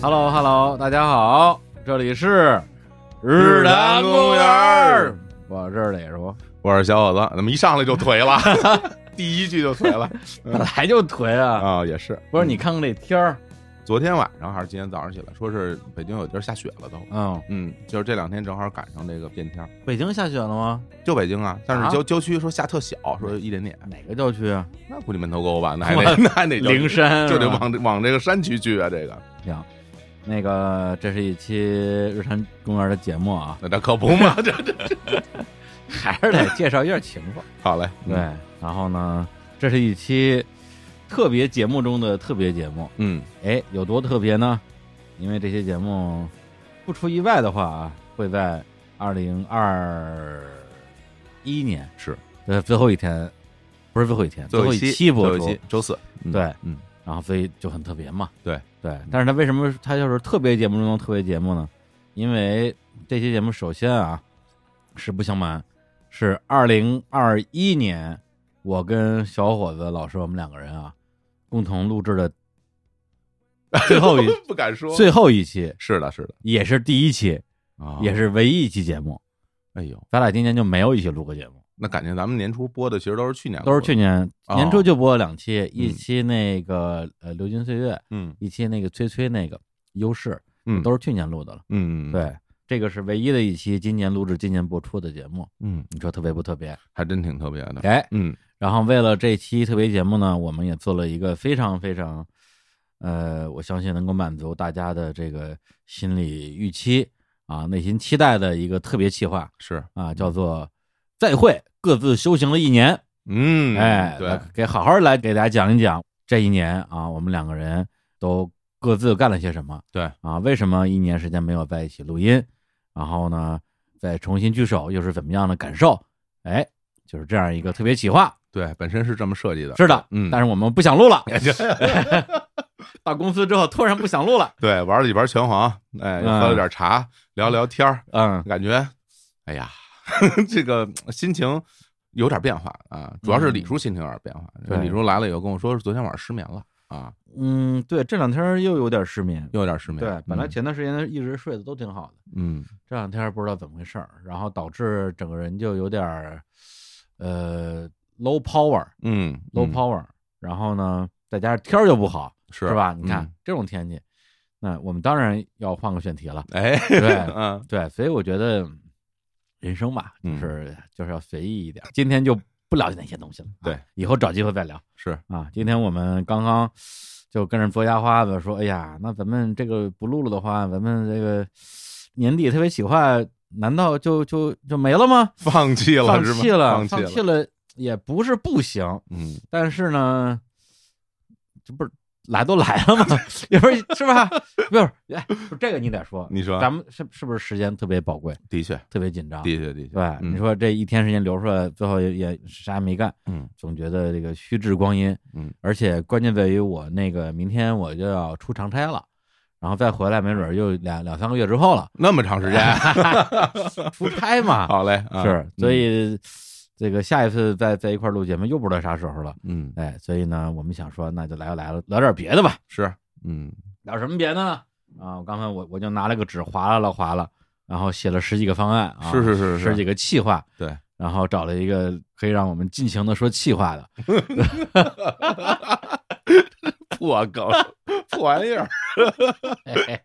Hello Hello，大家好，这里是日坛公园儿，我这里说我是小伙子，怎么一上来就颓了？第一句就颓了 本来就颓啊，啊、也是。不是你看看这天儿，昨天晚上还是今天早上起来，说是北京有地儿下雪了都。嗯，嗯，就是这两天正好赶上这个变天儿，北京下雪了吗？就北京啊，但啊是郊郊区说下特小，说一点点，哪个郊区啊？那估计闷头沟吧， 那还得那还得叫灵山啊就得是吧往这往这个山区去啊，这个行，那个这是一期日坛公园的节目 啊，那这可不 嘛，这这还是得介绍一下情况。好嘞，嗯对，然后呢，这是一期特别节目中的特别节目。嗯，哎，有多特别呢？因为这些节目不出意外的话啊，会在二零二一年是呃最后一天，不是最后一天，最后后一一期播最后出一。期周四，嗯对， 嗯，然后所以就很特别嘛。对对，但是它为什么它就是特别节目中的特别节目呢？因为这期节目首先啊，实不相瞒，是二零二一年我跟小伙子老师我们两个人啊共同录制 的最后一不敢说，最后一期，是的，是的，也是第一期，啊也，是唯一一期节目。哎呦，咱俩今年就没有一起录过节目，那感觉咱们年初播的其实都是去年，都是去，年哦年初就播了两期，一期那个呃《流金岁月》，嗯一期那个崔崔那个优势，嗯，都是去年录的了。嗯，嗯，对，这个是唯一的一期今年录制、今年播出的节目，嗯，你说特别不特别？还真挺特别的，哎，嗯然后为了这期特别节目呢，我们也做了一个非常非常，呃，我相信能够满足大家的这个心理预期啊、内心期待的一个特别企划是，啊，叫做“再会，各自修行了一年”。嗯，哎，对来，给好好来给大家讲一讲这一年啊，我们两个人都各自干了些什么。对啊，为什么一年时间没有在一起录音？然后呢，再重新聚首又是怎么样的感受？哎，就是这样一个特别企划。对，本身是这么设计的，是的，嗯但是我们不想录了。是 到公司之后突然不想录了。对，玩了几盘拳皇，哎，嗯喝了点茶，聊聊天儿，嗯，感觉，哎呀， 这个心情有点变化啊，主要是李叔心情有点变化。嗯对李叔来了以后跟我说，昨天晚上失眠了啊，嗯，对，这两天又有点失眠。又有点失眠。对，本来嗯前段时间一直睡得都挺好的，嗯这两天不知道怎么回事儿，然后导致整个人就有点儿，呃，low power。嗯 low 嗯 power，、然后呢，再加上天儿又不好，是是吧？你看、嗯这种天气，那我们当然要换个选题了。哎，对 嗯对，所以我觉得人生吧，就嗯是、就是要随意一点。今天就不聊那些东西了，对啊以后找机会再聊是啊。今天我们刚刚就跟人嘬牙花子说，哎呀，那咱们这个不录了的话，咱们这个年底特别企划，难道就就就没了吗？放弃放了是吗？弃了，放放弃弃了，了，也不是不行，嗯，但是呢，这不是来都来了吗？ 也不是是吧？不是，哎，不是这个你得说，你说咱们是是不是时间特别宝贵，的确，特别紧张？的确，的确，对，嗯你说这一天时间留出来，最后也也啥也没干，嗯总觉得这个虚掷光阴。嗯，而且关键在于我那个明天我就要出长差了，然后再回来没准儿又两两三个月之后了，那么 长时间，出差嘛， 好嘞，啊是，所以这个下一次再在一块儿录节目又不知道啥时候了。嗯哎，所以呢，我们想说，那就来就来了，聊点别的吧。是嗯聊什么别的呢？啊，我刚才我我就拿了个纸划拉了划拉，然后写了十几个方案啊，是是是是十 几个气划，对，然后找了一个可以让我们尽情的说气话的，破梗破玩 意儿，哎哎，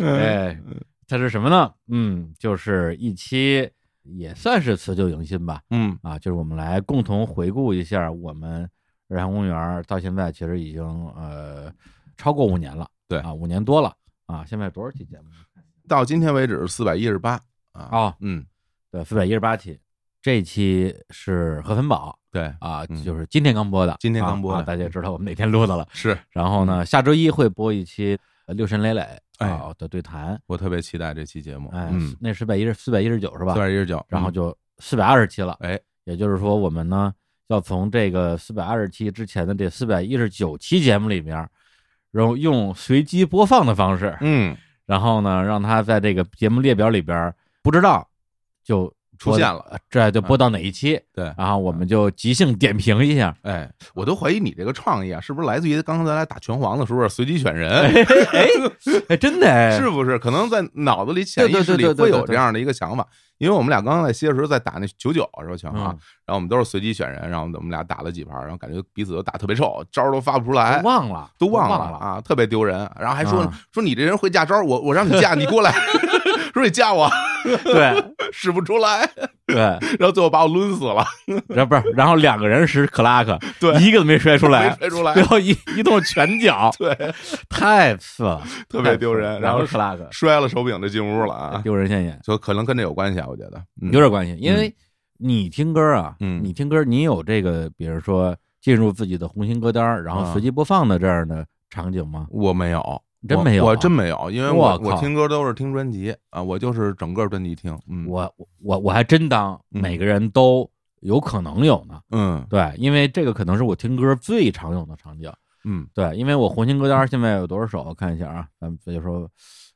嗯 哎它是什么呢？嗯，就是一期也算是辞旧迎新吧，嗯啊，就是我们来共同回顾一下我们日坛公园儿到现在其实已经呃超过五年了，对啊，五年多了啊，现在多少期节目？到今天为止是四百一十八啊哦嗯对，四百一十八期，这期是何芬宝对啊，嗯就是今天刚播的，今天刚播啊的嗯啊大家也知道我们哪天录的了。是然后呢，下周一会播一期呃六神磊磊哎啊的对谈，我特别期待这期节目，哎嗯，，那四百一十四百一十九是吧四？百一十九，嗯然后就四百二十期了，哎，也就是说我们呢要从这个四百二十期之前的这四百一十九期节目里面，然后用随机播放的方式，嗯然后呢让它在这个节目列表里边不知道就出现了，呃这就播到哪一期，对，嗯然后我们就即兴点评一下。哎，我都怀疑你这个创意啊，是不是来自于刚刚咱俩打拳皇的时候随机选人？ 哎哎，真的哎，是不是？可能在脑子里潜意识里对对对对对会有对这样的一个想法，因为我们俩刚刚在歇的时候在打那九九是吧？拳皇，嗯然后我们都是随机选人，然后我们俩打了几盘，然后感觉彼此都打得特别臭，招儿都发不出来我，忘了，哎都忘忘了了。啊，特别丢人。然后还说、啊说你这人会架招儿，我我让你架，你过来，说你架我对使不出来，对，然后最后把我抡死了，然后不是，然后两个人使克拉克， 对一个都没摔出没来，摔出 来最，后一一动拳脚， 对，太次了，特别丢人。然哎然后后克拉克摔了手柄就进屋了啊，丢人现眼，就可能跟这有关系啊，我觉得嗯有点关系，因为你听歌啊，嗯你听歌，你有这个，比如说进入自己的红心歌单，然后啊随机播放的这样的场景吗？我没有，真我没有啊我真没有，因为我我靠我听歌都是听专辑啊，我就是整个专辑听。嗯，我我我还真当嗯每个人都有可能有呢，嗯对，因为这个可能是我听歌最常用的场景。嗯对，因为我红心歌单现在有多少首？我看一下啊，咱们这就说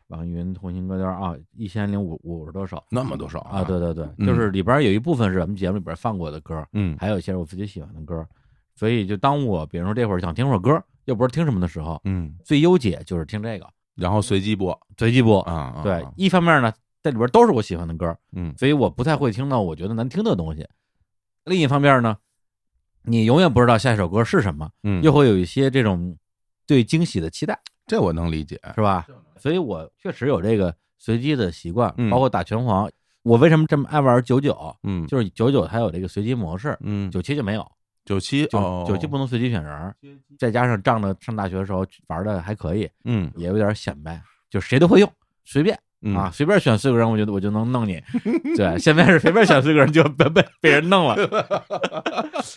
网易云红心歌单啊，一千零五五十多首，那么多首啊！啊对对对，嗯就是里边有一部分是咱们节目里边放过的歌，嗯还有一些是我自己喜欢的歌，所以就当我比如说这会儿想听会儿歌，又不是听什么的时候，嗯，最优解就是听这个然后随机播随机播。啊啊，对啊，一方面呢，这里边都是我喜欢的歌，嗯所以我不太会听到我觉得难听的东西；另一方面呢，你永远不知道下一首歌是什么，嗯，又会有一些这种对惊喜的期待。这我能理解。是吧？所以我确实有这个随机的习惯，嗯包括打拳皇。我为什么这么爱玩九九？嗯就是九九它有这个随机模式，嗯九七就没有，九七哦九九七不能随机选人儿，再加上仗着上大学的时候玩的还可以，嗯也有点显摆，就谁都会用，随便嗯啊，随便选四个人，我觉得我就能 弄你。对，现在是随便选四个人就被被被人 弄了，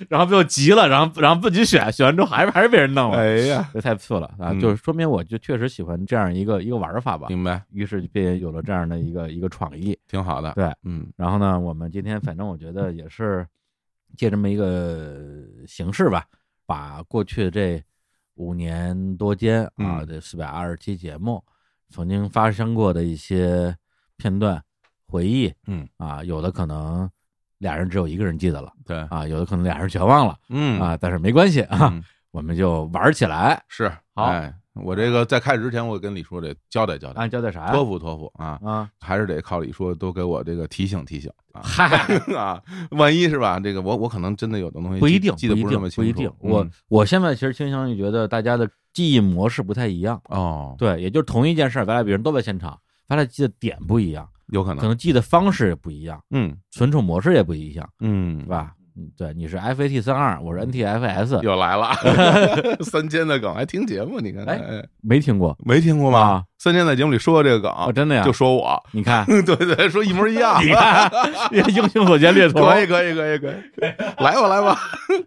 然后就急了，然后然后自己选，选完之后还是还是被人弄了。哎呀，这太次了啊！嗯就是说明我就确实喜欢这样一个一个玩法吧，明白，于是便有了这样的一个一个创意。挺好的。对，嗯然后呢，我们今天反正我觉得也是借这么一个形式吧，把过去这五年多间啊，嗯这四百二十期节目曾经发生过的一些片段回忆嗯，啊，有的可能俩人只有一个人记得了对，啊，有的可能俩人全忘了嗯啊， 但是没关系啊，嗯我们就玩起来。是 好哎我这个在开始之前，我跟李叔得交代交代按，交代啥呀托付托付啊，啊？ 还是得靠李叔多给我这个提醒提醒 啊。嗨， 啊，万一是吧？这个我我可能真的有的东西不一记定，记得不不一是那么定，清不楚。一定。我嗯我现在其实倾向于觉得大家的记忆模式不太一样。哦，对，也就是同一件事儿，咱俩比如都在现场，咱俩记的点不一样，有可可能，能记的方式也不一样，嗯存储模式也不一样，嗯对，吧？嗯，对，你是 FAT 三二，我是 NTFS，又来 了，三千的梗还听节目？你看看，哎没听过没听过吗？啊？三千在节目里说过这个哦，梗，真的呀啊就？说我，，你看 对对，说一模一样。啊你看，英雄所见略同，可以可以可以可以，来吧来吧，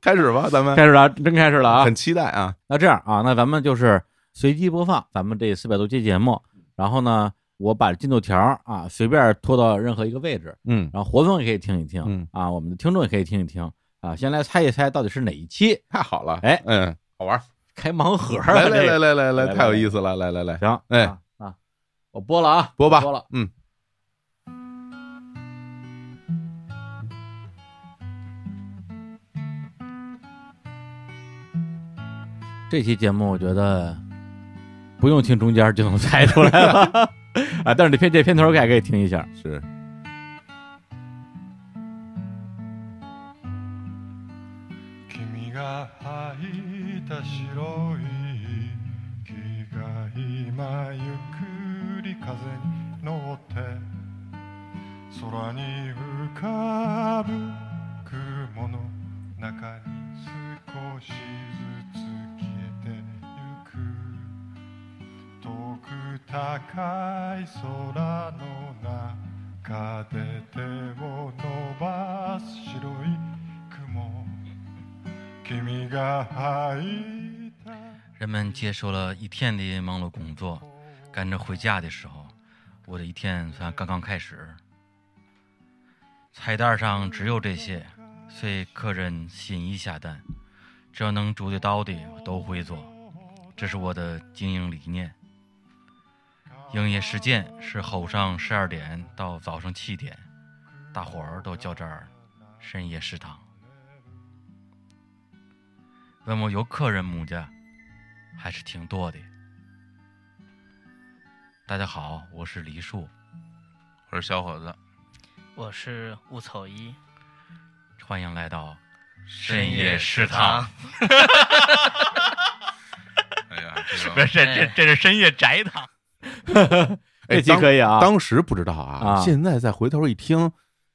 开始吧，咱们开始了，真开始了啊！很期待啊。那这样啊，那咱们就是随机播放咱们这四百多期节目，嗯然后呢，我把进度条儿啊随便拖到任何一个位置，嗯，然后活动也可以听一听，嗯啊，我们的听众也可以听一听啊，先来猜一猜到底是哪一期太好了，哎嗯，好玩，开盲盒儿来啊？来来这来来来来，太来有来意思了，来来来个，行，哎啊啊，我播了啊，播吧，播了，嗯，这期节目我觉得不用听中间就能猜出来 了啊，但是这片这片头还可以听一下，是，君が履いた白い木が今ゆっくり風に乗って空に浮かぶ雲の中に少しずつ消えてゆく遠く高い空の中で手を伸ばす白い雲君が入った人们接受了一天的忙碌工作，赶着回家的时候，我的一天才刚刚开始。菜单上只有这些，所以客人心意下蛋。只要能煮得到的，我都会做，这是我的经营理念。营业时间是后上十二点到早上七点，大伙儿都叫这儿深夜食堂。外国游客人母家还是挺多的。大家好，我是黎树，我是小伙子，我是雾草一，欢迎来到。深夜食堂啊。，哎呀，这不个是这这这是深夜宅堂，这集哎哎当可以啊，当时不知道啊，啊现在再回头一听，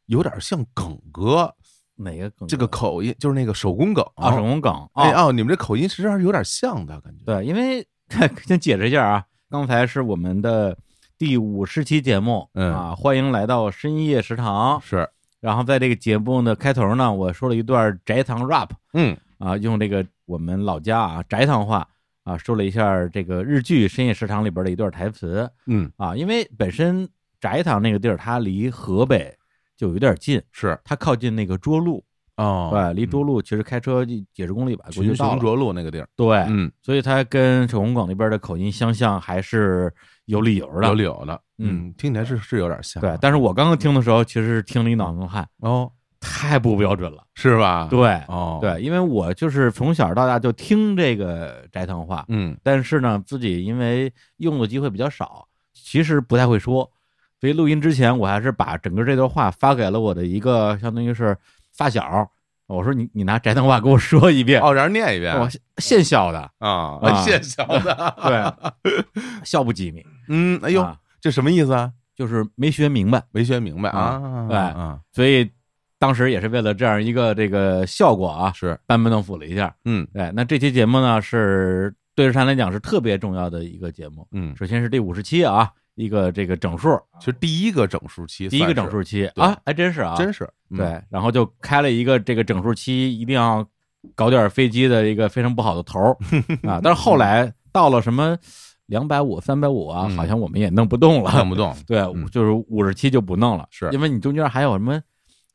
有点像梗哥哪个梗？这个口音，就是那个手工梗啊，手工梗啊哎，哦，你们这口音实际上是有点像的感觉。对，因 为先解释一下啊，刚才是我们的第五十期节目，嗯啊，欢迎来到深夜食堂。是，然后在这个节目的开头呢，我说了一段宅堂 rap 嗯，啊，用这个我们老家啊宅堂话啊，说了一下这个日剧《深夜食堂》里边的一段台词嗯，啊，因为本身宅堂那个地儿它离河北就有点近，是它靠近那个涿鹿，哦，对，离涿鹿其实开车几十公里吧，估计群就到雄了。着陆那个地儿，对，嗯，所以它跟手工梗那边的口音相像还是有理由的。有柳的，嗯嗯，听起来是是有点像，对，但是我刚刚听的时候，其实是听了一脑门汗，哦，太不标准了。是吧？，对，哦，，对，因为我就是从小到大就听这个斋藤话，嗯，但是呢，自己因为用的机会比较少，其实不太会说，所以录音之前我还是把整个这段话发给了我的一个相当于是发小，我说你你拿斋藤话给我说一遍，哦，让人念一遍我现笑的，啊啊，谢小 子，对， 笑不及你，嗯，哎呦啊，这什么意思啊？就是没学明白。没学明白啊，嗯对啊，所以当时也是为了这样一个这个效果啊，是，班门弄斧了一下。嗯对，那这期节目呢是对日坛来讲是特别重要的一个节目。嗯，首先是第五十期啊，一个这个整数，其实第一个整数期，第一个整数期对啊，还真是啊，真是，嗯，对。然后就开了一个这个整数期，一定要搞点飞机的一个非常不好的 头儿啊。但是后来到了什么两百五、三百五啊，嗯好像我们也弄不动了，看不动，对，嗯就是五十期就不弄了，是因为你中间还有什么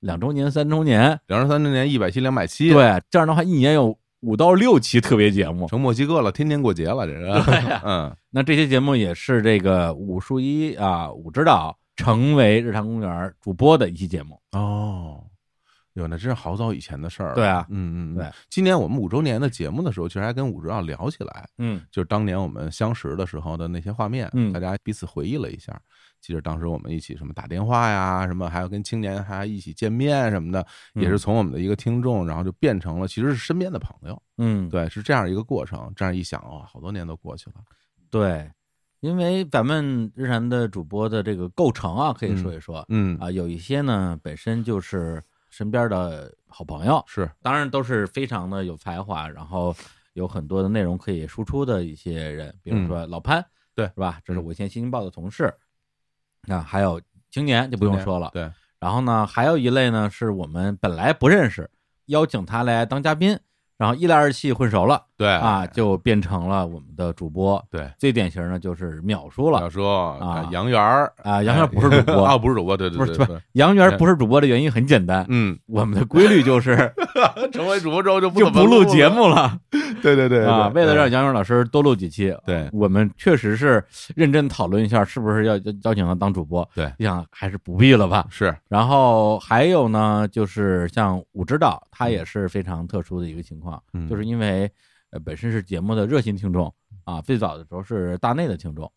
两周年、三周年，两十三周年一百期两百期，，对，这样的话一年有五到六期特别节 目。成墨西哥了，天天过节了，这人， 嗯，那这些节目也是这个武术一啊，武指导成为日常公园主播的一期节目。哦。哟，那真是好早以前的事儿了。对啊嗯嗯，嗯对。今年我们五周年的节目的时候，其实还跟武指导聊起来，嗯就是当年我们相识的时候的那些画面，嗯大家彼此回忆了一下。记得当时我们一起什么打电话呀，什么还有跟青年还一起见面什么的，嗯也是从我们的一个听众，然后就变成了其实是身边的朋友，嗯，对，是这样一个过程。这样一想，哇、好多年都过去了，对，因为咱们日常的主播的这个构成啊，可以说一说、嗯，啊，有一些呢本身就是身边的好朋友，是，当然都是非常的有才华，然后有很多的内容可以输出的一些人，比如说老潘，嗯对嗯是吧？这是我以前《新京报》的同事。那还有青年就不不用说了，对，然后呢，还有一类呢是我们本来不认识，邀请他来当嘉宾，然后一来二去混熟了对啊，，就变成了我们的主播。对。最典型的就是淼叔要了说呃啊杨元儿啊，杨元不是主 啊，播，不是主播，对对不对是对不是杨元不是主播的原因很简单，嗯，我们的规律就是 成为主播之后就 不就怎么不录了节，目了 对对对对啊，对为了让杨元老师多录几期。对我们确实是认真讨论一下，是不是要要邀请他当主播？对一想还是不必了吧。是然后还有呢，就是像武指导，他也是非常特殊的一个情况，嗯就是因为呃本身是节目的热心听众啊，最早的时候是大内的听众，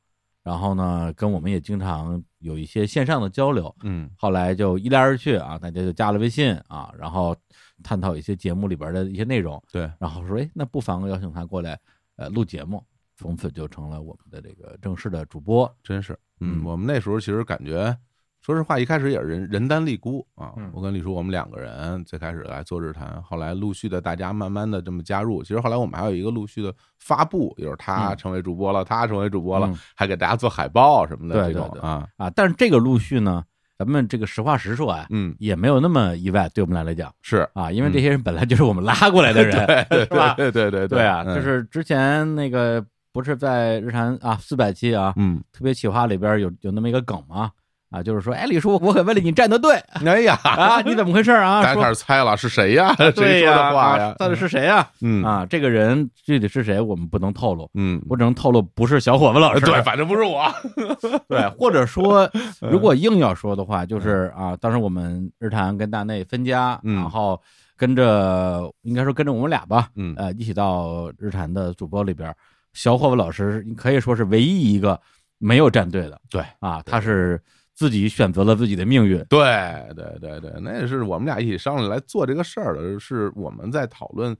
然后呢跟我们也经常有一些线上的交流，嗯后来就一来二去啊，大家就加了微信啊，然后探讨一些节目里边的一些内容，对然后说哎，那不妨邀请他过来呃录节目，从此就成了我们的这个正式的主播，真是，嗯嗯，我们那时候其实感觉，说实话，一开始也是人人单力孤啊嗯。我跟李叔，我们两个人最开始来做日坛，后来陆续的大家慢慢的这么加入。其实后来我们还有一个陆续的发布，就是他嗯成为主播了，他成为主播了嗯，还给大家做海报什么的对这种对对啊。啊，但是这个陆续呢，咱们这个实话实说啊。嗯，也没有那么意外，对我们来来讲是，啊，因为这些人本来就是我们拉过来的人，嗯 对是吧？对对对对啊，嗯就是之前那个不是在日常啊四百期啊嗯 特别企划里边有有那么一个梗嘛，啊，就是说，哎，李叔，我可为了你站的队哎呀，啊，你怎么回事啊？ 大家开说始猜了是谁呀？ 谁啊对说的呀话呀啊？到底是谁呀？嗯啊，这个人具体是谁，我们不能透露，嗯，我只能透露不是小伙子老师，对，嗯反正不是我。对，或者 说，如果硬要说的话，就是啊，当时我们日坛跟大内分家，嗯然后跟着应该说跟着我们俩吧，嗯呃，一起到日坛的主播里边儿，小伙子老师可以说是唯一一个没有站队的，对啊，他是自己选择了自己的命运，对对对对，那也是我们俩一起商量来做这个事儿的，是我们在讨论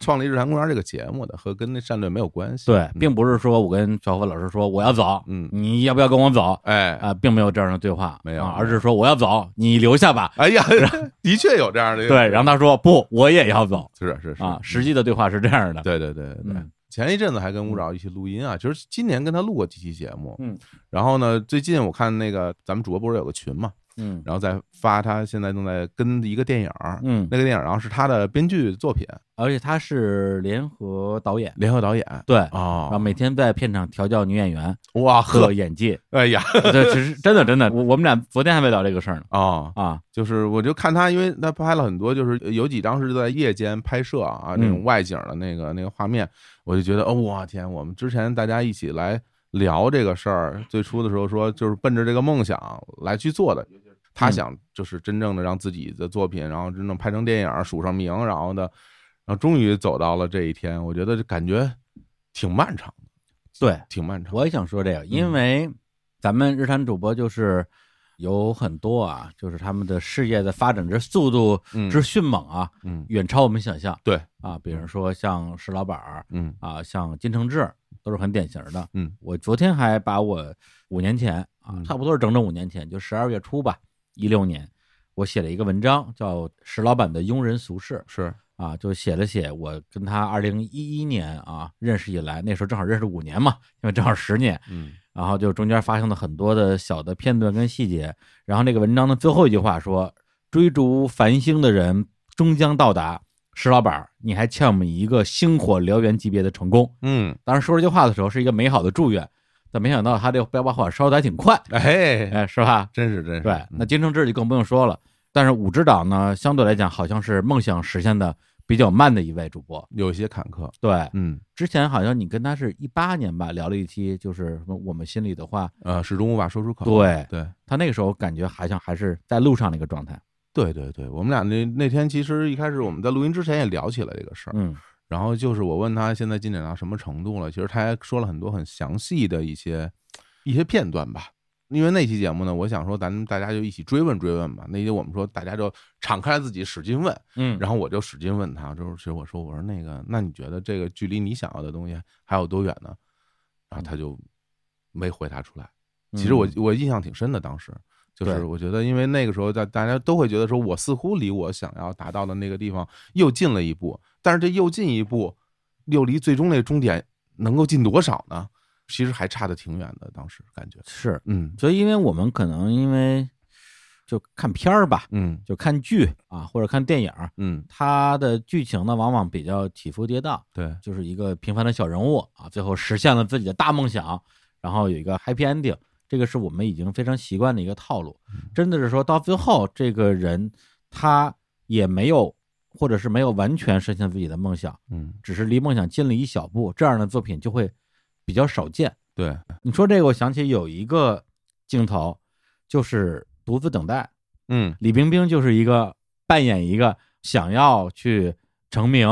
创立日坛公园这个节目的，和跟那战略没有关系。对，嗯并不是说我跟小伙子老师说我要走，嗯你要不要跟我走？哎啊，并没有这样的对话，没有啊而是说我要走，你留下吧。哎呀，的确有这样的一个对，然后他说不，我也要走是是是啊。实际的对话是这样的，对对对对对嗯。前一阵子还跟吴导一起录音啊，其实今年跟他录过几期节目，嗯，然后呢，最近我看那个咱们主播不是有个群嘛，嗯然后在发他现在正在跟一个电影儿，嗯，那个电影儿然后是他的编剧作品，而且他是联合导演，联合导演对，然后哦，每天在片场调教女演员哇和呵，演技，哎呀， 对，其实真的 真的，我我们俩昨天还没聊这个事儿呢哦，啊，就是我就看他，因为他拍了很多，就是呃有几张是在夜间拍摄啊，嗯那种外景的那个那个画面，我就觉得，哦，我天！我们之前大家一起来聊这个事儿，最初的时候说就是奔着这个梦想来去做的。他想就是真正的让自己的作品，然后真正拍成电影，署上名，然后呢，然后终于走到了这一天。我觉得这感觉挺漫长的，对，挺漫长的。我也想说这个，因为咱们日坛主播就是有很多啊，就是他们的事业的发展之速度嗯之迅猛啊，嗯远超我们想象对，啊，比如说像石老板儿嗯啊，像金承志都是很典型的。嗯，我昨天还把我五年前啊嗯，差不多是整整五年前，就十二月初吧，一六年，我写了一个文章叫《石老板的庸人俗事》是啊，就写了写我跟他二零一一年啊认识以来，那时候正好认识五年嘛，因为正好十年，嗯然后就中间发生了很多的小的片段跟细节，然后那个文章的最后一句话说：“追逐繁星的人终将到达。”石老板儿，你还欠我们一个星火燎原级别的成功。嗯，当时说这句话的时候是一个美好的祝愿，但没想到他这标靶火烧的还挺快，哎，哎，是吧？真是真是对，那嗯金承志就更不用说了。但是武指导呢，相对来讲好像是梦想实现的比较慢的一位主播。有些坎坷，对，嗯。之前好像你跟他是一八年吧聊了一期，就是什么我们心里的话。呃，始终无法说出口。对对他那个时候感觉好像还是在路上的一个状态。对对对，我们俩那那天其实一开始我们在录音之前也聊起了这个事儿，嗯然后就是我问他现在进展到什么程度了，其实他还说了很多很详细的一些一些片段吧。因为那期节目呢，我想说咱们大家就一起追问追问吧。那期我们说大家就敞开自己使劲问，嗯然后我就使劲问他，就是其实我说我说那个，那你觉得这个距离你想要的东西还有多远呢？然后他就没回答出来。其实我我印象挺深的，当时就嗯是对我觉得，因为那个时候在大家都会觉得说，我似乎离我想要达到的那个地方又近了一步，但是这又近一步，又离最终那个终点能够近多少呢？其实还差得挺远的，当时感觉，是，嗯所以因为我们可能因为就看片儿吧，嗯就看剧啊，或者看电影儿，嗯，它的剧情呢往往比较起伏跌宕，对，就是一个平凡的小人物啊，最后实现了自己的大梦想，然后有 一个 happy ending，这个是我们已经非常习惯的一个套路。真的是说到最后，这个人他也没有，或者是没有完全实现自己的梦想，嗯只是离梦想近了一小步，这样的作品就会比较少见。对，你说这个，我想起有一个镜头，就是独自等待，嗯李冰冰就是一个扮演一个想要去成名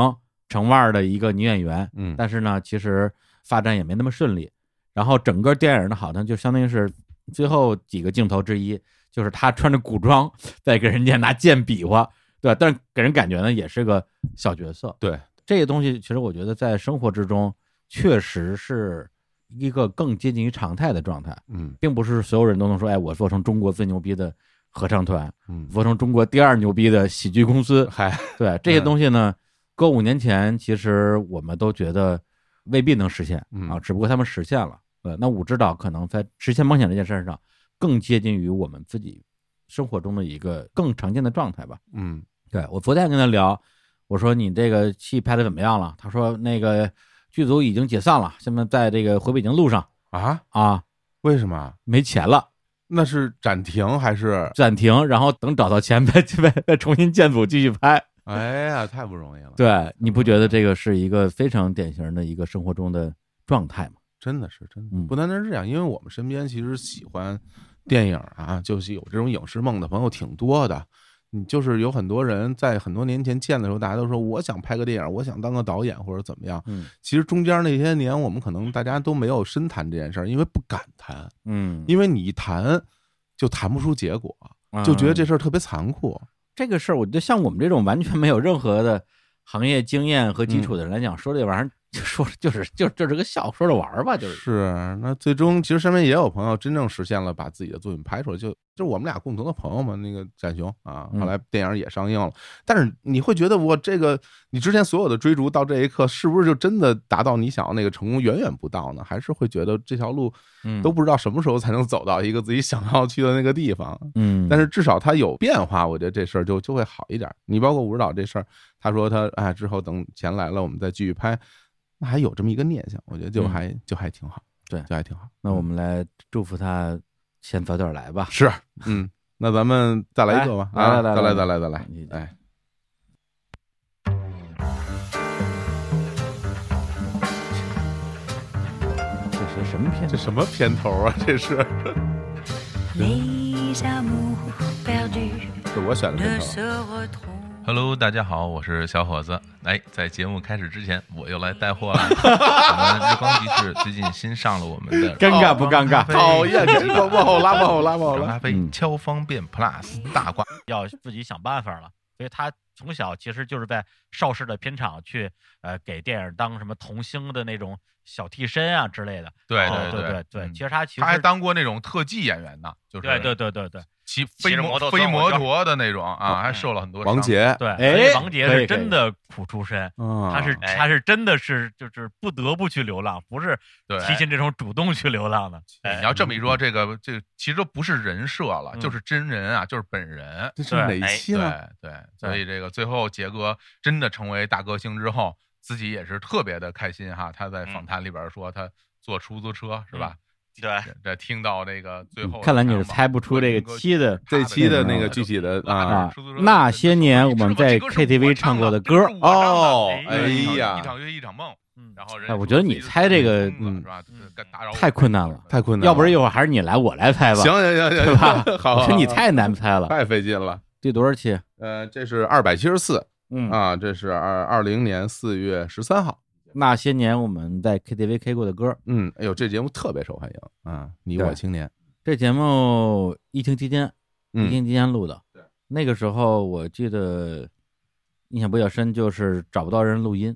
成腕儿的一个女演员，嗯，但是呢，其实发展也没那么顺利。然后整个电影呢，好像就相当于是最后几个镜头之一，就是她穿着古装在给人家拿剑比划，对，但是给人感觉呢也是个小角色。对，这个东西其实我觉得在生活之中确实是一个更接近于常态的状态，嗯并不是所有人都能说，哎，我做成中国最牛逼的合唱团，嗯，做成中国第二牛逼的喜剧公司，嗨，对这些嗯东西呢，搁五年前其实我们都觉得未必能实现嗯啊，只不过他们实现了。对，那武指导可能在实现梦想这件事上，更接近于我们自己生活中的一个更常见的状态吧。嗯对我昨天跟他聊，我说你这个戏拍的怎么样了？他说那个剧组已经解散了，现在在这个回北京路上啊，啊，为什么？没钱了。那是暂停还是？暂停，然后等找到钱 再再再重新建组继续拍。哎呀，太不容易了，，对，你不觉得这个是一个非常典型的一个生活中的状态吗？真的是真的嗯不单单是这样，因为我们身边其实喜欢电影啊，就是有这种影视梦的朋友挺多的。你就是有很多人在很多年前见的时候，大家都说我想拍个电影，我想当个导演或者怎么样。嗯其实中间那些年，我们可能大家都没有深谈这件事儿，因为不敢谈，嗯，因为你一谈就谈不出结果，为就觉得这事儿特别残酷。这个事儿，我觉得像我们这种完全没有任何的行业经验和基础的人来讲，说这玩意儿就说就是就就是个笑，说着玩儿吧，就是是，那最终其实身边也有朋友真正实现了把自己的作品拍出来，就就是我们俩共同的朋友嘛，那个展雄啊，嗯后来电影也上映了。但是你会觉得我这个你之前所有的追逐到这一刻，是不是就真的达到你想要那个成功？远远不到呢，还是会觉得这条路嗯都不知道什么时候才能走到一个自己想要去的那个地方。嗯，但是至少它有变化，我觉得这事儿就就会好一点儿。你包括吴指导这事儿，他说他哎之后等钱来了，我们再继续拍，那还有这么一个念想，我觉得就嗯还、就还挺好，对就还挺好。那我们来祝福他先早点来吧。是嗯，那咱们再来一个吧，来啊来来再来来再来再来你，哎，这是什么片这？什么片头啊？这是 Les amours perdus 是我选的片 ne 头 se retrouvent. Hello，大家好，我是小伙子。哎，在节目开始之前，我又来带货 了。我们日光集市最近新上了我们的尴尬不尴尬日光咖啡 讨厌，这个往后拉，往后拉，往后日光拉咖。啡嗯超方便 Plus 大瓜要自己想办法了。所以他从小其实就是在邵氏的片场去，呃，给电影当什么童星的那种小替身啊之类的。对哦对对对嗯其实他其实他还当过那种特技演员呢，就是对对对对对骑骑飞着摩托飞钻火摩圈托的那种啊，还受了很 多王伤。杰，对，哎所以王杰可以是真的苦出身，啊，他是他是真的是就是不得不去流浪，不是对，提前这种主动去流浪的。你要这么一说，这个这个其实都不是人设了，嗯就是真人啊，就是本人。这是哪期呢？对对，所以这个最后杰哥真的成为大歌星之后，自己也是特别的开心哈。他嗯在访谈里边说，他坐出租车是吧？对，这听到那个最嗯后，看来你是猜不出这个期的这期的那那个个具体的啊啊，那些年我们在 KTV 唱过的歌哦哎呀一场乐一场梦。嗯，然后人哎家我说觉得自你己是猜这个疯子嗯是吧？这这打扰我嗯太困难了太困难了，要不然一会儿还是你来，我来猜吧。行，行行哎对行吧？好我 好，好说你太难猜了。太费劲了。第多少期？呃，这是二百七十四嗯，啊，这是二二零年四月十三号。那些年我们在 KTV K 过的歌。嗯，哎呦，这节目特别受欢迎啊！你我对青年，这节目疫情期间，疫嗯情期间录的。对，那个时候我记得印象比较深，就是找不到人录音，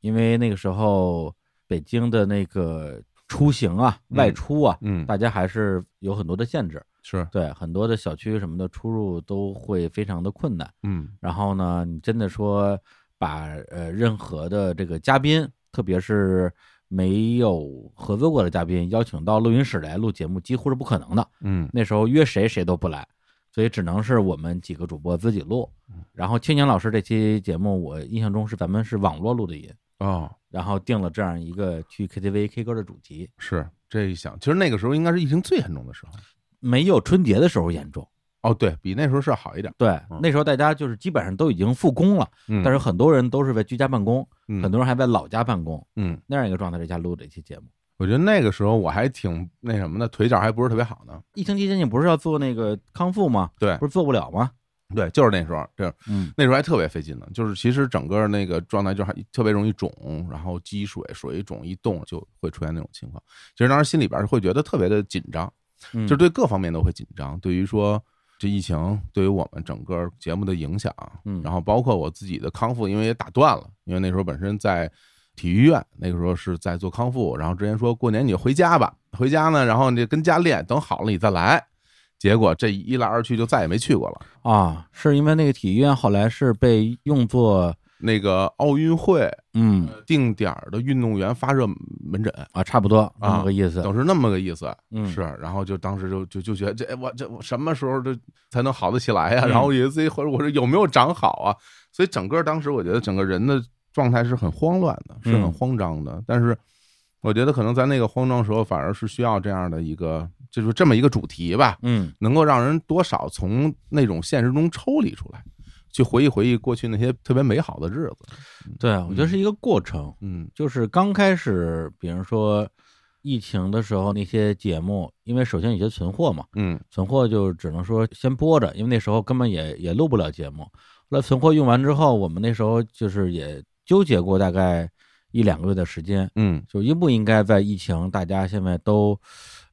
因为那个时候北京的那个出行啊、嗯外出啊，嗯，大家还是有很多的限制。是，对，很多的小区什么的出入都会非常的困难。嗯然后呢，你真的说把呃任何的这个嘉宾，特别是没有合作过的嘉宾，邀请到录音室来录节目，几乎是不可能的。嗯那时候约谁谁都不来，所以只能是我们几个主播自己录。嗯然后青年老师这期节目，我印象中是咱们是网络录的音，哦，然后定了这样一个去 KTV K 歌的主题，是这一想，其实那个时候应该是疫情最严重的时候。没有春节的时候严重。哦，对比那时候是好一点，对嗯，那时候大家就是基本上都已经复工了，嗯，但是很多人都是在居家办公，嗯很多人还在老家办公。嗯，那样一个状态之下录这期节目。我觉得那个时候我还挺那什么的，腿脚还不是特别好呢。疫情期间你不是要做那个康复吗？对不是做不了吗？对，就是那时候，这嗯，那时候还特别费劲呢，就是其实整个那个状态就还特别容易肿，然后积水，水一肿一冻就会出现那种情况。其实当时心里边会觉得特别的紧张，嗯就是对各方面都会紧张。对于说这疫情对于我们整个节目的影响，嗯然后包括我自己的康复，因为也打断了，因为那时候本身在体育院，那个时候是在做康复，然后之前说过年你就回家吧，回家呢，然后你就跟家练，等好了你再来。结果这一来二去就再也没去过了。啊，是因为那个体育院后来是被用作那个奥运会呃嗯定点儿的运动员发热门诊，啊，差不多那啊么个意思。都是那么个意思。嗯是，然后就当时就就就觉得这哎我这我什么时候这才能好得起来呀、嗯然后以为自己或者我说有没有长好啊？所以整个当时我觉得整个人的状态是很慌乱的，是很嗯慌张的。但是我觉得可能在那个慌张时候，反而是需要这样的一个，就是这么一个主题吧，嗯能够让人多少从那种现实中抽离出来，去回忆回忆过去那些特别美好的日子。对，啊我觉得是一个过程，嗯就是刚开始，比如说疫情的时候那些节目，因为首先有些存货嘛，嗯存货就只能说先播着，因为那时候根本也也录不了节目。后来存货用完之后，我们那时候就是也纠结过大概一两个月的时间，嗯就应不应该在疫情大家现在都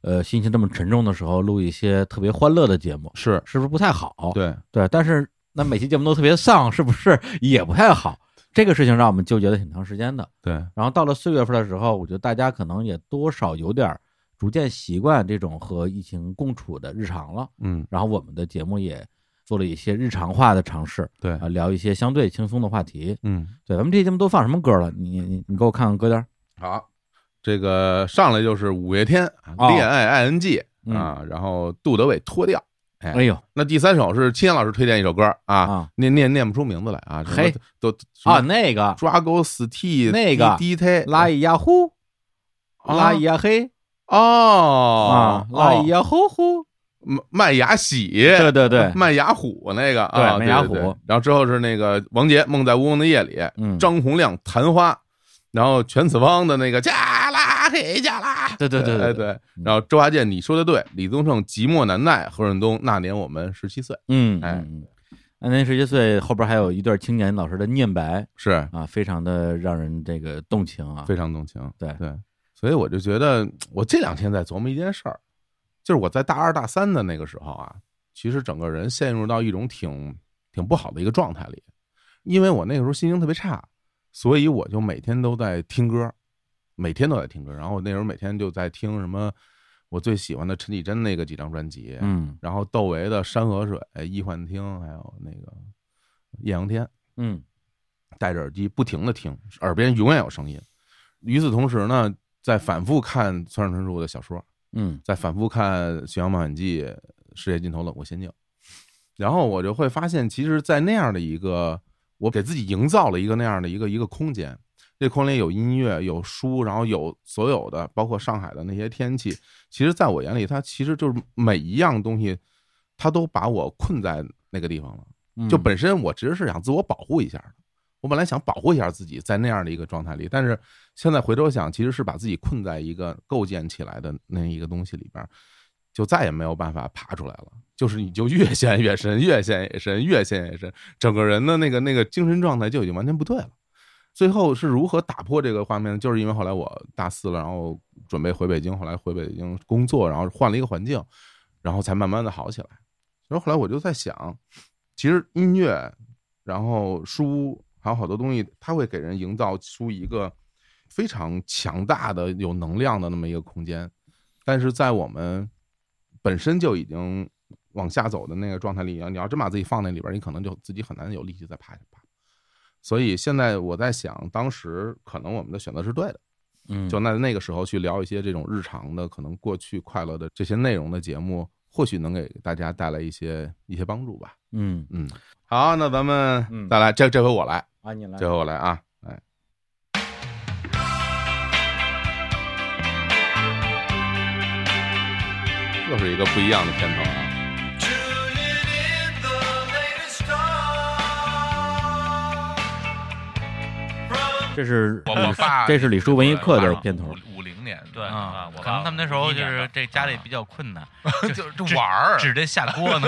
呃心情这么沉重的时候录一些特别欢乐的节目，是是不是不太好？对，对，但是那每期节目都特别丧，是不是 也不太好？这个事情让我们纠结了挺长时间的。对，然后到了四月份的时候，我觉得大家可能也多少有点儿逐渐习惯这种和疫情共处的日常了。嗯然后我们的节目也做了一些日常化的尝试，对啊、，聊一些相对轻松的话题。嗯对，咱们这期节目都放什么歌了？你你你给我看看歌单儿。好。这个上来就是五月天哦《恋爱 ING》嗯啊，然后杜德伟脱掉。哎哎呦那第三首是秦阳老师推荐一首歌啊，啊念念念不出名字来啊，什么嘿都啊，那个抓狗 ST 那个 DT 拉一呀呼，拉一呀嘿啊哦啊，拉一牙呀呼呼。麦芽喜，对对对，麦芽虎那个啊，对麦芽虎对对然后之后是那个王杰《梦在乌蒙的夜里》，嗯，张洪亮《昙花》，然后全子方的那个加拉嘿加拉，对对对对哎嗯对，然后周华健你说的对，李宗盛《寂寞难耐》，何润东那年我们十七岁，嗯，哎嗯，嗯那年十七岁后边还有一段青年老师的念白是啊，非常的让人这个动情啊。非常动情，对对，所以我就觉得，我这两天在琢磨一件事儿，就是我在大二大三的那个时候啊，其实整个人陷入到一种挺挺不好的一个状态里，因为我那个时候心情特别差，所以我就每天都在听歌，每天都在听歌，然后我那时候每天就在听什么我最喜欢的陈绮贞那个几张专辑，嗯然后窦唯的《山河水》、易幻听，还有那个艳阳天。嗯戴着耳机不停的听，耳边永远有声音。与此同时呢，在反复看村上春树的小说，嗯在反复看《巡洋冒险记》《世界尽头冷酷仙境》，然后我就会发现，其实，在那样的一个，我给自己营造了一个那样的一个一个空间。这空间有音乐，有书，然后有所有的，包括上海的那些天气。其实，在我眼里，它其实就是每一样东西，它都把我困在那个地方了。嗯，就本身我其实是想自我保护一下的，我本来想保护一下自己在那样的一个状态里，但是现在回头想，其实是把自己困在一个构建起来的那一个东西里边儿，就再也没有办法爬出来了。就是你就越陷越深，越陷越深，越陷越深，整个人的那个那个精神状态就已经完全不对了。最后是如何打破这个画面呢？就是因为后来我大四了，然后准备回北京，后来回北京工作，然后换了一个环境，然后才慢慢的好起来。然后后来我就在想，其实音乐，然后书，还有好多东西，它会给人营造出一个非常强大的、有能量的那么一个空间。但是在我们本身就已经往下走的那个状态里，你要你要真把自己放那里边儿，你可能就自己很难有力气再爬下爬。所以现在我在想，当时可能我们的选择是对的。嗯就那那个时候去聊一些这种日常的，可能过去快乐的这些内容的节目，或许能给大家带来一些一些帮助吧。嗯嗯，好，那咱们嗯再来，这这回我来，啊，你来这回我来啊，来。又是一个不一样的片头啊！这是我我爸这是李叔文艺课的我爸片头。五五零年的对啊啊，我可能他们那时候就是这家里比较较困难，就就玩儿，指着下锅呢，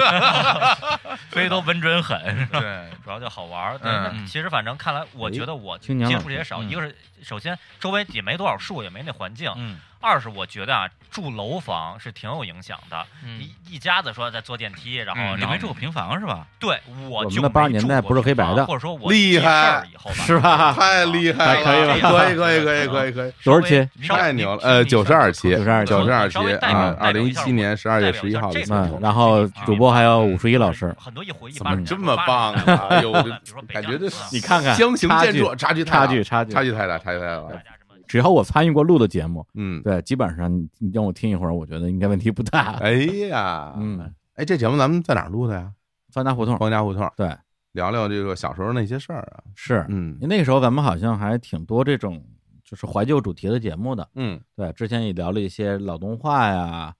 所以都稳准狠。对，主要就好玩儿。对嗯那其实反正看来，我觉得我青年接老触师的也少，嗯一个是首先周围也没多少树，也没那环境；嗯二是我觉得啊，住楼房是挺有影响的。嗯，一一家子说在坐电梯，然后嗯你然没后住过平房是吧？对，我我们就的没80年住代过不是黑平白房的或者说我厉记事儿害以后吧，是吧太厉害了，可以吧可哎以，可以，可以，可以，可以，多少期？稍微太牛了！呃，九十二期， 92九十二期稍微代表啊，二代表零一一下七年十二月代表十一一下号的这节个目，嗯，然后主播还有武哦十一老师，很多一回忆怎八么十年代这么八棒十年啊代！哎呦，我比如就说北感觉疆这啊你看看相形差见距绌，差距太差大距差距差距太大，差距太大了大。家什么只要我参与过录的节目，嗯，对，基本上你你让我听一会儿，我觉得应该问题不 大。哎呀，嗯，哎，这节目咱们在哪儿录的呀？翻大胡同方家胡同，对，聊聊这个小时候那些事儿啊。是，嗯那个时候咱们好像还挺多这种。就是怀旧主题的节目的。嗯对，之前也聊了一些老动画呀，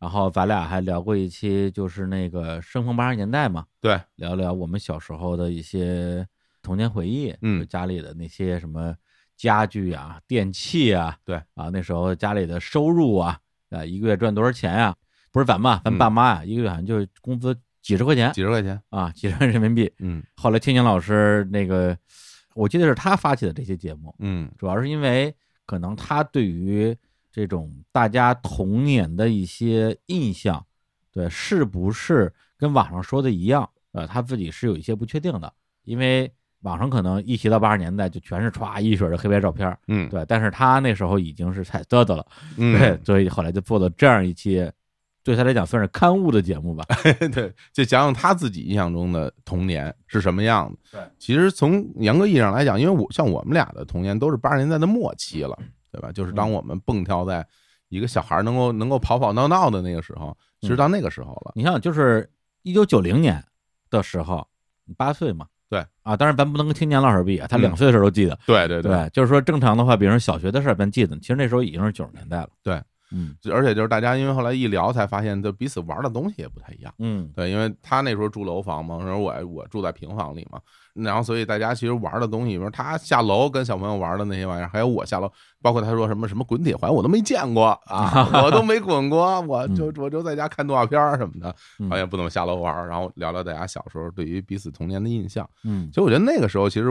然后咱俩还聊过一期，就是那个《生逢八十年代》嘛，对，聊聊我们小时候的一些童年回忆，嗯就家里的那些什么家具啊、电器啊，对啊，那时候家里的收入啊，啊，一个月赚多少钱呀、不是咱们啊，咱嗯爸妈呀、一个月好像就工资几十块钱几十块钱，啊，几十块人民币。嗯后来青年老师那个，我记得是他发起的这些节目，嗯主要是因为可能他对于这种大家童年的一些印象，对是不是跟网上说的一样，呃，他自己是有一些不确定的，因为网上可能一提到八十年代就全是歘一水的黑白照片儿，嗯对，但是他那时候已经是踩嘚嘚了，对嗯，，所以后来就做了这样一期。对他来讲算是刊物的节目吧，对，就讲讲他自己印象中的童年是什么样的。对，其实从严格意义上来讲，因为我像我们俩的童年都是八十年代的末期了，对吧？就是当我们蹦跳在一个小孩能够能够跑跑闹闹的那个时候，其实到那个时候了。你像就是一九九零年的时候，你八岁嘛，对啊，当然咱不能跟青年老师比啊，他两嗯岁的时候都记得，对对对，对，就是说正常的话，比如说小学的事儿，咱记得，其实那时候已经是九十年代了。对，嗯就而且就是大家因为后来一聊才发现，就彼此玩的东西也不太一样。嗯对，因为他那时候住楼房嘛，然后我我住在平房里嘛，然后所以大家其实玩的东西，比如他下楼跟小朋友玩的那些玩意儿，还有我下楼，包括他说什么什么滚铁环，我都没见过 啊，我都没滚过，我就我就在家看动画片儿什么的，嗯好像不怎么下楼玩儿。然后聊聊大家小时候对于彼此童年的印象。嗯其实我觉得那个时候，其实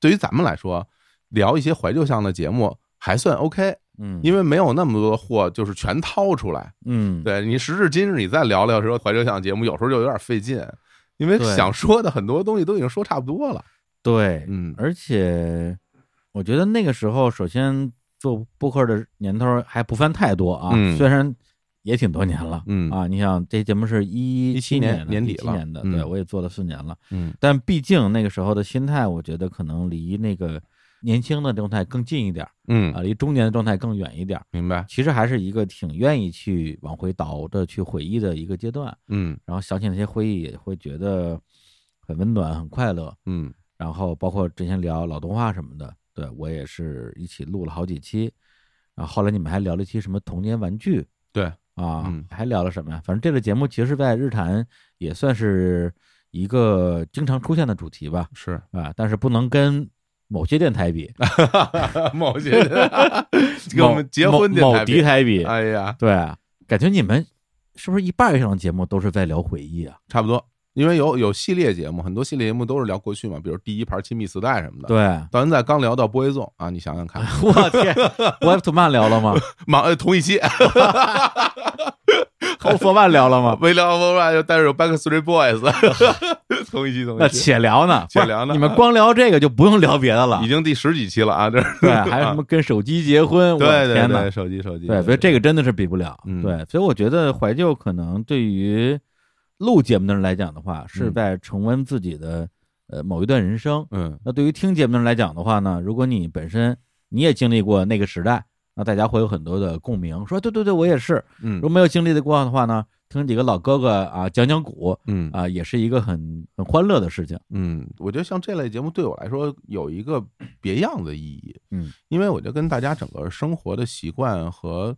对于咱们来说，聊一些怀旧向的节目还算 OK，嗯，因为为没有那么多货就是全掏出来。嗯对你时至今日，你再聊聊说怀旧向节目，有时候就有点费劲，因为对想说的很多东西都已经说差不多了。对，嗯而且我觉得那个时候，首先做播客的年头儿还不算太多啊，嗯虽然也挺多年了。嗯啊，你想这节目是一17年年的年底17了年的，嗯对我也做了四年了。嗯但毕竟那个时候的心态，我觉得可能离那个年轻的状态更近一点儿啊，嗯，离中年的状态更远一点儿。明白。其实还是一个挺愿意去往回倒的去回忆的一个阶段，嗯然后想起那些回忆也会觉得很温暖、很快乐。嗯然后包括之前聊老动画什么的，对我也是一起录了好几期。然后后来你们还聊了一期什么童年玩具，对啊，嗯还聊了什么呀？反正这个节目其实，在日坛也算是一个经常出现的主题吧， 是啊，但是不能跟某些电台比，某些人 跟我某们结婚某某的敌台 比，哎呀，对，感觉你们是不是一半以上的节目都是在聊回忆啊？差不多。因为有有系列节目，很多系列节目都是聊过去嘛，比如第一盘亲密磁带什么的。，对，哎到现在刚聊到波一纵啊，你想想看，我 天，我和曼聊 了吗？忙呃同一期，和佛曼聊了吗？没聊完吧，又但是有 Backstreet Boys，同一期同那一期，且聊呢，且聊呢不是你们光聊这个就不用聊别的了已。经第十几期了啊，这是对，还有什么跟手机结 婚？我 对的对天对，哪！手机手机，对，所以这个真的是比不了。嗯对，所以我觉得怀旧可能对于录节目的人来讲的话，是嗯在重温自己的呃某一段人生。嗯那对于听节目的人来讲的话呢，如果你本身你也经历过那个时代，那大家会有很多的共鸣，说对对对，我也是。嗯如果没有经历过的话呢，听几个老哥哥啊讲讲古嗯啊，也是一个很很欢乐的事情。嗯，我觉得像这类节目对我来说有一个别样的意义，嗯，因为我觉得跟大家整个生活的习惯和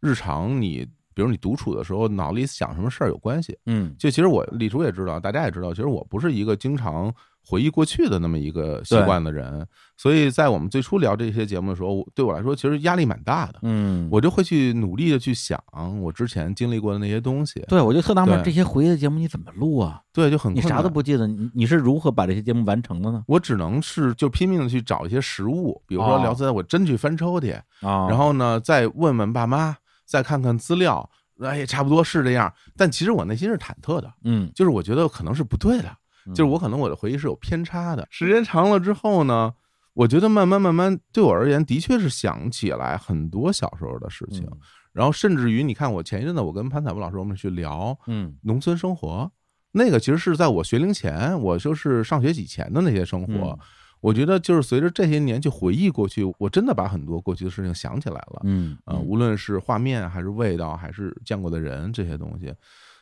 日常你，比如你独处的时候脑里想什么事儿有关系。嗯就其实我李叔也知道，大家也知道，其实我不是一个经常回忆过去的那么一个习惯的人，所以在我们最初聊这些节目的时候，我对我来说其实压力蛮大的，嗯，我就会去努力的去想我之前经历过的那些东西，对我就特纳闷，这对些回忆的节目你怎么录啊？对，就很你困啥都难不记得，你你是如何把这些节目完成的呢？我只能是就拼命的去找一些实物，比如说哦聊天，我真去翻抽屉，啊然后呢再问问爸妈，再看看资料，哎，差不多是这样。但其实我内心是忐忑的，嗯，就是我觉得可能是不对的，就是我可能我的回忆是有偏差的。时间长了之后呢，我觉得慢慢慢慢对我而言，的确是想起来很多小时候的嗯事情，然后甚至于你看，我前一阵子我跟潘彩波老师我们去聊，嗯农村生活，那个其实是在我学龄前，我就是上学以前的那些生活。嗯我觉得就是随着这些年去回忆过去，我真的把很多过去的事情想起来了。嗯呃，无论是画面还是味道，还是见过的人这些东西，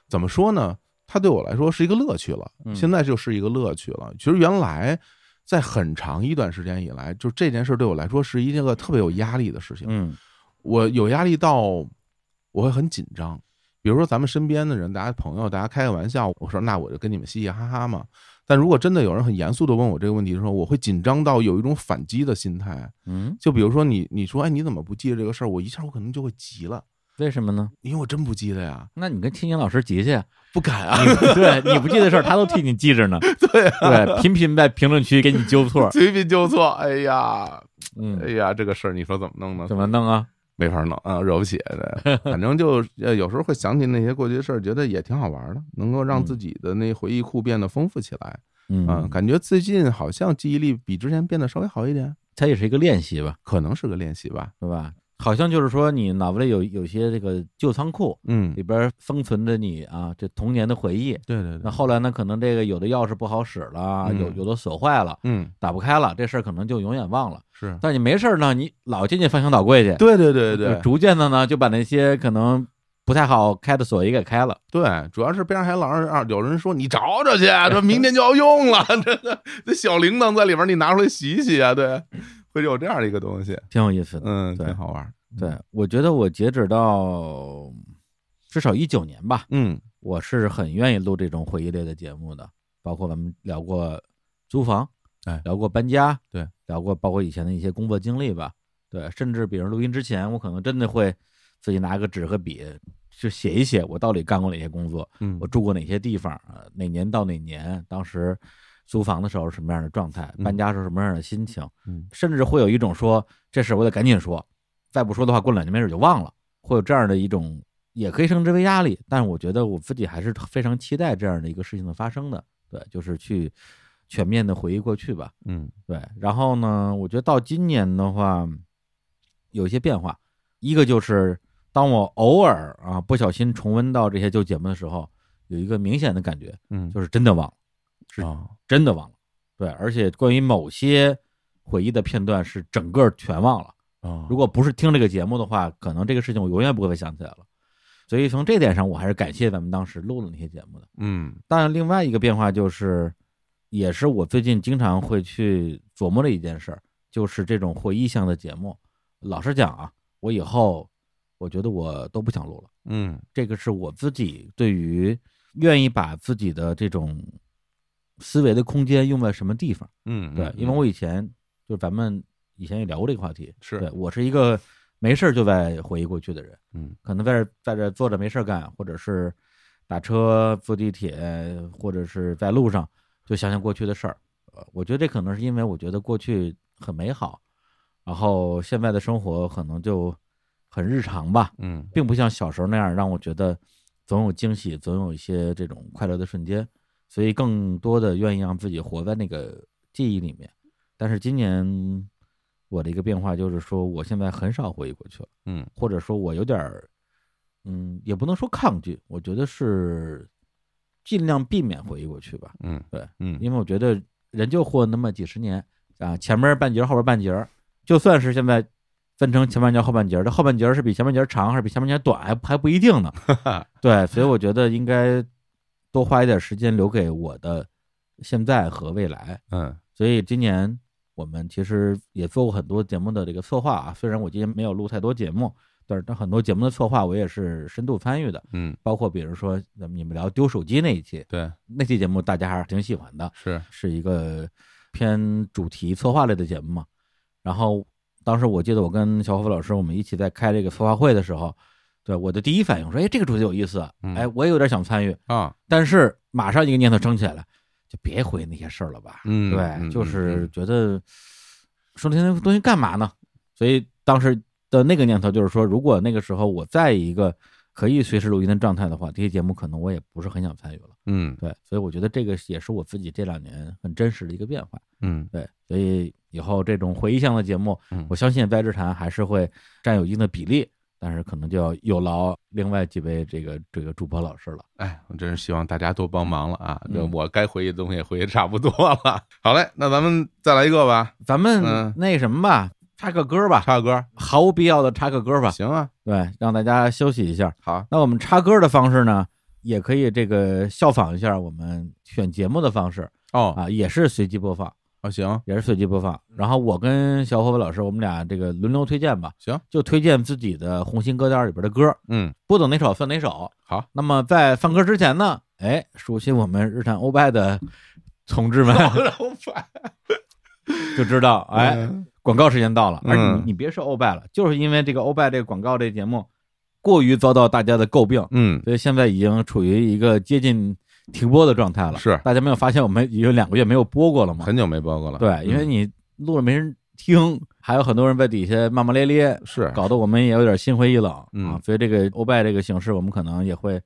怎么说呢？它对我来说是一个乐趣了，嗯现在就是一个乐趣了。其实原来在很长一段时间以来，就这件事对我来说是一个特别有压力的事情。嗯我有压力到我会很紧张。比如说咱们身边的人，大家朋友，大家开个玩笑，我说那我就跟你们嘻嘻哈哈嘛。但如果真的有人很严肃的问我这个问题的时候，我会紧张到有一种反击的心态。嗯，就比如说你你说哎你怎么不记得这个事儿，我一下我可能就会急了，为什么呢？因为我真不记得呀，那你跟青年老师急去，不敢啊，对 你不记得事儿，他都替你记着呢。 对啊对，频频在评论区给你纠错。随便就错。哎呀，哎嗯，呀，这个事儿你说怎么弄呢？怎么弄啊？没法弄啊，惹不起。对反正就呃，有时候会想起那些过去的事儿，觉得也挺好玩的，能够让嗯自己的那回忆库变得丰富起来。啊，嗯，感觉最近好像记忆力比之前变得稍微好一点，它也是一个练习吧，可能是个练习吧。对吧？好像就是说，你脑子里有有些这个旧仓库嗯，里边封存着你啊，这童年的回忆。对对那对，后来呢，可能这个有的钥匙不好使了，嗯有有的锁坏了，嗯，打不开了，这事儿可能就永远忘了。是，但你没事儿呢，你老进去翻箱倒柜去，对对对对就逐渐的呢，就把那些可能不太好开的锁也给开了。对，主要是边上还老让让有人说你找找去， 这明天就要用了， 这个这小铃铛在里边，你拿出来洗一洗啊，对， 会有这样的一个东西，挺有意思的。嗯，对挺好玩。对，我觉得我截止到至少一九年吧，嗯我是很愿意录这种回忆类的节目的，包括咱们聊过租房，哎聊过搬家，对，聊过包括以前的一些工作经历吧，对，甚至比如录音之前，我可能真的会自己拿个纸和笔。就写一写我到底干过哪些工作，嗯我住过哪些地方，呃，哪年到哪年，当时租房的时候是什么样的状态，嗯搬家时候什么样的心情，嗯甚至会有一种说这事儿我得赶紧说，再不说的话，过两年没准就忘了，会有这样的一种，也可以称之为压力。但是我觉得我自己还是非常期待这样的一个事情的发生的，对，就是去全面的回忆过去吧，嗯对。然后呢，我觉得到今年的话，有一些变化，一个就是当我偶尔啊不小心重温到这些旧节目的时候，有一个明显的感觉，嗯，就是真的忘了。是啊，真的忘了。对，而且关于某些回忆的片段是整个全忘了。啊如果不是听这个节目的话，可能这个事情我永远不会想起来了。所以从这点上，我还是感谢咱们当时录了那些节目的。嗯但另外一个变化就是，也是我最近经常会去琢磨的一件事儿，就是这种回忆向的节目。老实讲啊，我以后我觉得我都不想录了。嗯这个是我自己对于愿意把自己的这种思维的空间用在什么地方。嗯，对，因为我以前就咱们以前也聊过这个话题，是对我是一个没事儿就在回忆过去的人，嗯，可能在这在这坐着没事儿干，或者是打车、坐地铁，或者是在路上就想想过去的事儿。呃，我觉得这可能是因为我觉得过去很美好，然后现在的生活可能就很日常吧，嗯并不像小时候那样让我觉得总有惊喜，总有一些这种快乐的瞬间，所以更多的愿意让自己活在那个记忆里面。但是今年我的一个变化就是说，我现在很少回忆过去了，嗯或者说我有点儿，嗯，也不能说抗拒，我觉得是尽量避免回忆过去吧，嗯对，嗯因为我觉得人就活那么几十年啊，前面半截儿，后边半截儿，就算是现在分成前半截儿后半截儿，这后半截儿是比前半截儿长还是比前半截儿短，还还不一定呢。对，所以我觉得应该多花一点时间留给我的现在和未来。嗯所以今年我们其实也做过很多节目的这个策划啊，虽然我今年没有录太多节目，但是但很多节目的策划我也是深度参与的，嗯，包括比如说咱们你们聊丢手机那一期，对，那期节目大家还是挺喜欢的，是是一个偏主题策划类的节目嘛。然后当时我记得我跟小虎老师我们一起在开这个策划会的时候，对我的第一反应说，哎，这个主题有意思啊，嗯哎，我也有点想参与，啊，但是马上一个念头升起来了，就别回那些事儿了吧。嗯，对，就是觉得说那些东西干嘛呢？所以当时的那个念头就是说，如果那个时候我在一个可以随时录音的状态的话，这些节目可能我也不是很想参与了。嗯对，所以我觉得这个也是我自己这两年很真实的一个变化。嗯对，所以以后这种回忆向的节目嗯，我相信在日坛还是会占有一定的比例，但是可能就要有劳另外几位这个这个主播老师了。哎，我真是希望大家多帮忙了啊！这嗯我该回忆的东西也回忆得差不多了。 好嘞，那咱们再来一个吧，咱嗯们那什么吧，插个歌吧，插个歌，毫无必要的插个歌吧，行啊，对，让大家休息一下。好，那我们插歌的方式呢，也可以这个效仿一下我们选节目的方式哦啊，也是随机播放。啊，行也是随机播放。然后我跟小伙伴老师，我们俩这个轮流推荐吧，行，就推荐自己的红心歌单里边的歌，嗯，播等哪首算哪首。好，那么在放歌之前呢，哎，熟悉我们日产欧拜的同志们 就知道，哎，嗯广告时间到了。而且嗯你你别说欧拜了，就是因为这个欧拜这个广告这节目过于遭到大家的诟病，嗯，所以现在已经处于一个接近停播的状态了。是大家没有发现我们已经有两个月没有播过了吗？很久没播过了，对，因为嗯你录了没人听，还有很多人在底下骂骂咧咧，是搞得我们也有点心灰意冷啊嗯。所以这个欧拜这个形式，我们可能也会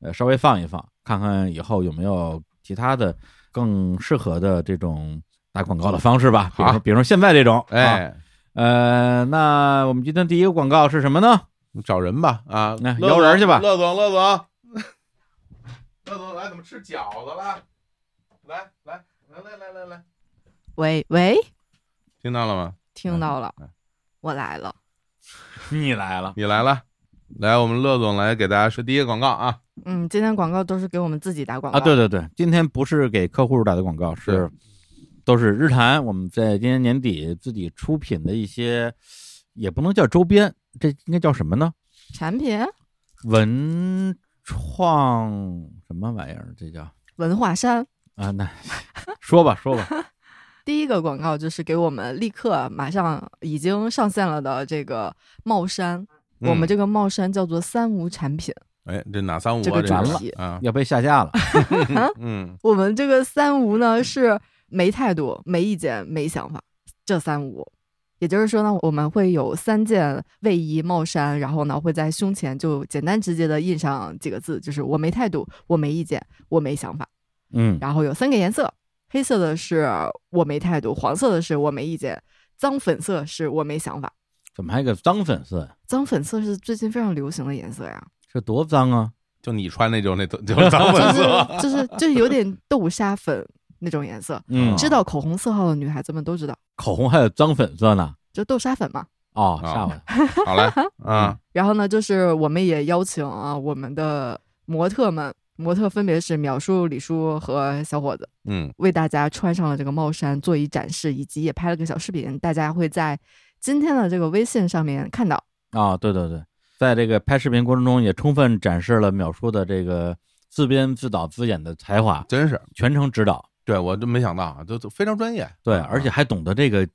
呃稍微放一放，看看以后有没有其他的更适合的这种打广告的方式吧。比如说，好比如说现在这种，啊，哎，呃，那我们今天第一个广告是什么呢？你找人吧啊，那乐摇人去吧乐总，乐总， 乐总来，怎么吃饺子了？来来来来来来来，喂喂，听到了吗？听到了嗯，我来了。你来了，你来了，来，我们乐总来给大家说第一个广告啊，嗯，今天广告都是给我们自己打广告啊，对对对，今天不是给客户打的广告，是都是日坛我们在今年年底自己出品的一些，也不能叫周边，这应该叫什么呢？产品文创什么玩意儿？这叫文化衫。啊？那 说吧说吧，第一个广告就是给我们立刻马上已经上线了的这个帽衫，嗯我们这个帽衫叫做三无产品。哎，这哪三五啊？这个是完了啊，要被下架了。啊嗯，我们这个三无呢是没态度、没意见、没想法，这三无。也就是说呢，我们会有三件卫衣、帽衫，然后呢会在胸前就简单直接的印上几个字，就是我没态度，我没意见，我没想法。嗯，然后有三个颜色，黑色的是我没态度，黄色的是我没意见，脏粉色是我没想法。怎么还有个脏粉丝？脏粉色是最近非常流行的颜色 呀，这多脏啊！就你穿那种那 种就是咱粉色，就是就是有点豆沙粉那种颜色。嗯，知道口红色号的女孩子们都知道，口红还有脏粉色呢。就豆沙粉嘛。哦，哦吓我！好 嘞，啊，然后呢，就是我们也邀请啊我们的模特们，模特分别是淼叔、李叔和小伙子，嗯，为大家穿上了这个帽衫做一展示，以及也拍了个小视频，大家会在今天的这个微信上面看到。啊、对对对，在这个拍视频过程中，也充分展示了淼叔的这个自编自导自演的才华，真是，全程指导，对我真没想到，啊，都都非常专业，对，啊而且还懂得这个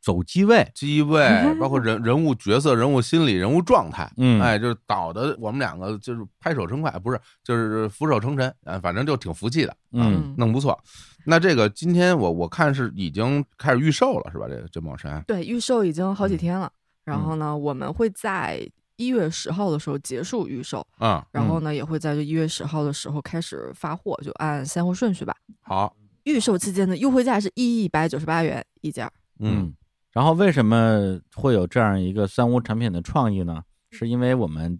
走机位，机位，包括 人人物角色、人物心理、人物状态，嗯哎，就是导的我们两个就是拍手称快，不是就是俯首称臣，啊，反正就挺服气的，嗯，弄不错。那这个今天我我看是已经开始预售了，是吧？这这帽衫，对，预售已经好几嗯天了。然后呢，我们会在一月十号的时候结束预售，嗯，然后呢，也会在一月十号的时候开始发货，就按先后顺序吧。好，预售期间的优惠价是一百九十八元一件儿，嗯，然后为什么会有这样一个三无产品的创意呢？是因为我们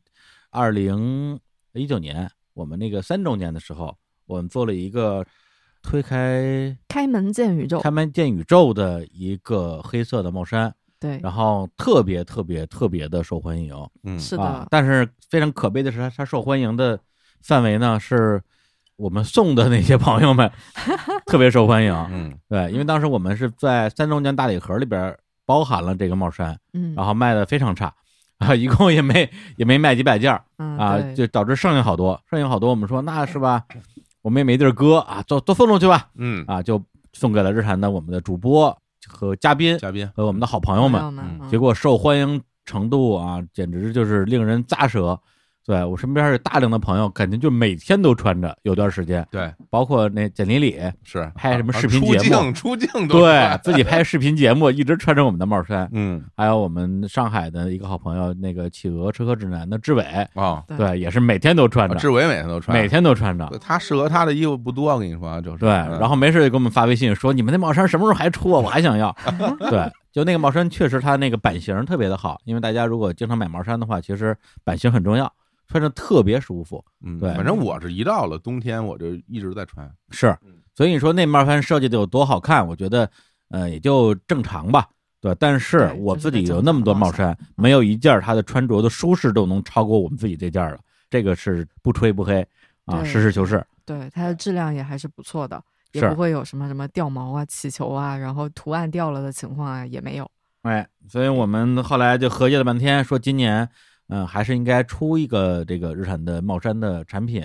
二零一九年我们那个三周年的时候，我们做了一个推开开门见宇宙。开门见宇宙的一个黑色的帽衫，对，然后特别特别特别的受欢迎。嗯，是啊的，，但是非常可悲的是，它它受欢迎的范围呢是我们送的那些朋友 们特别受欢迎。嗯，对，因为当时我们是在三周年大礼盒里边包含了这个帽衫，嗯，然后卖的非常差。啊，一共也没也没卖几百件儿嗯啊，对就导致剩下好多，剩下好多，我们说那是吧，我们也没地儿搁啊，都都送出去吧，嗯，啊，就送给了日产的我们的主播和嘉宾嘉宾，和我们的好朋友们，嗯嗯结果受欢迎程度啊，简直就是令人咂舌。对我身边有大量的朋友，肯定就每天都穿着，有段时间，对，包括那简丽丽，是拍什么啊视频出节目镜出镜都对穿自己拍视频节目，一直穿着我们的帽衫。嗯，还有我们上海的一个好朋友，那个企鹅车和指南的志伟，哦，对对，也是每天都穿啊着，志伟每天都穿，每天都穿着。他适合他的衣服不多，我跟你说啊，就是啊对，然后后没事就给我们发微信说你们那帽衫什么时候还出啊？我还 想要。对，就那个帽衫确实它那个版型特别的好，因为大家如果经常买帽衫的话，其实版型很重要，穿着特别舒服。嗯，对反正我是一到了冬天我就一直在穿，是，所以你说那帽衫设计的有多好看，我觉得呃也就正常吧。对，但是对我就是自己那有正那么多常帽帽衫嗯衫，没有一件儿它的穿着的舒适度能超过我们自己这件儿了，这个是不吹不黑啊，对实事求是。对，它的质量也还是不错的，也是不会有什么什么掉毛啊、起球啊，然后图案掉了的情况啊也没有。哎，所以我们后来就合计了半天，说今年，嗯，还是应该出一个这个日产的帽衫的产品。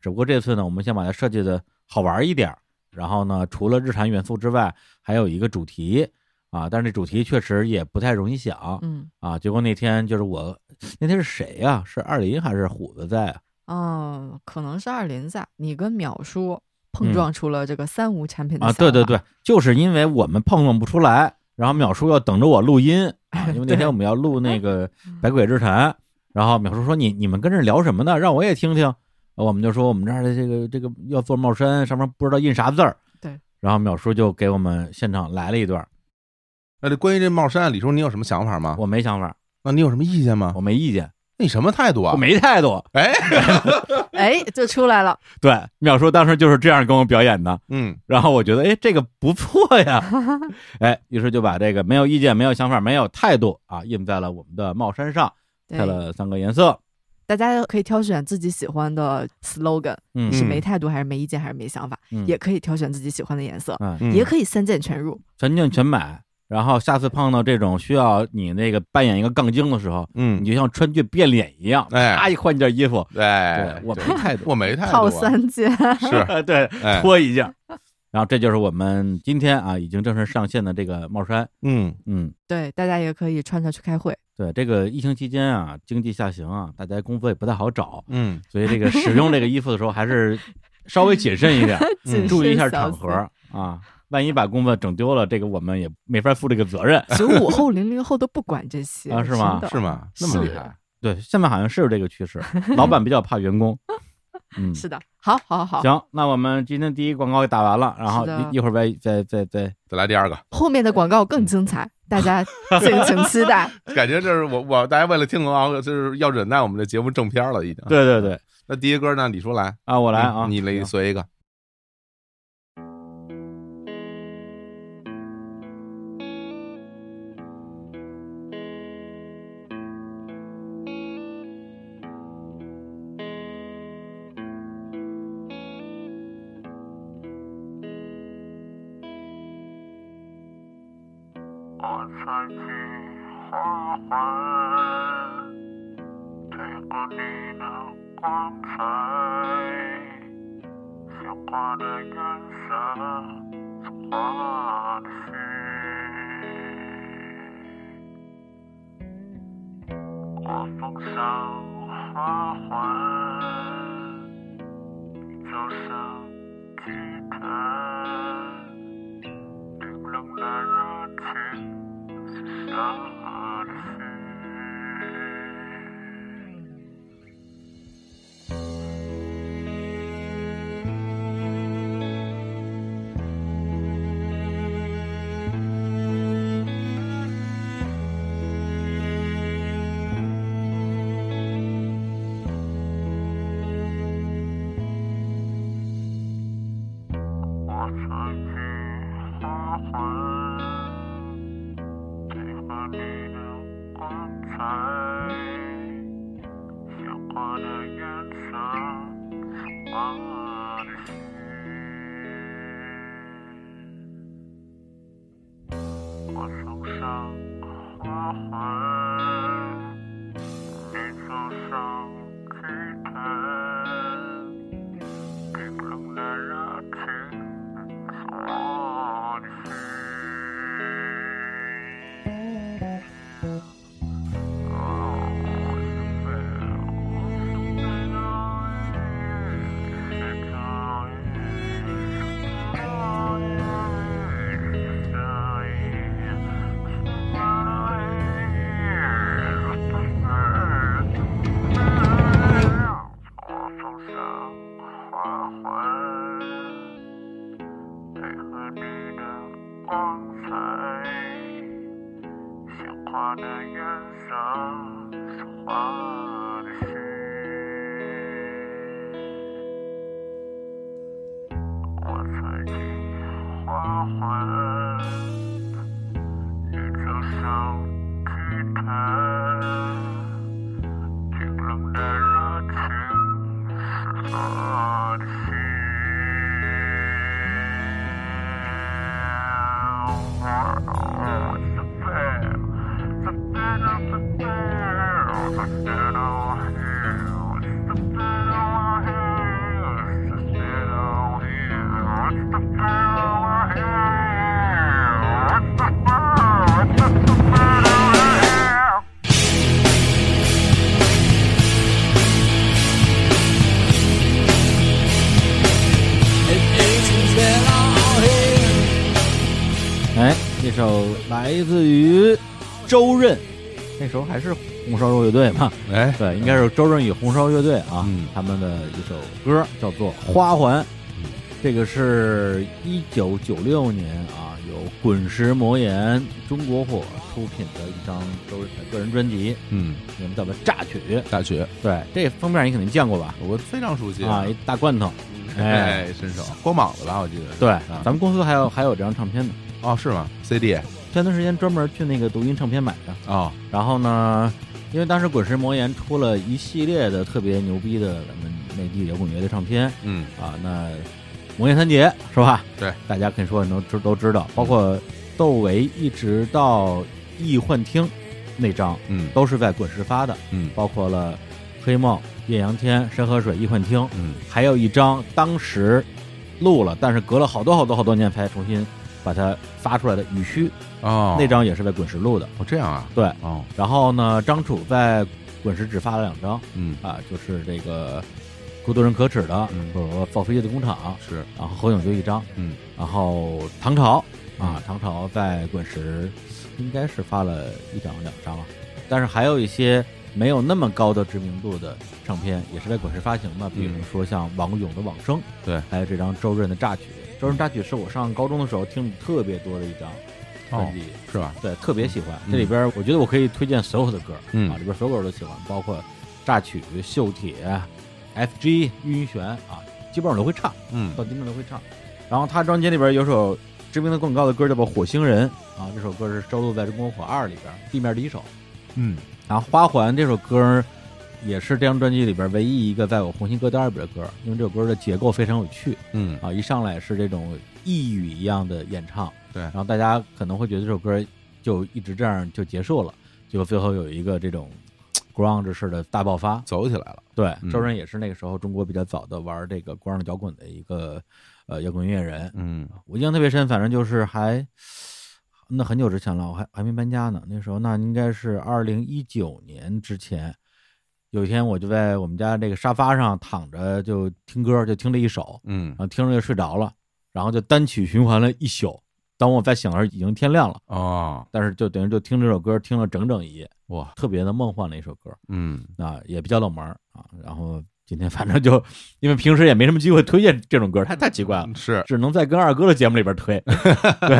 只不过这次呢，我们先把它设计的好玩一点儿，然后呢，除了日产元素之外，还有一个主题啊，但是这主题确实也不太容易想。嗯，啊，结果那天就是我，那天是谁呀、是二林还是虎子在啊？哦，可能是二林在你跟淼叔嗯碰撞出了这个三无产品的啊，想对对法对，就是因为我们碰撞不出来，然后淼叔要等着我录音啊，因为那天我们要录那个《百鬼日谈》，然后淼叔说你你们跟这聊什么呢？让我也听听。呃我们就说我们这儿的这个这个要做帽衫，上面不知道印啥字儿。对，然后淼叔就给我们现场来了一段，那这关于这帽衫，李叔你有什么想法吗？我没想法，那你有什么意见吗？我没意见，那你什么态度啊我？没态度。哎，哎，就出来了。对，淼叔当时就是这样跟我表演的。嗯，然后我觉得，哎，这个不错呀，哎，于是就把这个没有意见、没有想法、没有态度啊，印在了我们的帽衫上，对配，了三个颜色。大家可以挑选自己喜欢的 slogan，嗯是没态度还是没意见还是没想法，嗯也可以挑选自己喜欢的颜色，嗯，也可以三件全入。全进全买。然后下次碰到这种需要你那个扮演一个杠精的时候，嗯你就像川剧变脸一样，哎啪一换一件衣服，哎对，我没态度我没态度啊，套三件， 是呃对哎，脱一件。然后这就是我们今天啊已经正式上线的这个帽衫。嗯嗯，对，大家也可以穿着去开会。对，这个疫情期间啊，经济下行啊，大家工作也不太好找，嗯所以这个使用这个衣服的时候还是稍微谨慎一点， 谨嗯注意一下慎小场心合。啊。万一把工作整丢了，这个我们也没法负这个责任。九五后、零零后都不管这些啊是吗真的是吗？那么是厉害，对，现在好像是有这个趋势，老板比较怕员 工。嗯，是的，好好好，行，那我们今天第一广告打完了，然后是的一一会儿再再再再，再来第二个，后面的广告嗯更精彩，大家敬请期待。感觉这是我我大家为了听广告，就是要忍耐我们的节目正片了，已经。，对对对，那第一歌呢？李叔来，嗯啊，我来啊，你你来行随一个，我采菊花环，吹过你的光彩，鲜花的颜色，是花的絮。我奉上花环，你走上祭坛。冰冷的热情是沙的血。我采菊花环，吹过你的光彩，鲜花的颜色是花的血。我送上花环，你走上祭坛。冰冷的热情是我的心。Oh, Yeah. 我奉上花环，配合你的光彩，鲜花的颜色是花的心。我采菊花环，你走上祭坛。冰冷的热情是我的心。哎首来自于周润，那时候还是红烧肉乐队嘛，哎，对，应该是周润与红烧乐队啊，嗯他们的一首歌叫做《花环》，嗯这个是一九九六年啊，由滚石魔岩中国火出品的一张周润的个人专辑，嗯，名字叫做《榨取》。大学对，这封面你肯定见过吧？我非常熟悉啊，一大罐头，哎 哎，伸手光膀子吧，我记得对，啊咱们公司还有还有这张唱片呢。哦是吗？CD 前段时间专门去那个读音唱片买的。哦，然后呢，因为当时滚石魔岩出了一系列的特别牛逼的咱们内地摇滚乐的唱片嗯啊，那魔岩三杰是吧？对，大家肯说很多知都知道，包括窦唯一直到易幻听那张嗯都是在滚石发的，嗯包括了黑梦、艳阳天、山河水、易幻听，嗯还有一张当时录了，但是隔了好多好多好多年才重新把它发出来的《雨虚》，哦，那张也是在滚石录的。哦这样啊，对哦然后呢，张楚在滚石只发了两张嗯啊，就是这个孤独人可耻的嗯和造飞机的工厂，是然啊后侯影就一张，嗯，然后唐朝啊，唐朝在滚石应该是发了一张两张啊，但是还有一些没有那么高的知名度的唱片也是在滚石发行的，比如说像王勇的《往生》，嗯对还有这张周润的《榨取》。周润《榨取》是我上高中的时候听的特别多的一张专辑，是吧？对，特别喜欢。哦嗯这里边儿我觉得我可以推荐所有的歌儿，嗯啊，里边儿所有歌儿都喜欢，包括《榨取》《锈铁》、FG、晕眩啊，基本上我都会唱，嗯到今天都会唱。然后他专辑里边有首知名度更高的歌叫做《火星人》啊，这首歌是收录在《中国火二》里边地面第一首。嗯然后《花环》这首歌也是这张专辑里边唯一一个在我红心歌单里边的歌，因为这首歌的结构非常有趣嗯啊，一上来是这种呓语一样的演唱，对然后大家可能会觉得这首歌就一直这样就结束了，结果最后有一个这种 ground 式的大爆发，走起来了，对，嗯周润也是那个时候中国比较早的玩这个光 r 摇滚的一个呃摇滚音乐人。嗯我印象特别深，反正就是还那很久之前了，我还还没搬家呢。那时候那应该是二零一九年之前。有一天我就在我们家这个沙发上躺着就听歌，就听这一首，嗯然后听着就睡着了，然后就单曲循环了一宿。当我再醒来时已经天亮了，哦但是就等于就听这首歌听了整整一夜，哇特别的梦幻的一首歌。嗯啊，也比较冷门儿啊。然后今天反正就因为平时也没什么机会推荐这种歌儿，太太奇怪了，嗯是只能在跟二哥的节目里边儿 推。对，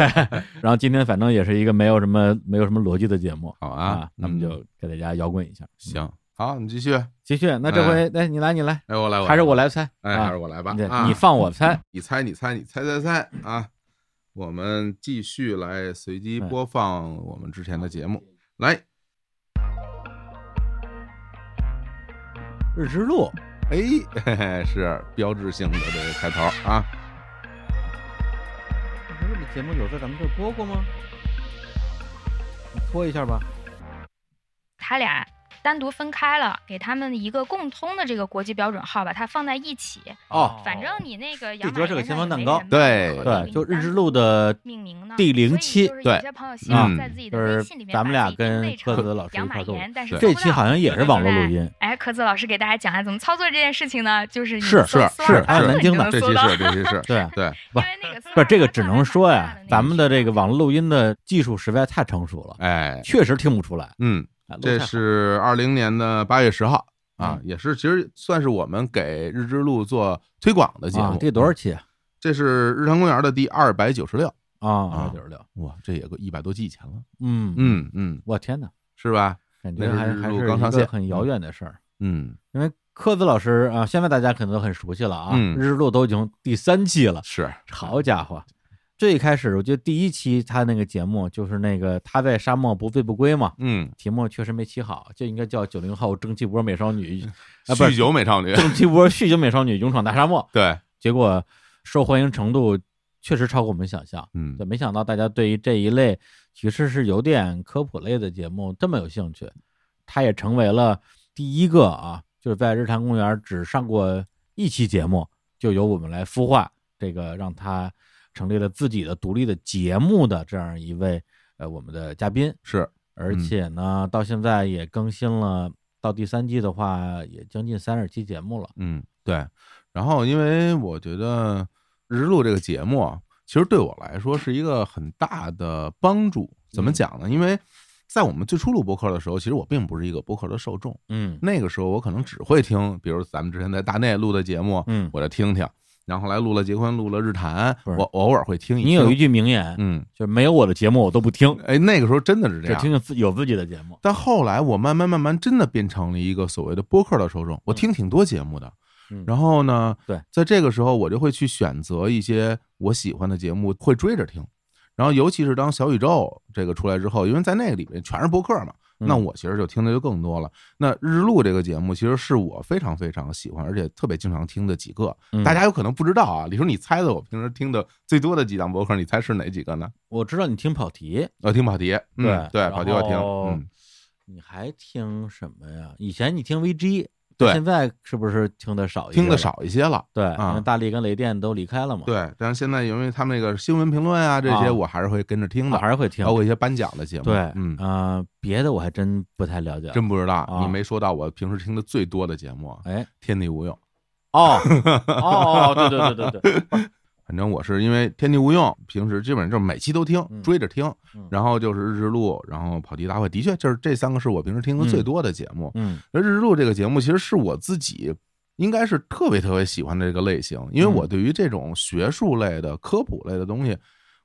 然后今天反正也是一个没有什么没有什么逻辑的节目好啊啊，，咱们嗯就给大家摇滚一下。行好，你继续，继续，那这哎回哎，你来，你来，哎我来还是我，来猜？哎啊还是我来吧对，啊你放我猜。你猜，你猜，你猜猜猜啊！我们继续来随机嗯播放我们之前的节目。来，日之路，哎，嘿嘿，是标志性的这个开头啊！这个节目有在咱们这儿播过吗？你播一下吧。他俩单独分开了，给他们一个共通的这个国际标准号，把它放在一起。哦反正你那个地羊格是个马先岩锋上蛋也糕没人卖对我对，给就你日之单路的命名呢，第零期所以就是对有些朋友希啊望嗯在自己的就是微信里面咱们俩把自己定跟位柯成子老师养一块马儿录岩，但是搜这对不期到好像也是网络录音，哎，柯子老师给大家讲一下怎么操作这件事情呢？就是你是搜是搜是二百按万南你京就的能这搜期到是，这期是， 对。对，因为那个搜不是二这个百只万能是说很呀大的那，咱个们的这个网络录音的技术实在太成熟了，哎，确实听不出来。哎嗯，录嗯这太好是二零年的八月十号啊，也是其实算是我们给日之路做推广的节啊目。，嗯这多少？期啊？这是日常公园的第二百九十六。啊，九十六。哇，这也个一百多季以前了。嗯，嗯嗯，我天哪，是吧？感觉那是还日还录是刚上一个线很遥远的事儿。嗯，因为柯子老师啊，现在大家可能都很熟悉了啊，嗯日录都已经第三季了，是好家伙！最开始我记得第一期他那个节目就是那个他在沙漠不醉不归嘛，嗯，题目确实没起好，就应该叫九零后蒸汽波美少女啊，不嗯酗是酒美少女，蒸汽波酗酒美少女勇闯大沙漠，对，结果受欢迎程度确实超过我们想象。嗯对，没想到大家对于这一类其实是有点科普类的节目这么有兴趣，它也成为了第一个啊，就是在日坛公园只上过一期节目，就由我们来孵化这个，让他成立了自己的独立的节目的这样一位呃我们的嘉宾。是，而嗯且呢，到现在也更新了到第三季的话，也将近三十期节目了。嗯，对。然后，因为我觉得《日之路》这个节目啊，其实对我来说是一个很大的帮助。怎嗯么讲呢？因为在我们最初录播客的时候，其实我并不是一个播客的受众，嗯，那个时候我可能只会听，比如咱们之前在大内录的节目，嗯，我就听听。然后后来录了结婚，录了日谈，我偶尔会听一听。你有一句名言，嗯，就是没有我的节目我都不听。哎，那个时候真的是这只样，听听自有自己的节目。但后来我慢慢慢慢真的变成了一个所谓的播客的受众，我听挺多节目的。嗯然后呢，对，在这个时候我就会去选择一些我喜欢的节目，会追着听。然后尤其是当小宇宙这个出来之后，因为在那个里面全是播客嘛，嗯那我其实就听的就更多了。那日录这个节目其实是我非常非常喜欢，而且特别经常听的几个。嗯大家有可能不知道啊，李叔，你猜的我平时听的最多的几档播客，你猜是哪几个呢？我知道你听跑题，我听跑题，嗯对对，跑题我听，然后嗯，你还听什么呀？以前你听 VG，对现在是不是听的少一些？听的，少一些了。对，啊因为大力跟雷电都离开了嘛。对，但是现在因为他们那个新闻评论啊这些，啊我还是会跟着听我的，还是会听包括一些颁奖的节目。对，嗯，啊，别的我还真不太了解，真不知道啊你没说到我平时听的最多的节目啊，哎，天地无用。 哦哦，对对对对对，反正我是因为天地无用，平时基本上就是每期都听，嗯追着听，然后就是日志录，然后跑题大会，的确就是这三个是我平时听的最多的节目。嗯那日志录这个节目其实是我自己应该是特别特别喜欢的这个类型，因为我对于这种学术类的、科普类的东西，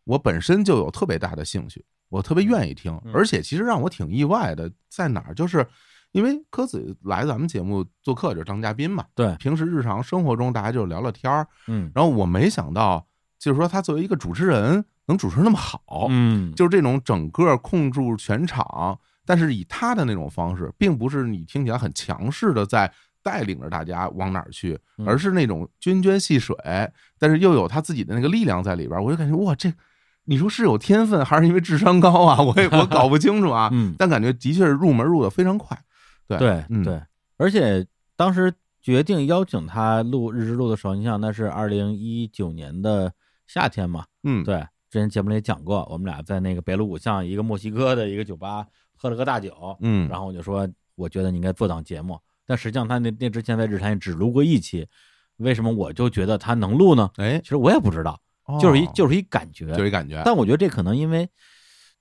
我本身就有特别大的兴趣，我特别愿意听，而且其实让我挺意外的，在哪儿就是。因为柯子来咱们节目做客就是当嘉宾嘛，对平时日常生活中大家就聊聊天儿，嗯然后我没想到，就是说他作为一个主持人能主持那么好，嗯，就是这种整个控住全场，但是以他的那种方式，并不是你听起来很强势的在带领着大家往哪儿去，而嗯是那种涓涓细水，但是又有他自己的那个力量在里边儿。我就感觉哇，这你说是有天分，还是因为智商高啊？ 我也我搞不清楚啊。嗯 但感觉的确是入门入的非常快。对对嗯对，而且当时决定邀请他录日志录的时候，你想那是二零一九年的夏天嘛？嗯对，之前节目里也讲过，我们俩在那个北鲁五巷一个墨西哥的一个酒吧喝了个大酒，嗯然后我就说，我觉得你应该做档节目，但实际上他那那之前在日坛也只录过一期，为什么我就觉得他能录呢？哎，其实我也不知道，就是一哦就是一感觉，就是一感觉但我觉得这可能因为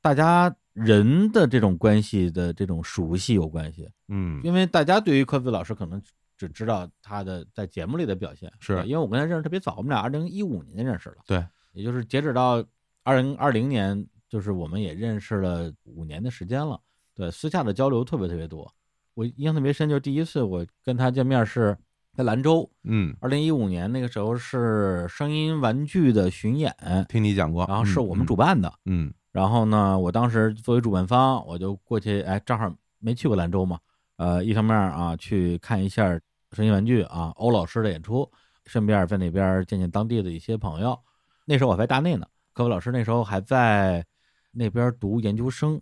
大家人的这种关系的这种熟悉有关系，嗯因为大家对于科比老师可能只只知道他的在节目里的表现，是对因为我跟他认识特别早，我们俩二零一五年认识了，对，也就是截止到二零二零年，就是我们也认识了五年的时间了，对，私下的交流特别特别多。我印象特别深，就是第一次我跟他见面是在兰州，嗯，二零一五年那个时候是声音玩具的巡演，听你讲过，然后是嗯我们主办的，嗯然后呢，我当时作为主办方，我就过去，哎，正好没去过兰州嘛，呃，一方面啊去看一下声音玩具啊欧老师的演出，顺便在那边见见当地的一些朋友。那时候我还在大内呢，科伟老师那时候还在那边读研究生，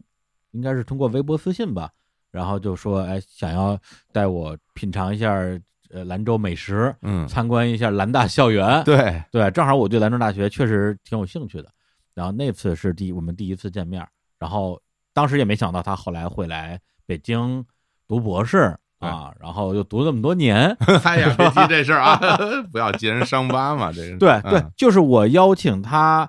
应该是通过微博私信吧，然后就说，哎，想要带我品尝一下呃兰州美食，嗯参观一下兰大校园， 对对，正好我对兰州大学确实挺有兴趣的。然后那次是第我们第一次见面儿，然后当时也没想到他后来会来北京读博士啊，然后又读了那么多年。哎呀，别提这事儿啊， 不要揭人伤疤嘛，这个对对 嗯，就是我邀请他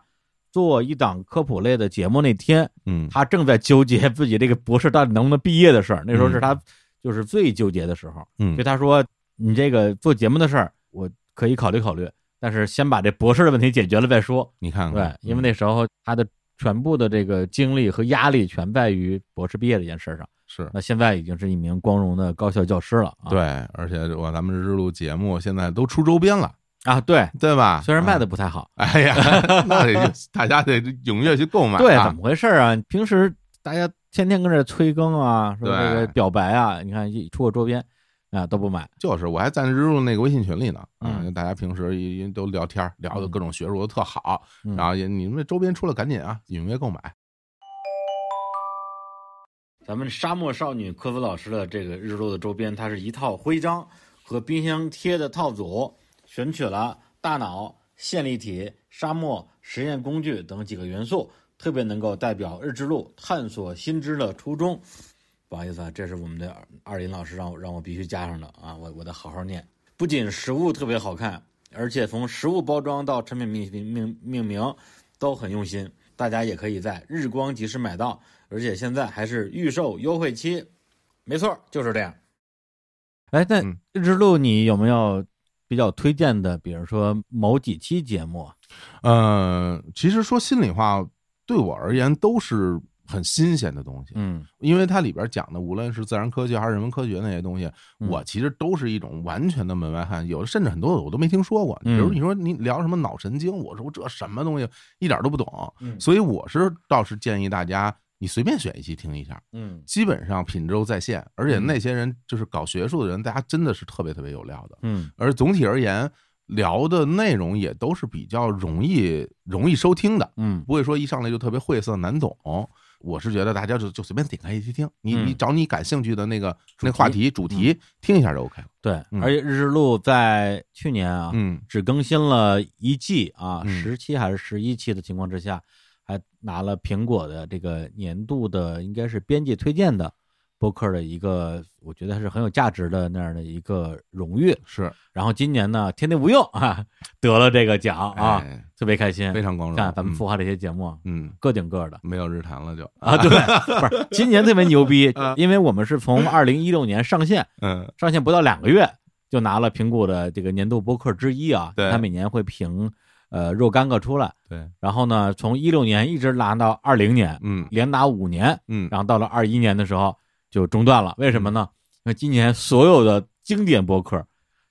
做一档科普类的节目那天，嗯他正在纠结自己这个博士到底能不能毕业的事儿，那时候是他就是最纠结的时候，嗯所以他说你这个做节目的事儿，我可以考虑考虑，但是先把这博士的问题解决了再说。你看对看，，因为那时候他的全部的这个精力和压力全在于博士毕业这件事上。是那现在已经是一名光荣的高校教师了啊！嗯对，而且我咱们日录节目现在都出周边了，啊，对对吧？虽然卖的不太好，哎呀， 那得大家得踊跃去购买、啊。对，怎么回事啊？平时大家天天跟这催更啊，说对这个表白啊，你看一出个周边啊都不买，就是我还在日录那个微信群里呢，啊，嗯就大家平时也也都聊天儿，聊的各种学术都特好，嗯然后也你们周边出了赶紧啊，踊跃购买。咱们沙漠少女科夫老师的这个日落的周边，它是一套徽章和冰箱贴的套组，选取了大脑、线粒体、沙漠、实验工具等几个元素，特别能够代表日之路探索新知的初衷。不好意思啊，这是我们的二林老师让我让我必须加上的啊，我我得好好念。不仅实物特别好看，而且从食物包装到产品命命命名都很用心。大家也可以在日光集市买到，而且现在还是预售优惠期。没错，就是这样。哎，那日之路，你有没有比较推荐的？比如说某几期节目？嗯，其实说心里话，对我而言都是很新鲜的东西。嗯，因为它里边讲的，无论是自然科学还是人文科学那些东西，嗯我其实都是一种完全的门外汉，有的甚至很多的我都没听说过。比嗯如你说你聊什么脑神经，我说这什么东西一点都不懂嗯，所以我是倒是建议大家，你随便选一期听一下，嗯基本上品质都在线，而且嗯那些人就是搞学术的人，大家真的是特别特别有料的。嗯而总体而言，聊的内容也都是比较容易容易收听的，嗯不会说一上来就特别晦涩难懂。我是觉得大家就就随便点开一期听，你嗯你找你感兴趣的那个那话题主题听一下就 OK 了。对，而且日之路在去年啊，嗯，只更新了一季啊，十、期还是十一期的情况之下，还拿了苹果的这个年度的应该是编辑推荐的播客的一个，我觉得还是很有价值的那样的一个荣誉。是，然后今年呢，天地无用啊得了这个奖啊，哎特别开心，非常光荣看咱们嗯孵化这些节目，啊嗯，各顶各 的，没有日坛了就啊，对，不是今年特别牛逼啊，因为我们是从二零一六年上线，嗯，上线不到两个月就拿了苹果的这个年度播客之一啊，对它每年会评呃若干个出来，对，然后呢，从一六年一直拿到二零年，嗯，连拿五年，嗯，然后到了二一年的时候就中断了，为什么呢？因为今年所有的经典播客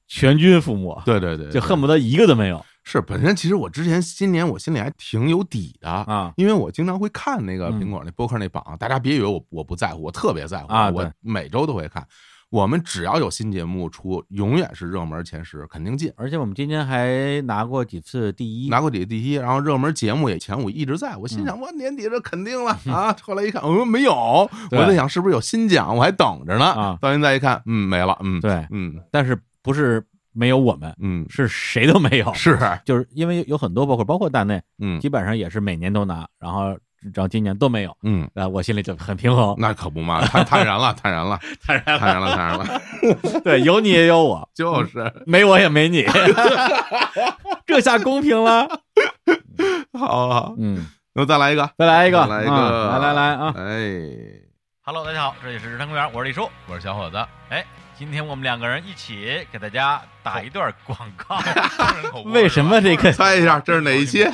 全军覆没，对对对，就恨不得一个都没有。是，本身其实我之前今年我心里还挺有底的啊，嗯因为我经常会看那个苹果那播客那榜，大家别以为我我不在乎，我特别在乎啊对我每周都会看。我们只要有新节目出，永远是热门前十，肯定进。而且我们今年还拿过几次第一，拿过底第一，然后热门节目也前五一直在。我心嗯想，我年底这肯定 了啊！后来一看，嗯，没有，我对在想是不是有新奖，我还等着呢啊。到现在一看，嗯，没了，嗯，对，嗯但是不是没有我们，嗯，是谁都没有， 是就是因为有很多包括包括大内，嗯基本上也是每年都拿，然后直到今年都没有，嗯，啊，我心里就很平衡，那可不嘛，坦坦然了，坦然了， 坦然了，坦然了，坦然了， 对，有你也有我，嗯 就是没我也没你，这下公平了，好好，嗯，那再来一个，再来一个，来一啊个，来来来啊，哎， Hello，大家好，这里是日坛公园，我是李叔。我是小 伙子，哎，今天我们两个人一起给大家打一段广告。双人口播为什么这个？ 猜一下这是哪一期？啊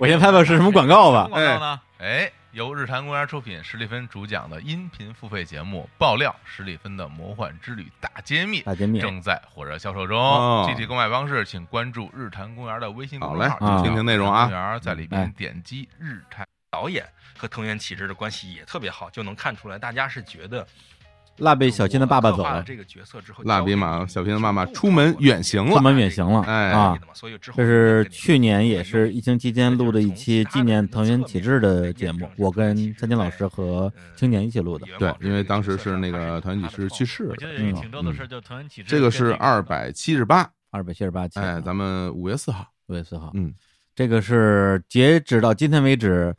我先拍拍是什么广告吧。广告呢？哎，由日坛公园出品，史蒂芬主讲的音频付费节目《爆料史蒂芬的魔幻之旅大揭秘》大揭秘，正在火热销售中哦，具体购买方式请关注日坛公园的微信公众好嘞号，啊就叫听听内容啊日坛公园在里哎边点击日坛。导演和藤原启之的关系也特别好，就能看出来大家是觉得蜡笔小新的爸爸走我刻画了了，这个角色之后， 蜡笔马小新的妈妈出门远行出了，门远行了，哎啊，所以之后这是去年也是疫情期间录的一期纪念藤原启志的节目，我跟三金老师和青年一起录的。对，因为当时是那个团体是去世我了觉得嗯也挺多的事，就藤原启之这个是二百七十八，二百七十八期，哎，咱们五月四号，五月四号，嗯，这个是截止到今天为止，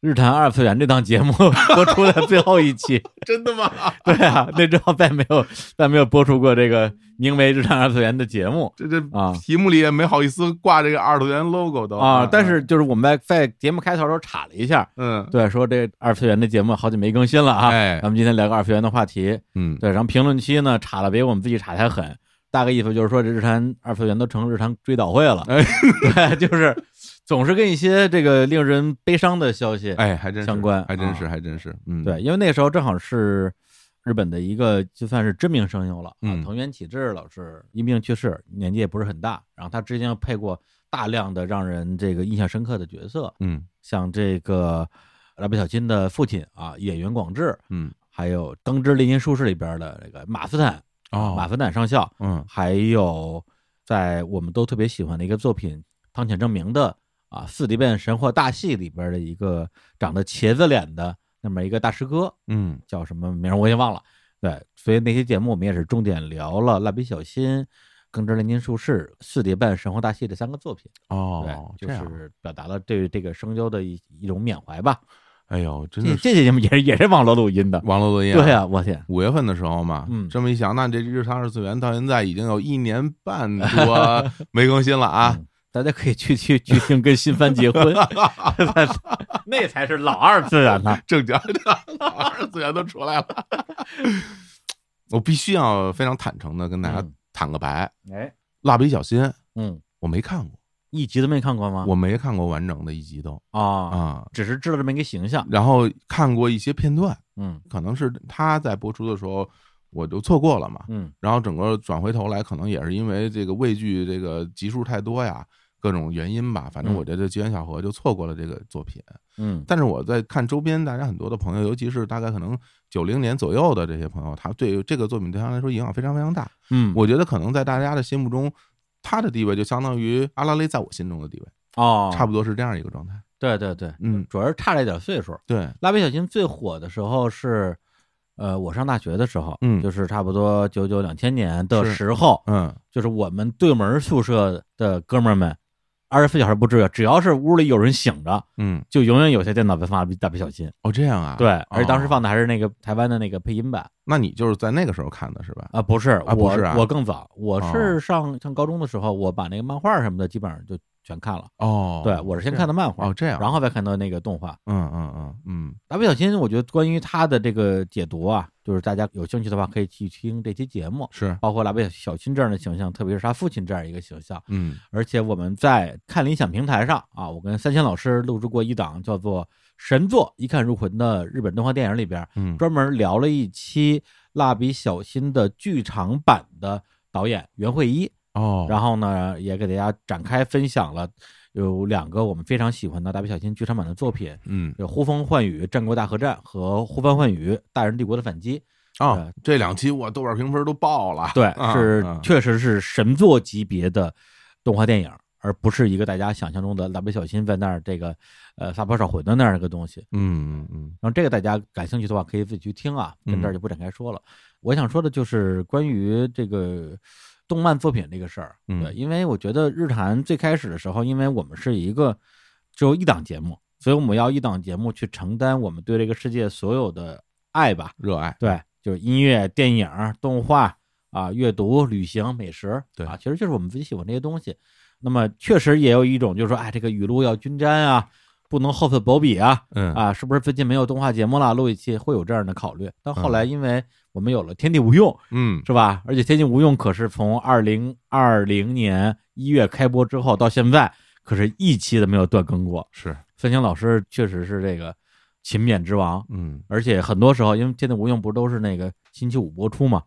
日坛二次元这档节目 播出的最后一期。 真的吗？对啊，那之后再没有再没有播出过这个名为日坛二次元的节目 这这啊题目里也没好意思挂这个二次元 logo 都啊。但是就是我们在在节目开头的时候查了一下，嗯对，说这二次元的节目好久没更新了啊。哎咱们今天聊个二次元的话题。嗯对，然后评论区呢查的比我们自己查的还狠，大概意思就是说这日坛二次元都成日坛追悼会了，哎对， 就是总是跟一些这个令人悲伤的消息，哎，还真是相关还真是啊还真是，嗯对，因为那时候正好是日本的一个就算是知名声优了，啊嗯藤原启志老师因病去世，年纪也不是很大，然后他之前又配过大量的让人这个印象深刻的角色，嗯像这个蜡笔小新的父亲啊，演员广志，嗯还有《钢之炼金术士》里边的这个马斯坦，哦马斯坦上校，嗯还有在我们都特别喜欢的一个作品汤浅证明的啊《四迪变神话大戏》里边的一个长得茄子脸的那么一个大师哥，嗯叫什么名儿我也忘了。对，所以那期节目我们也是重点聊了《蜡笔小新》《更之炼金术士》《四叠半神话大戏》这三个作品。哦对，，就这样是表达了对这个声优的一一种缅怀吧。哎呦，真这的这期节目也是也是网络录音的，网络录音，啊对啊呀，我天，五月份的时候嘛，嗯这么一想，那这日常二次元到现在已经有一年半 多没更新了啊。大家可以去去剧情跟新番结 婚，那才是啊老二次元呢。正经的老二次元都出来了。我必须要非常坦诚的跟大家坦个白，嗯哎，蜡笔小新，嗯，我没看过，一集都没看过吗？我没看过完整的一集都啊啊，只是知道这么一个形象，然后看过一些片段，嗯，可能是他在播出的时候我就错过了嘛，嗯，然后整个转回头来，可能也是因为这个畏惧这个集数太多呀，各种原因吧，反正嗯我觉得机缘巧合就错过了这个作品，嗯但是我在看周边大家很多的朋友，尤其是大概可能九零年左右的这些朋友，他对这个作品对他来说影响非常非常大。嗯我觉得可能在大家的心目中，他的地位就相当于阿拉蕾在我心中的地位，哦，差不多是这样一个状态。对对对，嗯，主要是差了一点岁数。对，蜡笔小新最火的时候是，呃，我上大学的时候，嗯就是差不多九九两千年的是时候，嗯，就是我们对门宿舍的哥们儿们，二十四小时不至于，只要是屋里有人醒着，嗯，就永远有些电脑在放蜡笔蜡笔小新。哦，这样啊，对，而且当时哦放的还是那个台湾的那个配音版那你就是在那个时候看的是吧？啊，不是啊，不我是啊我更早，我哦是上上高中的时候，我把那个漫画什么的基本上就全看了。哦，对，我是先看的漫画哦，这样，然后再看的那个动画。嗯嗯嗯嗯，蜡笔小新，我觉得关于他的这个解读啊，就是大家有兴趣的话，可以去听这期节目，是，包括蜡笔小新这样的形象，特别是他父亲这样一个形象。嗯而且我们在看理想平台上啊，我跟三千老师录制过一档叫做《神作一看入魂》的日本动画电影里边，嗯专门聊了一期蜡笔小新的剧场版的导演袁慧一。哦，然后呢，也给大家展开分享了有两个我们非常喜欢的蜡笔小新剧场版的作品，嗯有《呼风唤雨》《战国大合战》和《呼风唤雨：大人帝国的反击》。哦，这两期我豆瓣评分都爆了，对，啊是嗯确实是神作级别的动画电影，而不是一个大家想象中的蜡笔小新在那儿这个呃撒泼耍混的那样一个东西。嗯嗯嗯，然后这个大家感兴趣的话，可以自己去听啊，跟这儿就不展开说了。我想说的就是关于这个动漫作品这个事儿，嗯对，因为我觉得日坛最开始的时候，因为我们是一个只有一档节目，所以我们要一档节目去承担我们对这个世界所有的爱吧，热爱，对，就是音乐、电影、动画啊、阅读、旅行、美食，对啊，其实就是我们自己喜欢这些东西。那么确实也有一种就是说，哎，这个语录要均沾啊，不能厚此薄彼啊，嗯啊，是不是最近没有动画节目了？录一期会有这样的考虑。但后来因为我们有了《天地无用》，嗯是吧？而且《天地无用》可是从二零二零年一月开播之后到现在，可是一期都没有断更过。是，孙兴老师确实是这个勤勉之王，嗯，而且很多时候，因为《天地无用》不都是那个星期五播出嘛，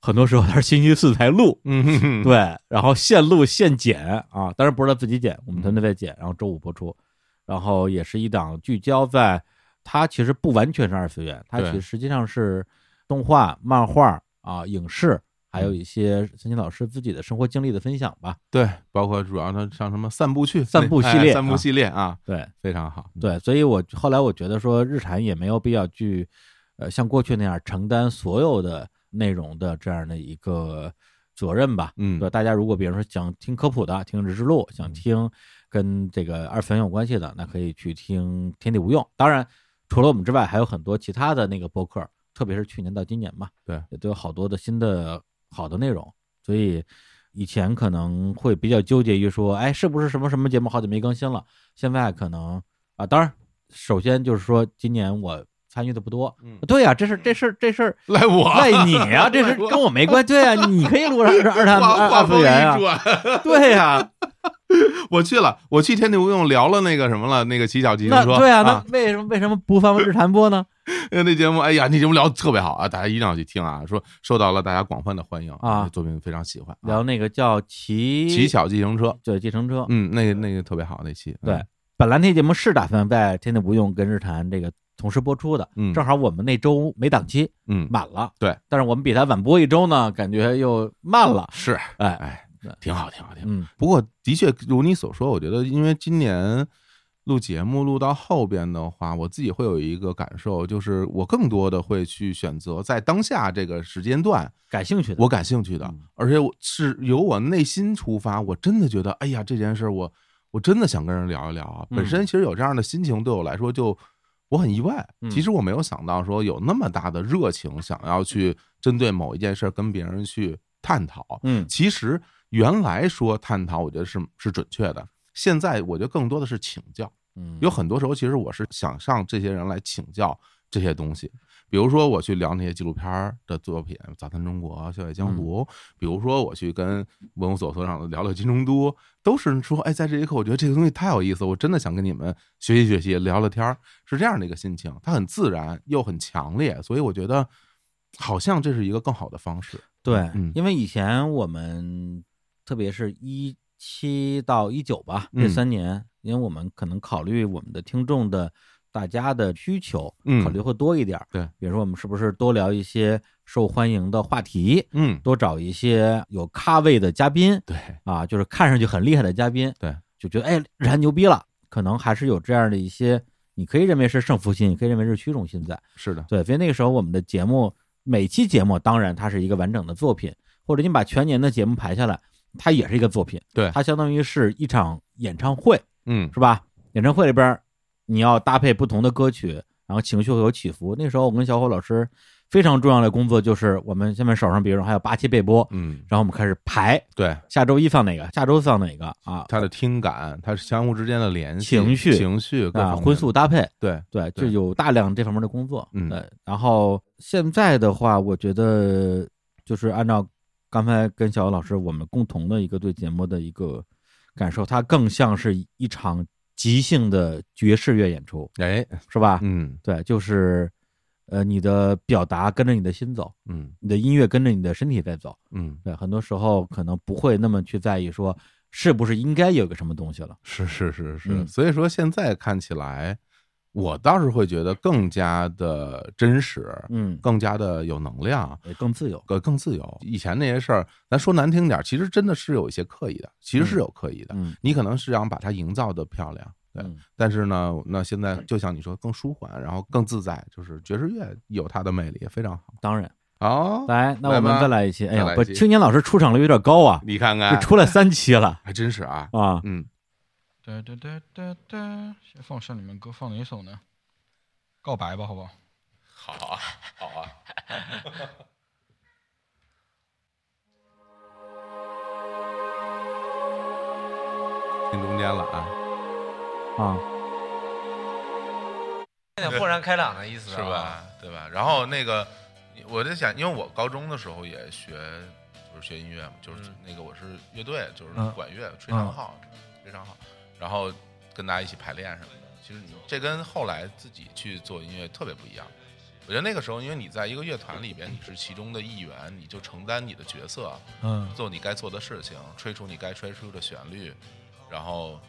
很多时候他是星期四才录，嗯哼哼对，然后现录现剪啊，当然不是他自己剪，我们团队在嗯剪，然后周五播出，然后也是一档聚焦在它其实不完全是二次元，它对其实实际上是动画、漫画啊、影视，还嗯有一些孙鑫老师自己的生活经历的分享吧。对，包括主要的像什么散步去散步那系列哎散步啊系列啊，对，非常好，对，所以我后来我觉得说，日产也没有必要去，呃，像过去那样承担所有的内容的这样的一个责任吧。嗯对，大家如果比如说想听科普的，听《日之路》，想听跟这个二次元有关系的，那可以去听《天地无用》。当然，除了我们之外，还有很多其他的那个播客，特别是去年到今年嘛，对，也都有好多的新的好的内容，所以。以前可能会比较纠结于说，哎，是不是什么什么节目好久没更新了？现在可能啊，当然，首先就是说，今年我参与的不多。嗯对呀、这事儿这事儿这事 儿赖我赖你啊，这事 儿跟我没关系。对呀、你可以录上二探话二话二锋次一元啊，转，对呀、 我去了，我去天地无用聊了那个什么了，那个骑小骑行那车，对啊，啊，那为什么为什么不放日坛播呢？那那节目，哎呀，那节目聊的特别好啊，大家一定要去听啊，说受到了大家广泛的欢迎啊作品非常喜欢，聊那个叫骑骑小自行车，对计程车，嗯，那个那个特别好那期，嗯对，，本来那节目是打算在《天地无用》跟日坛这个同时播出的，嗯正好我们那周没档期，嗯满了，对，但是我们比他晚播一周呢，感觉又慢 了，是，哎哎，挺好，挺好，挺好。嗯不过的确如你所说，我觉得因为今年录节目录到后边的话，我自己会有一个感受，就是我更多的会去选择在当下这个时间段感兴趣的我感兴趣的，嗯而且我是由我内心出发，我真的觉得，哎呀，这件事儿我我真的想跟人聊一聊啊。嗯本身其实有这样的心情，对我来说就。我很意外嗯，其实我没有想到说有那么大的热情，想要去针对某一件事儿跟别人去探讨。嗯其实原来说探讨，我觉得是是准确的，现在我觉得更多的是请教。嗯有很多时候，其实我是想向这些人来请教这些东西。比如说，我去聊那些纪录片儿的作品，《早餐中国》《笑爱江湖》比如说，我去跟文物所所长聊聊金中都，都是说，哎，在这一刻，我觉得这个东西太有意思，我真的想跟你们学习学习，聊聊天儿，是这样的一个心情。它很自然又很强烈，所以我觉得好像这是一个更好的方式。对，嗯因为以前我们特别是一七到一九吧，嗯这三年，因为我们可能考虑我们的听众的大家的需求，嗯考虑会多一点。对，比如说我们是不是多聊一些受欢迎的话题？嗯，多找一些有咖位的嘉宾。对，啊，就是看上去很厉害的嘉宾。对，就觉得哎，人牛逼了，可能还是有这样的一些，你可以认为是胜负心，你可以认为是虚荣心在。是的，对，所以那个时候我们的节目，每期节目当然它是一个完整的作品，或者你把全年的节目排下来，它也是一个作品。对它相当于是一场演唱会，嗯，是吧？演唱会里边儿你要搭配不同的歌曲，然后情绪会有起伏。那时候我跟小伙老师非常重要的工作就是，我们下面手上比如还有八期备播，嗯，然后我们开始排，对，下周一放哪个，下周放哪个啊？它的听感，它是相互之间的联系、情绪、情绪各啊，方面荤素搭配，对对，就对有大量这方面的工作。嗯对，然后现在的话，我觉得就是按照刚才跟小欧老师我们共同的一个对节目的一个感受，它更像是一场即兴的爵士乐演出，哎，是吧？嗯，对，就是呃，你的表达跟着你的心走，嗯，你的音乐跟着你的身体在走，嗯，对，很多时候可能不会那么去在意说是不是应该有个什么东西了，是是是是，嗯所以说现在看起来，我倒是会觉得更加的真实，嗯更加的有能量，更自由，更更自由。以前那些事儿，咱说难听点儿，其实真的是有一些刻意的，其实是有刻意的。嗯你可能是想把它营造的漂亮，对。嗯但是呢，那现在就像你说，更舒缓，然后更自在，就是爵士乐有它的魅力，非常好。当然。好， 来，那我们吧再来一期。哎呀再，来不，一期青年老师出场率有点高啊，你看看这出来三期了，还真是啊啊，嗯，哒哒哒哒哒，先放上你们歌，放哪一首呢？告白吧，好不好？好啊，好啊。 听中间了啊。啊，有点豁然开朗的意思啊是吧？对吧？然后那个，我在想，因为我高中的时候也学，就是学音乐嘛，就是那个我是乐队，就是嗯管乐、吹长号、吹长号，然后跟大家一起排练什么的。其实你这跟后来自己去做音乐特别不一样。我觉得那个时候，因为你在一个乐团里边，你是其中的一员，你就承担你的角色，嗯做你该做的事情，吹出你该吹出的旋律，然后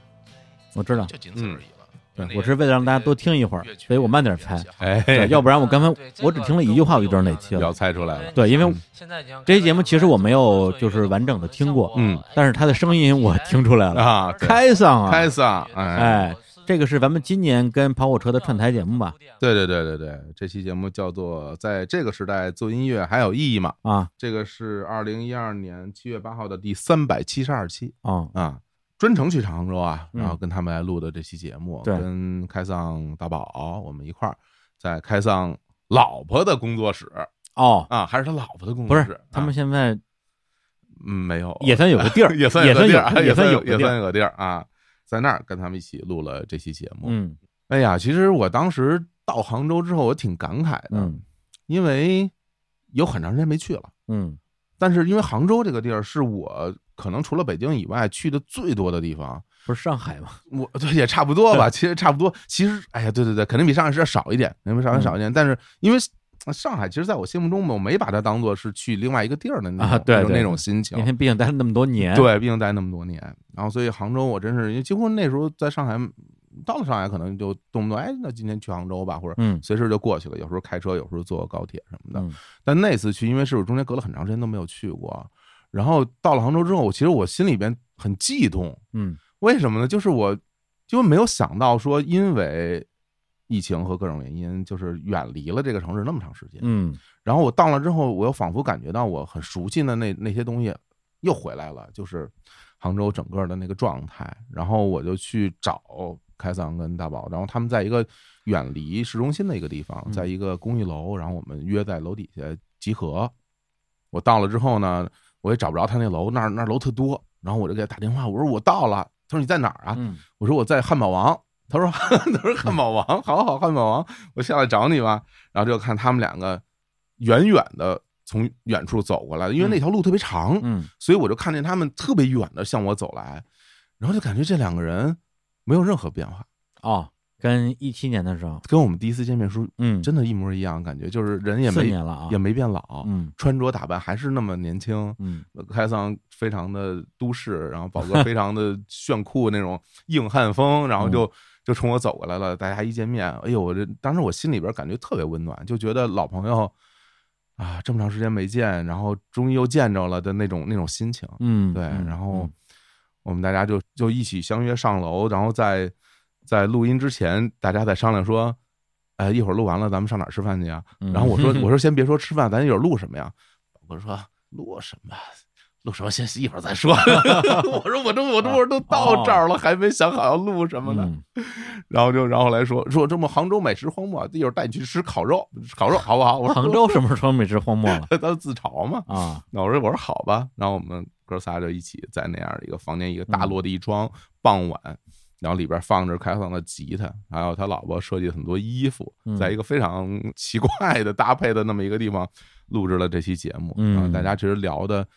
我知道，嗯就仅此而已了。对，我是为了让大家多听一会儿，所以我慢点猜，哎对要不然我刚才我只听了一句话，我就知道哪期了，要猜出来了。对，因为这期节目其实我没有就是完整的听过，嗯，但是他的声音我听出来了啊对开嗓啊，开嗓哎嗯哎，这个是咱们今年跟跑火车的串台节目吧？对对对对对，这期节目叫做《在这个时代做音乐还有意义吗》啊，这个是二零一二年七月八号的第三百七十二期啊啊，专程去常州啊，嗯然后跟他们来录的这期节目，对跟开丧大宝我们一块儿在开丧老婆的工作室哦啊，还是他老婆的工不作室啊是，，他们现在嗯，没有，也算有个地儿 也算也个算地有儿，也算算有个也地儿算有个地儿啊，在那儿跟他们一起录了这期节目，嗯哎呀，其实我当时到杭州之后，我挺感慨的，嗯因为有很长时间没去了。嗯但是因为杭州这个地儿是我可能除了北京以外去的最多的地方，不是上海吗？我 对也差不 多吧，其实差不多。其实哎呀，对对对，肯定比上海是要少一点，肯定比上嗯海少一点。但是因为呃上海，其实在我心目中，我没把它当做是去另外一个地儿的那种、啊，对那种对，那种心情。因为毕竟待了那么多年，对，毕竟待那么多年，然后所以杭州我真是，因为几乎那时候在上海，到了上海可能就动不动哎，那今天去杭州吧，或者嗯随时就过去了，有时候开车，有时候坐高铁什么的。嗯但那次去，因为是我中间隔了很长时间都没有去过，然后到了杭州之后，其实我心里边很悸动，嗯为什么呢？就是我就没有想到说，因为疫情和各种原因，就是远离了这个城市那么长时间，嗯然后我到了之后，我又仿佛感觉到我很熟悉的那那些东西又回来了，就是杭州整个的那个状态。然后我就去找开桑跟大宝，然后他们在一个远离市中心的一个地方，在一个公寓楼，然后我们约在楼底下集合。我到了之后呢，我也找不着他那楼，那儿那儿楼特多，然后我就给他打电话，我说我到了，他说你在哪儿啊？嗯我说我在汉堡王。他说 他说汉堡王，好好汉堡王，我下来找你吧。然后就看他们两个远远的从远处走过来，因为那条路特别长，嗯，所以我就看见他们特别远的向我走来，然后就感觉这两个人没有任何变化哦，跟一七年的时候，跟我们第一次见面时候，嗯，真的一模一样，感觉就是人也四没年了啊也没变老，嗯，穿着打扮还是那么年轻，嗯，开桑非常的都市，然后宝哥非常的炫酷那种硬汉风，嗯然后就。就冲我走过来了，大家一见面，哎呦，我这当时我心里边感觉特别温暖，就觉得老朋友啊，这么长时间没见，然后终于又见着了的那种那种心情，嗯对，嗯然后我们大家就就一起相约上楼，然后在在录音之前，大家在商量说，哎，一会儿录完了咱们上哪儿吃饭去啊？嗯然 后我说我说先别说吃饭，咱一会儿录什么呀？我说录什么？录什么？先一会儿 再说。我说我这我这会儿都到这哦儿了，还没想好要录什么呢。嗯然后就然后来说说这么杭州美食荒漠，一会儿带你去吃烤肉，烤肉好不好？我说杭州什么时候美食荒漠了？ 他自嘲嘛啊。那我说我说好吧，然后我们哥仨就一起在那样一个房间，一个嗯大落地窗，傍晚，然后里边放着开放的吉他，还有他老婆设计很多衣服嗯，在一个非常奇怪的搭配的那么一个地方录制了这期节目。嗯然后大家其实聊的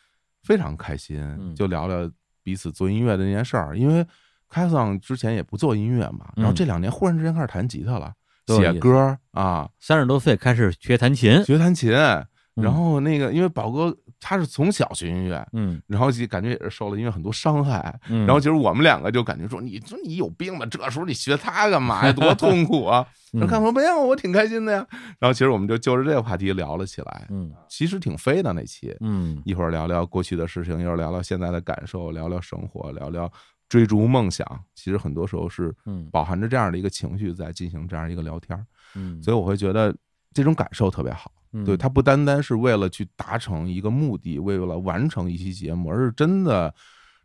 非常开心，就聊聊彼此做音乐的那件事儿，因为。开桑之前也不做音乐嘛，然后嗯这两年忽然之间开始弹吉他了，都有写意思歌儿啊，三十多岁开始学弹琴，学弹琴。嗯然后那个，因为宝哥他是从小学音乐，嗯，然后就感觉也是受了因为很多伤害，嗯然后其实我们两个就感觉说，你说你有病吧，这时候你学他干嘛呀？多痛苦 啊！嗯然后看说没有，我挺开心的呀。然后其实我们就就着这个话题聊了起来，嗯，其实挺飞的那期，嗯，一会儿聊聊过去的事情，一会儿聊聊现在的感受，聊聊生活，聊聊追逐梦想。其实很多时候是嗯饱含着这样的一个情绪在进行这样一个聊天儿，嗯所以我会觉得这种感受特别好。嗯对，它不单单是为了去达成一个目的，为了完成一期节目，而是真的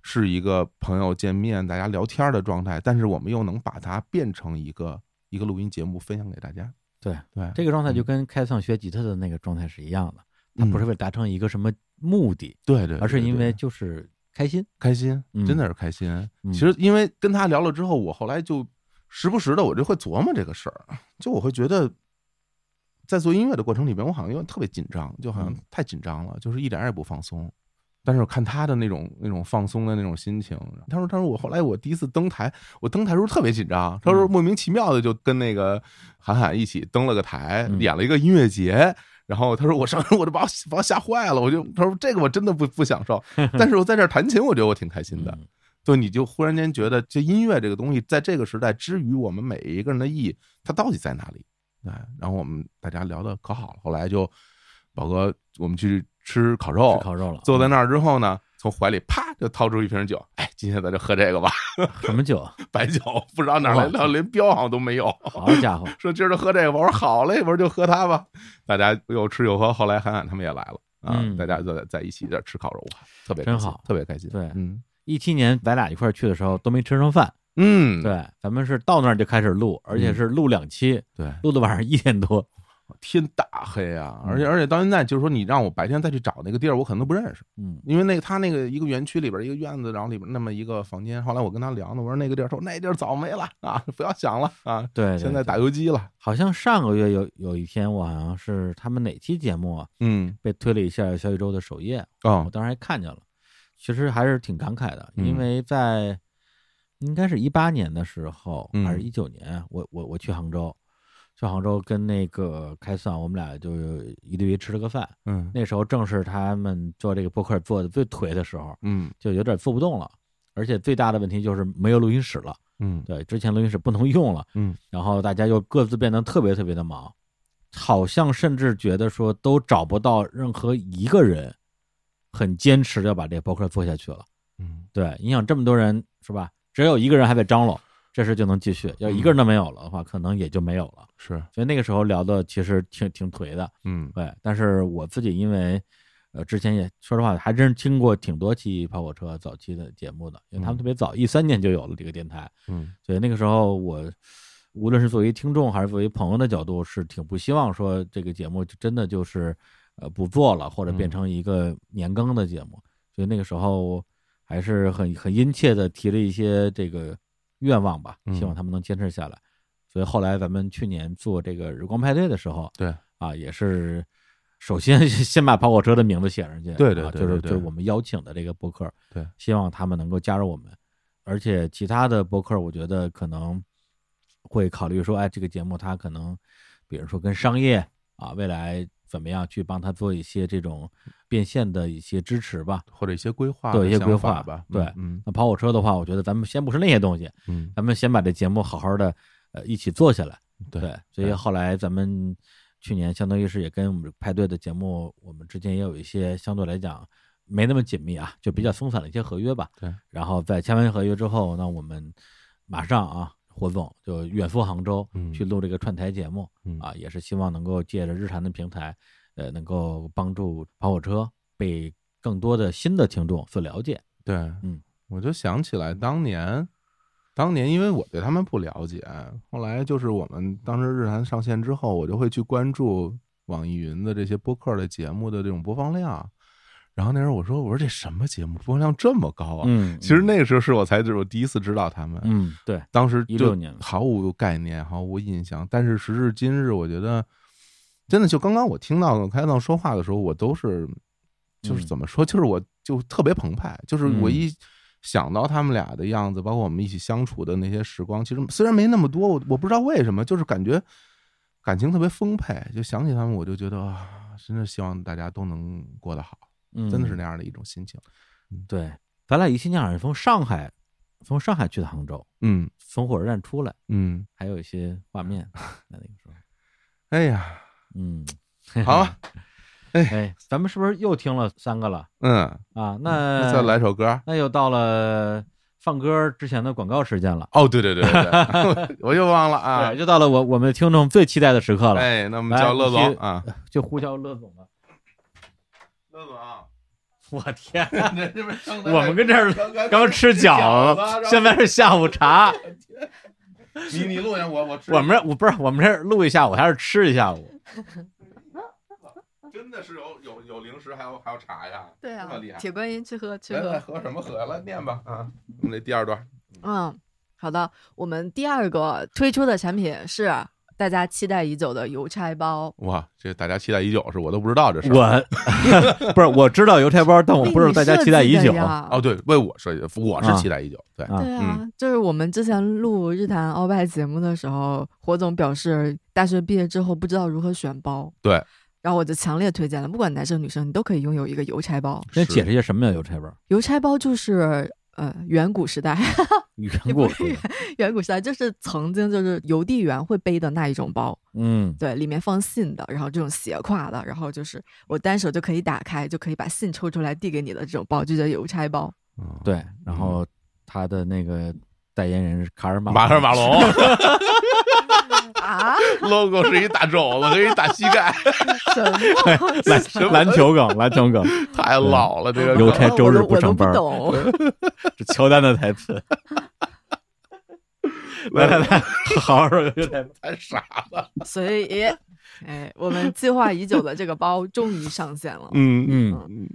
是一个朋友见面、大家聊天的状态。但是我们又能把它变成一个一个录音节目分享给大家。对对这个状态就跟开创学吉他的那个状态是一样的，他嗯不是为了达成一个什么目的，对对而是对因对为就是开心，开心嗯，真的是开心。嗯其实因为跟他聊了之后，我后来就时不时的我就会琢磨这个事儿，就我会觉得，在做音乐的过程里面，我好像有点特别紧张，就好像太紧张嗯了，就是一点儿也不放松。但是我看他的那种那种放松的那种心情，他说他说我后来我第一次登台，我登台时候特别紧张，嗯他说莫名其妙的就跟那个韩寒一起登了个台，嗯演了一个音乐节。然后他说我上 来我就把我把我吓坏了，我就他说这个我真的不不享 受，但是我在这儿弹琴，我觉得我挺开心嗯的。就你就忽然间觉得这音乐这个东西，在这个时代之于我们每一个人的意义，它到底在哪里？对，然后我们大家聊的可好了，后来就宝哥我们去吃烤肉，吃烤肉了哦嗯坐在那儿之后呢，从怀里啪就掏出一瓶酒，哎，今天咱就喝这个吧。啊什么酒？白酒，不知道哪儿来的，连标好像都没有。好家伙，说今儿就喝这个吧，我说好嘞，我说就喝它吧。大家又吃又喝，后来韩寒他们也来了啊，嗯大家就在在一起在吃烤肉，哇，特别开真心好，特别开心。对，嗯，一七年咱俩一块儿去的时候都没吃上饭，嗯，对，咱们是到那儿就开始录，而且是录两期，对，录到晚上一点多，天大黑啊！嗯而且而且到现在，就是说你让我白天再去找那个地儿，我可能都不认识。嗯，因为那个他那个一个园区里边一个院子，然后里边那么一个房间。后来我跟他聊呢，我说那个地儿，他说那地儿早没了啊，不要想了啊。对对现在对打游击了。好像上个月有有一天，我好像是他们哪期节目啊，嗯，被推了一下小宇宙的首页，哦我当时还看见了，其实还是挺感慨的，嗯因为在应该是一八年的时候，嗯还是一九年，我我我去杭州，去杭州跟那个开算，我们俩就一对一吃了个饭，嗯那时候正是他们做这个播客做的最颓的时候，嗯，就有点做不动了，而且最大的问题就是没有录音室了。嗯对，之前录音室不能用了，嗯，然后大家又各自变得特别特别的忙，好像甚至觉得说都找不到任何一个人很坚持地要把这博客做下去了。嗯，对，你想这么多人是吧？只要有一个人还在张罗，这事就能继续；要一个人都没有了的话，可能也就没有了。是，所以那个时候聊的其实挺挺颓的，嗯对。但是我自己因为呃，之前也说实话，还真是听过挺多期跑火车早期的节目的，因为他们特别早，一三年就有了这个电台，嗯，所以那个时候我无论是作为听众还是作为朋友的角度，是挺不希望说这个节目就真的就是呃不做了，或者嗯变成一个年更的节目。所以那个时候还是很很殷切的提了一些这个愿望吧，嗯希望他们能坚持下来。所以后来咱们去年做这个日光派对的时候，对啊，也是首先先把跑火车的名字写上去，对对啊对就是对对就是我们邀请的这个播客，对希望他们能够加入我们。而且其他的播客，我觉得可能会考虑说，哎，这个节目它可能，比如说跟商业啊，未来怎么样去帮他做一些这种变现的一些支持吧，或者一些规划对一些想规法划吧对，嗯嗯那跑火车的话，我觉得咱们先不是那些东西，嗯咱们先把这节目好好的呃一起做下来。对所以后来咱们去年相当于是也跟我们派对的节目，我们之间也有一些相对来讲没那么紧密啊，就比较松散的一些合约吧。嗯对，然后在签完合约之后，那我们马上啊，火总就远赴杭州嗯去录这个串台节目、啊，也是希望能够借着日坛的平台，呃，能够帮助跑火车被更多的新的听众所了解。对，嗯，我就想起来当年，当年因为我对他们不了解，后来就是我们当时日坛上线之后，我就会去关注网易云的这些播客的节目的这种播放量。然后那时候我说，我说这什么节目播放量这么高啊？嗯其实那个时候是我才知我第一次知道他们。嗯对当时16就年了毫无概念，毫无印象。但是时至今日，我觉得真的就刚刚我听到开浪说话的时候，我都是就是嗯怎么说， 就是我就特别澎湃，就是我一想到他们俩的样子，包括我们一起相处的那些时光，其实虽然没那么多，我我不知道为什么，就是感觉感情特别丰沛，就想起他们，我就觉得啊，真的希望大家都能过得好，嗯真的是那样的一种心情。对，咱俩一起讲是从上海，从上海去的杭州，嗯，从火车站出来，嗯，还有一些画面，在那个时候，哎呀，嗯， 好啊，哎，咱们是不是又听了三个了？嗯啊，那再来首歌，那又到了放歌之前的广告时间了。哦，对对对对 对我又忘了啊对又到了我我们听众最期待的时刻了。哎那我们来叫乐必须总啊就呼叫乐总吧。乐总啊，我天人家不是刚才我们跟这 儿刚才刚吃吃饺饺子然子，后现在是下午 茶。你你录一下，我我吃我们这我不是我们这儿录一下午，还是吃一下午？真的是有有有零食，还有还有茶呀，对啊这么厉害，哎铁观音去喝去来来喝。喝什么喝？来念吧啊，我们这第二段，嗯，好的，我们第二个推出的产品是大家期待已久的邮差包。哇，这大家期待已久，是我都不知道这事儿，我 不是我知道邮差包，但我不知道大家期待已哎为你设久啊计的。呀哦，对，为我设计的，我是期待已久，对，对啊，嗯，就是我们之前录日坛鳌拜节目的时候，火总表示大学毕业之后不知道如何选包，对，然后我就强烈推荐了，不管男生女生，你都可以拥有一个邮差包。先解释一下什么叫邮差包？邮差包就是呃远古时代， 远古时代，远古时代就是曾经就是邮递员会背的那一种包，嗯，对，里面放信的，然后这种斜挎的，然后就是我单手就可以打开，就可以把信抽出来递给你的这种包，就叫邮差包。对。然后他的那个代言人是卡嗯尔马马尔马龙 啊，logo 是一大肘子和一大膝 盖，哦篮篮球梗，篮球梗，太老了这个梗邮差周日上班，我都 我都不懂这乔丹的台词。 来来来， 好好说邮差包。太傻了。所以，哎，我们计划已久的这个包终于上线了。嗯嗯，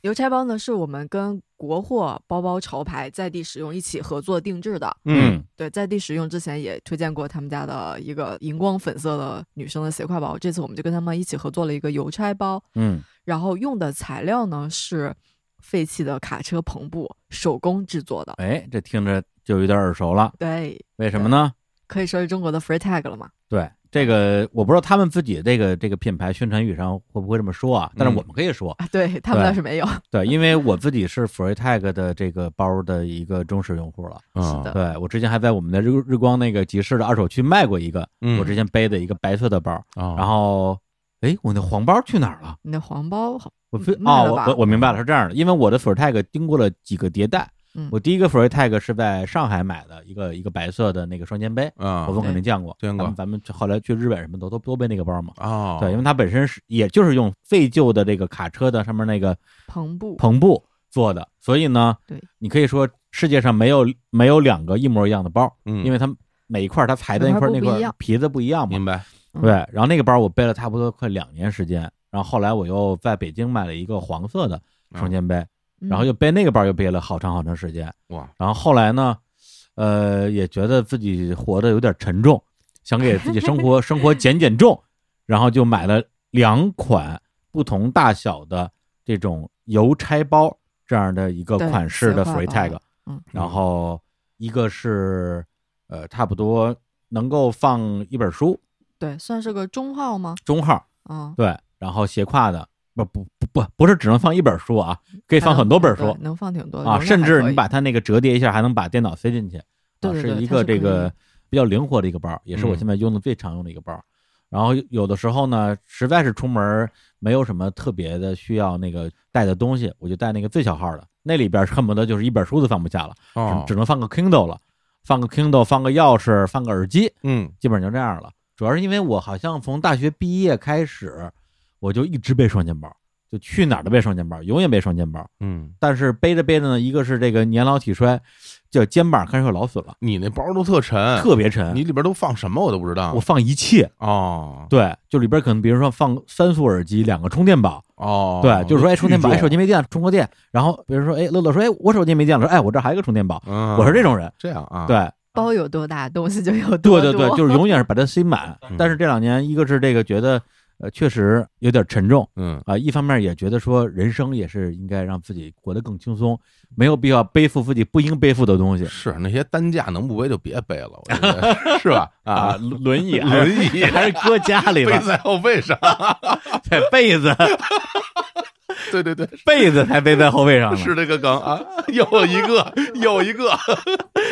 邮差包呢，是我们跟国货包包潮牌在地使用一起合作定制的。嗯，对，在地使用之前也推荐过他们家的一个荧光粉色的女生的斜挎包，这次我们就跟他们一起合作了一个邮差包。嗯，然后用的材料呢是废弃的卡车篷布手工制作的。哎，这听着就有点耳熟了。对，为什么呢？可以说是中国的 free tag 了嘛？对，这个我不知道他们自己这个这个品牌宣传语上会不会这么说啊？但是我们可以说，啊，对他们倒是没有。对，因为我自己是 FreeTag 的这个包的一个忠实用户了。是的对我之前还在我们的日日光那个集市的二手区卖过一个，嗯我之前背的一个白色的包。哦然后，哎，我那黄包去哪儿了？你的黄包好我非嗯卖哦，了我吧我我明白了，是这样的，因为我的 FreeTag 经过了几个迭代，嗯我第一个 Free Tag 是在上海买的一个一个白色的那个双肩背，啊我们肯定见过，见过咱们咱们后来去日本什么的都都背那个包嘛，哦对，因为它本身是也就是用废旧的这个卡车的上面那个篷布篷布做的，所以呢，对，你可以说世界上没有没有两个一模一样的包，嗯因为它每一块儿它裁的每那块块那布不块一样儿皮子不一样嘛，明白？对，然后那个包我背了差不多快两年时间，然后后来我又在北京买了一个黄色的双肩背，嗯然后又背那个包又背了好长好长时间，哇！然后后来呢，呃，也觉得自己活得有点沉重，想给自己生 活生活减减重，然后就买了两款不同大小的这种邮差包这样的一个对款式的斜挎 free 包 tag，嗯然后一个是呃差不多能够放一本书，对，算是个中号吗？中号，嗯对，然后斜挎的，不不不不，不是只能放一本书啊，可嗯以放很多本还书能，对能放挺呃多的容啊，量甚还至可你以把它那个折叠一下，还能把电脑塞进去，啊对对对是一它个是这可个以比较灵活的一个包，也是我嗯现在用的最常用的一个包。然后有的时候呢，实在是出门没有什么特别的需要那个带的东西，我就带那个最小号的，那里边恨不得就是一本书都放不下了，哦只只能放个 Kindle 了，放个 Kindle，放个钥匙，放个耳机，嗯，基本上就这样了。主要是因为我好像从大学毕业开始，我就一直背双肩包，就去哪儿都背双肩包，永远背双肩包。嗯，但是背着背着呢，一个是这个年老体衰，就肩膀开始有劳损了。你那包都特沉，特别沉嗯你里边都放什么我都不知道。我放一切哦，对，就里边可能比如说放三副耳机，两个充电宝。哦，对，就是说，哎，充电宝，哎，巨重手机没电，充个电。然后比如说，哎，乐乐说，哎，我手机没电了，说，哎，我这儿还有一个充电宝。嗯我是这种人，这样啊，对，包有多大，东西就有多对对多。对，就是永远是把它塞满。但是这两年，一个是这个觉得呃确实有点沉重，嗯啊、一方面也觉得说人生也是应该让自己活得更轻松，没有必要背负自己不应背负的东西。是那些担架能不背就别背了，我觉得是吧？啊啊，轮轮椅还是 轮 椅还是搁家里吧背在后背上，对，被子，对对对，被子才背在后背上呢是这个梗啊，又一 个又一个，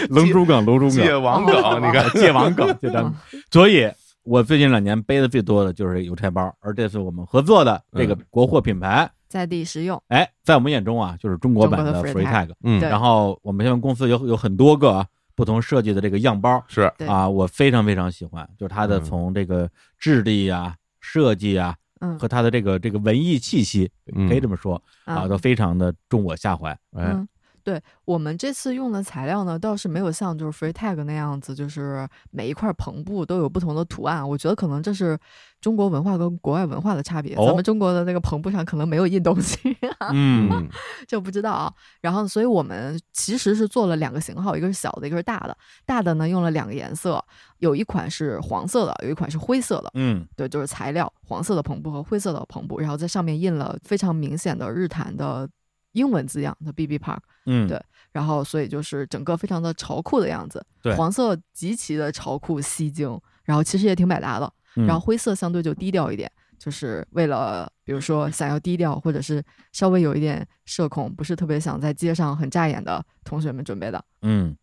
龙珠梗，龙珠梗，戒网梗你看戒网梗，这张。嗯所以，我最近两年背的最多的就是邮差包，而这次我们合作的嗯这个国货品牌，在地实用。哎，在我们眼中啊，就是中国版中国的 Free Free Tag Tag。嗯对然后我们现在公司有有很多个啊不同设计的这个样包，是对啊，我非常非常喜欢，就是它的嗯从这个质地啊、设计啊，嗯和它的这个这个文艺气息，可以这么说啊，嗯都非常的中我下怀。哎，嗯，对我们这次用的材料呢，倒是没有像就是 Free Tag 那样子，就是每一块篷布都有不同的图案。我觉得可能这是中国文化跟国外文化的差别。哦咱们中国的那个篷布上可能没有印东西、啊， 嗯，就不知道啊。然后，所以我们其实是做了两个型号，一个是小的，一个是大的。大的呢用了两个颜色，有一款是黄色的，有一款是灰色的。嗯，对，就是材料黄色的篷布和灰色的篷布，然后在上面印了非常明显的日坛的英文字样的 BB Park。嗯对，然后所以就是整个非常的潮酷的样子，对黄色极其的潮酷吸睛，然后其实也挺百搭的，嗯然后灰色相对就低调一点。就是为了，比如说想要低调，或者是稍微有一点社恐，不是特别想在街上很扎眼的同学们准备的。嗯，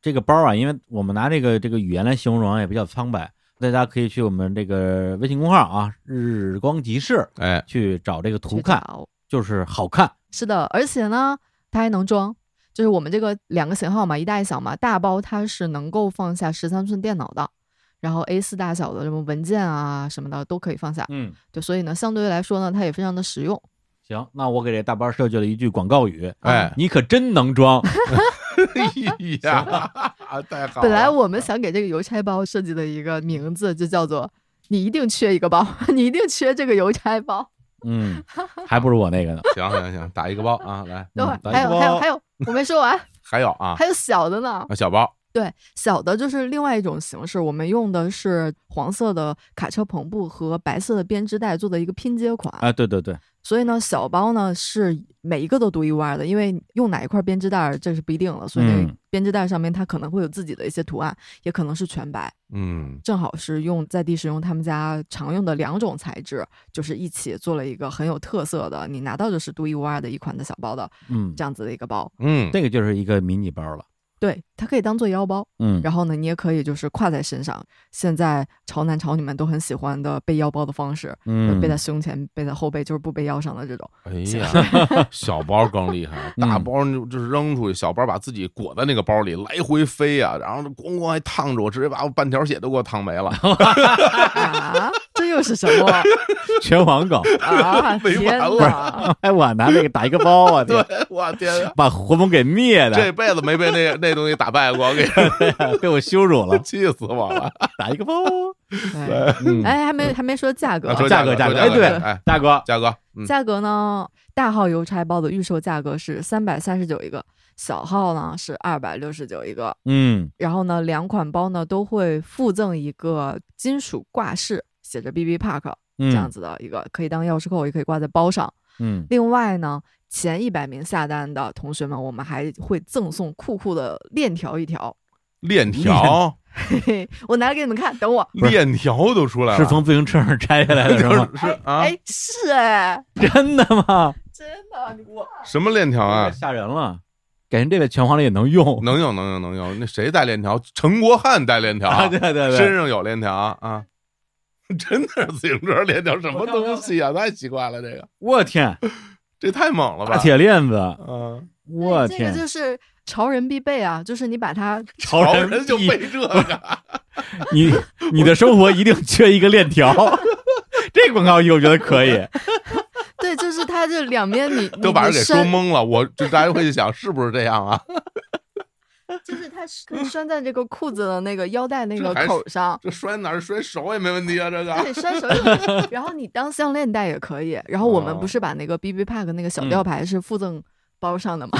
这个包啊，因为我们拿这个这个语言来形容也比较苍白，大家可以去我们这个微信公号啊“日光集市”哎去找这个图看，就是好看。是的，而且呢，它还能装，就是我们这个两个型号嘛，一大一小嘛，大包它是能够放下十三寸电脑的，然后 A 4大小的什么文件啊什么的都可以放下。嗯，对，所以呢，相对来说呢，它也非常的实用。哦行，那我给这大包设计了一句广告语，哎，你可真能 装。呀， 太好了。本来我嗯们想给这个邮差包设计的一个名字就叫做“你一定缺一个包， 你一定缺这个邮差包嗯，还不如我那个呢。行行行，打一个包啊，来”。，等会儿打还一个有还有包还有，我没说完，还有啊，还有小的呢。啊小包，对，小的就是另外一种形式，我们用的是黄色的卡车篷布和白色的编织袋做的一个拼接款。嗯啊，对对对，所以呢，小包呢是每一个都独一无二的，因为用哪一块编织袋儿这是不一定了，所以那个嗯编织袋上面它可能会有自己的一些图案，也可能是全白。嗯正好是用在地使用他们家常用的两种材质，就是一起做了一个很有特色的，你拿到的是独一无二的一款的小包的，嗯这样子的一个包。嗯，这个就是一个迷你包了。对，它可以当做腰包，嗯然后呢，你也可以就是挎在身上。现在潮男潮女们都很喜欢的背腰包的方式，嗯就背在胸前，背在后背，就是不背腰上的这种。 哎 呀，小包更厉害，嗯大包你就是扔出去，小包把自己裹在那个包里来回飞啊，然后咣咣还烫着我，直接把我半条血都给我烫没 了。 啊，这又是什么？全网 搞啊 没天完哪了！哎，我拿那个打一个包 啊，对，我天啊，把活蒙给灭的，这辈子没被那 那东西打败过，我给 被我羞辱了，气死我了！打 一个包，对嗯哎，还没还没说价格啊啊，说价格格价说格价哎格对哎，大哥价格，嗯价格呢，大号邮差包的预售价格是三百三十九一个，小号呢是二百六十九一个。嗯，然后呢，两款包呢都会附赠一个金属挂饰，写着 BB Park 嗯这样子的一个，可以当钥匙扣，也可以挂在包上。嗯另外呢，前一百名下单的同学们，我们还会赠送酷酷的链条一条。链条，嘿嘿，我拿来给你们看，等我。链条都出来了，是从自行车上摘下来的是 吗？是啊，哎，是哎，真的吗？什么链条啊？吓人了！感觉这个拳皇里也 能用，能用，能用，能用。那谁带链条？陈国汉带链条，啊对对对身上有链条啊。 真的是自行车链条，什么东西啊？太奇怪了，这个我天，这太猛了吧！大铁链子，嗯，我哎这个天，就是潮人必备啊，就是你把它潮人就必背这个，你你的生活一定缺一个链 条。这个广告语我觉得可以， 对，就是它这两边你 都把人给说，你你懵了。我就大家会想，是不是这样啊？拴就是它是可以拴在这个裤子的那个腰带那个还是口上， 嗯 这摔哪儿摔手也没问题啊，这对，个。拴手里，然后你当项链戴也可以。然后我哦们不是把那个 B B Pack 那个小嗯吊牌是附赠包上的吗？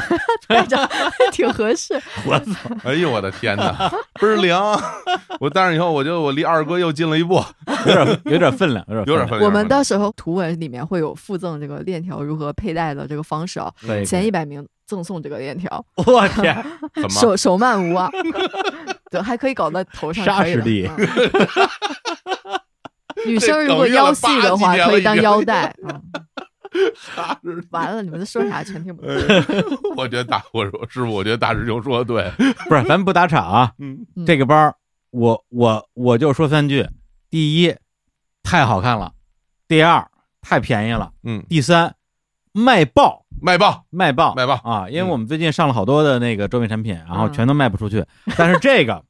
戴着 挺合适。我操！哎呦我的天哪，倍儿凉！ 我但是以后我就我离二哥又近了一步，有点有点分量，有点有点分量。我们到时候图文里面会有附赠这个链条如何佩戴的这个方式啊可以可以，前一百名赠送这个链条，我天，怎么手手慢无啊， 对，还可以搞在头上，沙可以石的地，嗯 女生如果腰细的话，可以当腰 带。嗯完了，你们在说啥全听不懂。哎我觉得大我说师傅，我觉得大师兄说的对，不是，咱不打岔啊。嗯，这个包儿，我我我就说三句：第一，太好看了；第二，太便宜了；嗯，第三，卖爆，卖爆，卖爆，卖爆啊！因嗯为我们最近上了好多的那个周边产品，然后全都卖不出去，但是这个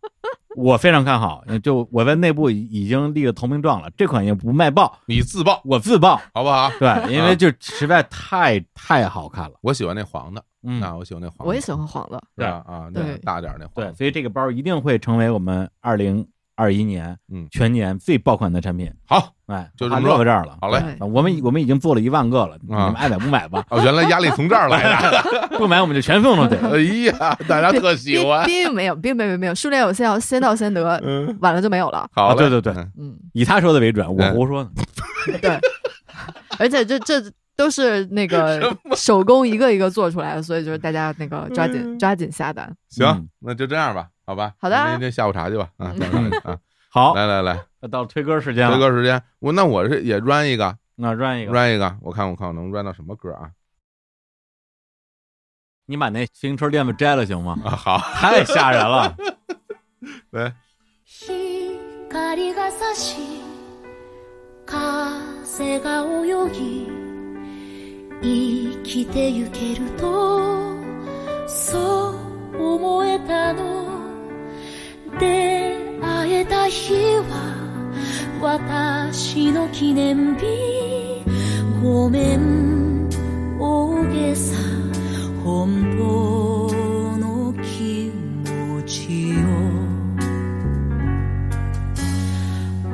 我非常看好，就我在内部已已经立了投名状了，这款也不卖爆，你自爆我自爆。好不好？对，啊因为就实在太太好看了，我喜欢那黄的，嗯啊，我喜欢那黄的，我也喜欢黄的，是吧？啊，对那大点儿那黄对，的，所以这个包儿一定会成为我们二零二一年嗯全年最爆款的产品。好，哎，就这话么嗯落到说这儿了。好嘞。对啊我们已我们已经做了一万个了，啊你们爱买不买吧，哦，原来压力从这儿来 的，不买我们就全送出去。 哎呀，大家特喜并欢，并没有，并没有，没有，数量有限，要先到先得，嗯晚了就没有了。好啊嘞，对对对嗯嗯，以他说的为准，我胡说呢。对，而且这这都是那个手工一个一个做出来的，所以就是大家那个抓紧抓紧下单。行嗯，那就这样吧，好吧，好的啊那那下午茶去吧，啊，下午茶去啊， 好，来来来，那到推歌时间这了，个时间，我那我是也 run 一个啊那 run 一个， ，run 一个，我看我看我能 run 到什么歌 啊？你把那自行车链子摘了行吗？啊，好，太吓人 了，来，光が差し風が泳ぎ生きてゆけるとそう思えたの出会えた日は私の記念日ごめん大げさ本当の気持ちを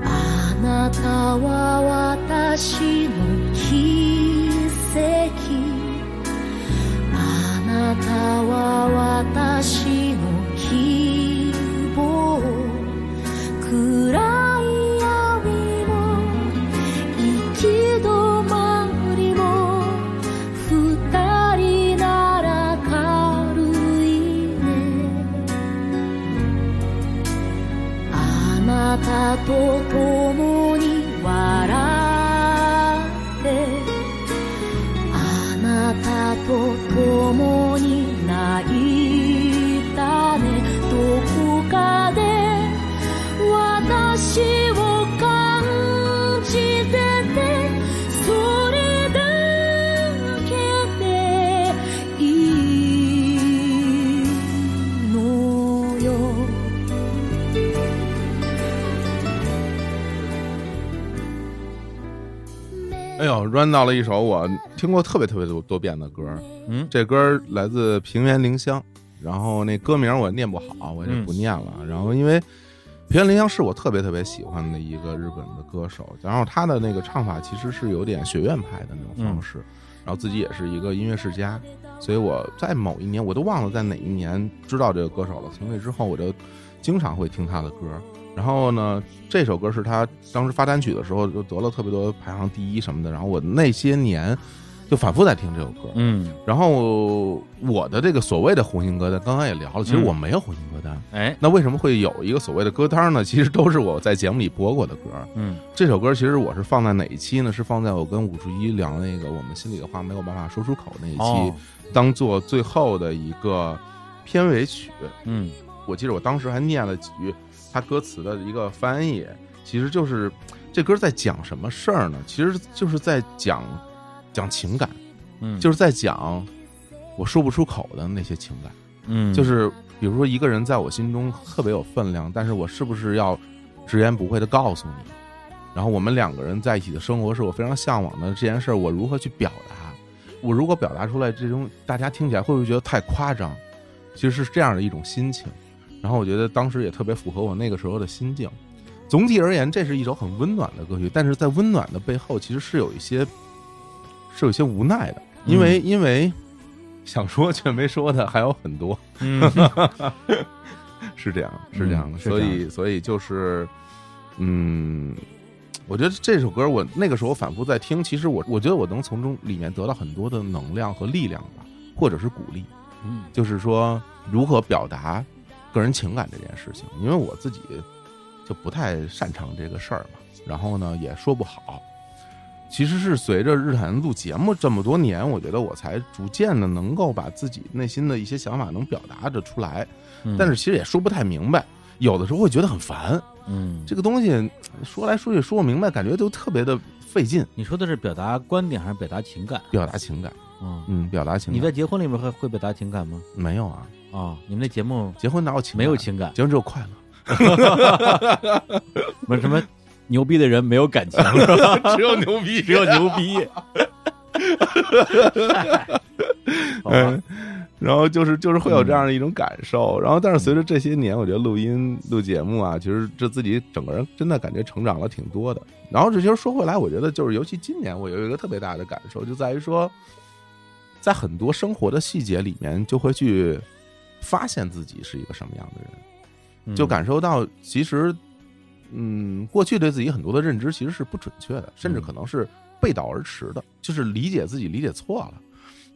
あなたは私の奇跡あなたは私の希望暗い闇も行き止まりも二人なら軽いねあなたと共に笑ってあなたと共に泣いたね哎 run 到了一首我听过特别特别多多遍的歌，嗯，这歌来自平原绫香，然后那歌名我念不好，我就嗯不念了。然后因为平原绫香是我特别特别喜欢的一个日本的歌手，然后他的那个唱法其实是有点学院派的那种方嗯式，然后自己也是一个音乐世家，所以我在某一年我都忘了在哪一年知道这个歌手了。从那之后我就经常会听他的歌。然后呢，这首歌是他当时发单曲的时候就得了特别多排行第一什么的。然后我那些年就反复在听这首歌。嗯，然后我的这个所谓的红心歌单，刚刚也聊了，嗯其实我没有红心歌单。哎，那为什么会有一个所谓的歌单呢？其实都是我在节目里播过的歌。嗯，这首歌其实我是放在哪一期呢？是放在我跟武术一聊那个我们心里的话没有办法说出口那一期，哦当做最后的一个片尾曲。嗯，我记得我当时还念了几句他歌词的一个翻译，其实就是这歌在讲什么事儿呢？其实就是在讲讲情感，嗯，就是在讲我说不出口的那些情感。嗯，就是比如说一个人在我心中特别有分量，但是我是不是要直言不讳的告诉你？然后我们两个人在一起的生活是我非常向往的这件事，儿，我如何去表达？我如果表达出来，这种大家听起来会不会觉得太夸张？其实是这样的一种心情。然后我觉得当时也特别符合我那个时候的心境。总体而言，这是一首很温暖的歌曲，但是在温暖的背后，其实是有一些 是有一些无奈的，因为、因为 想说却没说的还有很多。 嗯是这样，是这样嗯的，是所这样以所以就是，嗯，我觉得这首歌我那个时候反复在听，其实我我觉得我能从中里面得到很多的能量和力量吧，或者是鼓励。嗯，就是说如何表达个人情感这件事情，因为我自己就不太擅长这个事儿嘛，然后呢也说不好。其实是随着日坛录节目这么多年，我觉得我才逐渐的能够把自己内心的一些想法能表达着出来，嗯但是其实也说不太明白，有的时候会觉得很烦。嗯，这个东西说来说去说不明白，感觉就特别的费劲。你说的是表达观点还是表达情感？表达情感，嗯嗯，表达情你感。在结婚里面会会表达情感吗？没有啊？啊，你们那节目结婚哪有情啊没有情感？结婚只有快乐。不是什么牛逼的人没有 感情，是吧只有牛 逼只有牛 逼。好吧 嗯，然后就是就是会有这样的一种感受，然后但是随着这些年，我觉得录音录节目啊，其实这自己整个人真的感觉成长了挺多的。然后这其实说回来，我觉得就是尤其今年，我有一个特别大的感受，就在于说，在很多生活的细节里面，就会去发现自己是一个什么样的人，嗯就感受到其实，嗯，过去对自己很多的认知其实是不准确的，甚至可能是背道而驰的，就是理解自己理解错了。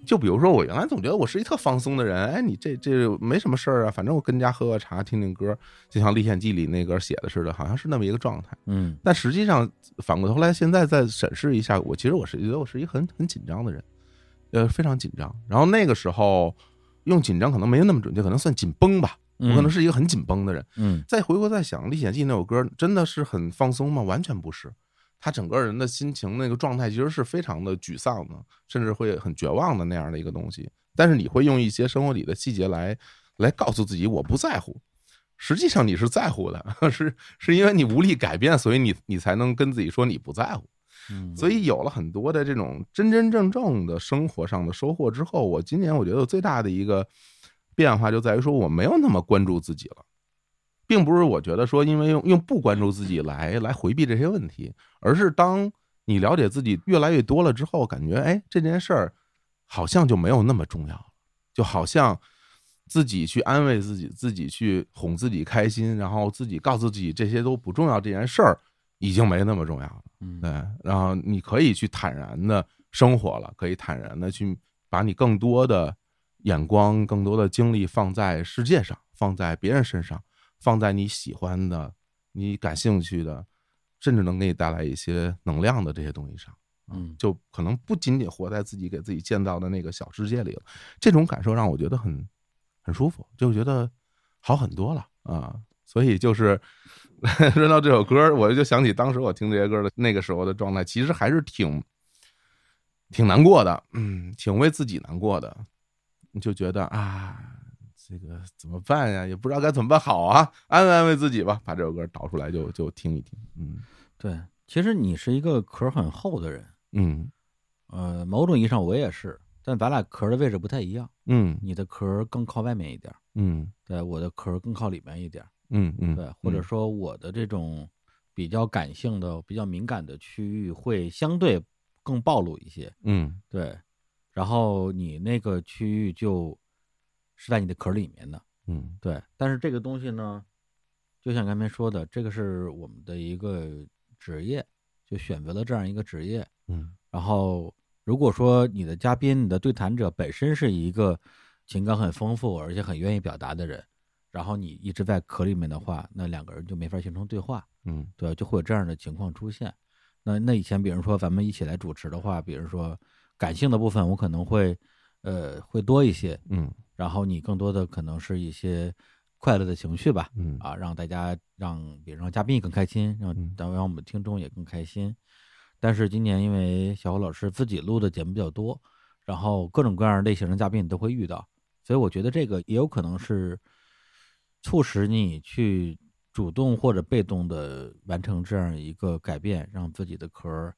就比如说，我原来总觉得我是一特放松的人，哎，你这这没什么事儿啊，反正我跟家喝喝茶，听听歌，就像《历险记》里那歌写的似的，好像是那么一个状态。嗯但实际上，反过头来，现在再审视一下，我其实我是觉得我是一个很很紧张的人，呃，非常紧张。然后那个时候用紧张可能没有那么准确，可能算紧绷吧。我嗯可能是一个很紧绷的人。嗯再回过再想，《历险记》那首歌真的是很放松吗？完全不是。他整个人的心情那个状态其实是非常的沮丧的，甚至会很绝望的那样的一个东西。但是你会用一些生活里的细节来来告诉自己我不在乎，实际上你是在乎的， 是是因为你无力改变，所以你你才能跟自己说你不在乎。嗯嗯所以有了很多的这种真真正正的生活上的收获之后，我今年我觉得最大的一个变化就在于说我没有那么关注自己了，并不是我觉得说因为用用不关注自己来来回避这些问题，而是当你了解自己越来越多了之后，感觉哎这件事儿好像就没有那么重要了，就好像自己去安慰自己，自己去哄自己开心，然后自己告诉自己这些都不重要，这件事儿已经没那么重要了。嗯，对，然后你可以去坦然的生活了，可以坦然的去把你更多的眼光、更多的精力放在世界上，放在别人身上，放在你喜欢的、你感兴趣的，甚至能给你带来一些能量的这些东西上。嗯就可能不仅仅活在自己给自己建造的那个小世界里了。这种感受让我觉得很很舒服，就觉得好很多了啊。所以就是 说到这首歌，我就想起当时我听这些歌的那个时候的状态，其实还是挺挺难过的，嗯，挺为自己难过的，就觉得啊。这个怎么办呀？也不知道该怎么办好啊！安慰安慰自己吧，把这首歌导出来就就听一听。嗯对，其实你是一个壳很厚的人，嗯呃，某种意义上我也是，但咱俩壳儿的位置不太一样。嗯你的壳儿更靠外面一点儿，嗯对，我的壳儿更靠里面一点儿，嗯嗯对，或者嗯说我的这种比较感性的、比较敏感的区域会相对更暴露一些，嗯，对，然后你那个区域就是在你的壳儿里面的，嗯，对，但是这个东西呢，就像刚才说的，这个是我们的一个职业，就选择了这样一个职业。嗯，然后如果说你的嘉宾、你的对谈者本身是一个情感很丰富，而且很愿意表达的人，然后你一直在壳里面的话，那两个人就没法形成对话。嗯，对，就会有这样的情况出现。那那以前，比如说咱们一起来主持的话，比如说感性的部分，我可能会呃会多一些，嗯，然后你更多的可能是一些快乐的情绪吧，嗯啊，让大家让比如让嘉宾也更开心，让让让我们听众也更开心。但是今年因为小虎老师自己录的节目比较多，然后各种各样类型的嘉宾你都会遇到，所以我觉得这个也有可能是促使你去主动或者被动的完成这样一个改变，让自己的壳儿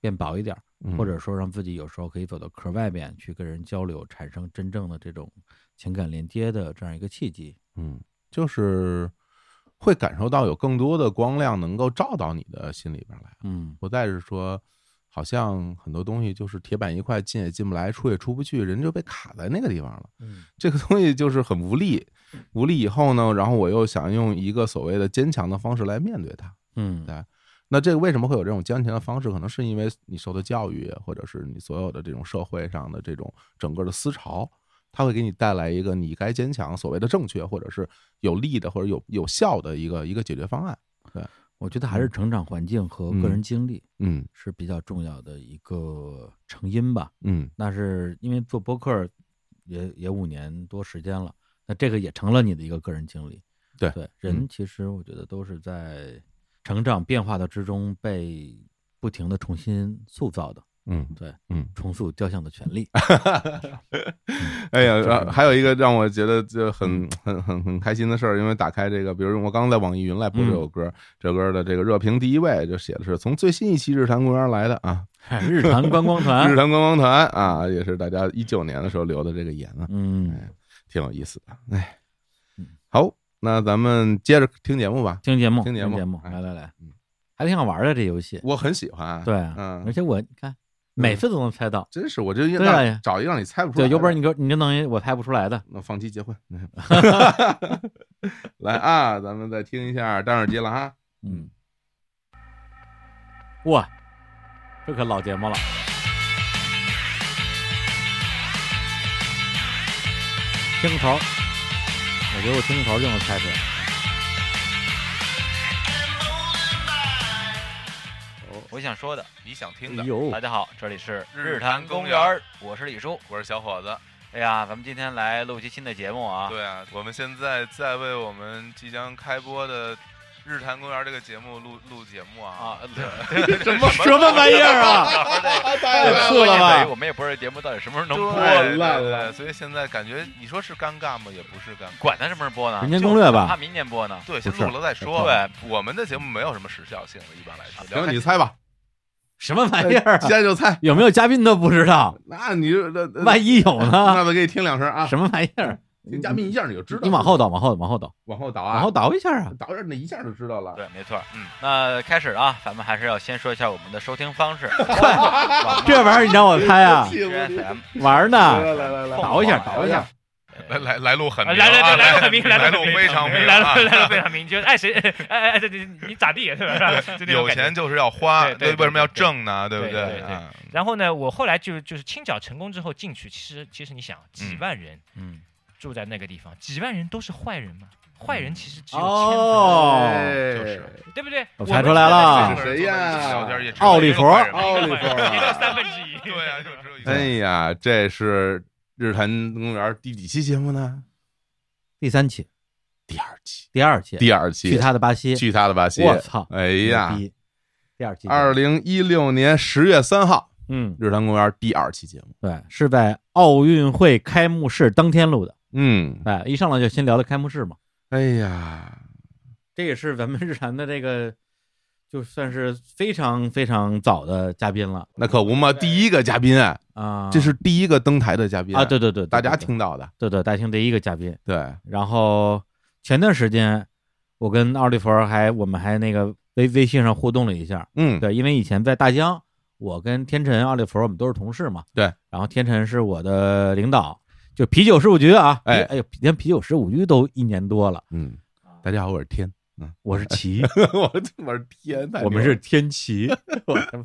变薄一点儿，嗯或者说让自己有时候可以走到壳儿外边去跟人交流，产生真正的这种情感连接的这样一个契机。嗯，就是会感受到有更多的光亮能够照到你的心里边来，嗯，不再是说好像很多东西就是铁板一块，进也进不来，出也出不去，人就被卡在那个地方了。嗯，这个东西就是很无力，无力以后呢，然后我又想用一个所谓的坚强的方式来面对它，嗯，对。那这个为什么会有这种坚强的方式？可能是因为你受的教育，或者是你所有的这种社会上的这种整个的思潮，它会给你带来一个你该坚强，所谓的正确，或者是有利的，或者有有效的一个一个解决方案。对，我觉得还是成长环境和个人经历，嗯是比较重要的一个成因吧。嗯那是因为做播客也也五年多时间了，那这个也成了你的一个个人经历。对对，嗯人其实我觉得都是在成长变化的之中被不停的重新塑造的。嗯对，嗯，重塑雕像的权 利。哎呀，这是然后还有一个让我觉得就很很很很开心的事儿，因为打开这个，比如我刚在网易云来播这首歌，这首歌的这个热评第一位就写的是从最新一期《日坛公园》来的啊，日坛观光团日坛观光团啊，也是大家一九年的时候留的这个言啊，嗯，挺有意思的，哎，好，那咱们接着听节目吧，听节目，听节目，目，哎来来来，还挺好玩的这游戏，我很喜欢，对啊嗯，而且我你看每次都能猜到，真是我就对啊让找一个让你猜不出对，来的，有本事你给我你就弄一我猜不出来的，那放弃 结婚。来啊，咱们再听一下戴耳机了哈。嗯，哇，这可老节目了。听个头儿，我觉得我听个头儿就能猜出来。我想说的，哎你想听哎的。大家好，这里是日坛坛公公园园儿儿，我是李叔。我是小伙子。哎呀，咱们今天来录一期新的节目啊。对啊，我们现在在为我们即将开播的《日坛公园》这个节目录录节目 啊！啊，对，什么 什么玩意儿啊太次了吧我们也不知道这节目到底什么时候能播，对对对，所以现在感觉你说是尴尬吗？也不是尴尬，管他什么时候播呢？人间攻略吧怕明年播呢。对，先录了再说。对，，我们的节目没有什么时效性的，一般来说。行，你 猜吧，什么玩意儿、啊？现在就猜，有没有嘉宾都不知道，那你就那那万一有呢？呃那我给你听两声啊。什么玩意儿？听嘉宾一下你就知道。你往后倒，往后，往后倒，往后倒啊，往后倒一下啊！倒一下，那一下就知道了。对，没错。嗯，那开始啊，咱们还是要先说一下我们的收听方 式。？这玩意儿你让我猜 啊 FM 玩儿呢？来来来，倒一下，倒一下。来来来路很来明来来啊来路很明，来路路非常明，来啊路来路非常明，就是爱谁哎哎哎，这这你咋地是吧？是吧就那种有感觉钱就是要花，对对对为什么要挣呢？对不对对对啊然后呢，我后来就就是清剿成功之后进去，其实其实你想，几万人嗯，住在那个地方，几万人都是坏人嘛，坏人其实只有千分哦，就是之一，对不谁我猜出来了 就是谁呀小店也只有奥利弗，一奥利个坏人弗也就啊！三分之一。对 啊，就只有一个哎呀，这是日坛公园第几期节目呢？第三期，第二期，第二期，第二期。去他的巴西，去他的吧，西！我操哎呀，牛逼第二期，二，零一六年十月三号，嗯，日坛公园第二期节目。对，是在奥运会开幕式当天录的。嗯，哎，一上来就先聊的开幕式嘛，哎呀，这也是咱们日坛的这个就算是非常非常早的嘉宾了那可不嘛，第一个嘉宾哎啊这是第一个登台的嘉宾啊！对对对，大家听。听到的，对对，大厅第一个嘉宾。对，然后前段时间我跟奥利弗还我们还那个微微信上互动了一下，嗯对，因为以前在大疆，我跟天辰、奥利弗我们都是同事嘛，对，然后天辰是我的领导，就啤酒事务局啊，哎哎呦，连啤酒事务局都一年多了，嗯，啊大家好，我是天， 嗯，我是齐，我我是天， 太我们牛了是天齐， 我他妈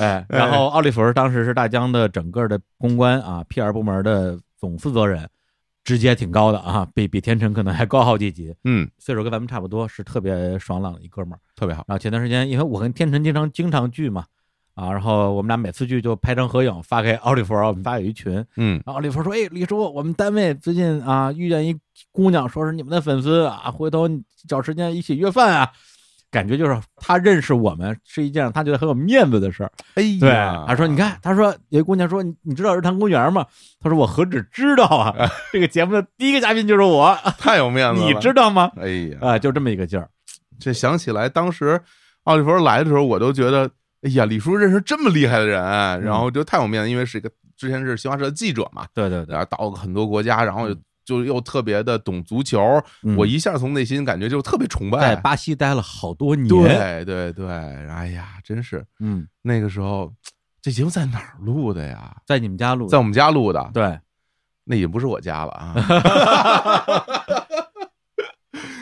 哎，然后奥利弗当时是大疆的整个的公关啊 PR 部门的总负责人，职级还挺高的啊，比比天成可能还高好几级。嗯，岁数跟咱们差不多，是特别爽朗的一哥们儿，特别好。然后前段时间，因为我跟天成经常经常聚嘛，啊，然后我们俩每次聚就拍张合影发给奥利弗，我们发给一群，嗯然后奥利弗说：“哎，李叔，我们单位最近啊遇见一姑娘，说是你们的粉丝啊，回头你找时间一起约饭啊。”感觉就是他认识我们是一件让他觉得很有面子的事儿。哎对啊呀，他说：“你看，他说有一姑娘说你你知道日坛公园吗？”他说：“我何止知道啊，这个节目的第一个嘉宾就是我，太有面子了你知道吗？哎呀，啊，就这么一个劲儿。这想起来当时奥利弗来的时候，我都觉得，哎呀，李叔认识这么厉害的人，然嗯后就太有面子，因为是一个之前是新华社的记者嘛，对对对，然后到很多国家，然后就又特别的懂足球，嗯我一下从内心感觉就特别崇在拜。巴西待了好多年，对对对，哎呀，真是，嗯，那个时候这节目在哪儿录的呀？在你们家录的，在我们家录的，对，那也不是我家了啊。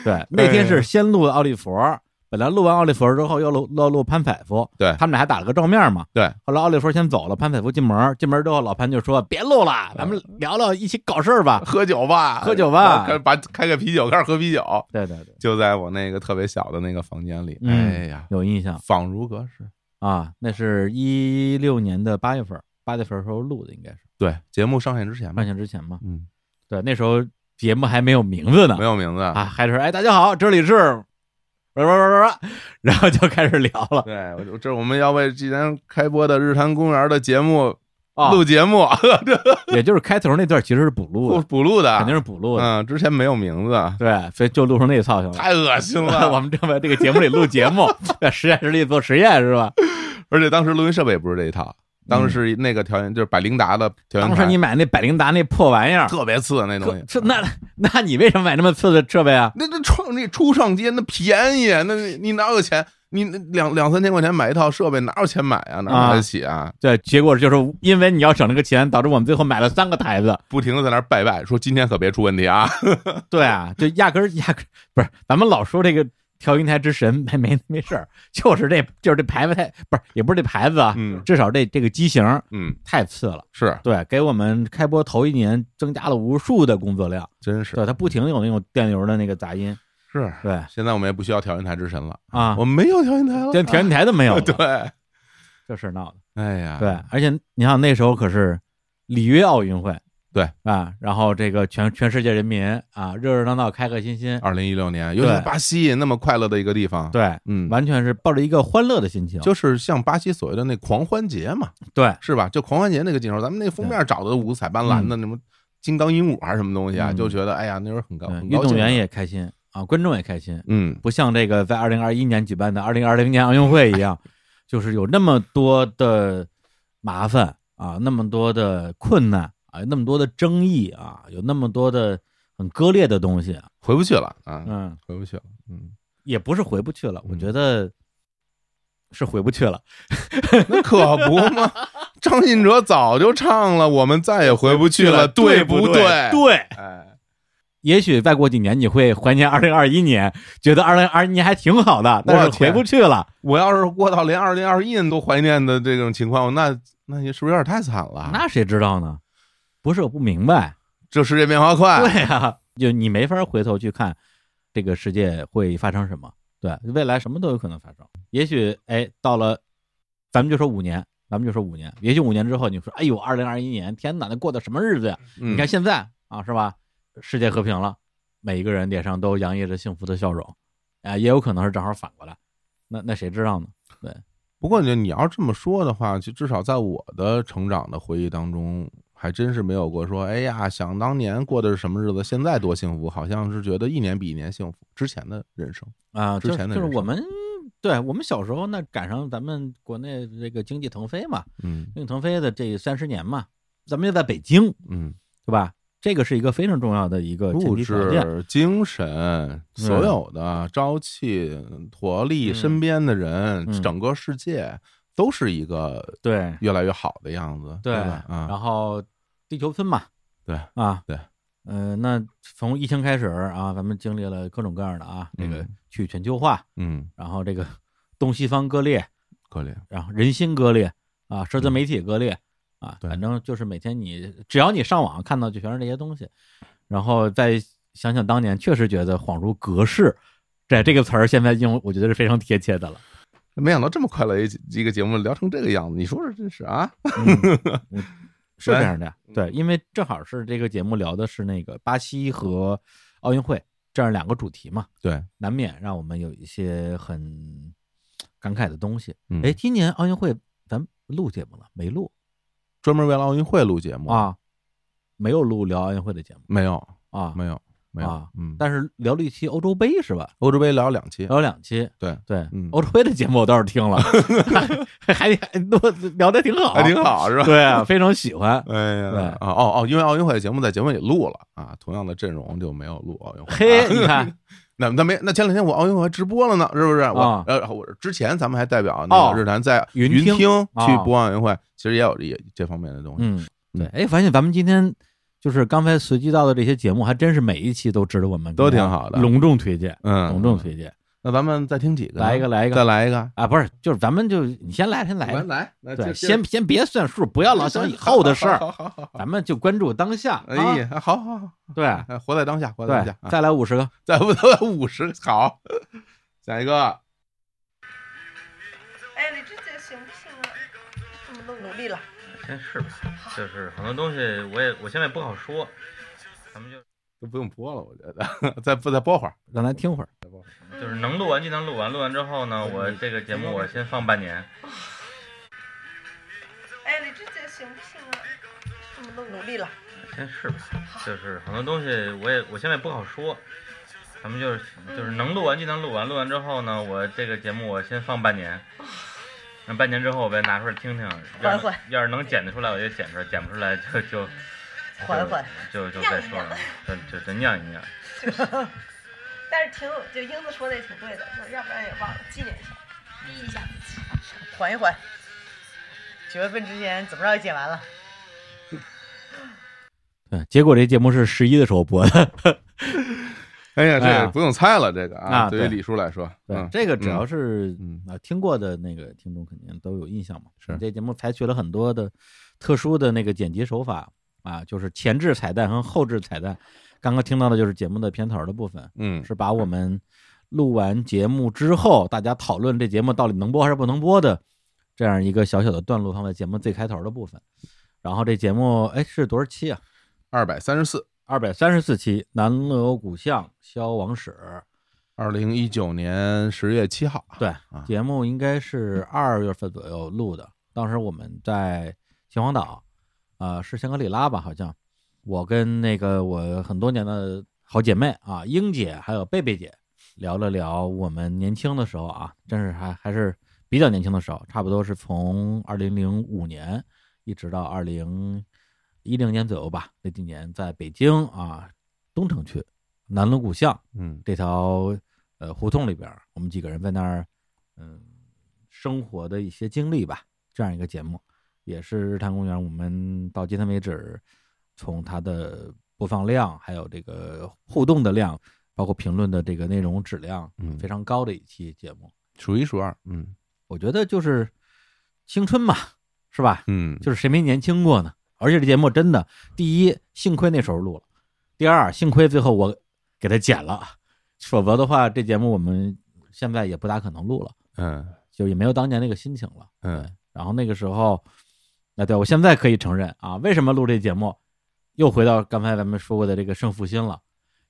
对，哎那天是先录的奥利弗，本来录完奥利弗之后要录要录潘采夫，对他们俩还打了个照面嘛。对，后来奥利弗先走了，潘采夫进门，进门之后老潘就说：“别录了，咱哎们聊聊，一起搞事儿 吧，喝酒吧， 喝酒吧。开把开个啤酒，开始喝啤酒。对对对，就在我那个特别小的那个房间里。嗯哎呀，有印象仿如隔世。啊，那是一六年的八月份，八月份时候录的，应该是对，节目上线之前吧上，线之前嘛。嗯，对，那时候节目还没有名字呢，没有名字啊，。还是哎，大家好，这里是。然后就开始聊了，对，我这我们要为即将开播的日坛公园的节目啊 录节目，也就是开头那段其实是补录补的， 补录的，肯定是补录的。嗯，之前没有名 字，啊对，所以就录成那造型了。太恶心了。 我们正在这个节目里录节目，在实验室里做实验是吧？ 而且当时录音设备也不是这一套，当时是那个调音就是百灵达的调嗯音当时台你，买那百灵达那破玩意儿，特别次那东西。这那那你为什么买那么次的设备啊？那那创那初上街那便宜，那你哪有钱？你那两两三千块钱买一套设备，哪有钱买啊？哪买得起啊？对，结果就是因为你要省这个钱，导致我们最后买了三个台子。不停的在那儿拜拜，说今天可别出问题啊！对啊，就压根儿压根儿不是，咱们老说这个调音台之神没没没事儿，就是这就是这牌子太不是也不是这牌子啊，嗯至少这这个机型嗯，太次了。是，对，给我们开播头一年增加了无数的工作量。真是对，它不停地有那种电流的那个杂音。是。对现在我们也不需要调音台之神了，啊，我们没有调音台了，连调音台都没有啊了 对，这事儿闹的。哎呀，对，而且你看那时候可是里约奥运会，对啊，然后这个全全世界人民啊，热热闹闹，开开心心，二零一六年，尤其是对巴西那么快乐的一个地方，，对，嗯，完全是抱着一个欢乐的心情，就是像巴西所谓的那狂欢节嘛，对，是吧？就狂欢节那个镜头，咱们那封面找的五彩斑斓的什么金刚鹦鹉还是什么东西啊，嗯就觉得哎呀，那时候很高，对很嗯运高动兴员的也开心啊，观众也开心，嗯，不像这个在二零二一年举办的二零二零年奥运会一 样，就是有那么多的麻烦啊，那么多的困难啊，那么多的争议啊，有那么多的很割裂的东西啊，回不去了啊，嗯。回不去了，嗯，也不是回不去了，我嗯觉得是回不去了。那可不嘛， 张信哲早就唱了，我们再也回不去了，对不 对？对，哎， 也许再过几年你会怀念二零二一年，觉得二零二一年还挺好的，我但是天回不去了。我要是过到连二零二一年都怀念的这种情况，那那你是不是有点太惨了？那谁知道呢？不是我不明白，这世界变化快，对啊，就你没法回头去看这个世界会发生什么。对，未来什么都有可能发生。也许哎，到了，咱们就说五年，咱们就说五年。也许五年之后，你说，哎呦，二零二一年，天哪，那过的什么日子呀？嗯你看现在啊，是吧？世界和平了，每一个人脸上都洋溢着幸福的笑容，啊，也有可能是正好反过来，那那谁知道呢？对，不过你你要这么说的话，就至少在我的成长的回忆当中，还真是没有过说，哎呀，想当年过的是什么日子，现在多幸福，好像是觉得一年比一年幸福。之前的人生，啊，之就前的就是人我生们对我们小时候那赶上咱们国内这个经济腾飞嘛，嗯经济腾飞的这三十年嘛，咱们就在北京，嗯，对吧？这个是一个非常重要的一个前哎物提条件。质、精神，所有的朝气、活力，嗯身边的人，嗯整个世界都是一个对越来越好的样子，对对吧？啊，然后地球村嘛，对啊，对，呃，那从疫情开始啊，咱们经历了各种各样的啊，这个嗯去全球化，嗯，然后这个东西方割裂，割裂，然后人心割裂啊，社交媒体割裂啊，反正就是每天你只要你上网看到就全是这些东西，然后再想想当年，确实觉得恍如隔世，在这个词儿现在用，我觉得是非常贴切的了。没想到这么快乐一一个节目聊成这个样子，你说说真是啊？嗯是这样的，对，因为正好是这个节目聊的是那个巴西和奥运会这样两个主题嘛，对，难免让我们有一些很感慨的东西。嗯哎，今年奥运会咱录节目了没录专门为了奥运会录节目啊？没有录聊奥运会的节目没有啊？没有，没有啊，嗯，但是聊了一期欧洲杯是吧？欧洲杯聊两期，聊两期，对对，嗯欧洲杯的节目我倒是听了，还 还还聊得挺好，还挺好是吧？对啊，非常喜 欢。哎呀，对啊哦哦，因为奥运会的节目在节目里录了啊，同样的阵容就没有录奥运会。嘿你 看，那那没那前两天我奥运会还直播了呢，是不是？我、啊呃我之前咱们还代表那哦个日坛在云云听去啊播奥运会，其实也有也这方面的东西。嗯，对，哎，发现咱们今天就是刚才随机到的这些节目，还真是每一期都值得我们都挺好的隆重推荐，嗯隆重推荐。那咱们再听几个呢，来一个，来一个，再来一个。啊！不是，就是咱们就你先来，先来我吧，来那对，就接着先先别算数，不要老想以后的事 好好儿，咱们就关注当下。哎啊呀，好好好，对啊哎活在当下，活在当对下，啊，再来五十个，再不再五十，好，下一个，哎，李志姐行不行啊？嗯，努努力了。先试吧，就是很多东西我也我现在不好说，咱们就都不用播了，我觉得，再不再播会儿，让咱听会儿。就是能录完就能录完，录完之后呢，我这个节目我先放半年，哎，李志姐行不行啊？嗯，努努力了。先试吧， 就是很多东西我也我现在不好说，咱们就是就是能录完就能录完，录完之后呢，我这个节目我先放半年，那半年之后我再拿出来听听，要哦缓是缓要是能剪得出来我就剪出来，剪不出来就就 缓缓就就就再说了，就就就酿一酿。就是，但是挺有，就英子说的也挺对的，说要不然也忘了纪念一下，逼一下自己，嗯缓一缓。九月份之前怎么着也剪完了。对，结果这节目是十一的时候播的。哎呀，哎这呀个不用猜了，这个啊对于对李叔来说，对嗯，这个只要嗯是啊听过的那个听众肯定都有印象嘛。是你这节目采取了很多的特殊的那个剪辑手法啊，就是前置彩蛋和后置彩蛋。刚刚听到的就是节目的片头的部分，嗯是把我们录完节目之后，大家讨论这节目到底能播还是不能播的这样一个小小的段落放在节目最开头的部分。然后这节目哎是多少期啊？二百三十四，二百三十四期《南锣鼓巷消亡史》。二零一九年十月七号，啊对，节目应该是二月份左右录的。当时我们在秦皇岛，呃，是香格里拉吧，好像。我跟那个我很多年的好姐妹啊，英姐还有贝贝姐聊了聊我们年轻的时候啊，真是还还是比较年轻的时候，差不多是从二零零五年一直到二零一零年左右吧，那几年在北京啊东城区南锣鼓巷，嗯，这条呃胡同里边儿，我们几个人在那儿，嗯，生活的一些经历吧，这样一个节目，也是日坛公园。我们到今天为止，从它的播放量，还有这个互动的量，包括评论的这个内容质量，嗯非常高的一期节目。数一数二，嗯我觉得就是青春嘛，是吧？嗯，就是谁没年轻过呢？而且这节目真的，第一，幸亏那时候录了；第二，幸亏最后我给它剪了，否则的话，这节目我们现在也不大可能录了，嗯就也没有当年那个心情了。嗯，然后那个时候，那对我现在可以承认啊，为什么录这节目，又回到刚才咱们说过的这个胜负心了。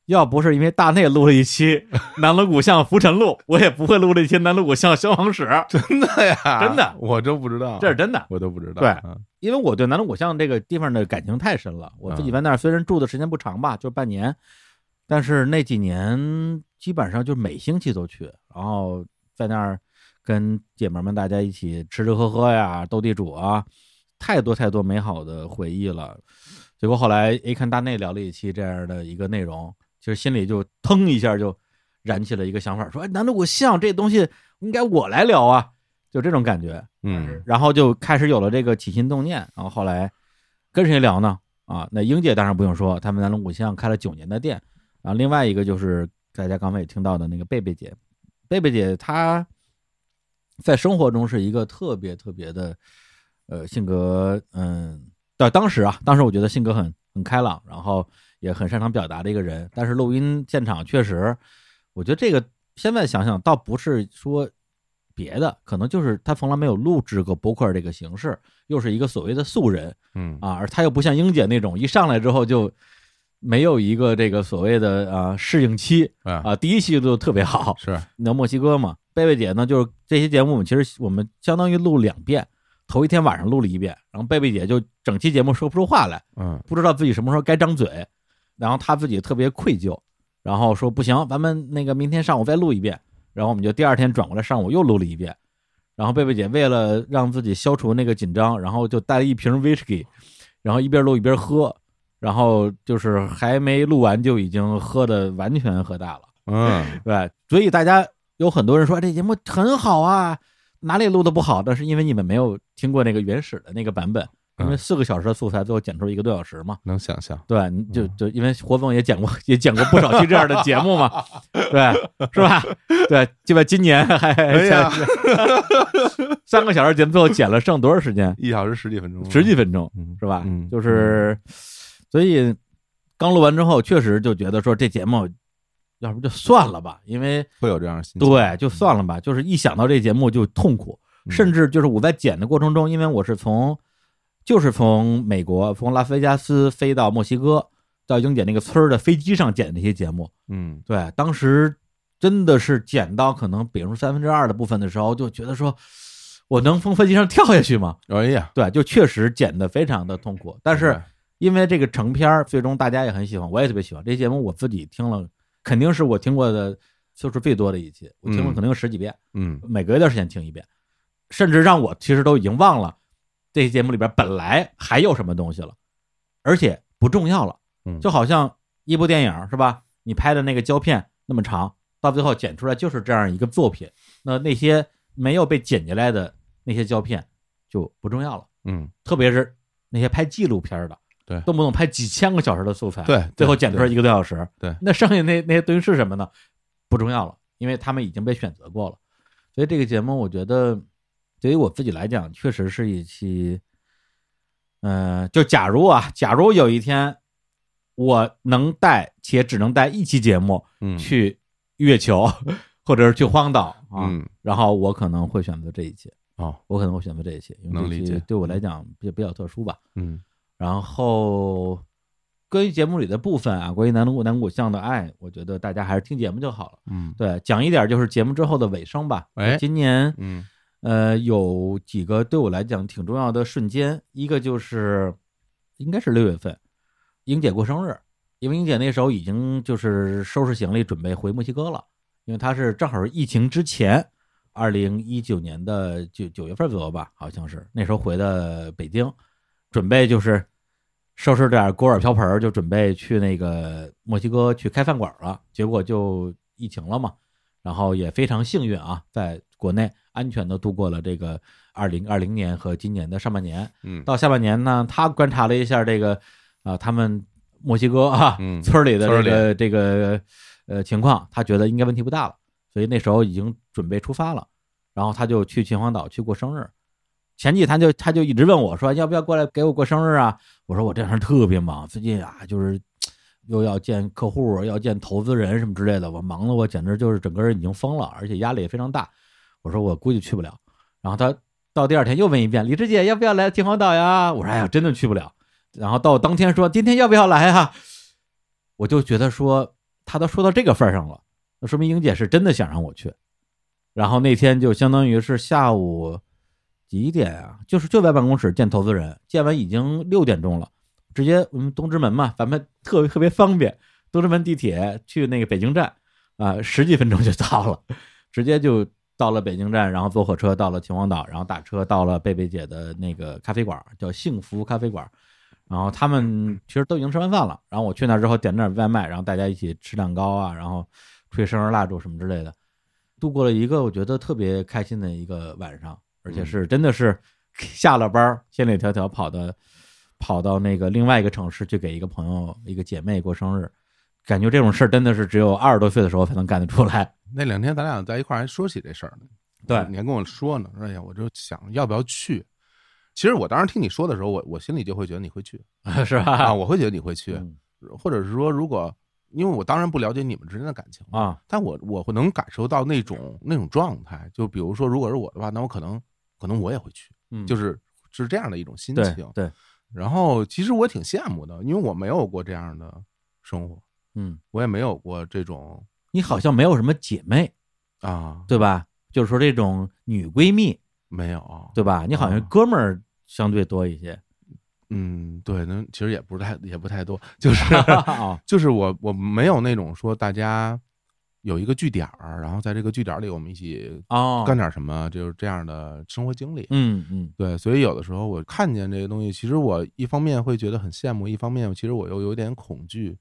要不是因为大内录了一期《南锣鼓巷浮沉录》，我也不会录这期《南锣鼓巷消亡史》。真的哎呀，哎真的， 我都不知道，这是真的我都不知道，对嗯，因为我对南锣鼓巷这个地方的感情太深了。我自己在那儿虽然住的时间不长吧，就半年，但是那几年基本上就每星期都去，然后在那儿跟姐妹们大家一起吃吃喝喝呀，斗地主啊，太多太多美好的回忆了。结果后来一看大内聊了一期这样的一个内容，其实心里就腾一下就燃起了一个想法，说：“哎，难道我像这东西应该我来聊啊？”就这种感觉。嗯，然后就开始有了这个起心动念，然后后来跟谁聊呢？啊，那英姐当然不用说，他们南锣鼓巷开了九年的店，然后另外一个就是大家刚才也听到的那个贝贝姐，贝贝姐她在生活中是一个特别特别的，呃，性格，嗯，对，当时啊，当时我觉得性格很很开朗，然后也很擅长表达的一个人，但是录音现场确实，我觉得这个现在想想倒不是说别的，可能就是他从来没有录制过博客这个形式，又是一个所谓的素人，嗯啊，而他又不像英姐那种一上来之后就没有一个这个所谓的啊适应期啊，第一期就特别好，是聊墨西哥嘛，贝贝姐呢就是这期节目我们其实我们相当于录两遍，头一天晚上录了一遍，然后贝贝姐就整期节目说不出话来，嗯，不知道自己什么时候该张嘴，然后她自己特别愧疚，然后说不行，咱们那个明天上午再录一遍，然后我们就第二天转过来上午又录了一遍，然后贝贝姐为了让自己消除那个紧张，然后就带了一瓶 whisky，然后一边录一边喝，然后就是还没录完就已经喝的完全喝大了，嗯，对，所以大家有很多人说哎这节目很好啊，哪里录的不好？但是因为你们没有听过那个原始的那个版本，因嗯为四个小时的素材最后剪出一个多小时嘛，能想象。对，你嗯就就因为活总也讲过，也讲过不少期这样的节目 嘛，对，是吧？对，基本今年还哎呀三个小时节目最后剪了剩多少时间？一小时十几分钟，嗯十几分钟是吧？就是，所以刚录完之后，确实就觉得说这节目，要不就算了吧，因为会有这样的心情。对，就算了吧。就是一想到这节目就痛苦，甚至就是我在剪的过程中，因为我是从就是从美国从拉斯维加斯飞到墨西哥，到英姐那个村儿的飞机上剪这些节目，嗯，对，当时真的是剪到可能比如三分之二的部分的时候，就觉得说，我能从飞机上跳下去吗？哎呀，对，就确实剪得非常的痛苦。但是因为这个成片儿，最终大家也很喜欢，我也特别喜欢这节目。我自己听了，肯定是我听过的次数最多的一期，我听了嗯可能有十几遍，嗯每隔一段时间听一遍，甚至让我其实都已经忘了这期节目里边本来还有什么东西了，而且不重要了。嗯就好像一部电影是吧？你拍的那个胶片那么长，到最后剪出来就是这样一个作品。那那些没有被剪下来的那些胶片就不重要了。嗯，特别是那些拍纪录片的，对动不动拍几千个小时的素材，对对最后剪出来一个多小时，对对那剩下那那些东西是什么呢？不重要了，因为他们已经被选择过了。所以这个节目，我觉得对于我自己来讲，确实是一期，呃，就假如啊，假如有一天我能带且只能带一期节目，嗯去月球 或者是去荒岛啊，嗯然后我可能会选择这一期哦，我可能会选择这一期，因为能这理期解对我来讲比比较特殊吧，嗯，然后关于节目里的部分啊，关于南锣南鼓巷的爱，我觉得大家还是听节目就好了。嗯对，讲一点就是节目之后的尾声吧。哎今年嗯呃有几个对我来讲挺重要的瞬间，一个就是应该是六月份，英姐过生日，因为英姐那时候已经就是收拾行李准备回墨西哥了，因为她是正好是疫情之前，二零一九年的九九月份左右吧，好像是那时候回的北京，准备就是收拾点锅碗瓢盆儿，就准备去那个墨西哥去开饭馆了，结果就疫情了嘛，然后也非常幸运啊，在国内安全的度过了这个二零二零年和今年的上半年。嗯到下半年呢，他观察了一下这个啊、他们墨西哥啊、嗯村儿里的这村儿个这个呃情况，他觉得应该问题不大了，所以那时候已经准备出发了，然后他就去秦皇岛去过生日。前几他就他就一直问我说要不要过来给我过生日啊？我说我这两天特别忙，最近啊就是又要见客户，要见投资人什么之类的，我忙的我简直就是整个人已经疯了，而且压力也非常大。我说我估计去不了。然后他到第二天又问一遍，李志姐要不要来秦皇岛呀？我说哎呀，真的去不了。然后到当天说今天要不要来啊？我就觉得说他都说到这个份儿上了，那说明英姐是真的想让我去。然后那天就相当于是下午几点啊？就是就在办公室见投资人，见完已经六点钟了，直接我们东直门嘛，咱们特别特别方便，东直门地铁去那个北京站啊、十几分钟就到了，直接就到了北京站，然后坐火车到了秦皇岛，然后打车到了贝贝姐的那个咖啡馆，叫幸福咖啡馆。然后他们其实都已经吃完饭了，然后我去那儿之后点点外卖，然后大家一起吃蛋糕啊，然后吹生日蜡烛什么之类的，度过了一个我觉得特别开心的一个晚上，而且是真的是 下了班儿千里迢迢跑到跑到那个另外一个城市去给一个朋友一个姐妹过生日，感觉这种事儿真的是只有二十多岁的时候才能干得出来。 那两天咱俩在一块儿还说起这事儿呢，对，你还跟我说呢，哎呀，我就想要不要去。其实我当时听你说的时候，我我心里就会觉得你会去是吧啊，我会觉得你会去，嗯或者是说，如果因为我当然不了解你们之间的感情啊，但我我会能感受到那种那种状态。就比如说，如果是我的话，那我可能可能我也会去，嗯就是是这样的一种心对情。对然后其实我挺羡慕的，因为我没有过这样的生活，嗯，我也没有过这种你好像没有什么姐妹啊，对吧？就是说这种女闺蜜没有，对吧？你好哦像哥们儿相对多一 些。嗯，对，那其实也不太也不太多，就是 哦就是我我没有那种说大家有一个据点儿，然后在这个据点儿里我们一起哦干点什么，就是这样的生活经历。嗯嗯，对，所以有的时候我看见这些东西，其实我一方面会觉得很羡慕，一方面其实我又有点恐惧，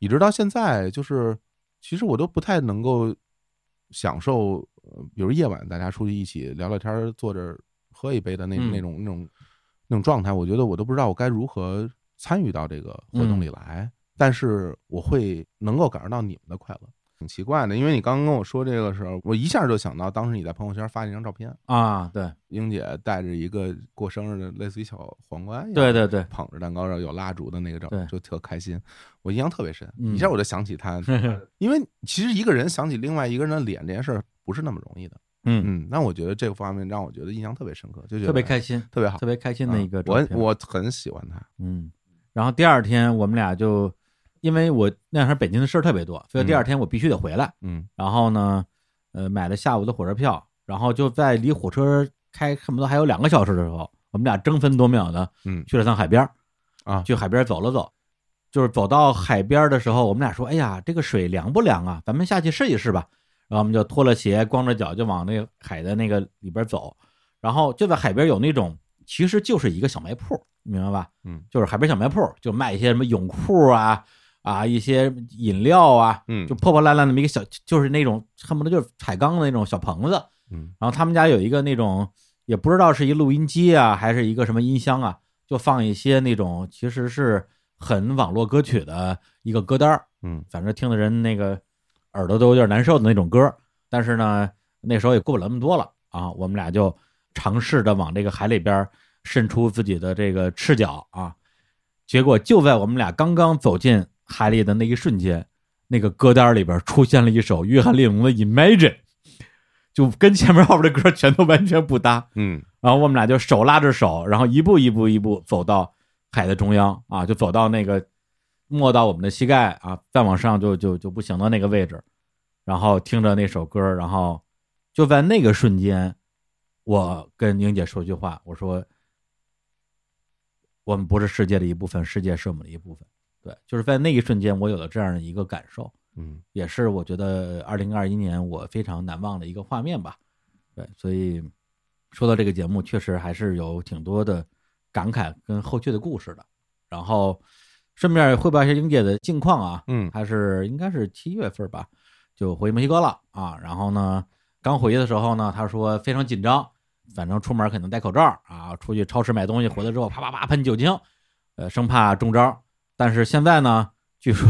一直到现在，就是其实我都不太能够享受，呃比如夜晚大家出去一起聊聊天儿，坐着喝一杯的那嗯那种那种那种状态，我觉得我都不知道我该如何参与到这个活动里嗯来，但是我会能够感受到你们的快乐。挺奇怪的，因为你刚刚跟我说这个时候，我一下就想到当时你在朋友圈发那张照片啊，对，英姐带着一个过生日的类似于小皇冠一样， 对对对捧着蛋糕然后有蜡烛的那个照对，就特开心，我印象特别深，嗯一下我就想起 她因为其实一个人想起另外一个人的脸这件事儿不是那么容易的。嗯嗯，那我觉得这个方面让我觉得印象特别深刻，就觉得特别开心特别好，特别开心的一个嗯照我片我很喜欢他。嗯，然后第二天我们俩就，因为我那会儿北京的事儿特别多，所以第二天我必须得回来。嗯，然后呢，呃，买了下午的火车票，然后就在离火车开恨不得还有两个小时的时候，我们俩争分夺秒的，嗯，去了趟海边儿啊，去海边儿走了走。就是走到海边儿的时候，我们俩说：“哎呀，这个水凉不凉啊？咱们下去试一试吧。”然后我们就脱了鞋，光着脚就往那个海的那个里边走。然后就在海边有那种，其实就是一个小卖铺，你明白吧？嗯，就是海边小卖铺，就卖一些什么泳裤啊啊，一些饮料啊，嗯就破破烂烂那么一个小，就是那种恨不得就是彩钢的那种小棚子。嗯，然后他们家有一个那种，也不知道是一录音机啊，还是一个什么音箱啊，就放一些那种其实是很网络歌曲的一个歌单儿嗯，反正听的人那个耳朵都有点难受的那种歌。但是呢，那时候也过不了那么多了啊，我们俩就尝试着往这个海里边伸出自己的这个赤脚啊。结果就在我们俩刚刚走进海里的那一瞬间，那个歌单里边出现了一首约翰列侬的《Imagine》，就跟前面后边的歌全都完全不搭。嗯，然后我们俩就手拉着手，然后一步一步一步走到海的中央啊，就走到那个没到我们的膝盖啊，再往上就就就不行的那个位置，然后听着那首歌，然后就在那个瞬间，我跟英姐说句话，我说我们不是世界的一部分，世界是我们的一部分。对，就是在那一瞬间，我有了这样的一个感受，嗯，也是我觉得二零二一年我非常难忘的一个画面吧。对，所以说到这个节目，确实还是有挺多的感慨跟后续的故事的。然后顺便汇报一下英姐的近况啊，嗯，她是应该是七月份吧，就回墨西哥了啊。然后呢，刚回去的时候呢，她说非常紧张，反正出门肯定戴口罩啊，出去超市买东西回来之后啪啪啪喷酒精，呃，生怕中招。但是现在呢，据说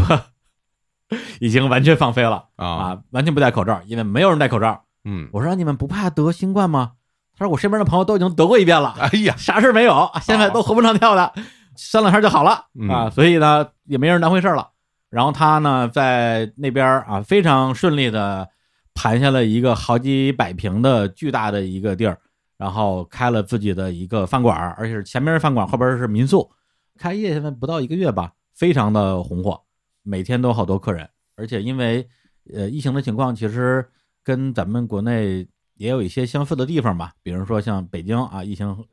已经完全放飞了啊完全不戴口罩，因为没有人戴口罩。嗯，我说你们不怕得新冠吗？他说我身边的朋友都已经得过一遍了，哎呀，啥事儿没有，现在都活蹦乱跳的，三两天就好了嗯啊，所以呢也没人当回事儿了。然后他呢在那边儿啊非常顺利的盘下了一个好几百平的巨大的一个地儿，然后开了自己的一个饭馆儿，而且是前面是饭馆，后边是民宿，开业现在不到一个月吧，非常的红火，每天都有好多客人，而且因为呃疫情的情况，其实跟咱们国内也有一些相似的地方吧，比如说像北京啊，疫情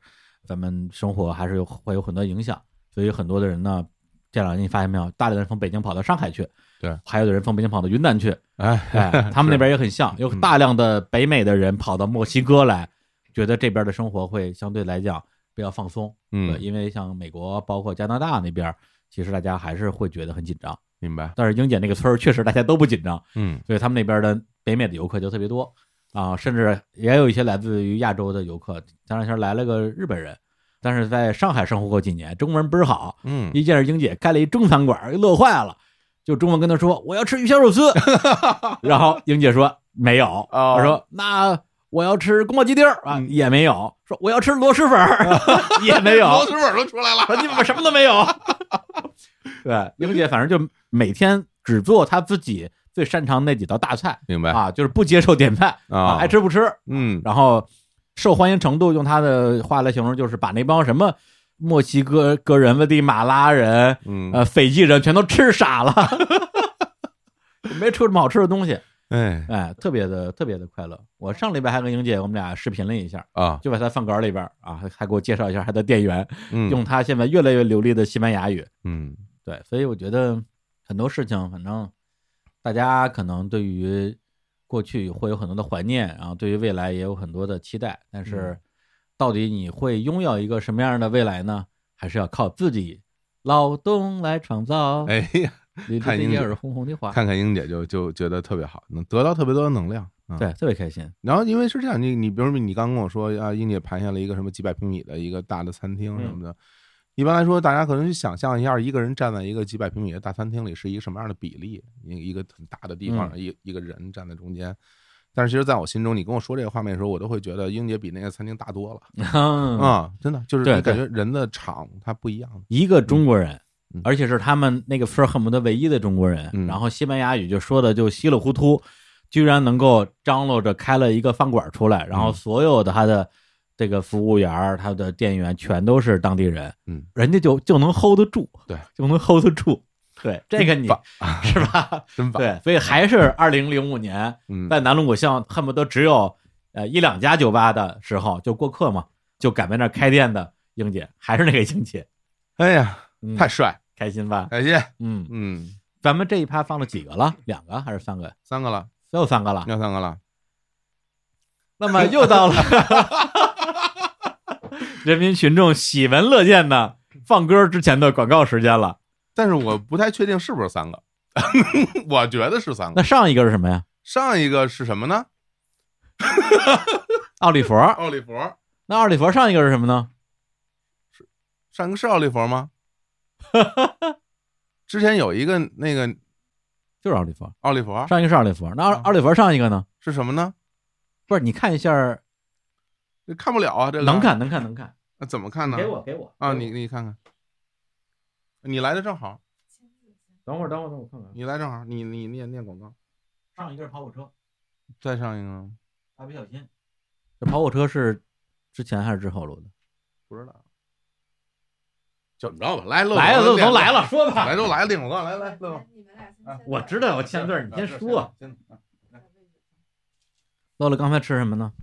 咱们生活还是有会有很多影响，所以很多的人呢，这两年你发现没有，大量的人从北京跑到上海去，对，还有的人从北京跑到云南去，哎 嗯哎，他们那边也很像，有大量的北美的人跑到墨西哥来，觉得这边的生活会相对来讲比较放松，嗯对因为像美国包括加拿大那边，其实大家还是会觉得很紧张，明白？但是英姐那个村儿确实大家都不紧张，嗯，所以他们那边的北美的游客就特别多啊，甚至也有一些来自于亚洲的游客。前两天来了个日本人，但是在上海生活过几年，中文倍儿好，嗯一见着英姐开了一中餐馆，乐坏了，就中文跟他说我要吃鱼香肉丝， 然后英姐说没有，哦我说那。我要吃宫保鸡丁儿啊，嗯也没有。说我要吃螺蛳粉 儿，也没有。螺蛳粉儿都出来了，说你们什么都没有。 对，英姐反正就每天只做她自己最擅长那几道大菜，明白啊？就是不接受点菜啊爱吃不吃，嗯，然后受欢迎程度用她的话来形容，就是把那帮什么。墨西哥哥人、危地马拉人、嗯呃斐济人全都吃傻了， 没吃过这么好吃的东西，哎哎，特别的特别的快乐。我上礼拜还跟英姐我们俩视频了一下啊就在她饭馆里边儿啊，还还给我介绍一下她的店员，嗯用她现在越来越流利的西班牙语，嗯， 对，所以我觉得很多事情，反正大家可能对于过去会有很多的怀念，然后对于未来也有很多的期待，但是嗯到底你会拥有一个什么样的未来呢？还是要靠自己劳动来创造。哎呀绿绿看的英叶姐儿红红的花看看英姐就就觉得特别好，能得到特别多的能量，啊对，特别开心。然后因为是这样，你你比如你刚跟我说啊，英姐盘下了一个什么几百平米的一个大的餐厅什么嗯的，一般来说大家可能去想象一下，一个人站在一个几百平米的大餐厅里是一个什么样的比例，一一个很大的地方，嗯一一个人站在中间。但是其实，在我心中，你跟我说这个画面的时候，我都会觉得英姐比那个餐厅大多了啊、真的就是嗯对你感对觉人的场它不一样的。一个中国人，嗯而且是他们那个村儿恨不得唯一的中国人，然后西班牙语就说的就稀里糊涂，居然能够张罗着开了一个饭馆出来，然嗯后所有的他的这个服务员儿、他的店员全都是当地人，嗯，人家就就能 hold 得住，对，就能 hold 得住。 对，这个你 是吧？真棒。对，所以还是二零零五年，嗯在南锣鼓巷恨不得只有呃一两家酒吧的时候，就过客嘛，就赶在那儿开店的英姐，还是那个英姐。哎呀，嗯太帅，开心吧？开心。嗯嗯，咱们这一趴放了几个了？两个还是三个？三个了，又三个了，又三个了。那么又到了 人民群众喜闻乐见的放歌之前的广告时间了。但是我不太确定是不是三个， 我觉得是三个那。上一个是什么呀？上一个是什么呢？奥利弗。奥利弗，那奥利弗上一个是什么呢？上一个是奥利弗 吗？之前有一个那个就是奥利弗。奥利弗，上一个是奥利弗，那奥嗯奥利弗上一个呢？是什么呢？不是，你看一下，看不了啊，这个能看能看能看。那怎么看呢？给我给我啊！给你你看看，你来的正好，等会儿等会儿等会儿看看。你来正好，你你念念广告，上一个是跑火车，再上一个呢蜡笔小新。这跑火车是之前还是之后录的？不知道，怎么着吧？来乐来总了练都了来了说吧 来都来了，定广告，来来乐总，我知道我签字儿，你先说。真的乐乐刚才吃什么呢？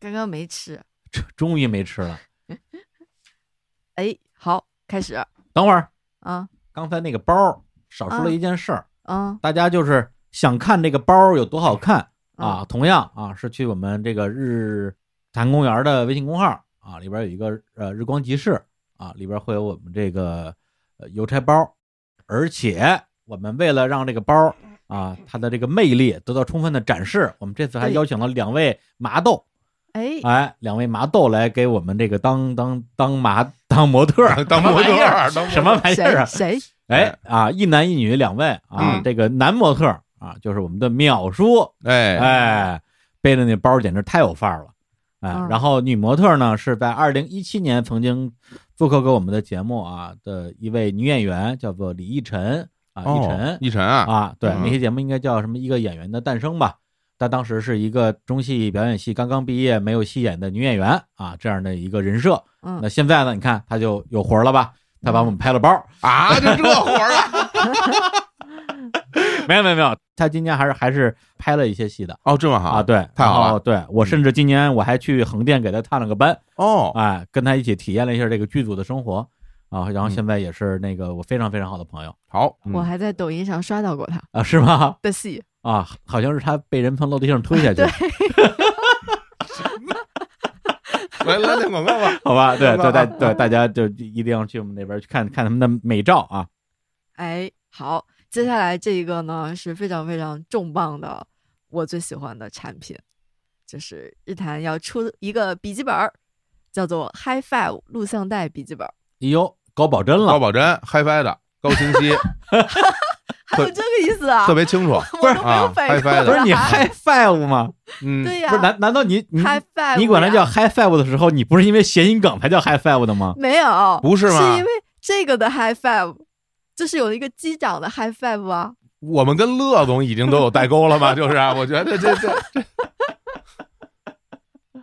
刚刚没吃。终于没吃了。哎，好，开始啊等会儿，啊刚才那个包儿少说了一件事儿，啊大家就是想看这个包儿有多好看嗯啊。同样啊，是去我们这个日坛公园的微信公号啊，里边有一个呃日光集市啊，里边会有我们这个呃邮差包儿，而且我们为了让这个包儿啊它的这个魅力得到充分的展示，我们这次还对邀请了两位麻豆。哎哎，两位麻豆来给我们这个当当当麻当模特儿，当模特儿什么玩意什么当模特儿玩意儿啊？谁谁哎啊，一男一女两位啊，这个男模特儿啊，就是我们的淼叔，哎哎，背着那包简直太有范儿了。哎嗯，然后女模特儿呢是在二零一七年曾经做客过我们的节目啊的一位女演员，叫做李艺晨啊，哦艺晨，一晨啊对，嗯那期节目应该叫什么？一个演员的诞生吧。她当时是一个中戏表演系刚刚毕业没有戏演的女演员啊，这样的一个人设。嗯那现在呢？你看她就有活儿了吧？她把我们拍了包儿啊，就这活儿 啊！嗯没有没有没有，他今年还是还是拍了一些戏的哦，这么好啊，对，太好了嗯然后对我甚至今年我还去横店给他探了个班啊哦，哎，跟他一起体验了一下这个剧组的生活啊，嗯然后现在也是那个我非常非常好的朋友。好，我嗯还在抖音上刷到过他啊，是吗？的戏，啊，好像是他被人从楼梯上推下去。来来点广告吧，好吧，对对大吧对，大家就一定要去我们那边去看看他们的美照啊。哎，好，接下来这一个呢是非常非常重磅的，我最喜欢的产品，就是日坛要出一个笔记本儿，叫做 HiFi Five 录像带笔记本儿。哎呦，高保真了， 高保真，HiFi 的，高清 晰，还 有这个意思啊？特别清楚，不是啊反应过，HiFi 的，来不是你 High five 吗？嗯对呀啊不是难难道你你 High five 你管它呀叫 High five 的时候，你不是因为谐音梗才叫 High five 的吗？ 没有，不是吗是因为这个的 High Five，就是有一个机长的 High Five 啊。我们跟乐总已经都有代沟了 吧？就是啊，我觉得这这 这，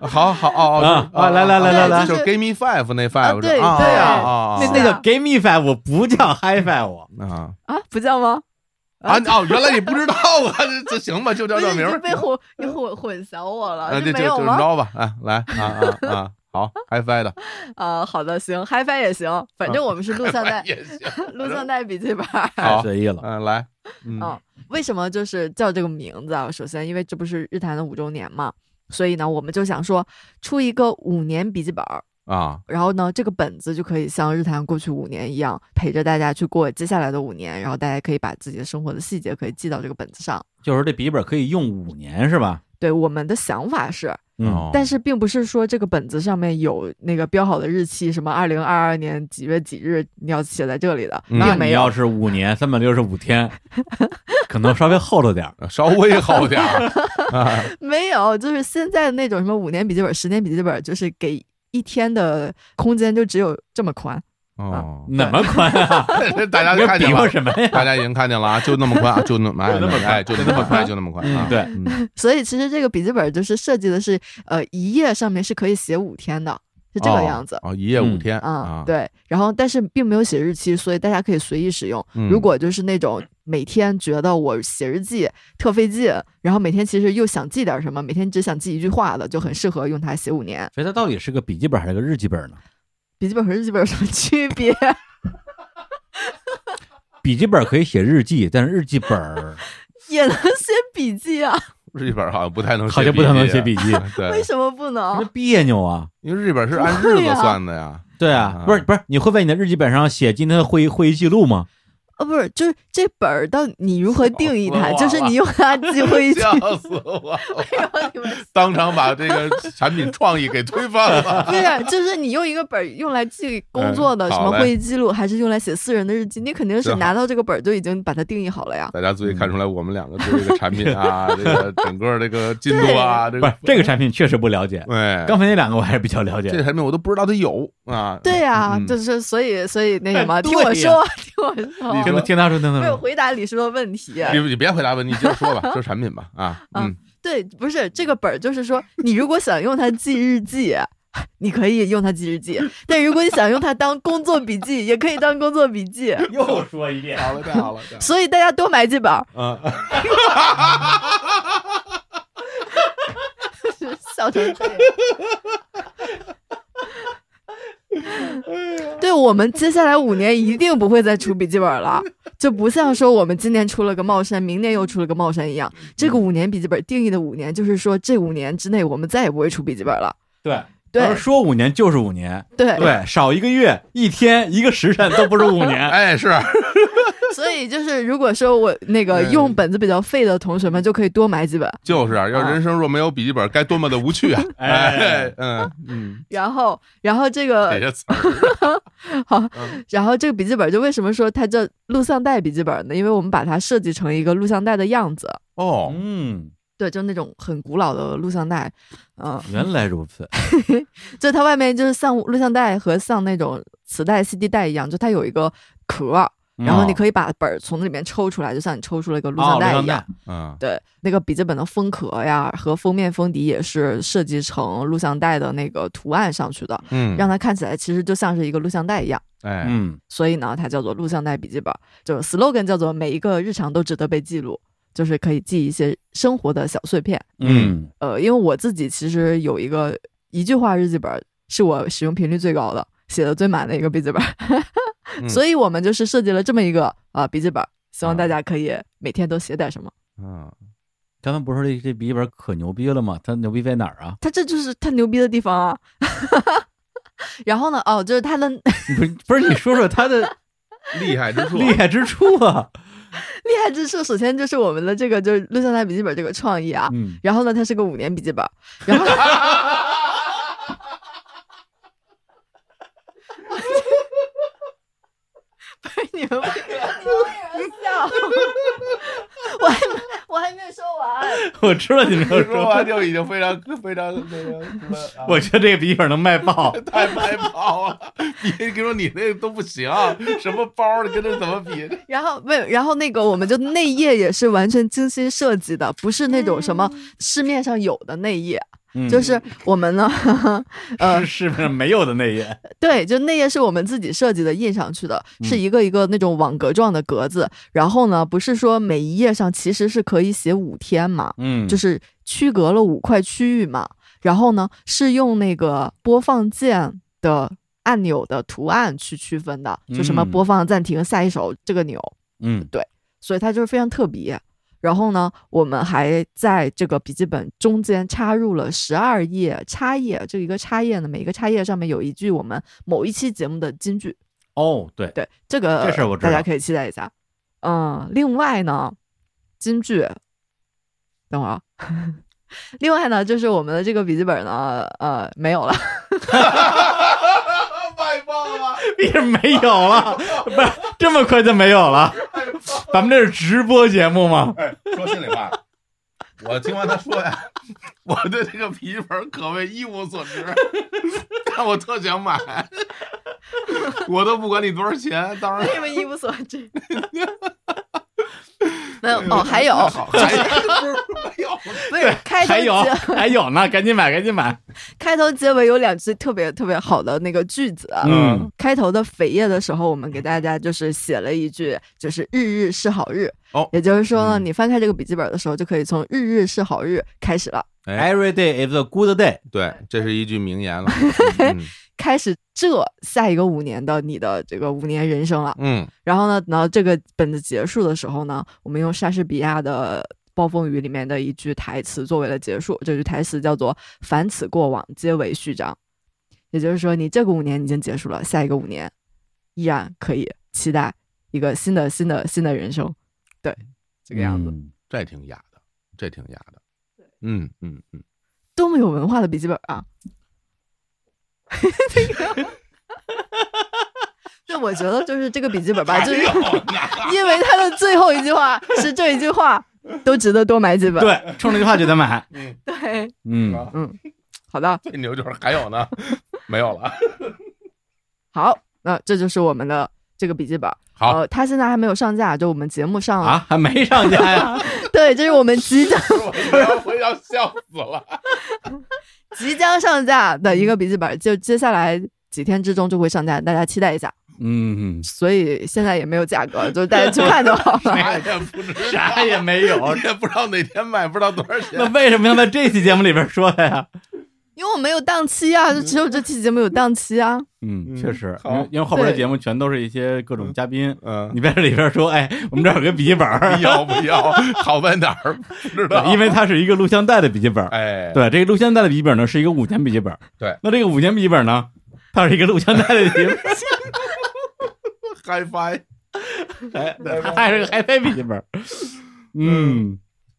好好哦啊哦啊来来来来来就是 Give me five 那 five，对啊对啊啊，那那叫 Give me five，我不叫 High five。 啊啊，不叫吗？啊哦，原来你不知道啊， 这这行吧，就叫不这是，名你儿就被混你混混淆我了，啊，这这就没就有这吗么？着吧，啊，来啊啊啊，好，HiFi 的，，啊，好的，行，HiFi 也行，反正我们是录像带啊 也行录像带笔记本。好随意了，嗯，来，嗯，嗯，为什么就是叫这个名字啊？首先，因为这不是日坛的五周年嘛，所以呢，我们就想说出一个五年笔记本儿，啊，然后呢，这个本子就可以像日坛过去五年一样，陪着大家去过接下来的五年，然后大家可以把自己的生活的细节可以记到这个本子上。就是这笔记本可以用五年是吧？对，我们的想法是，哦嗯但是并不是说这个本子上面有那个标好的日期，什么二零二二年几月几日你要写在这里的，嗯那并没你有要。是五年三百六十五 天，可能稍微厚了点 儿，稍微厚点儿。 啊没有，就是现在那种什么五年笔记本、十年笔记本，就是给一天的空间就只有这么宽。 哦， 那么宽啊？大家看见比了划什么呀？ 大家已经看见了啊，就那么宽啊，就那么哎就那么宽哎，就那么宽，就那么宽啊嗯，对，所以其实这个笔记本就是设计的是，呃，一页上面是可以写五天的，是这个样子。哦，哦一夜五天嗯啊，，对，然后但是并没有写日期，所以大家可以随意使用。嗯如果就是那种每天觉得我写日记特费劲，然后每天其实又想记点什么，每天只想记一句话的，就很适合用它写五年。所以它到底是个笔记本还是个日记本呢？笔记本和日记本有什么区别？ 笔记本可以写日记，但是日记本儿也能写笔记啊？日记本好像不太能，好像不太能写笔记啊为对，什么不能？别扭啊。因为日本是按日子算的呀，对啊，不是不是，你会在你的日记本上写今天的会议会议记录吗？呃、 不是，就是这本儿到底你如何定义它？我就是你用它记 会一句。 笑死我了！当场把这个产品创意给推翻了。对呀、就是你用一个本儿用来记工作的嗯什么好嘞会议记录，还是用来写私人的日记？你肯定是是好拿到这个本儿就已经把它定义好了呀。大家足以看出来，我们两个对这个产品啊，这个整个这个进度啊，这嗯不是个，这个产品确实不了解。对刚才那两个我还是比较了解这个的。产品我都不知道它有啊。对呀、嗯就是所以所以那什么，哎对听我呀说， 听我说，你嗯听他听他说，听他没有说，回答李叔的问题。你你别回答问题，接着说吧， 说产品吧啊，嗯，对，不是这个本儿，就是说你如果想用它记日记。 你可以用它记日记，但如果你想用它当工作笔记， 也可以当工作笔记。又说一遍，好了，太好了，太好了所以大家多买几本儿，嗯， 笑成这样。对我们接下来五年一定不会再出笔记本了，就不像说我们今年出了个帽衫，明年又出了个帽衫一样。这个五年笔记本定义的五年，就是说这五年之内我们再也不会出笔记本了。对对他说说五年就是五年，对对，少一个月、一天、一个时辰都不是五 年。哎，是所以就是，如果说我那个嗯用本子比较废的同学们，就可以多买几本。就是啊，要人生若没有笔记本，该多么的无趣啊！哎，嗯嗯，然后，然后这个这些词儿，好，然后这个笔记本就为什么说它叫录像带笔记本呢？因为我们把它设计成一个录像带的样子，哦，嗯，对，就那种很古老的录像带，嗯、原来如此。就它外面就是像录像带和像那种磁带、CD 带一样，就它有一个壳儿，嗯然后你可以把本儿从里面抽出来，就像你抽出了一哦个录像哦带一样。嗯，对，那个笔记本的封壳呀和封面封底也是设计成录像带的那个图案上去的，嗯让它看起来其实就像是一个录像带一样。哎，嗯，所以呢，它叫做录像带笔记本，就是 slogan 叫做每一个日常都值得被记录，就是可以记一些生活的小碎片。嗯，呃，因为我自己其实有一个一句话日记本，是我使用频率最高的，写的最满的一个笔记本，嗯 所以我们就是设计了这么一个呃笔记本，希望大家可以每天都写点什么。嗯，刚才不是说这这笔记本可牛逼了吗？它牛逼在哪儿啊？它这就是它牛逼的地方啊。 然后呢，哦，就是它的 厉不是不是，你说说它 的厉害之处厉害之处啊！害之处，首先就是我们的这个就是录像带笔记本这个创意啊。嗯然后呢，它是个五年笔记本， 不是你们笑，我还没我还没说完。 我知道你没有说完就已经非常非常那个什么啊我觉得这个笔记本能卖 爆。太白跑了！你跟你说你那都不行，什么包你跟这怎么比？ 然后没有，然后那个我们就内页也是完全精心设计的，不是那种什么市面上有的内页，嗯就是我们呢， 呃，市面上没有的那一页，对，就内页是我们自己设计的，印上去的，是嗯一个一个那种网格状的格子。然后呢，不是说每一页上其实是可以写五天嘛，嗯就是区隔了五块区域嘛。然后呢，是用那个播放键的按钮的图案去区分的，就什么嗯播放、暂停、下一首这个钮。嗯，对，所以它就是非常特别。然后呢，我们还在这个笔记本中间插入了十二页插页，这一个插页呢，每一个插页上面有一句我们某一期节目的金句。哦，对对，这个这事儿我知大道家可以期待一下。嗯，另外呢，金句，等会儿啊。 另外呢，就是我们的这个笔记本呢，呃，没 有了。卖爆了！为什么没有了？不是这么快就没有 了？咱们这是直播节目吗？哎，说心里话，我听完他说呀，我对这个笔记本可谓一无所知，但我特想买，我都不管你多少钱，当然为什么一无所知？ 没有哦，还 有，还不 是开头嗯还有节还有呢，赶紧买，赶紧买。开头结尾有两句特别特别好的那个句子。啊嗯，开头的扉页的时候，我们给大家就是写了一句，就是“日日是好日”。哦，也就是说嗯呢，你翻开这个笔记本的时候，就可以从“日日是好日”开始了， Every day is a good day。对，这是一句名言了。开始这下一个五年的你的这个五年人生了。嗯，然后呢，等到这个本子结束的时候呢，我们用莎士比亚的《暴风雨》里面的一句台词作为了结束。这句台词叫做“凡此过往，皆为序章”，也就是说，你这个五年已经结束了，下一个五年依然可以期待一个新的、新的、新的人生。对，这个样子、嗯这挺雅的，这挺雅的。嗯嗯嗯，多么有文化的笔记本 啊！这个，对，我觉得就是这个笔记 本吧，哎就是 因为它的最后一句话是这一句话，都值得多买几本。对，冲这句话就得买。对， 嗯嗯，好的，最牛就是还有 呢，没有了。好，那这就是我们的这个笔记本。好呃，它现在还没有上架，就我们节目上啊，还没上架呀？ 对，这是我们即将 我要我要笑死了。 即将上架的一个笔记本，就接下来几天之中就会上架，大家期待一下。嗯，所以现在也没有价格，就是大家去看就好了。啥也不知道，啥也没有， 也不知道哪天买，不知道多少钱。那为什么要在这期节目里边说它呀？ 因为我没有档期啊，就只有这期节目有档期啊。嗯，确实，好因为因为后边的对节目全都是一些各种嘉宾，嗯，你在这里边说，哎，我们这儿有个笔记本儿，要不要？好在哪儿？不知道，对因为它是一个录像带的笔记本，哎，对，这个录像带的笔记本呢是一个五年笔记本，对，那这个五年笔记本呢，它是一个录像带的笔记本，嗨翻，哎，它还是个嗨拍笔记本，嗯，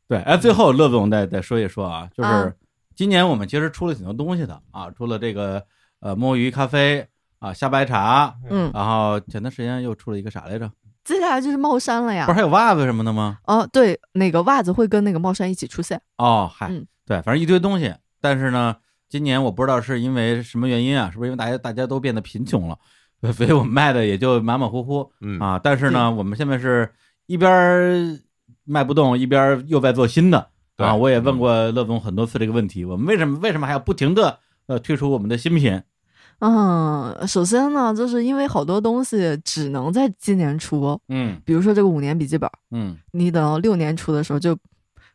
对，哎，最后乐总再再说一说啊，就是啊今年我们其实出了挺多东西的啊，出了这个呃摸鱼咖啡啊虾白茶，嗯然后前段时间又出了一个啥来着？接下来就是帽衫了呀不是。还有袜子什么的吗？哦，对，那个袜子会跟那个帽衫一起出现。哦，嗨，嗯对，反正一堆东西。但是呢，今年我不知道是因为什么原因啊，是不是因为大家大家都变得贫穷了， 所以我们卖的也就马马虎虎，嗯啊。但是呢，我们现在是一边儿卖不动，一边儿又在做新的对啊。我也问过乐总很多次这个问题，我们为什么为什么还要不停的呃推出我们的新品？嗯，首先呢，就是因为好多东西只能在今年出，嗯比如说这个五年笔记本，嗯，你等到六年出的时候就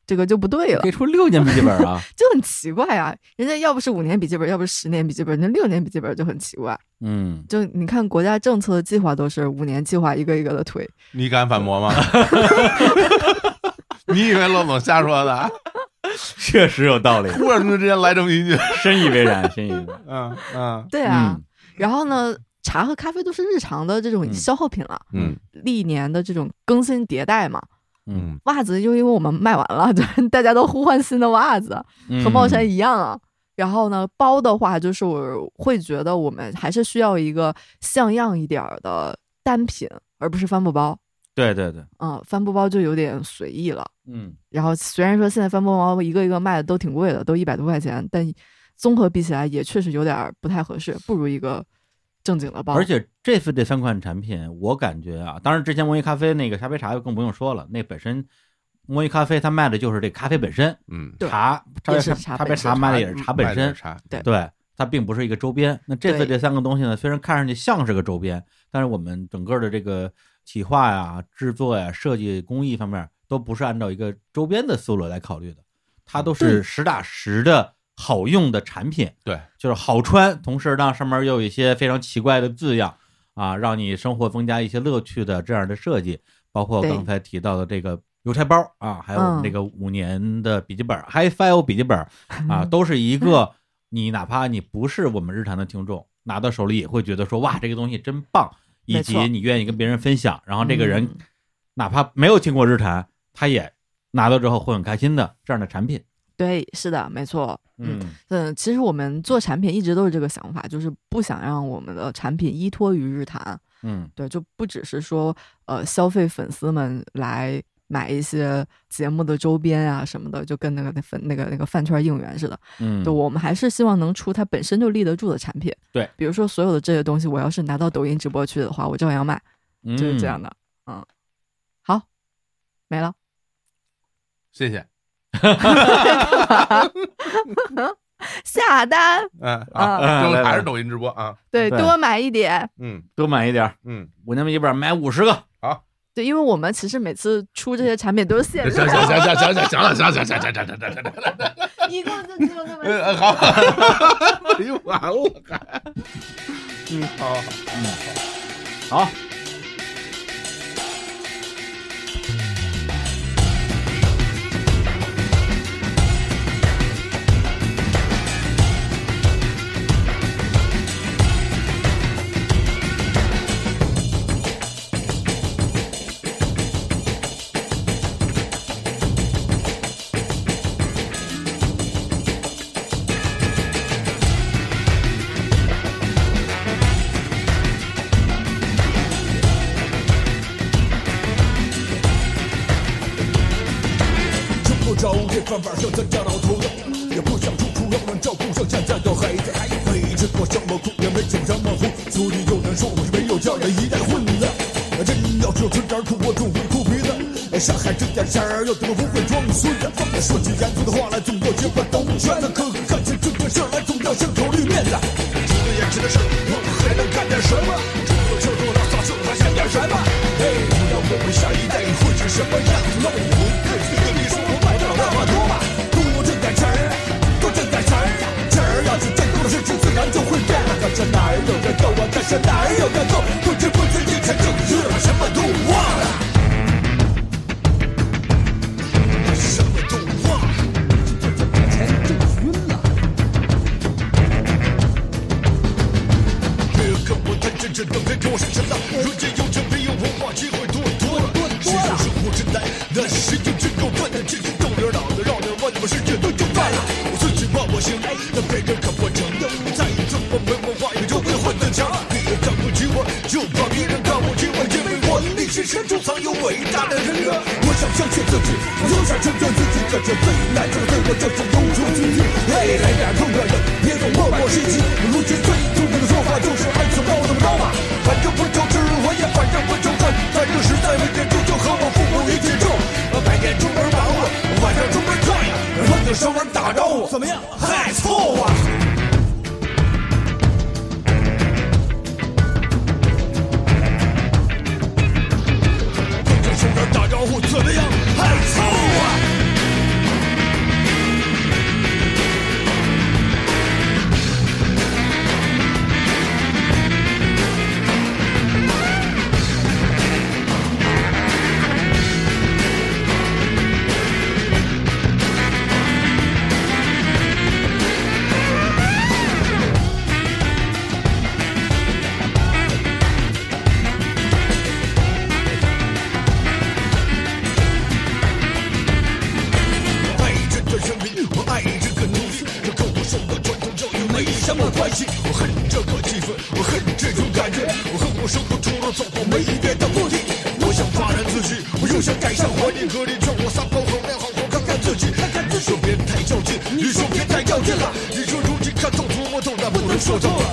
这个就不对了。给出六年笔记本 啊就很奇怪啊！人家要不是五年笔记本，要不是十年笔记本，那六年笔记本就很奇怪。嗯，就你看国家政策的计划都是五年计划一个一个的推， 你敢反 驳吗？ 你以为乐总瞎说的？确实有道理。突然之间来这么一句， 深以为然，深以为然。嗯嗯，对啊。然后呢，嗯茶和咖啡都是日常的这种消耗品了，嗯，历年的这种更新迭代嘛。嗯，袜子就因为我们卖完了， 就是大家都互换新的袜子，嗯和帽衫一样啊。然后呢，包的话，就是我会觉得我们还是需要一个像样一点儿的单品，而不是帆布包。对对对，嗯，帆布包就有点随意了。嗯，然后虽然说现在帆布包一个一个卖的都挺贵的，都一百多块钱，但综合比起来也确实有点儿不太合适，不如一个正经的包。而且这次这三款产品，我感觉啊，当然之前摸一咖啡那个咖啡茶就更不用说了，那本身摸一咖啡它卖的就是这咖啡本身，嗯对茶咖啡也是茶咖啡本茶身卖的也是茶茶本卖的也身，是茶对它并不是一个周边。那这次对这三个东西呢，虽然看上去像是个周边，但是我们整个的这个企划呀、制作呀、设计工艺方面都不是按照一个周边的思路来考虑的，它都是嗯对实打实的好用的产品。对，就是好穿，同时呢上面又有一些非常奇怪的字样啊，让你生活增加一些乐趣的这样的设计，包括对刚才提到的这个邮差包啊，还有我们嗯这个五年的笔记本、h i f i 笔记本 啊，都是一个你哪怕你不是我们日常的听众，拿到手里也会觉得说哇这个东西真棒，以没及错你愿意跟别人分享，然后这个人嗯哪怕没有听过日谈，他也拿到之后会很开心的这样的产品，对，是的，没错。嗯嗯，其实我们做产品一直都是这个想法，就是不想让我们的产品依托于日坛。嗯对，就不只是说呃消费粉丝们来买一些节目的周边啊什么的，就跟那个那粉那个那个饭圈应援似的。嗯就我们还是希望能出它本身就立得住的产品。对，比如说所有的这些东西，我要是拿到抖音直播去的话，我照样卖，就是这样的。嗯，好，没了。 谢谢。下单，嗯啊啊，来就来还是抖音直播啊。对，对多买一点。嗯，多买一点，嗯，五年笔记本买五十个，好，对，因为我们其实每次出这些产品都是限行量。行行行行行行行了行了行了行了行了行了行了行了， 一共就只有那么嗯嗯好， 哎呦完了还，嗯好好好。吃不着这饭碗，剩下家老头子，也不想处处让人照顾上现在的孩子。没吃过什么苦，也没吃什么苦，所以有人说我是没有家的一代混子。真要是吃点苦，我就会哭鼻子。上海这点事儿，又怎么不会装孙子？说起严肃的话来，总要结巴兜圈子。可干起这个事儿来，总要心头绿面子。除了眼前的事儿，我们还能干点什么？除了吃喝拉撒，剩还干点什么？哎，不要我们下一代会是什么样子？那我跟你跟你说，我买点那么多吧，多挣点钱儿，多挣点钱儿，钱儿要是挣多了，事情自然就会变了。可是哪儿有个够啊？但是哪儿有个够？不知不觉一天就日了，什么都忘了，什么都忘了，这挣钱挣晕了。别看我太真实，等别跟我是神了。人间有情，没有文化，机会多多了。谁说生活真难？那谁就真够笨的，只是动点脑子，绕点弯子，把世界都整乱了。我自己骂我行，但别人可不成。再这么没文化，也就会混得强。别人看不起我，就怕别人看不起我，因为我历史深处藏有伟大的人格。我想相信自己，我就想成全自己，可是最难成的我就是有求必应。嘿，来点痛快的，别总默默是己。如今最痛苦的说法就是爱怎么着怎么着吧，反正不愁吃，我也反正不愁穿，反正实在没钱住就和我父母一起住。白天出门忙活，晚上出门转悠，碰见熟人打招呼，怎么样？嗨，凑合、碰见熟人打招呼，怎么样？嗨，凑合、什么关系？我恨这个气氛，我恨这种感觉，我恨我生活除了走过没一边的目的。我想发展自己，我又想改善环境，和你劝我撒泡和量好，我看看自己。你说别太较劲，你说别太较劲了，你说如今看透琢磨透，那不能说透了。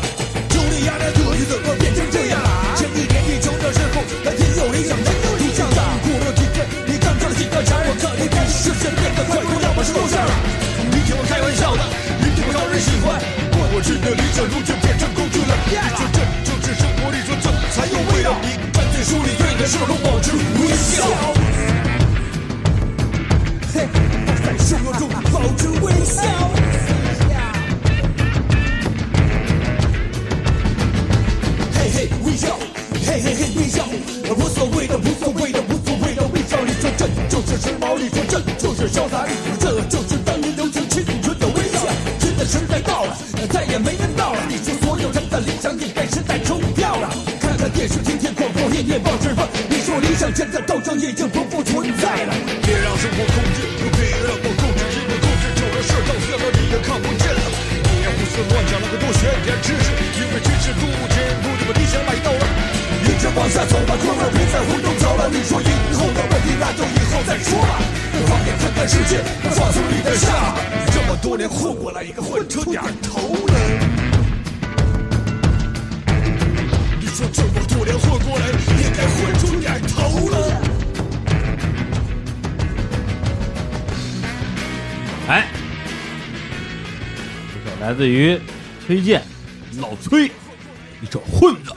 茱莉亚的肚子怎么变成这样？前几年你穷的时候，那挺有理想的，你想的苦了几天，你干这几个啥？我看你开始变得快，不让我说事儿了。你听我开玩笑的，你挺招人喜欢。过去的理想如今变成工具了，你说这就是生活，你说这才有味道。你站在书里对着事儿都保持微笑。嘿，在生活中保持微笑。嘿嘿微笑，嘿嘿嘿微笑，无所谓的无所谓的无所谓的微笑。你说这就是时髦，你说这就是潇洒，你说这就是当年流行青春的微笑。新的时代到了，再也没人闹了。你说所有人的理想也开始在抽票了。看看电视，听听广播，夜夜报纸吧。你说理想现在早上已经不复存在了。别让生活控制，别让我控制，因为控制久了事儿到最后你也看不见了。你也胡思乱想了很多玄学知识，因为知识路前路这么理想来到了。一直往下走吧，哥们儿，别再回头找了。你说以后的问题，那就以后再说吧。放眼看看世界，放松你的下巴。这么多年混过来，也该混出点头来。你说这么多年混过来，也该混出点头了。哎，这首来自于崔健，老崔，你这混子，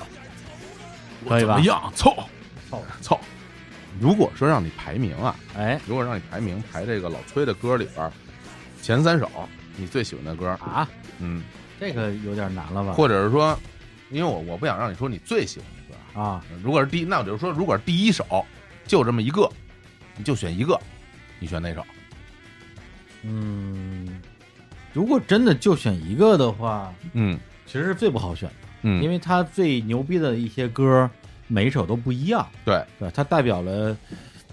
可以吧？怎么样？操操操！如果说让你排名啊，哎，如果让你排名排这个老崔的歌里边儿前三首，你最喜欢的歌啊？嗯，这个有点难了吧？或者是说，因为我我不想让你说你最喜欢的歌啊，如果是第一，那我就说，如果是第一首，就这么一个，你就选一个，你选哪首？嗯，如果真的就选一个的话，嗯，其实是最不好选的，嗯因为它最牛逼的一些歌，每一首都不一样，对对，它代表了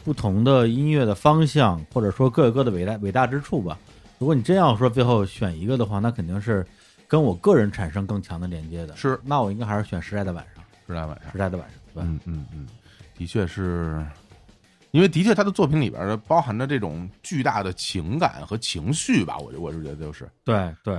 不同的音乐的方向，或者说各有各的伟大伟大之处吧。如果你真要说最后选一个的话，那肯定是跟我个人产生更强的连接的，是，那我应该还是选《时代的晚上时代晚上》， 《时代的晚上》，对吧？嗯嗯嗯，的确是，因为的确他的作品里边儿的包含着这种巨大的情感和情绪吧，我我是觉得就是对对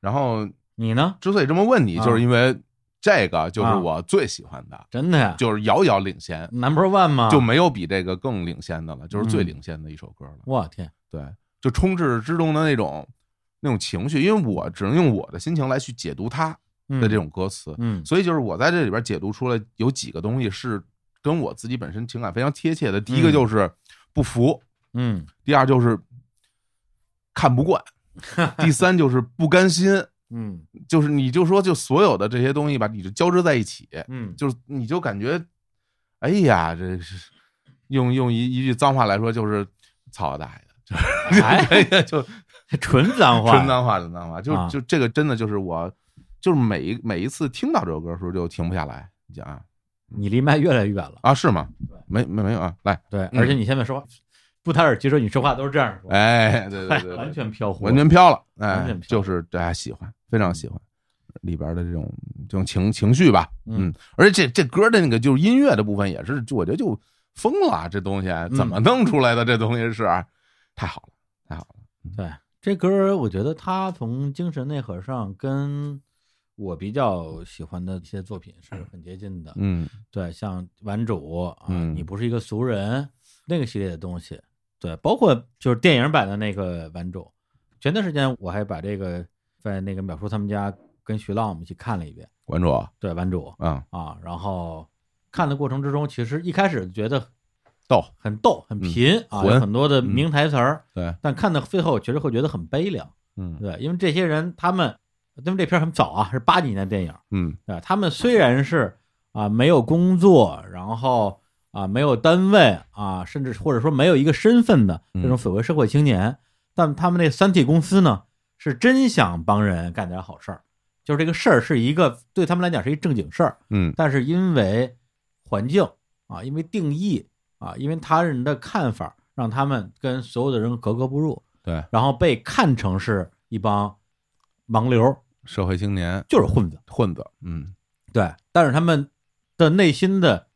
然后你呢？之所以这么问你，啊就是因为这个就是啊我最喜欢的，真的呀就是遥遥领先，Number One 吗？就没有比这个更领先的了，就是最嗯领先的一首歌了。我天，对，就充斥之中的那种那种情绪，因为我只能用我的心情来去解读它的这种歌词，嗯所以就是我在这里边解读出了有几个东西是跟我自己本身情感非常贴切的。第一个嗯就是不服，嗯，第二就是看不 惯，第三就是不甘心，嗯，就是你就说就所有的这些东西吧，你就交织在一起，嗯就是你就感觉，哎呀，这是用用一一句脏话来说，就是操大爷 的，就是哎就哎 纯脏话，纯脏话，纯脏话，就啊就这个真的就是我，就是每一每一次听到这首歌的时候就停不下来，你讲啊你离麦越来越远了啊是吗？没没没有啊，来对，嗯而且你现在说话，不戴耳机说你说话都是这样说，哎，对对对，完全飘忽， 完全飘了，完哎全，飘就是大家喜欢，非常喜欢里边的这种这种情情绪吧，嗯嗯，而且这这歌的那个就是音乐的部分也是，就我觉得就疯了，这东西怎么弄出来的？这东西是啊太好了，太好了，对这歌儿，我觉得它从精神内核上跟我比较喜欢的一些作品是很接近的。嗯，对，像《顽主》啊，嗯你不是一个俗人那个系列的东西，对，包括就是电影版的那个《顽主》。前段时间我还把这个在那个淼叔他们家跟徐浪我们一起看了一遍，关注啊，对，《顽主》嗯啊，然后看的过程之中，其实一开始觉得逗，很逗，很贫、啊，嗯混嗯有很多的名台词儿、对，但看到最后，其实会觉得很悲凉。嗯对，因为这些人他们，因为这片儿很早啊，是八几年的电影，嗯对吧，他们虽然是啊没有工作，然后啊没有单位啊，甚至或者说没有一个身份的嗯这种所谓社会青年，但他们那三 T 公司呢，是真想帮人干点好事儿，就是这个事儿是一个对他们来讲是一正经事儿，嗯但是因为环境啊，因为定义啊，因为他人的看法，让他们跟所有的人格格不入，对，然后被看成是一帮盲流社会青年就是混子，混子，嗯，对，但是他们的内心的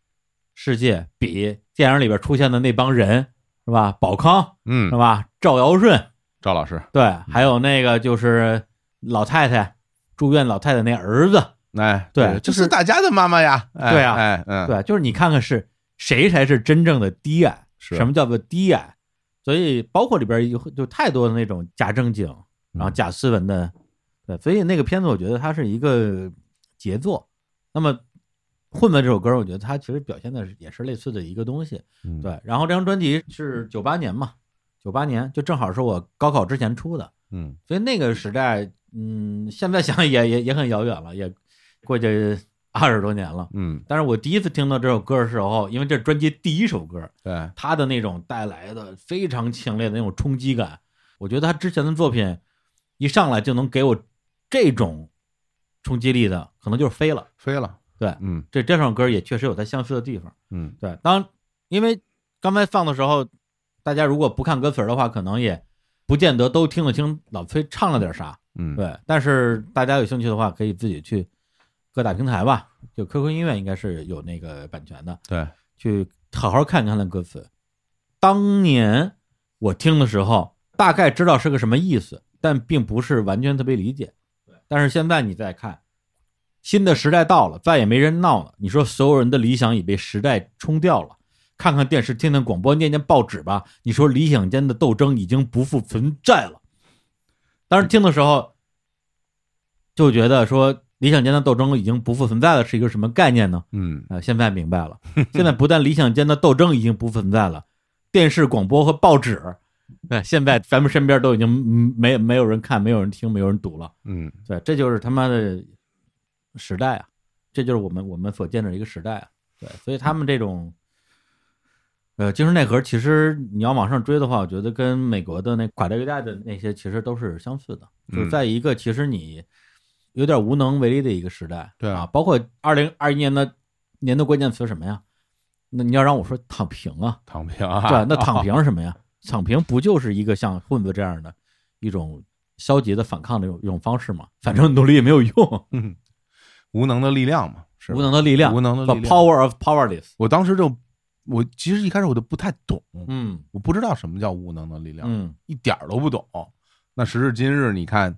世界比电影里边出现的那帮人是吧？宝康，嗯是吧？赵尧舜，赵老师，对，还有那个就是老太太住院老太太那儿子，哎，对，这就是是大家的妈妈呀，哎对啊，哎，嗯，对，就是你看看是谁才是真正的低矮，是什么叫做低矮？所以包括里边有就太多的那种假正经，嗯然后假斯文的，对，所以那个片子我觉得它是一个杰作。那么《混混》这首歌，我觉得它其实表现的是也是类似的一个东西，嗯对。然后这张专辑是九八年嘛，九八年就正好是我高考之前出的，嗯，所以那个时代，嗯，现在想也也也很遥远了，也过去二十多年了。嗯，但是我第一次听到这首歌的时候，因为这是专辑第一首歌，对，它的那种带来的非常强烈的那种冲击感，我觉得他之前的作品一上来就能给我这种冲击力的，可能就是飞了，飞了。对，嗯，这这首歌也确实有它相似的地方。嗯，对，当因为刚才放的时候，大家如果不看歌词儿的话，可能也不见得都听得清老崔唱了点啥。嗯对。但是大家有兴趣的话，可以自己去各大平台吧，就 QQ 音乐应该是有那个版权的，对，去好好看看它的歌词。当年我听的时候，大概知道是个什么意思，但并不是完全特别理解。但是现在你再看，新的时代到了，再也没人闹了。你说所有人的理想已被时代冲掉了，看看电视，听听广播，念念报纸吧。你说理想间的斗争已经不复存在了。当时听的时候，就觉得说理想间的斗争已经不复存在了是一个什么概念呢？嗯，啊、现在明白了。 现在不但理想间的斗争已经不存在了，电视、广播和报纸，呃，现在咱们身边都已经嗯没没有人看，没有人听，没有人读了。嗯，对，这就是他妈的时代啊！这就是我们我们所见证的一个时代啊！对，所以他们这种呃精神内核，其实你要往上追的话，我觉得跟美国的那垮掉乐队的那些其实都是相似的，就是嗯在一个其实你有点无能为力的一个时代。对啊，包括二零二一年的年度关键词是什么呀？那你要让我说躺平啊，躺平啊对，那躺平是什么呀？躺平不就是一个像混子这样的一种消极的反抗的一种一种方式吗？反正努力也没有 用，嗯， 无能的力量嘛，是吧无能的力量无能的 The 力量 power of powerless。我当时就，我其实一开始我就不太懂，嗯，我不知道什么叫无能的力量，嗯，一点儿都不懂。那时至今日，你看，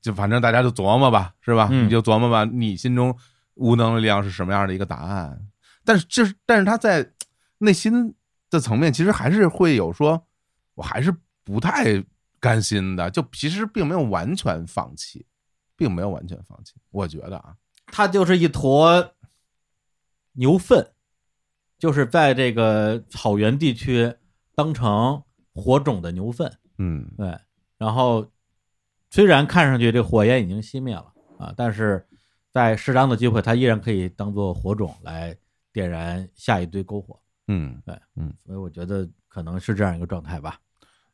就反正大家就琢磨吧，是吧？嗯你就琢磨吧，你心中无能的力量是什么样的一个答案？但是这是，但是他在嘖内心的层面，其实还是会有说，我还是不太甘心的，就其实并没有完全放弃，并没有完全放弃。我觉得啊，它就是一坨牛粪，就是在这个草原地区当成火种的牛粪。嗯，对，然后虽然看上去这火焰已经熄灭了啊，但是在适当的机会，它依然可以当做火种来点燃下一堆篝火。嗯，对，嗯，所以我觉得可能是这样一个状态吧。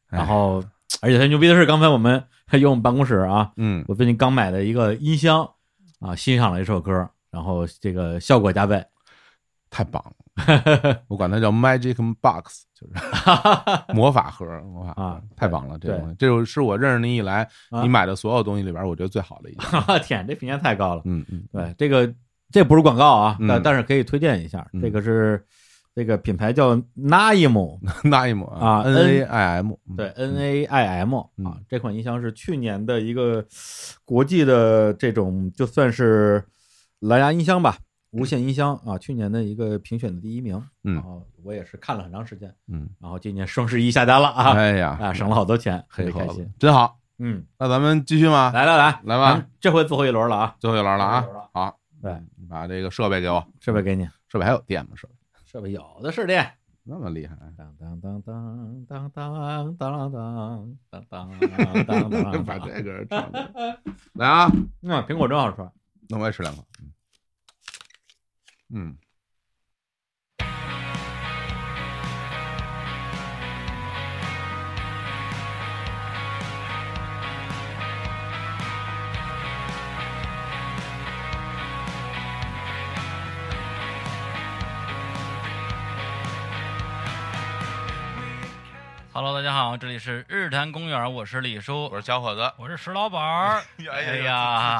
哎然后，而且他牛逼的是，刚才我们 还有我们办公室啊，嗯，我最近刚买的一个音箱啊，欣赏了一首歌，然后这个效果加倍， 太棒了，我管它叫 Magic Box，就是 魔法盒，魔法盒啊太棒了，这对东西，这就是我认识你以来啊你买的所有东西里边，我觉得最好的一 件。天，这评价太高了。嗯嗯，对，这个这不是广告啊，嗯但但是可以推荐一下，这个是这个品牌叫 Naim Naim 啊，N A I M，嗯对 N A I M 啊，这款音箱是去年的一个国际的这种就算是蓝牙音箱吧，无线音箱啊，去年的一个评选的第一名。嗯然后我也是看了很长时间，嗯，然后今年双十一下单了啊，哎呀啊，省了好多钱，黑很盒开子心。真好。嗯，那咱们继续吗？来来来来咱吧们，这回最后一轮了啊，最后一轮了啊，好，对，你把这个设备给我，设备给你，设备还有电吗？设备设备有的是电。 那么 厉害，当当当当当当当当当当当当，把这个唱出来来啊，那苹果真好吃。那我也吃两口，嗯， 「 Hello，大家好，这里是日坛公园，我是李叔，我是小伙子，。我是石老板儿 哎哎呀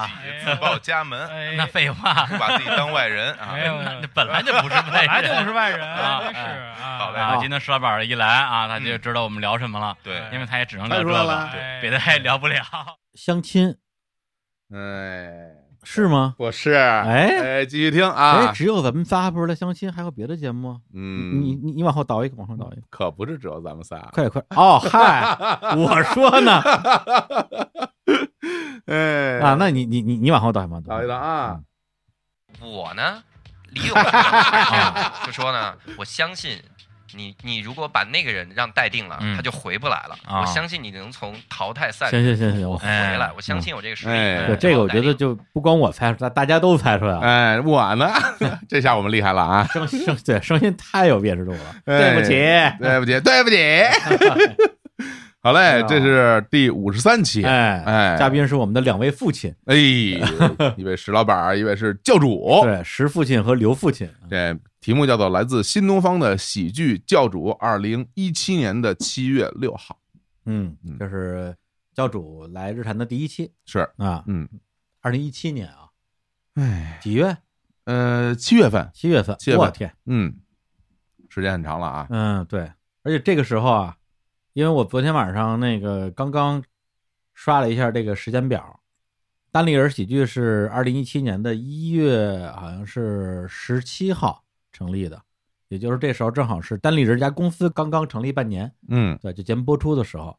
呀，自己自报家门哎那废 话，把自己当外人啊哎没有，没有那本来就 不是外人，本来就不是外人啊真是啊。好嘞啊今天石老板儿一来啊，他就知道我们聊什么了。对，因为他也只能聊这看出个来，对别的他也聊不了。相亲哎，是吗？我是哎哎继续听啊哎，只有咱们仨不是来相亲，还有别的节目吗？嗯你你你往后倒一个，往后倒一个，可不是只有咱们仨，快快哦，嗨，我说 呢，哎啊，那你你你你往后倒一倒，倒一倒啊，我呢，李 总啊就说呢，我相信你，你如果把那个人让带定了，嗯他就回不来了。啊我相信你能从淘汰哎赛行行行行，我回哎哎来。我嗯相信有这个实力。对嗯这个我觉得就不光我猜出来，大家都猜出来了。哎，我呢，这下我们厉害了啊！声声对声音太有辨识度了，哎对不 起，对不起，对 不起。好嘞，这是第五十三期，哎哎，嘉宾是我们的两位父亲，哎，一位石老板儿，一位是教主，对，石父亲和刘父亲。这题目叫做《来自新东方的喜剧教主》，二零一七年的七月六号，嗯，就是教主来日坛的第一期，是啊，嗯，二零一七年啊，哎，几月？呃，七月份，七月份，七月份我天，嗯，时间很长了啊，嗯，对，而且这个时候啊，因为我昨天晚上那个刚刚刷了一下这个时间表，单立人喜剧是二零一七年的一月，好像是十七号成立的，也就是这时候正好是单立人家公司刚刚成立半年，嗯，对，就节目播出的时候，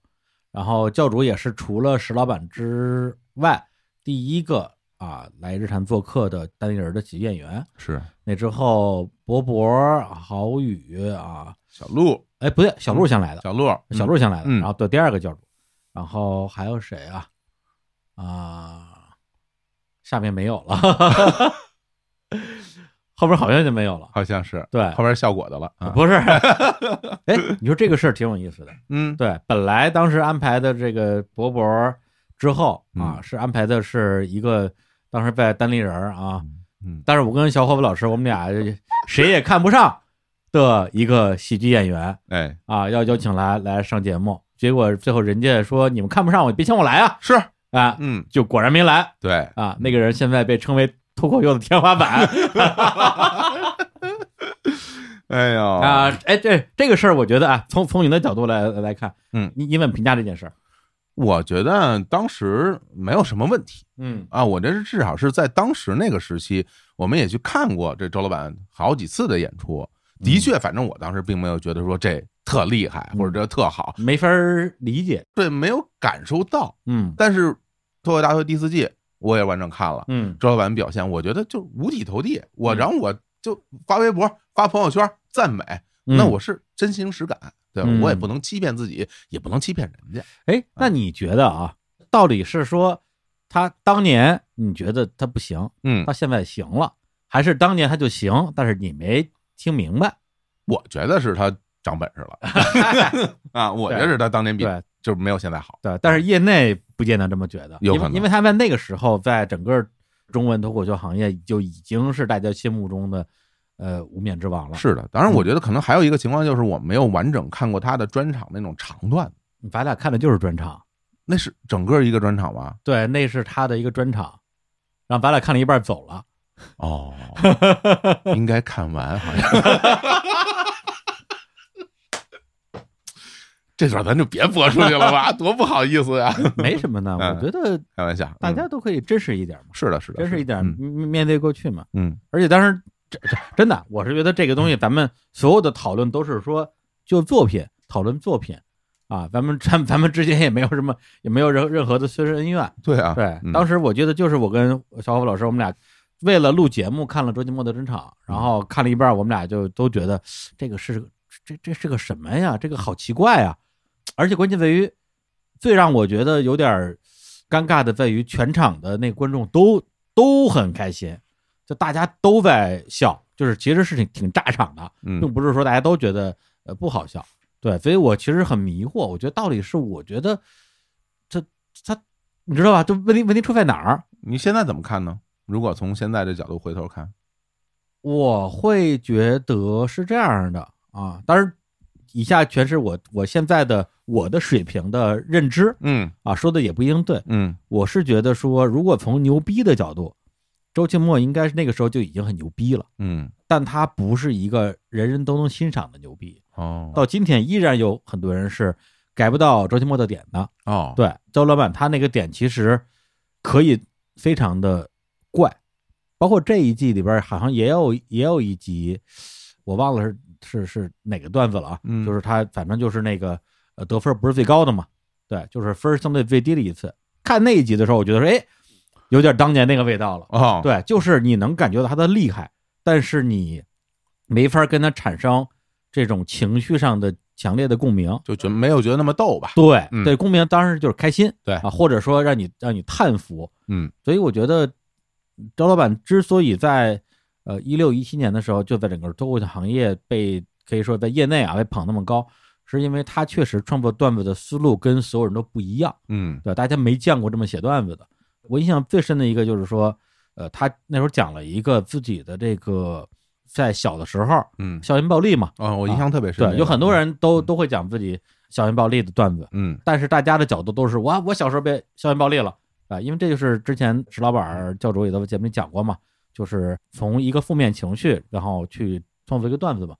然后教主也是除了石老板之外，第一个啊来日产做客的单立人的喜剧演员，是那之后，博博、郝宇啊，小鹿，哎，不对，小鹿先来的，小鹿，小鹿先来的，嗯然后对第二个教主，然后还有谁啊？啊，下面没有了， 后边好像就没有了，好像是，对后边是效果的了，啊不是， 哎，你说这个事儿挺有意思的，嗯，对，本来当时安排的这个博博之后嗯啊，是安排的是一个当时在单立人儿啊，嗯，但是我跟小伙伴老师，我们俩谁也看不上的一个喜剧演员，哎，啊，要邀请来来上节目，结果最后人家说你们看不上我，别请我来啊，是啊，嗯，就果然没来，对啊，那个人现在被称为脱口秀的天花 板，哎呦啊，哎，这这个事儿，我觉得啊，从从你的角度来来看，嗯，你你怎么评价这件事儿？我觉得当时没有什么问题，嗯啊，我这是至少是在当时那个时期，我们也去看过这周老板好几次的演出。的确，反正我当时并没有觉得说这特厉害或者这特好，没法理解，对，没有感受到。嗯，但是《脱口大会》第四季我也完整看了，嗯，周老板表现，我觉得就五体投地。我然后我就发微博、发朋友圈赞美，那嗯我是真情实感，对吧嗯我也不能欺骗自己，也不能欺骗人家。哎，那你觉得啊，到底是说他当年你觉得他不行，嗯他现在行了，还是当年他就行，但是你没听明白？我觉得是他长本事了 啊，我觉得是他当年比对就是没有现在好。对，但是业内不见得这么觉得，有因可为能因为他在那个时候，在整个中文脱口秀行业就已经是大家心目中的呃无冕之王了。是的，当然，我觉得可能还有一个情况就是我没有完整看过他的专场那种长段，咱俩看的就是专场，那是整个一个专场吧？对，那是他的一个专场，让咱俩看了一半走 了。哦，应该看完好像。这段咱就别播出去了吧，多不好意 思呀、没什么呢，嗯我觉得开玩笑，嗯大家都可以真实一点嘛，是的，是的，真实一点，嗯面面对过去嘛。嗯，而且当时这这真的，我是觉得这个东西咱们所有的讨论都是说就作品讨论作品啊，咱们咱咱们之间也没有什么也没有任任何的私人恩怨。对啊对，嗯当时我觉得就是我跟小伙老师我们俩。为了录节目，看了周杰伦的专场，然后嗯看了一半，我们俩就都觉得这个是这这是个什么呀？这个好奇怪呀！而且关键在于，最让我觉得有点儿尴尬的在于，全场的那观众都都很开心，就大家都在笑，就是其实是挺挺炸场的，嗯并不是说大家都觉得呃不好笑，对，所以我其实很迷惑，我觉得到底是我觉得这他你知道吧？就问题问题出在哪儿？你现在怎么看呢？如果从现在这角度回头看，我会觉得是这样的啊，当然以下全是我我现在的我的水平的认知，嗯啊，说的也不一定对，嗯，我是觉得说，如果从牛逼的角度，周清墨应该是那个时候就已经很牛逼了，嗯，但他不是一个人人都能欣赏的牛逼，哦，到今天依然有很多人是改不到周清墨的点的，哦，对，周老板他那个点其实可以非常的怪，包括这一季里边好像也有也有一集，我忘了是是是哪个段子了啊，嗯就是他反正就是那个呃得分不是最高的嘛，对，就是分儿相对最低的一次。看那一集的时候，我觉得说，哎，有点当年那个味道了哦对，就是你能感觉到他的厉害，但是你没法跟他产生这种情绪上的强烈的共鸣，就觉没有觉得那么逗吧？对、嗯对，共鸣当然就是开心，对啊，或者说让你让你叹服，嗯所以我觉得周老板之所以在呃一六一七年的时候就在整个脱口秀行业被可以说在业内啊被捧那么高，是因为他确实创作段子的思路跟所有人都不一样，嗯对吧，大家没见过这么写段子的。我印象最深的一个就是说，呃，他那时候讲了一个自己的这个在小的时候，嗯校园暴力嘛，哦我印象啊特别深对，这有个很多人都都会讲自己校园暴力的段子，嗯，但是大家的角度都是哇，我小时候被校园暴力了啊，因为这就是之前石老板儿教主也在节目里讲过嘛，就是从一个负面情绪，然后去创作一个段子嘛。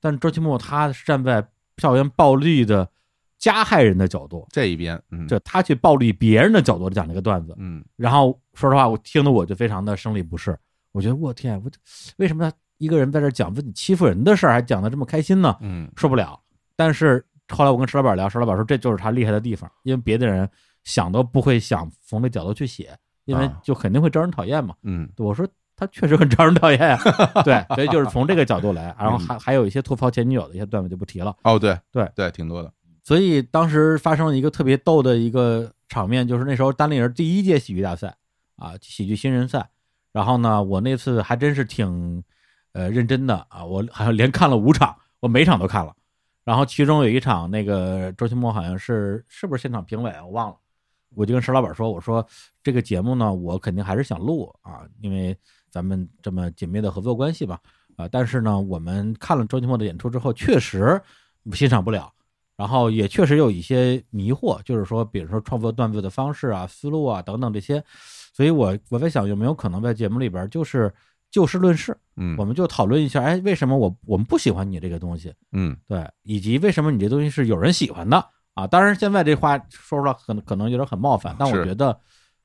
但是周奇墨他是站在校园暴力的加害人的角度这一边，嗯，对他去暴力别人的角度讲这个段子，嗯，然后说实话，我听得我就非常的生理不适，我觉得我天，我这为什么他一个人在这讲自己欺负人的事儿，还讲的这么开心呢？嗯，受不了。但是后来我跟石老板聊，石老板说这就是他厉害的地方，因为别的人想都不会想从这角度去写，因为啊就肯定会招人讨厌嘛。嗯，我说他确实很招人讨厌呀、 对，所以就是从这个角度来，然后嗯还还有一些吐槽前女友的一些段子就不提了。哦，对对对，挺多的，所以当时发生了一个特别逗的一个场面，就是那时候单立人第一届喜剧大赛啊，喜剧新人赛。然后呢，我那次还真是挺呃认真的啊，我好像连看了五场，我每场都看了。然后其中有一场，那个周奇墨好像是是不是现场评委啊，我忘了。我就跟石老板说，我说这个节目呢，我肯定还是想录啊，因为咱们这么紧密的合作关系吧，啊，但是呢，我们看了周奇墨的演出之后，确实欣赏不了，然后也确实有一些迷惑，就是说，比如说创作段子的方式啊、思路啊等等这些，所以我我在想有没有可能在节目里边就是就事论事，嗯我们就讨论一下，哎，为什么我我们不喜欢你这个东西，嗯对，以及为什么你这东西是有人喜欢的啊？当然，现在这话说出来可能可能有点很冒犯，但我是觉得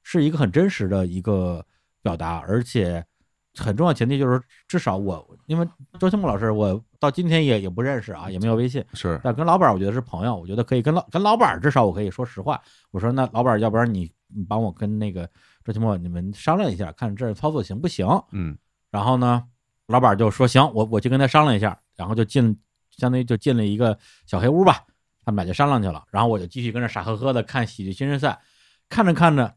是一个很真实的一个表达，而且很重要的前提就是，至少我因为周清木老师，我到今天也也不认识啊，也没有微信，是但跟老板我觉得是朋友，我觉得可以跟老跟老板至少我可以说实话，我说那老板，要不然你你帮我跟那个周清墨你们商量一下，看这操作行不行？嗯，然后呢，老板就说行，我我去跟他商量一下，然后就进，相当于就进了一个小黑屋吧，他们俩就商量去了。然后我就继续跟着傻呵呵的看喜剧新人赛，看着看着，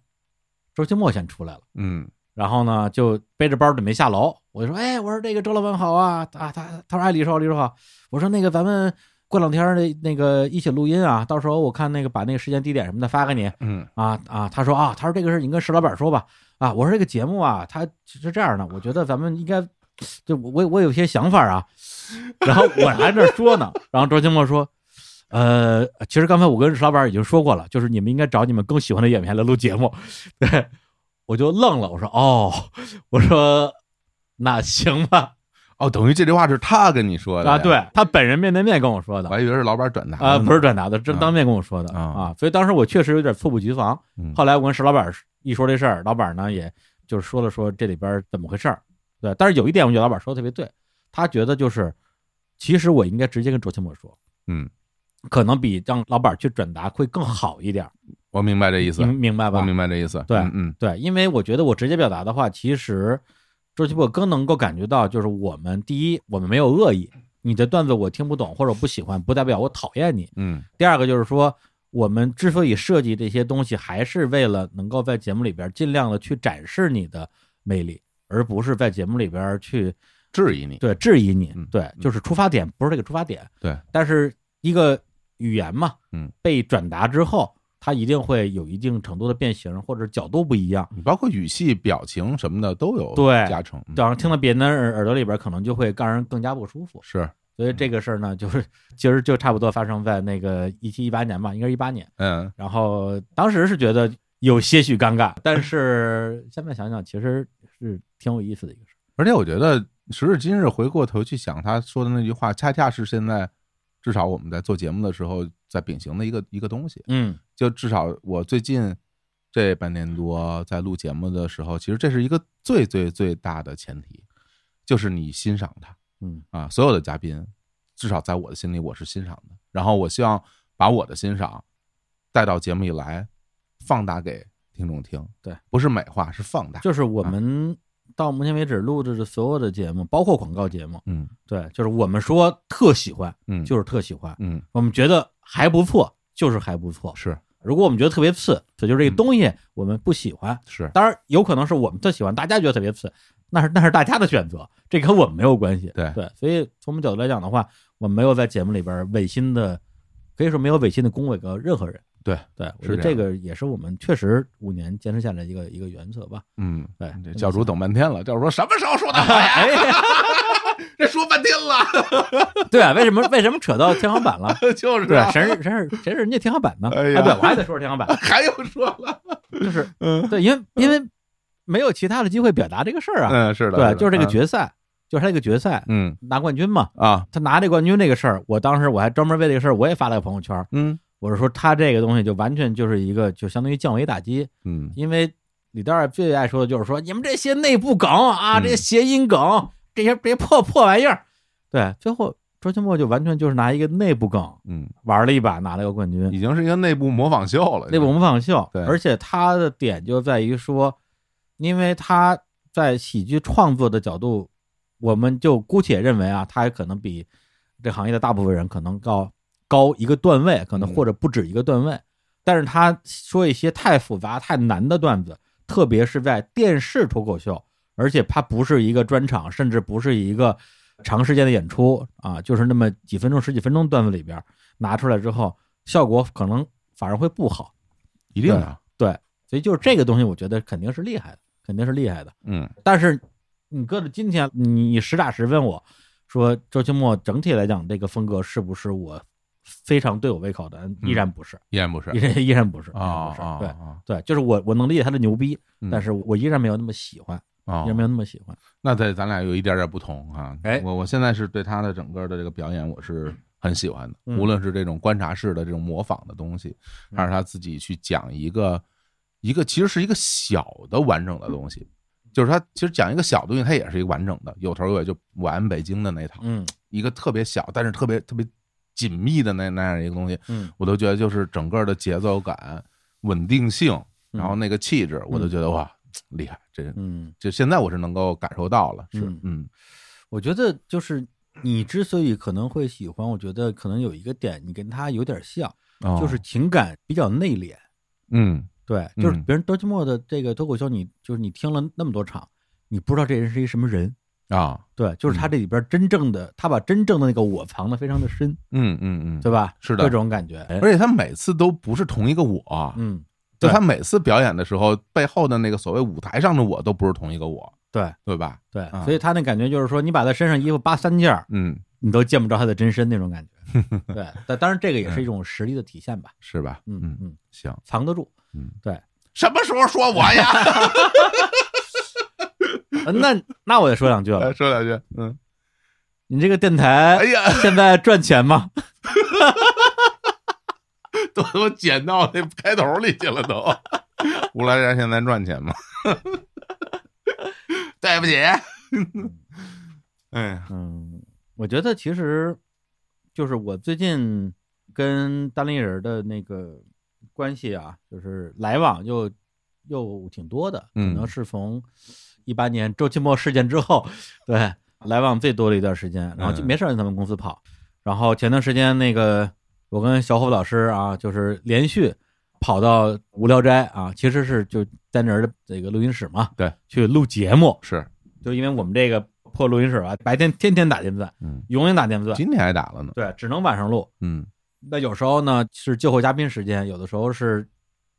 周清墨先出来了，嗯然后呢就背着包准备下楼，我就说哎，我说这个周老板好啊，啊他他说哎李叔好李叔好，我说那个咱们过两天那那个一起录音啊，到时候我看那个把那个时间地点什么的发给你，嗯啊啊，他说啊，他说这个事儿你跟石老板说吧。啊，我说这个节目啊，他是这样的，我觉得咱们应该，就我我我有些想法啊。然后我还在那说呢，然后周清墨说，呃，其实刚才我跟石老板已经说过了，就是你们应该找你们更喜欢的演员来录节目。对，我就愣了，我说哦，我说那行吧。哦，等于这句话是他跟你说的啊，呀对他本人面对面跟我说的，我还以为是老板转达啊，的呢不是转达的，这当面跟我说的啊，所以当时我确实有点猝不及防。后来我跟石老板一说这事儿，老板呢也就是说了说这里边怎么回事儿，对。但是有一点，我觉得老板说的特别对，他觉得就是其实我应该直接跟周清墨说，嗯，可能比让老板去转达会更好一点儿。我明白这意思，明明白吧我明白这意思，对，嗯嗯，对，因为我觉得我直接表达的话，其实周奇墨更能够感觉到，就是我们第一，我们没有恶意，你的段子我听不懂或者我不喜欢，不代表我讨厌你。嗯，第二个就是说，我们之所以设计这些东西，还是为了能够在节目里边尽量的去展示你的魅力，而不是在节目里边去质疑你。对，质疑你。对，就是出发点不是这个出发点。嗯对，但是一个语言嘛，嗯，被转达之后，它一定会有一定程度的变形或者角度不一样，包括语气、表情什么的都有对加成，嗯然后听到别人的耳耳朵里边，可能就会让人更加不舒服。是所以这个事儿呢，就是其实就差不多发生在那个一七一八年吧，应该是一八年。嗯，然后当时是觉得有些许尴尬，但是现在想想，其实是挺有意思的一个事儿。而且我觉得时至今日回过头去想他说的那句话，恰恰是现在至少我们在做节目的时候在秉行的一个一个东西。嗯，就至少我最近这半年多在录节目的时候，其实这是一个最最最大的前提，就是你欣赏他。嗯啊，所有的嘉宾，至少在我的心里我是欣赏的。然后我希望把我的欣赏带到节目里来，放大给听众听。对，不是美化，是放大。就是我们到目前为止录制的所有的节目，包括广告节目，嗯，对，就是我们说特喜欢，嗯，就是特喜欢，嗯，我们觉得还不错，就是还不错，是。嗯如果我们觉得特别次，这就是这个东西我们不喜欢，是。当然有可能是我们特喜欢，大家觉得特别次，那是那是大家的选择，这跟我们没有关系。对对，所以从我们角度来讲的话，我们没有在节目里边违心的，可以说没有违心的恭维过任何人。对对，我觉得是这这样个也是我们确实五年坚持下来一个一个原则 吧。嗯，对，这教主等半天了，教主说什么时候说的我哎呀？这说半天了，哎 对啊，为什么为什么扯到天花板了？就是对啊，啊，谁是谁是谁是人家天花板呢？哎呀对，我还得说是天花 板，还有说了，就是对，因为因为没有其他的机会表达这个事儿啊。嗯是的是对，的就是这个嗯决赛，就是他这个决赛，嗯，拿冠军嘛啊，他拿这冠军这个事儿，我当时我还专门为这个事儿我也发了个朋友圈，嗯，我是说他这个东西就完全就是一个就相当于降维打击，嗯，因为李诞最爱说的就是说你们这些内部梗啊，嗯这些谐音梗，这些这些破破玩意儿，对，最后周清墨就完全就是拿一个内部梗嗯，玩了一把，拿了个冠军，已经是一个内部模仿秀了，内部模仿秀。对而且他的点就在于说，因为他在喜剧创作的角度，我们就姑且认为啊，他可能比这行业的大部分人可能高高一个段位，可嗯能或者不止一个段位。但是他说一些太复杂、太难的段子，特别是在电视脱口秀，而且它不是一个专场，甚至不是一个长时间的演出啊，就是那么几分钟、十几分钟段子里边儿拿出来之后，效果可能反而会不好。一定啊的对，对所以就是这个东西，我觉得肯定是厉害的，肯定是厉害的。嗯，但是你搁到今天，你实打实问我说，周清墨整体来讲这个风格是不是我非常对我胃口的？依然不是，依然不是依然依然不是啊啊对啊对，就是我我能理解他的牛逼嗯，但是我依然没有那么喜欢，哦依然没有那么喜欢。那在咱俩有一点点不同啊。哎，我我现在是对他的整个的这个表演，我是很喜欢的，嗯无论是这种观察式的这种模仿的东西，还是他自己去讲一个一个其实是一个小的完整的东嗯西，就是他其实讲一个小东西，它也是一个完整的，有头有尾，就我安北京的那套，嗯，一个特别小，但是特别特别紧密的那那样一个东西，嗯我都觉得就是整个的节奏感、稳定性，然后那个气质，我都觉得哇，厉害，这嗯，就现在我是能够感受到了，是嗯嗯我觉得就是你之所以可能会喜欢，我觉得可能有一个点，你跟他有点像，哦就是情感比较内敛。嗯，对，就是嗯别人周奇墨的这个脱口秀，你就是你听了那么多场，你不知道这人是一什么人啊。对，就是他这里边真正的，他把真正的那个我藏的非常的深，嗯嗯嗯，对吧？是的，哎这种感觉。而且他每次都不是同一个我，嗯，就对他每次表演的时候，背后的那个所谓舞台上的我都不是同一个我，对对吧？对啊，所以他那感觉就是说，你把他身上衣服扒三件儿，嗯，你都见不着他的真身那种感 觉。对，但当然这个也嗯是一种实力的体现吧，是吧？嗯嗯，行，藏得住。嗯，对，什么时候说我呀？ 呃那那我得说两句了，说两句。嗯，你这个电台，哎呀，现在赚钱吗？都都剪到那开头里去了都。 乌拉山现在赚钱吗？对不起。嗯哎呀，嗯，我觉得其实就是我最近跟单立人的那个关系啊，就是来往又又挺多的，可嗯能是从一八年周奇墨事件之后，对来往最多的一段时间，然后就嗯没事儿在咱们公司跑。然后前段时间那个我跟小虎老师啊，就是连续跑到无聊斋啊，其实是就单立人的这个录音室嘛，对，去录节目是，就因为我们这个破录音室啊，白天天天打电钻，嗯，永远打电钻，今天还打了呢。对，只能晚上录。嗯那有时候呢是救后嘉宾时间，有的时候是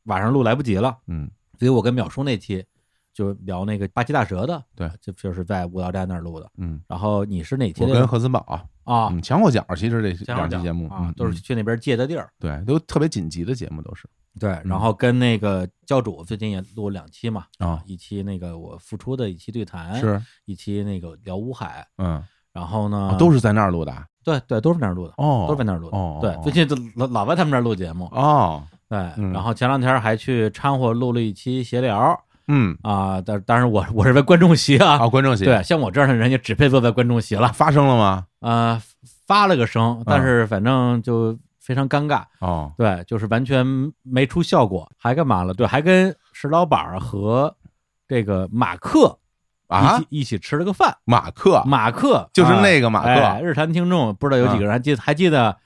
晚上录来不及了，嗯所以我跟淼叔那期就聊那个巴西大蛇的，对，就就是在无聊斋那儿录的。嗯，然后你是哪期我的？跟何森宝啊，嗯，前后脚其实这前后两脚期节目啊嗯都是嗯去那边借的地儿。对，都特别紧急的节目都是。对，嗯然后跟那个教主最近也录了两期嘛，啊一期那个我复出的一期对谈，是一期那个聊乌海，嗯，然后呢、啊都是在那儿录的啊对对，都是那儿录的，哦都是在那儿录的，哦哦对哦，最近都老老在他们那儿录节目，哦，对，嗯然后前两天还去掺和录了一期闲聊。嗯啊，但当然我 我是在观众席啊，啊观众席对，像我这样的人也只配坐在观众席了。发声了吗？呃，发了个声，嗯但是反正就非常尴尬。哦，对，就是完全没出效果，还干嘛了？对，还跟石老板儿和这个马克啊一起一起吃了个饭。马克，马克就是那个马克哎日坛听众不知道有几个人还记还记得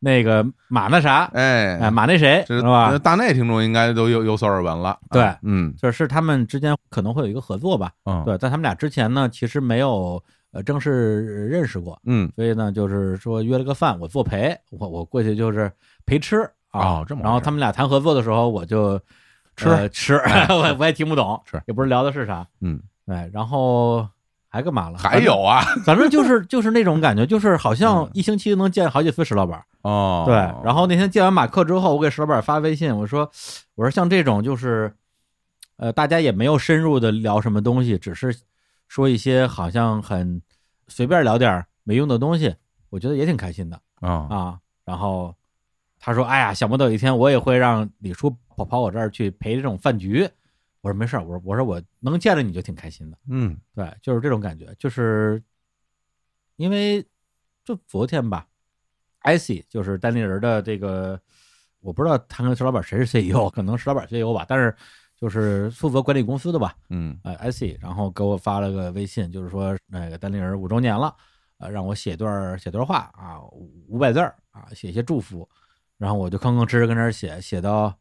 那个马那啥，哎哎马那谁这是吧这大内听众应该都有有所耳闻了。对啊嗯，就是他们之间可能会有一个合作吧。嗯对，但他们俩之前呢，其实没有呃正式认识过。嗯，所以呢，就是说约了个饭，我作陪，我我过去就是陪吃啊。哦这么回事然后他们俩谈合作的时候，我就吃呃 吃，哎我我也听不懂，吃也不知道聊的是啥。嗯，哎，然后还干嘛了？还有嗯啊反正，反正就是就是那种感觉，就是好像一星期能见好几次石老板。哦，对，然后那天见完马克之后，我给石老板发微信，我说我说像这种就是，呃，大家也没有深入的聊什么东西，只是说一些好像很随便聊点儿没用的东西，我觉得也挺开心的啊啊。然后他说：“哎呀，想不到有一天我也会让李叔跑跑我这儿去陪这种饭局。”我说：“没事儿，我说我说我能见着你就挺开心的。”嗯，对，就是这种感觉，就是因为就昨天吧，IC 就是单立人的这个，我不知道他跟石老板谁是 CEO，可能石老板 CEO 吧，但是就是负责管理公司的吧，嗯，呃 IC，然后给我发了个微信，就是说那个单立人五周年了，呃，让我写段儿写段话啊，五百字儿啊，写一些祝福，然后我就吭吭哧哧跟那儿写，写到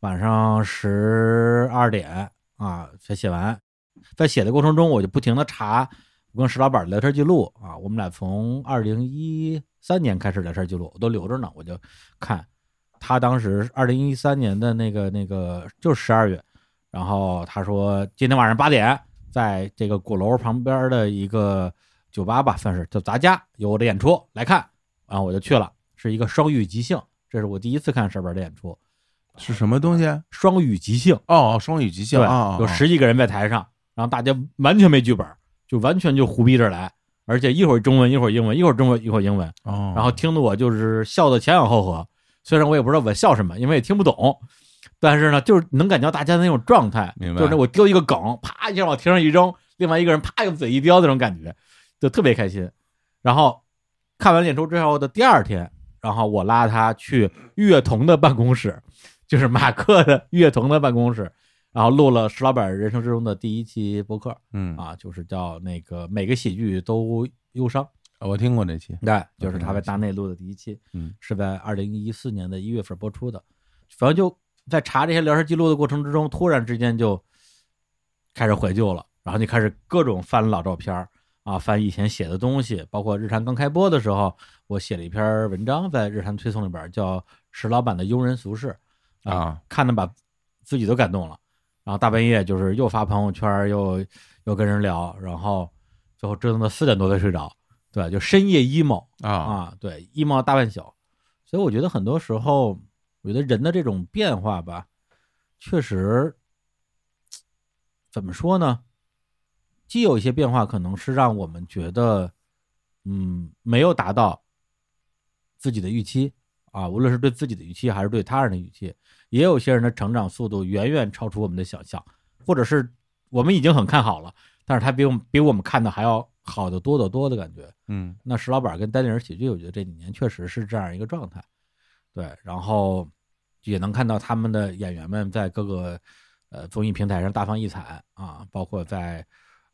晚上十二点啊才写完，在写的过程中，我就不停的查我跟石老板聊天记录啊，我们俩从二零一三年开始聊天记录，我都留着呢，我就看他当时二零一三年的那个那个就是十二月，然后他说今天晚上八点在这个鼓楼旁边的一个酒吧吧，算是叫咱家有我的演出来看，然后我就去了，是一个双语即兴，这是我第一次看石老板的演出，是什么东西？啊双语即兴哦，双语即兴对，啊，有十几个人在台上，然后大家完全没剧本，就完全就胡逼着来，而且一会儿中文，一会儿英文，一会儿中文，一会儿英文，哦，然后听得我就是笑的前仰后合，虽然我也不知道我笑什么，因为也听不懂，但是呢，就是能感觉到大家的那种状态，明白就是我丢一个梗，啪一下往天上一扔，另外一个人啪用嘴一叼那种感觉，就特别开心。然后看完演出之后的第二天，然后我拉他去乐童的办公室， 就是马克的乐童的办公室，然后录了石老板人生之中的第一期播客，嗯啊，就是叫那个每个喜剧都忧伤。啊我听过这期，对，就是他在大内录的第一期，嗯，是在二零一四年的一月份播出的。反正就在查这些聊天记录的过程之中，突然之间就开始怀旧了，然后就开始各种翻老照片儿啊，翻以前写的东西，包括日坛刚开播的时候，我写了一篇文章在日坛推送里边儿，叫《石老板的庸人俗事》啊，看的把自己都感动了。然后大半夜就是又发朋友圈儿，又又跟人聊，然后最后折腾到四点多才睡着，对，就深夜 emo 啊啊，对，emo 大半宿。所以我觉得很多时候，我觉得人的这种变化吧，确实怎么说呢？既有一些变化，可能是让我们觉得，嗯，没有达到自己的预期啊，无论是对自己的预期还是对他人的预期，也有些人的成长速度远远超出我们的想象，或者是我们已经很看好了，但是他比我们比我们看的还要好得多得多的感觉。嗯，那石老板跟单立人喜剧，我觉得这几年确实是这样一个状态。对，然后也能看到他们的演员们在各个呃综艺平台上大放异彩啊，包括在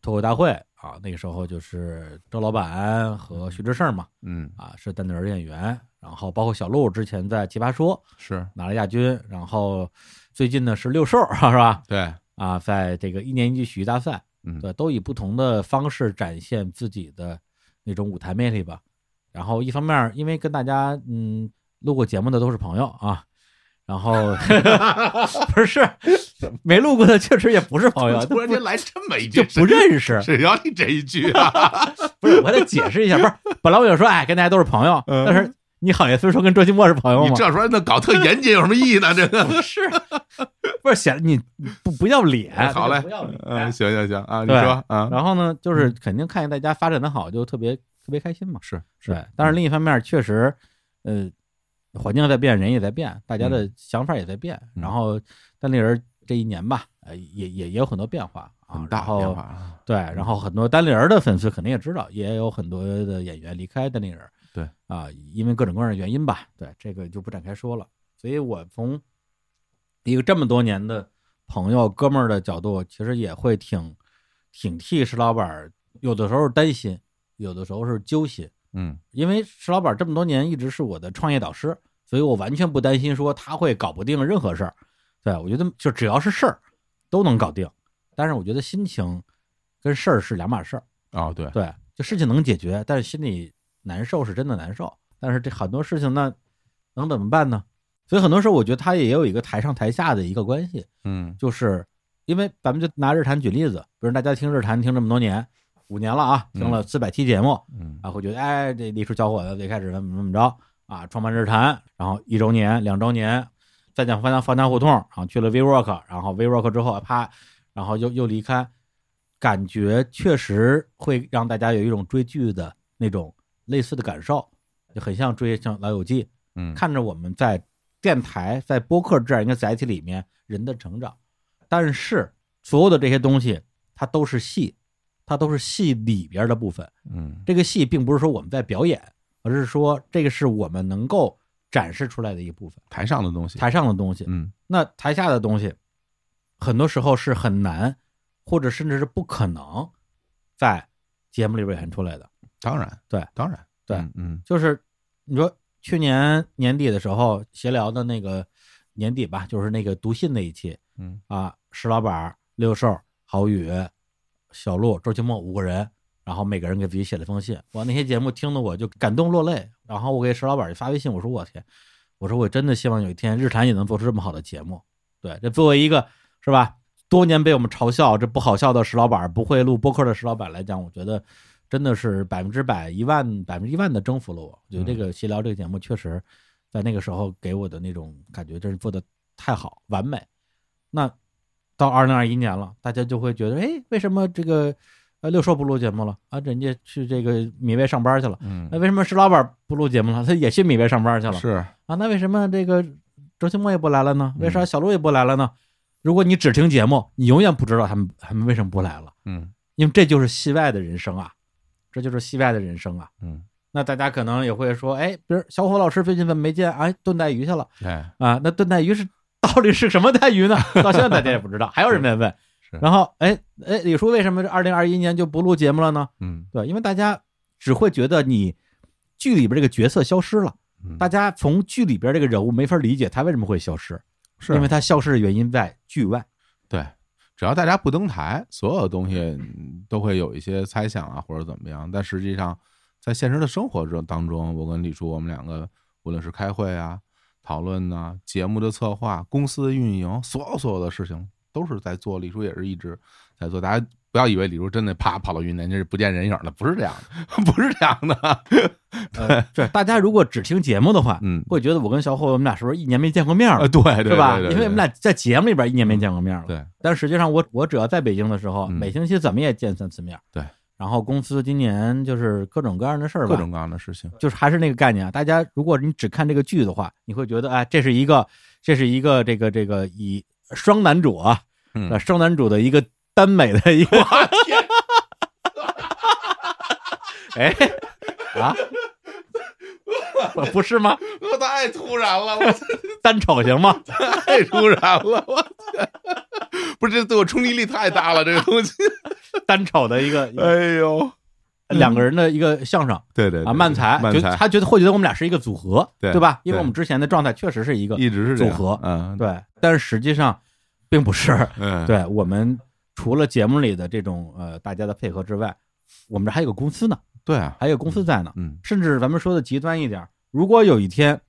脱口大会啊，那个时候就是周老板和徐志胜嘛，嗯啊是单立人演员，然后包括小鹿之前在奇葩说是拿了亚军，然后最近呢是六兽是吧？对啊，在这个一年一季喜剧大赛，嗯对，都以不同的方式展现自己的那种舞台魅力吧。然后一方面儿，因为跟大家嗯录过节目的都是朋友啊，然 后不是没路过的，确实也不是 朋友。突然间来这么一句，就不认识。谁要你这一句啊？不是，我得解释一 下。不是，本来我就说，哎，跟大家都是朋友，但是你好意思说跟周奇墨是朋友吗？ 你这说那搞特严谨有什么意义 呢？这个不是，不是显你不不要脸。好嘞哎不要脸，。嗯，行行行啊，你对说啊，然后呢，就是肯定看见大家发展的好，就特别特别开心嘛。是嗯是，嗯但是另一方面，确实，呃，环境在变，人也在变，大家的想法也在变。然后，单立人这一年吧，呃，也也也有很多变化啊，大变变化对，然后很多单立人的粉丝肯定也知道，也有很多的演员离开单立人。对啊，因为各种各样的原因吧，对这个就不展开说了。所以我从一个这么多年的朋友、哥们儿的角度，其实也会挺挺替石老板儿，有的时候担心，有的时候是揪心。嗯，因为石老板这么多年一直是我的创业导师，所以我完全不担心说他会搞不定任何事儿。对我觉得就只要是事儿都能搞定，但是我觉得心情跟事儿是两码事儿。哦，对对，就事情能解决，但是心里难受是真的难受。但是这很多事情那能怎么办呢？所以很多时候我觉得他也有一个台上台下的一个关系。嗯，就是因为咱们就拿日坛举例子，比如大家听日坛听这么多年，五年了啊，听了四百期节目，嗯，啊，会觉得哎，这李叔小伙子最开始怎么怎么着啊，创办日坛，然后一周年、两周年，再讲翻到翻家胡同，然后去了 WeWork，然后 WeWork 之后啊啪，然后又又离开，感觉确实会让大家有一种追剧的那种类似的感受，就很像追像《老友记》，嗯看着我们在电台、在播客这样一个载体里面人的成长，但是所有的这些东西，它都是戏，它都是戏里边的部分。嗯，这个戏并不是说我们在表演，而是说这个是我们能够展示出来的一部分，台上的东西，台上的东西。嗯，那台下的东西，很多时候是很难，或者甚至是不可能在节目里边演出来的。当然，对，当然，对，嗯，就是你说去年年底的时候，闲聊的那个年底吧，就是那个读信那一期，嗯啊，石老板、六兽、郝宇、小鹿、周奇墨五个人，然后每个人给自己写了封信。我那些节目听得我就感动落泪，然后我给石老板发微信，我说我天，我说我真的希望有一天日坛也能做出这么好的节目。对，这作为一个是吧，多年被我们嘲笑这不好笑的石老板，不会录播客的石老板来讲，我觉得真的是百分之百一万百分之一万的征服了我。我觉得这个闲聊这个节目确实在那个时候给我的那种感觉，真是做的太好完美。那到二零二一年了，大家就会觉得，哎，为什么这个呃六兽不录节目了啊？人家去这个米未上班去了，嗯那为什么石老板不录节目了？他也去米未上班去了，是啊，那为什么这个周奇墨也不来了呢？为嗯啥小鹿也不来了呢？如果你只听节目，你永远不知道他们他们为什么不来了，嗯因为这就是戏外的人生啊，这就是戏外的人生啊。嗯，那大家可能也会说，哎，比如小虎老师最近怎么没见？哎，炖带鱼去了。哎，啊，那炖带鱼是到底是什么带鱼呢？到现在大家也不知道，还有人在问。然后，哎哎，李叔为什么这二零二一年就不录节目了呢？嗯，对，因为大家只会觉得你剧里边这个角色消失了，嗯大家从剧里边这个人物没法理解他为什么会消失，是因为他消失的原因在剧外。对，只要大家不登台，所有的东西嗯都会有一些猜想啊，或者怎么样。但实际上，在现实的生活中当中，我跟李叔，我们两个无论是开会啊、讨论呐、节目的策划、公司的运营，所有所有的事情都是在做。李叔也是一直在做。大家不要以为李叔真的啪跑到云南，就是不见人影了，不是这样的，不是这样的。 呃，对，大家如果只听节目的话，嗯，会觉得我跟小伙我们俩是不是一年没见过面了？呃对对对是吧？对对嗯因为我们俩在节目里边一年没见过面了。对，嗯但实际上我我只要在北京的时候，每星期怎么也见三次面。对，然后公司今年就是各种各样的事儿吧，各种各样的事情，就是还是那个概念啊。大家如果你只看这个剧的话，你会觉得哎，这是一个这是一个这个这个以双男主啊，嗯呃双男主的一个耽美的一个， 哎啊，不不是吗？ 我太突然 了，我单瞅行吗？太突然了，我天！ 不是，这对我冲击力太大了，这个东西。单瞅的一个， 哎呦，两个人的一个相声，对对对啊，漫才，漫觉才得他觉得会觉得我们俩是一个组合，对对吧？因为对我们之前的状态确实是一个一直是这组样合，嗯对，但是实际上并不是，嗯对我们除了节目里的这种呃大家的配合之外，我们这还有个公司呢，对啊，还有公司在呢，嗯，甚至咱们说的极端一点，如果有一天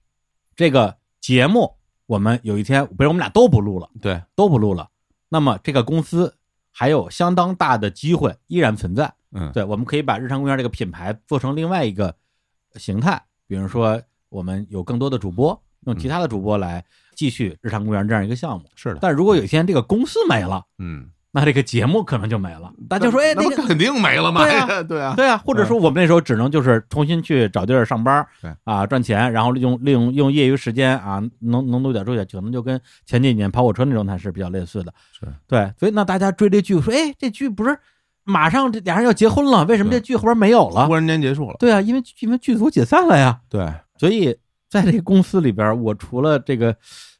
这个节目我们有一天，比如我们俩都不录了，对，都不录了，那么这个公司还有相当大的机会依然存在。嗯对，我们可以把日常公园这个品牌做成另外一个形态，比如说呃我们有更多的主播，用其他的主播来继续日常公园这样一个项目。嗯是的，但如果有一天这个公司没了，嗯，那这个节目可能就没了。大家说，哎，那不个肯定没了吗对 啊，对啊对啊，或者说我们那时候只能就是重新去找地儿上班，对啊，赚钱，然后利用利用利用业余时间啊，能能多点出去，可能就跟前几年跑火车那状态是比较类似的。是对，所以那大家追这剧说，哎，这剧不是马上这俩人要结婚了，为什么这剧后边没有了？忽然间结束了。对啊，因为因为剧组解散了呀。对，所以在这个公司里边，我除了这个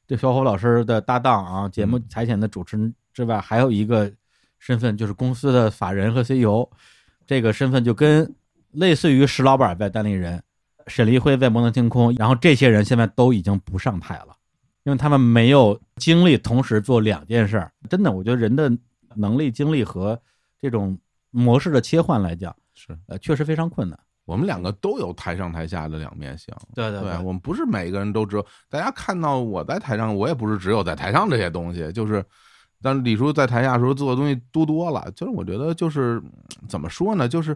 这小伙老师的搭档啊，节目财险的主持人之外，还有一个身份就是公司的法人和 CEO，这个身份就跟类似于石老板在单立人，沈黎辉在摩登天空，然后这些人现在都已经不上台了。因为他们没有精力同时做两件事儿。真的，我觉得人的能力、精力和这种模式的切换来讲，是呃，确实非常困难。我们两个都有台上台下的两面性，对对对对我们不是每个人都只有。大家看到我在台上，我也不是只有在台上这些东西，就是，但李叔在台下的时候做的东西多多了。就是我觉得就是嗯怎么说呢，就是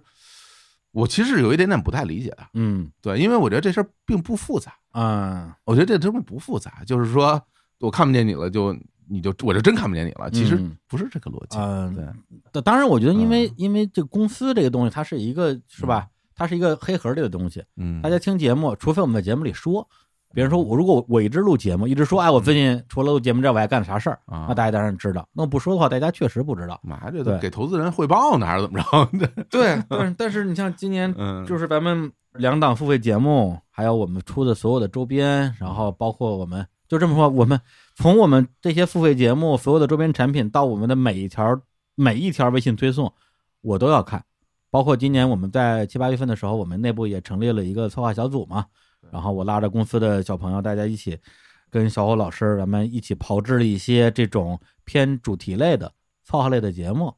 我其实有一点点不太理解的，嗯，对，因为我觉得这事儿并不复杂，啊，我觉得这东西不复杂，就是说我看不见你了就。你就我就真看不见你了，其实嗯不是这个逻辑。嗯，对。嗯当然，我觉得因为、因为这个公司这个东西，它是一个是吧？它是一个黑盒里的东西。嗯大家听节目，除非我们在节目里说，比如说我如果我一直录节目，一直说哎，我最近除了录节目之外，我还干了啥事儿，啊那大家当然知道。那不说的话，大家确实不知道。妈，这对都给投资人汇报呢，还是怎么着？ 对，但是但是你像今年嗯就是咱们两档付费节目，还有我们出的所有的周边，然后包括我们就这么说，我们从我们这些付费节目所有的周边产品到我们的每一条每一条微信推送，我都要看。包括今年我们在七八月份的时候，我们内部也成立了一个策划小组嘛，然后我拉着公司的小朋友，大家一起跟小伙老师，咱们一起炮制了一些这种偏主题类的、策划类的节目，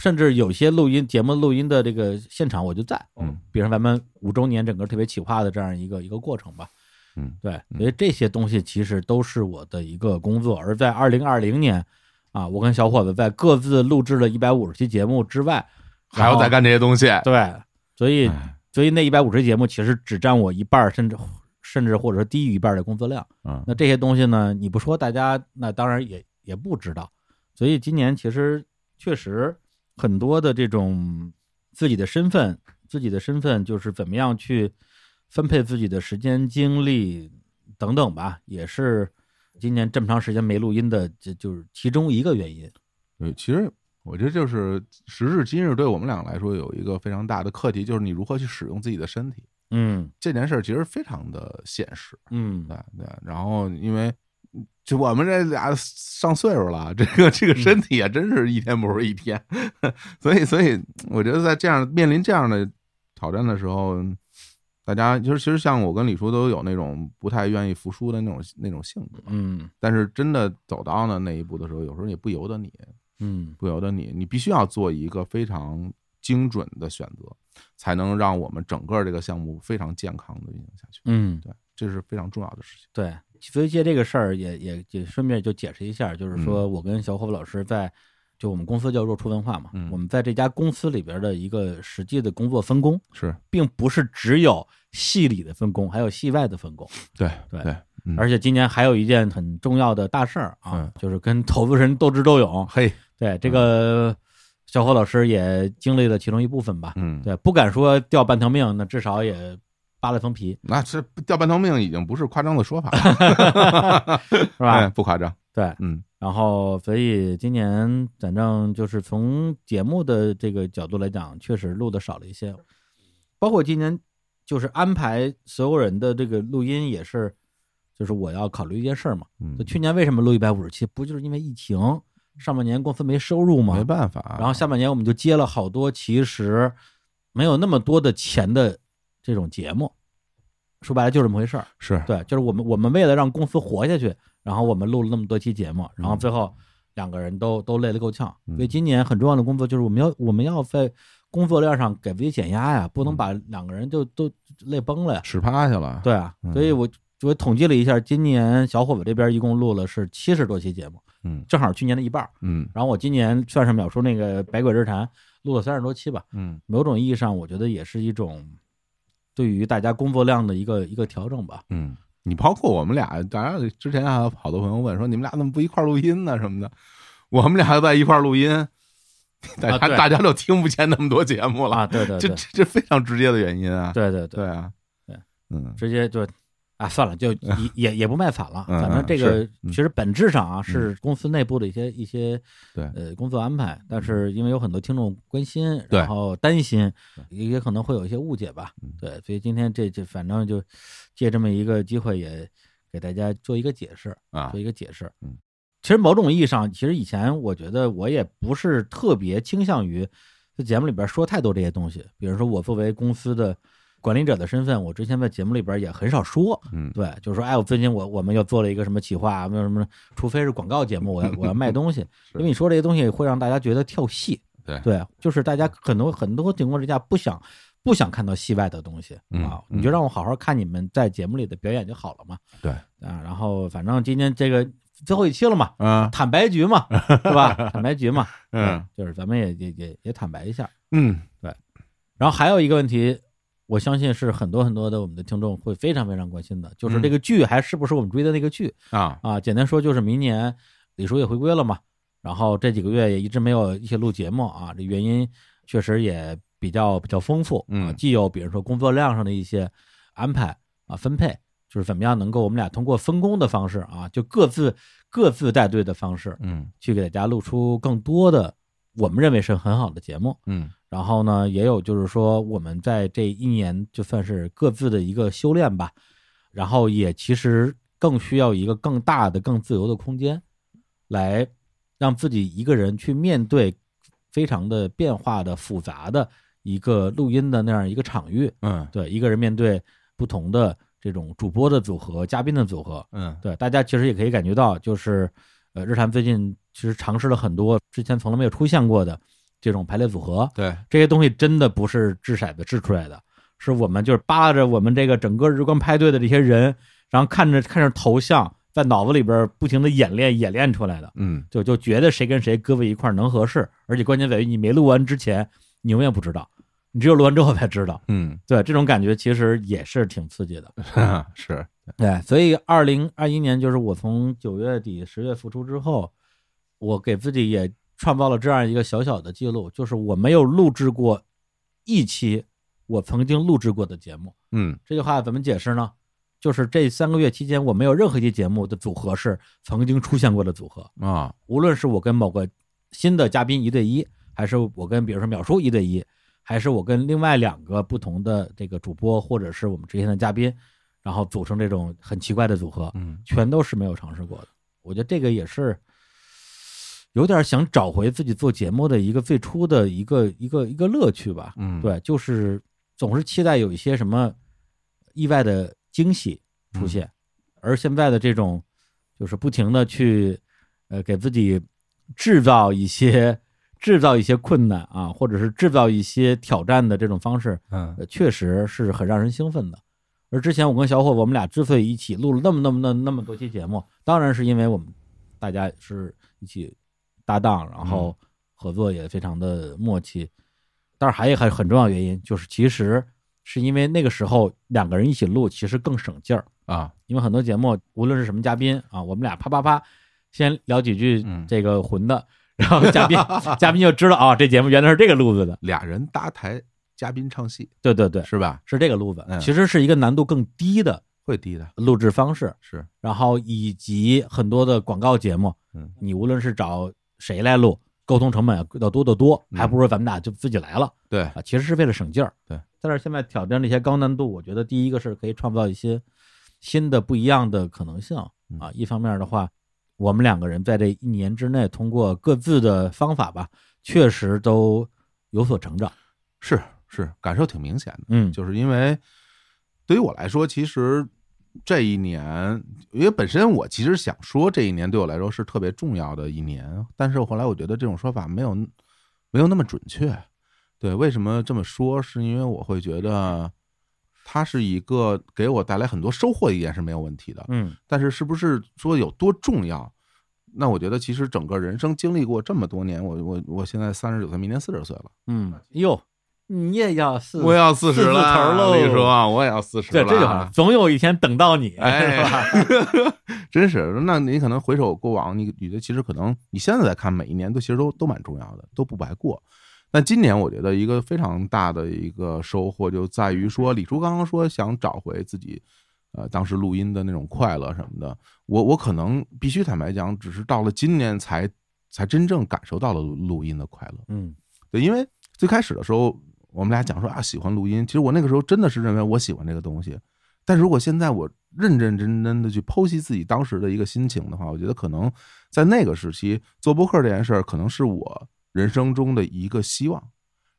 甚至有些录音节目录音的这个现场我就在，嗯，比如咱们五周年整个特别企划的这样一个一个过程吧，嗯，对，所以这些东西其实都是我的一个工作，而在二零二零年。啊，我跟小伙子在各自录制了一百五十期节目之外，还要再干这哎些东西。对，所以所以那一百五十节目其实只占我一半儿，甚至甚至或者说低于一半儿的工作量。嗯那这些东西呢，你不说，大家那当然也也不知道。所以今年其实确实很多的这种自己的身份，自己的身份就是怎么样去分配自己的时间、精力等等吧，也是今年这么长时间没录音的，这就是其中一个原因。对，呃其实我觉得就是时至今日，对我们俩来说有一个非常大的课题，就是你如何去使用自己的身体。嗯，这件事儿其实非常的现实。嗯，对对。然后因为就我们这俩上岁数了，这个这个身体也真是一天不如一天， 所以所以我觉得在这样面临这样的挑战的时候。大家就是其实像我跟李叔都有那种不太愿意服输的那种那种性格，嗯但是真的走到呢那一步的时候，有时候也不由得你，嗯不由得你，你必须要做一个非常精准的选择，才能让我们整个这个项目非常健康的运行下去。嗯，对，这是非常重要的事情。对，所以借这个事儿也也也顺便就解释一下，就是嗯说我跟小伙老师在就我们公司叫若出文化嘛，嗯我们在这家公司里边的一个实际的工作分工是，并不是只有系里的分工，还有系外的分工。对对对，嗯而且今年还有一件很重要的大事儿啊，嗯就是跟投资人斗智斗勇。嘿，对这个。小伙老师也经历了其中一部分吧，嗯对，不敢说掉半条命，那至少也扒了层皮，那这掉半条命已经不是夸张的说法了，是吧哎不夸张。对，嗯，然后所以今年反正就是从节目的这个角度来讲，确实录的少了一些，包括今年就是安排所有人的这个录音也是，就是我要考虑一件事儿嘛。嗯就去年为什么录一百五十期，不就是因为疫情？上半年公司没收入嘛，没办法。啊然后下半年我们就接了好多其实没有那么多的钱的这种节目，说白了就这么回事儿。是对，就是我们我们为了让公司活下去，然后我们录了那么多期节目，然嗯后最后两个人都都累得够呛。所以今年很重要的工作就是我们要我们要在工作量嗯上给自己减压呀，不能把两个人就都累崩了呀，屎趴下了。对啊，嗯所以我我统计了一下，今年小伙子这边一共录了是七十多期节目，嗯，正好去年的一半儿。嗯然后我今年算上秒叔那个《百鬼日谈》，录了三十多期吧。嗯，某种意义上，我觉得也是一种对于大家工作量的一个一个调整吧。嗯，你包括我们俩，当然之前还有好多朋友问说你们俩怎么不一块儿录音呢什么的，我们俩在一块儿录音， 大家、啊对大家都听不见那么多节目了，啊对对这对这这非常直接的原因啊，对对对对啊，对，嗯，直接就啊，算了，就也也也不卖惨了。嗯反正这个是嗯其实本质上啊是公司内部的一些一些对嗯呃工作安排，但是因为有很多听众关心，对嗯然后担心，也可能会有一些误解吧。对，所以今天这这反正就借这么一个机会，也给大家做一个解释啊做一个解释。嗯，其实某种意义上，其实以前我觉得我也不是特别倾向于在节目里边说太多这些东西。比如说，我作为公司的管理者的身份，我之前在节目里边也很少说。嗯对，就是说，哎，我最近我我们又做了一个什么企划，没有什么，除非是广告节目，我要我要卖东 西，因为你说这些东西会让大家觉得跳戏。对对，就是大家很多很多情况之下不想不想看到戏外的东西嗯啊，你就让我好好看你们在节目里的表演就好了嘛。对啊，然后反正今天这个最后一期了嘛，啊坦白局嘛，是 吧？坦白局嘛，嗯对，就是咱们也也也也坦白一下，嗯，对。然后还有一个问题，我相信是很多很多的我们的听众会非常非常关心的，就是这个剧还是不是我们追的那个剧啊？啊，简单说就是明年李叔也回归了嘛，然后这几个月也一直没有一起录节目啊，这原因确实也比较比较丰富，嗯，既有比如说工作量上的一些安排啊分配，就是怎么样能够我们俩通过分工的方式啊，就各自各自带队的方式，嗯，去给大家录出更多的我们认为是很好的节目，嗯，然后呢，也有就是说我们在这一年就算是各自的一个修炼吧，然后也其实更需要一个更大的、更自由的空间，来让自己一个人去面对非常的变化的、复杂的一个录音的那样一个场域。嗯，对，一个人面对不同的这种主播的组合、嘉宾的组合。嗯对，大家其实也可以感觉到，就是呃，日坛最近其实尝试了很多之前从来没有出现过的这种排列组合。对，这些东西真的不是掷骰子掷出来的，是我们就是扒拉着我们这个整个日光派对的这些人，然后看着看着头像，在脑子里边不停的演练演练出来的。嗯，就就觉得谁跟谁搁在一块儿能合适，而且关键在于你没录完之前，你永远不知道，你只有录完之后才知道。嗯， 对，这种感觉其实也是挺刺激的。是，对，所以二零二一年就是我从九月底十月复出之后，我给自己也创造了这样一个小小的记录，就是我没有录制过一期我曾经录制过的节目。嗯这句话怎么解释呢？就是这三个月期间，我没有任何一期节目的组合是曾经出现过的组合。啊，无论是我跟某个新的嘉宾一对一，还是我跟比如说淼叔一对一，还是我跟另外两个不同的这个主播或者是我们之前的嘉宾，然后组成这种很奇怪的组合，嗯，全都是没有尝试过的。我觉得这个也是有点想找回自己做节目的一个最初的一个一个一个乐趣吧。嗯对，就是总是期待有一些什么意外的惊喜嗯出现，而现在的这种就是不停的去呃给自己制造一些制造一些困难啊，或者是制造一些挑战的这种方式，嗯呃确实是很让人兴奋的。而之前我跟小伙，我们俩之所以一起录了那么那么那那么多期节目，当然是因为我们大家是一起搭档，然后合作也非常的默契。但是还有一个很很重要的原因，就是其实是因为那个时候两个人一起录，其实更省劲儿啊。因为很多节目，无论是什么嘉宾啊，我们俩啪啪啪，先聊几句这个混的，然后嘉宾嘉宾就知道啊，这节目原来是这个路子的。俩人搭台，嘉宾唱戏，对对对，是吧？是这个路子，嗯其实是一个难度更低的，会低的录制方式是，然后以及很多的广告节目，嗯，你无论是找谁来录，沟通成本要多得多，嗯还不如咱们俩就自己来了。对啊，其实是为了省劲儿。对，但是现在挑战这些高难度，我觉得第一个是可以创造一些新的不一样的可能性嗯啊。一方面的话，我们两个人在这一年之内，通过各自的方法吧，确实都有所成长。是是，感受挺明显的。嗯，就是因为对于我来说，其实这一年，因为本身我其实想说这一年对我来说是特别重要的一年，但是后来我觉得这种说法没有没有那么准确。对，为什么这么说？是因为我会觉得，它是一个给我带来很多收获的一点是没有问题的。嗯，但是是不是说有多重要？那我觉得其实整个人生经历过这么多年，我我我现在三十九岁，明年四十岁了。嗯，哟，你也要四，我要四十字头了喽！我跟你说啊我也要四十对，了这就好，总有一天等到你，哎是 吧？真是，那你可能回首过往，你你觉得其实可能你现在来看，每一年都其实都都蛮重要的，都不白过。但今年我觉得一个非常大的一个收获就在于说，李叔刚刚说想找回自己，呃，当时录音的那种快乐什么的。我我可能必须坦白讲，只是到了今年才才真正感受到了录音的快乐。嗯，对，因为最开始的时候，我们俩讲说啊喜欢录音，其实我那个时候真的是认为我喜欢这个东西。但如果现在我认认真真的去剖析自己当时的一个心情的话，我觉得可能在那个时期做播客这件事儿，可能是我人生中的一个希望，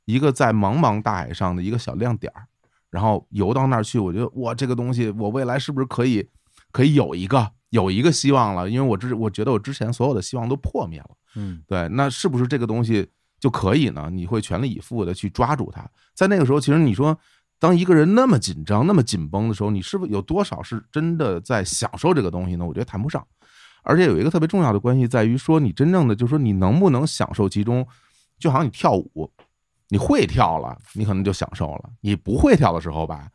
一个在茫茫大海上的一个小亮点儿。然后游到那儿去，我觉得哇，这个东西我未来是不是可以可以有一个有一个希望了？因为我之我觉得我之前所有的希望都破灭了。嗯，对，那是不是这个东西就可以呢？你会全力以赴的去抓住它。在那个时候，其实你说，当一个人那么紧张、那么紧绷的时候，你是不是有多少是真的在享受这个东西呢？我觉得谈不上。而且有一个特别重要的关系在于说，你真正的就是说你能不能享受其中，就好像你跳舞，你会跳了，你可能就享受了；你不会跳的时候吧，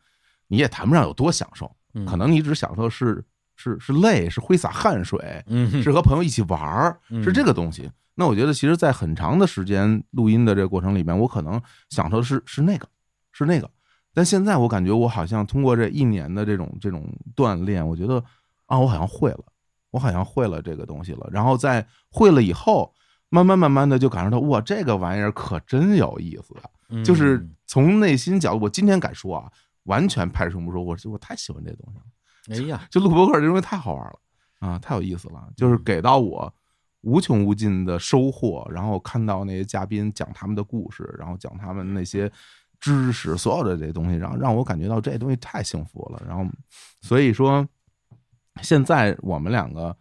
你也谈不上有多享受，嗯可能你只享受是是是累，是挥洒汗水，嗯是和朋友一起玩儿，嗯是这个东西。那我觉得，其实，在很长的时间录音的这个过程里面，我可能享受的是是那个，是那个。但现在我感觉，我好像通过这一年的这种这种锻炼，我觉得啊，我好像会了，我好像会了这个东西了。然后在会了以后，慢慢慢慢的就感受到，哇，这个玩意儿可真有意思啊！嗯就是从内心角度，我今天敢说啊，完全拍胸脯说，我我太喜欢这东西了。哎呀，就录播客这东西太好玩了啊，太有意思了，就是给到我无穷无尽的收获，然后看到那些嘉宾讲他们的故事，然后讲他们那些知识，所有的这些东西，然后让我感觉到这东西太幸福了。然后，所以说现在我们两个。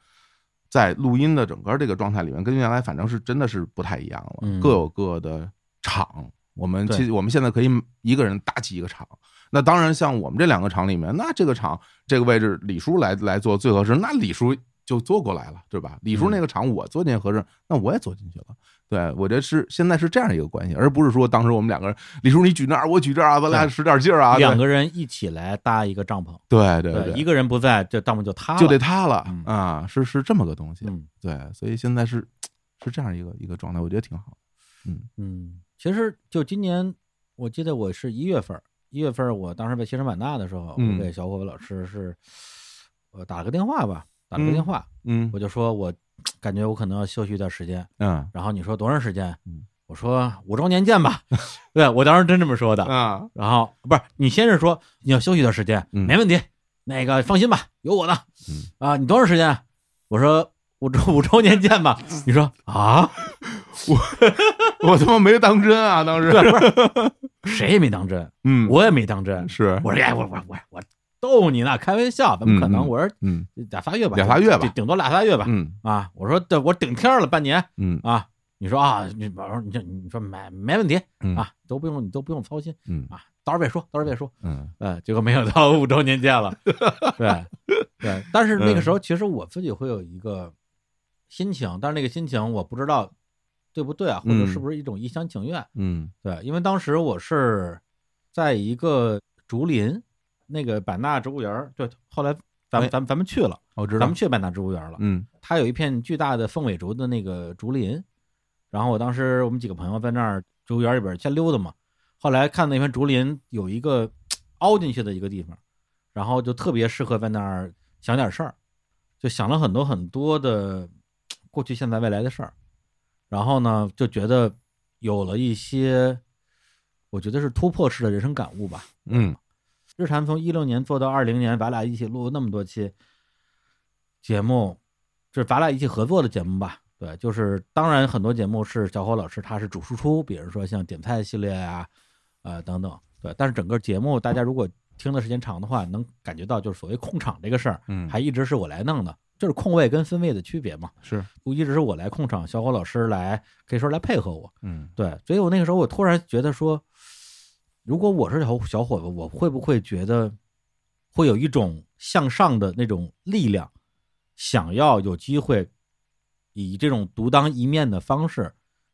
在录音的整个这个状态里面，跟原来反正是真的是不太一样了，嗯各有各的场。我们对其实我们现在可以一个人搭起一个场。那当然，像我们这两个场里面，那这个场这个位置李叔来来做最合适，那李叔就坐过来了，对吧？李叔嗯那个场我坐进合适，那我也坐进去了。对我这是现在是这样一个关系，而不是说当时我们两个人，李叔你举那儿，我举这儿啊，咱俩使点劲儿啊，对两个人一起来搭一个帐篷，对对对，对一个人不在，这帐篷就塌了，就得塌了啊，是是这么个东西嗯。对，所以现在是是这样一个一个状态，我觉得挺好。嗯嗯，其实就今年，我记得我是一月份儿，一月份儿我当时在西双版纳的时候，嗯我给小伙伴老师是，呃，打了个电话吧，打了个电话，嗯嗯我就说我感觉我可能要休息一段时间，嗯然后你说多长时间？我说五周年见 吧，对我当时真这么说的啊。然后不是你先是说你要休息一段时间，嗯没问题，那个放心吧，有我呢。啊，你多长时间？我说 五周五周年见 吧。你说啊，我我他妈没当真啊，当时对不是谁也没当真，嗯，我也没当真，是我说哎，我我我我逗你呢，开玩笑，怎么可能？嗯嗯我说嗯，俩仨月吧，俩仨月吧顶顶多俩仨月吧，嗯啊，我说对，我顶天儿了半年，嗯啊，你说啊，你我说你这你说没没问题嗯啊，都不用你都不用操心，嗯啊，到时候再说，到时候再说，嗯，呃，结果没有到五周年见 了，对对，但是那个时嗯候其实我自己会有一个心情，但是那个心情我不知道对不对啊，或者嗯是不是一种一厢情愿，嗯对，因为当时我是在一个竹林，那个版纳植物园儿，对，后来咱们、哎咱们咱们去了，我知道咱们去版纳植物园了，嗯，它有一片巨大的凤尾竹的那个竹林，然后我当时我们几个朋友在那儿植物园里边先溜达嘛，后来看那片竹林有一个凹进去的一个地方，然后就特别适合在那儿想点事儿，就想了很多很多的过去、现在、未来的事儿，然后呢，就觉得有了一些，我觉得是突破式的人生感悟吧。嗯日坛从一六年做到二零年，咱俩一起录那么多期节目，就是咱俩一起合作的节目吧。对，就是当然很多节目是小伙老师他是主输出，比如说像点菜系列啊，呃等等。对，但是整个节目大家如果听的时间长的话，能感觉到就是所谓控场这个事儿，嗯还一直是我来弄的，就是控位跟分位的区别嘛。是，一直是我来控场，小伙老师来可以说来配合我。嗯对，所以我那个时候我突然觉得说，如果我是小小伙子，我会不会觉得会有一种向上的那种力量，想要有机会以这种独当一面的方式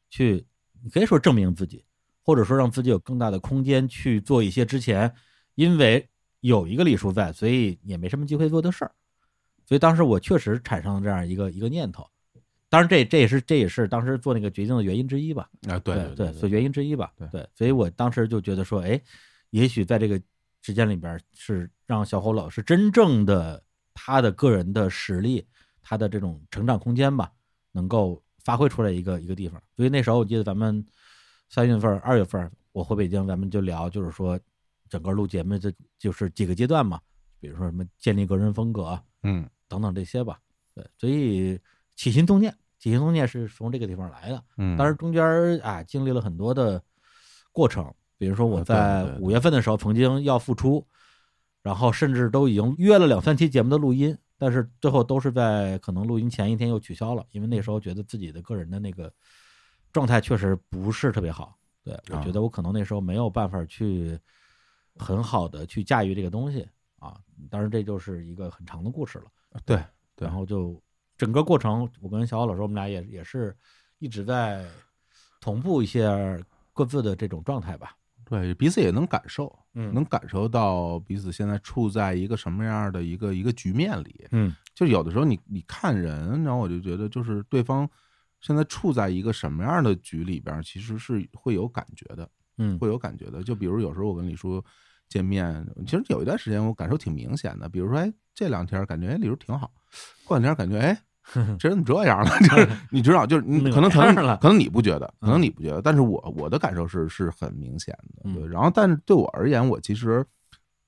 去，你可以说证明自己，或者说让自己有更大的空间去做一些之前因为有一个礼数在，所以也没什么机会做的事儿。所以当时我确实产生了这样一个一个念头，当然这这也是这也是当时做那个决定的原因之一吧。啊对对对对所以原因之一吧。对所以我当时就觉得说，哎，也许在这个时间里边儿是让小侯老师真正的他的个人的实力，他的这种成长空间吧，能够发挥出来一个一个地方。所以那时候我记得咱们三月份儿、二月份儿我回北京，咱们就聊，就是说整个录节目这就是几个阶段嘛，比如说什么建立个人风格啊，嗯等等这些吧。对，所以起心动念，起心动念是从这个地方来的。嗯当然中间儿啊经历了很多的过程，比如说我在呃对对对五月份的时候曾经要复出，然后甚至都已经约了两三期节目的录音，但是最后都是在可能录音前一天又取消了，因为那时候觉得自己的个人的那个状态确实不是特别好。对，我啊觉得我可能那时候没有办法去很好的去驾驭这个东西啊。当然，这就是一个很长的故事了。啊对，然后就整个过程，我跟小奥老师，我们俩也也是一直在同步一些各自的这种状态吧。对，彼此也能感受，嗯能感受到彼此现在处在一个什么样的一个一个局面里。嗯，就有的时候你你看人，然后我就觉得就是对方现在处在一个什么样的局里边儿，其实是会有感觉的，嗯会有感觉的。就比如有时候我跟李叔见面，其实有一段时间我感受挺明显的，比如说哎这两天感觉哎李叔挺好，过两天感觉哎。这人怎么这样了？就是你知道，就是你冷可能可淡能了可能你不觉得，可能你不觉得，但是我我的感受是是很明显的。对，然后但是对我而言，我其实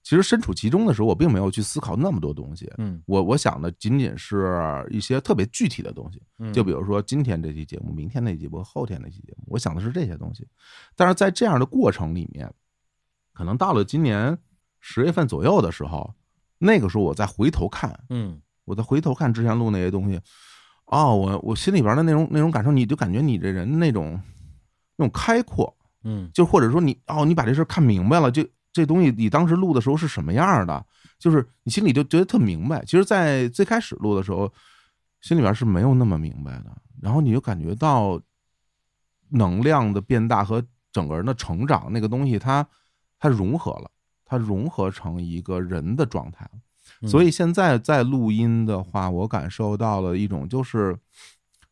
其实身处其中的时候，我并没有去思考那么多东西。嗯我我想的仅仅是一些特别具体的东西嗯，就比如说今天这期节目、明天那期节目、后天那期节目，我想的是这些东西。但是在这样的过程里面，可能到了今年十月份左右的时候，那个时候我再回头看，嗯我再回头看之前录那些东西，哦，我我心里边的那种那种感受，你就感觉你这人那种那种开阔，嗯就或者说你哦，你把这事儿看明白了，这这东西你当时录的时候是什么样儿的，就是你心里就觉得特明白。其实，在最开始录的时候，心里边是没有那么明白的，然后你就感觉到能量的变大和整个人的成长那个东西它，它融合了，它融合成一个人的状态了。所以现在在录音的话，我感受到了一种就是。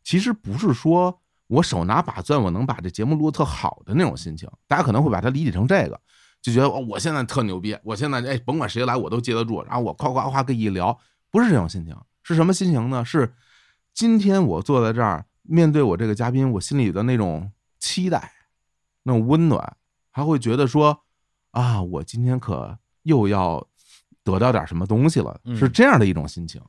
其实不是说我手拿把钻，我能把这节目录得特好的那种心情。大家可能会把它理解成这个，就觉得哦，我现在特牛逼，我现在哎，甭管谁来我都接得住，然后我夸夸夸跟一聊，不是这种心情，是什么心情呢？是今天我坐在这儿，面对我这个嘉宾，我心里的那种期待，那种温暖，还会觉得说啊，我今天可又要得到点什么东西了，嗯是这样的一种心情，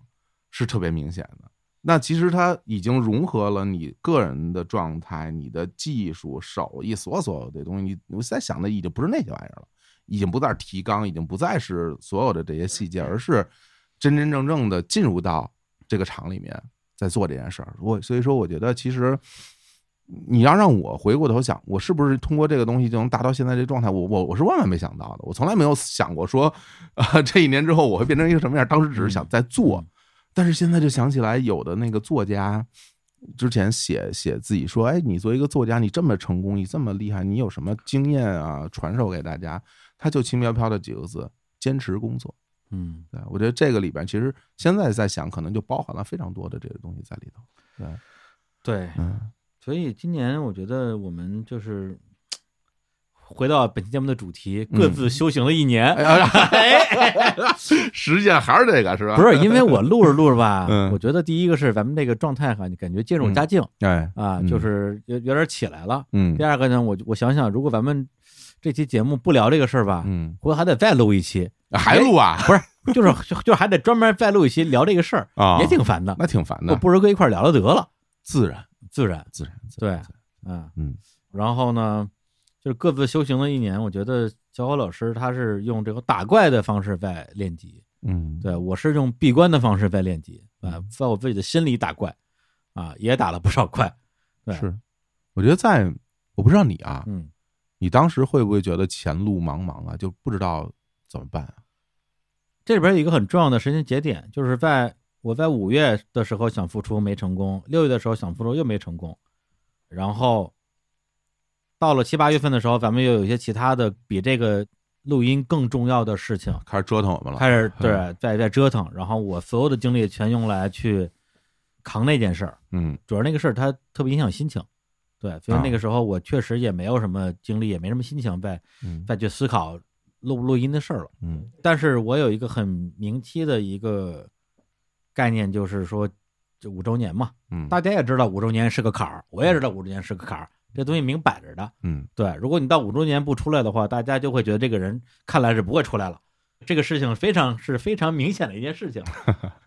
是特别明显的。那其实它已经融合了你个人的状态、你的技术、手艺，所有所有的东西。你我现在想的已经不是那些玩意儿了，已经不再是提纲，已经不再是所有的这些细节，而是真真正正的进入到这个厂里面，在做这件事儿。我所以说，我觉得其实你要让我回过头想，我是不是通过这个东西就能达到现在这状态？我我我是万万没想到的，我从来没有想过说，啊、这一年之后我会变成一个什么样。当时只是想在做，但是现在就想起来，有的那个作家之前写写自己说，哎，你作为一个作家，你这么成功，你这么厉害，你有什么经验啊，传授给大家？他就轻飘飘的几个字：坚持工作。嗯，对，我觉得这个里边其实现在在想，可能就包含了非常多的这个东西在里头。对，对，嗯所以今年我觉得我们就是回到本期节目的主题，嗯各自修行了一年。 实际上还是这个是吧？不是因为我录着录着吧，嗯我觉得第一个是咱们这个状态哈，你感觉渐入佳境，哎啊，就是有有点起来了。嗯第二个呢，我我想想，如果咱们这期节目不聊这个事儿吧，嗯，回头还得再录一期，还录啊？不是，就是 就就还得专门再录一期聊这个事儿啊也挺烦的，那挺烦的我不如跟一块儿聊聊得了，自然自然自然，对，嗯嗯，然后呢，就是各自修行了一年，我觉得小火老师他是用这个打怪的方式在练级，嗯，对我是用闭关的方式在练级啊，在我自己的心里打怪啊，也打了不少怪，对，是，我觉得在我不知道你啊，嗯，你当时会不会觉得前路茫茫啊，就不知道怎么办啊？这里边有一个很重要的时间节点，就是在我在五月的时候想复出没成功，六月的时候想复出又没成功，然后到了七八月份的时候，咱们又有一些其他的比这个录音更重要的事情，开始折腾我们了，开始对嗯在在折腾，然后我所有的精力全用来去扛那件事儿，嗯，主要那个事儿它特别影响心情，对，所以那个时候我确实也没有什么精力，也没什么心情再嗯再去思考录不录音的事儿了。嗯，但是我有一个很明晰的一个概念，就是说这五周年嘛，嗯大家也知道五周年是个坎儿，我也知道五周年是个坎儿，这东西明摆着的。嗯，对，如果你到五周年不出来的话，大家就会觉得这个人看来是不会出来了。这个事情非常是非常明显的一件 事情，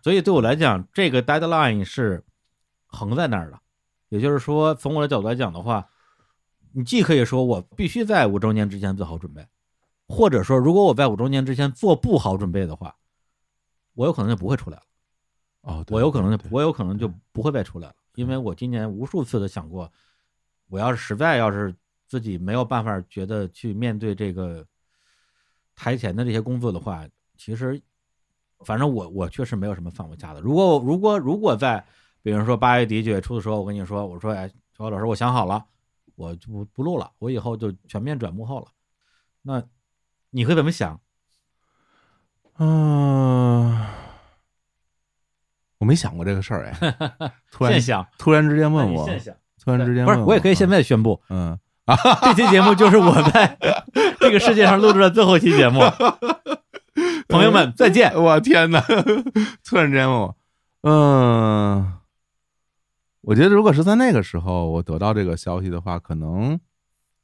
所以对我来讲，这个 deadline 是横在那儿的。也就是说，从我的角度来讲的话，你既可以说我必须在五周年之前做好准备，或者说，如果我在五周年之前做不好准备的话，我有可能就不会出来了。哦，我有可能就我有可能就嗯不会再出来了，因为我今年无数次的想过，我要是实在要是自己没有办法觉得去面对这个台前的这些工作的话，其实反正我我确实没有什么放不下的。如果我如果如果在比如说八月底九月初的时候，我跟你说，我说哎，小高老师，我想好了，我就不不录了，我以后就全面转幕后了。那你会怎么想？嗯、我没想过这个 事儿哎，突然现想突然之间问那你我现想，突然之间不是问我也可以现在宣布，嗯， 这期节目就是我在这个世界上录制的最后一期节 目。朋友们再 见！我天哪，突然之间问我，嗯，我觉得如果是在那个时候我得到这个消息的话，可能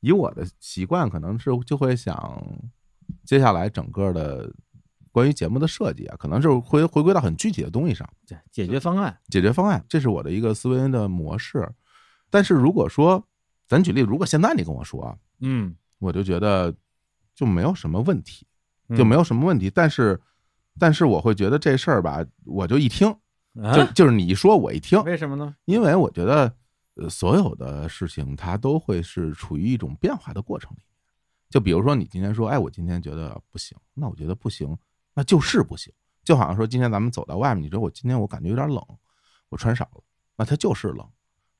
以我的习惯，可能是就会想接下来整个的关于节目的设计啊，可能就是回回归到很具体的东西上，解决方案，解决方案，这是我的一个思维的模式。但是如果说，咱举例，如果现在你跟我说啊， 嗯，我就觉得就没有什么问题，嗯就没有什么问题。但是，但是我会觉得这事儿吧，我就一听，啊就就是你一说我一听，为什么呢？因为我觉得，呃，所有的事情它都会是处于一种变化的过程里。就比如说，你今天说，哎，我今天觉得不行，那我觉得不行，那就是不行。就好像说，今天咱们走到外面，你说我今天我感觉有点冷，我穿少了，那它就是冷。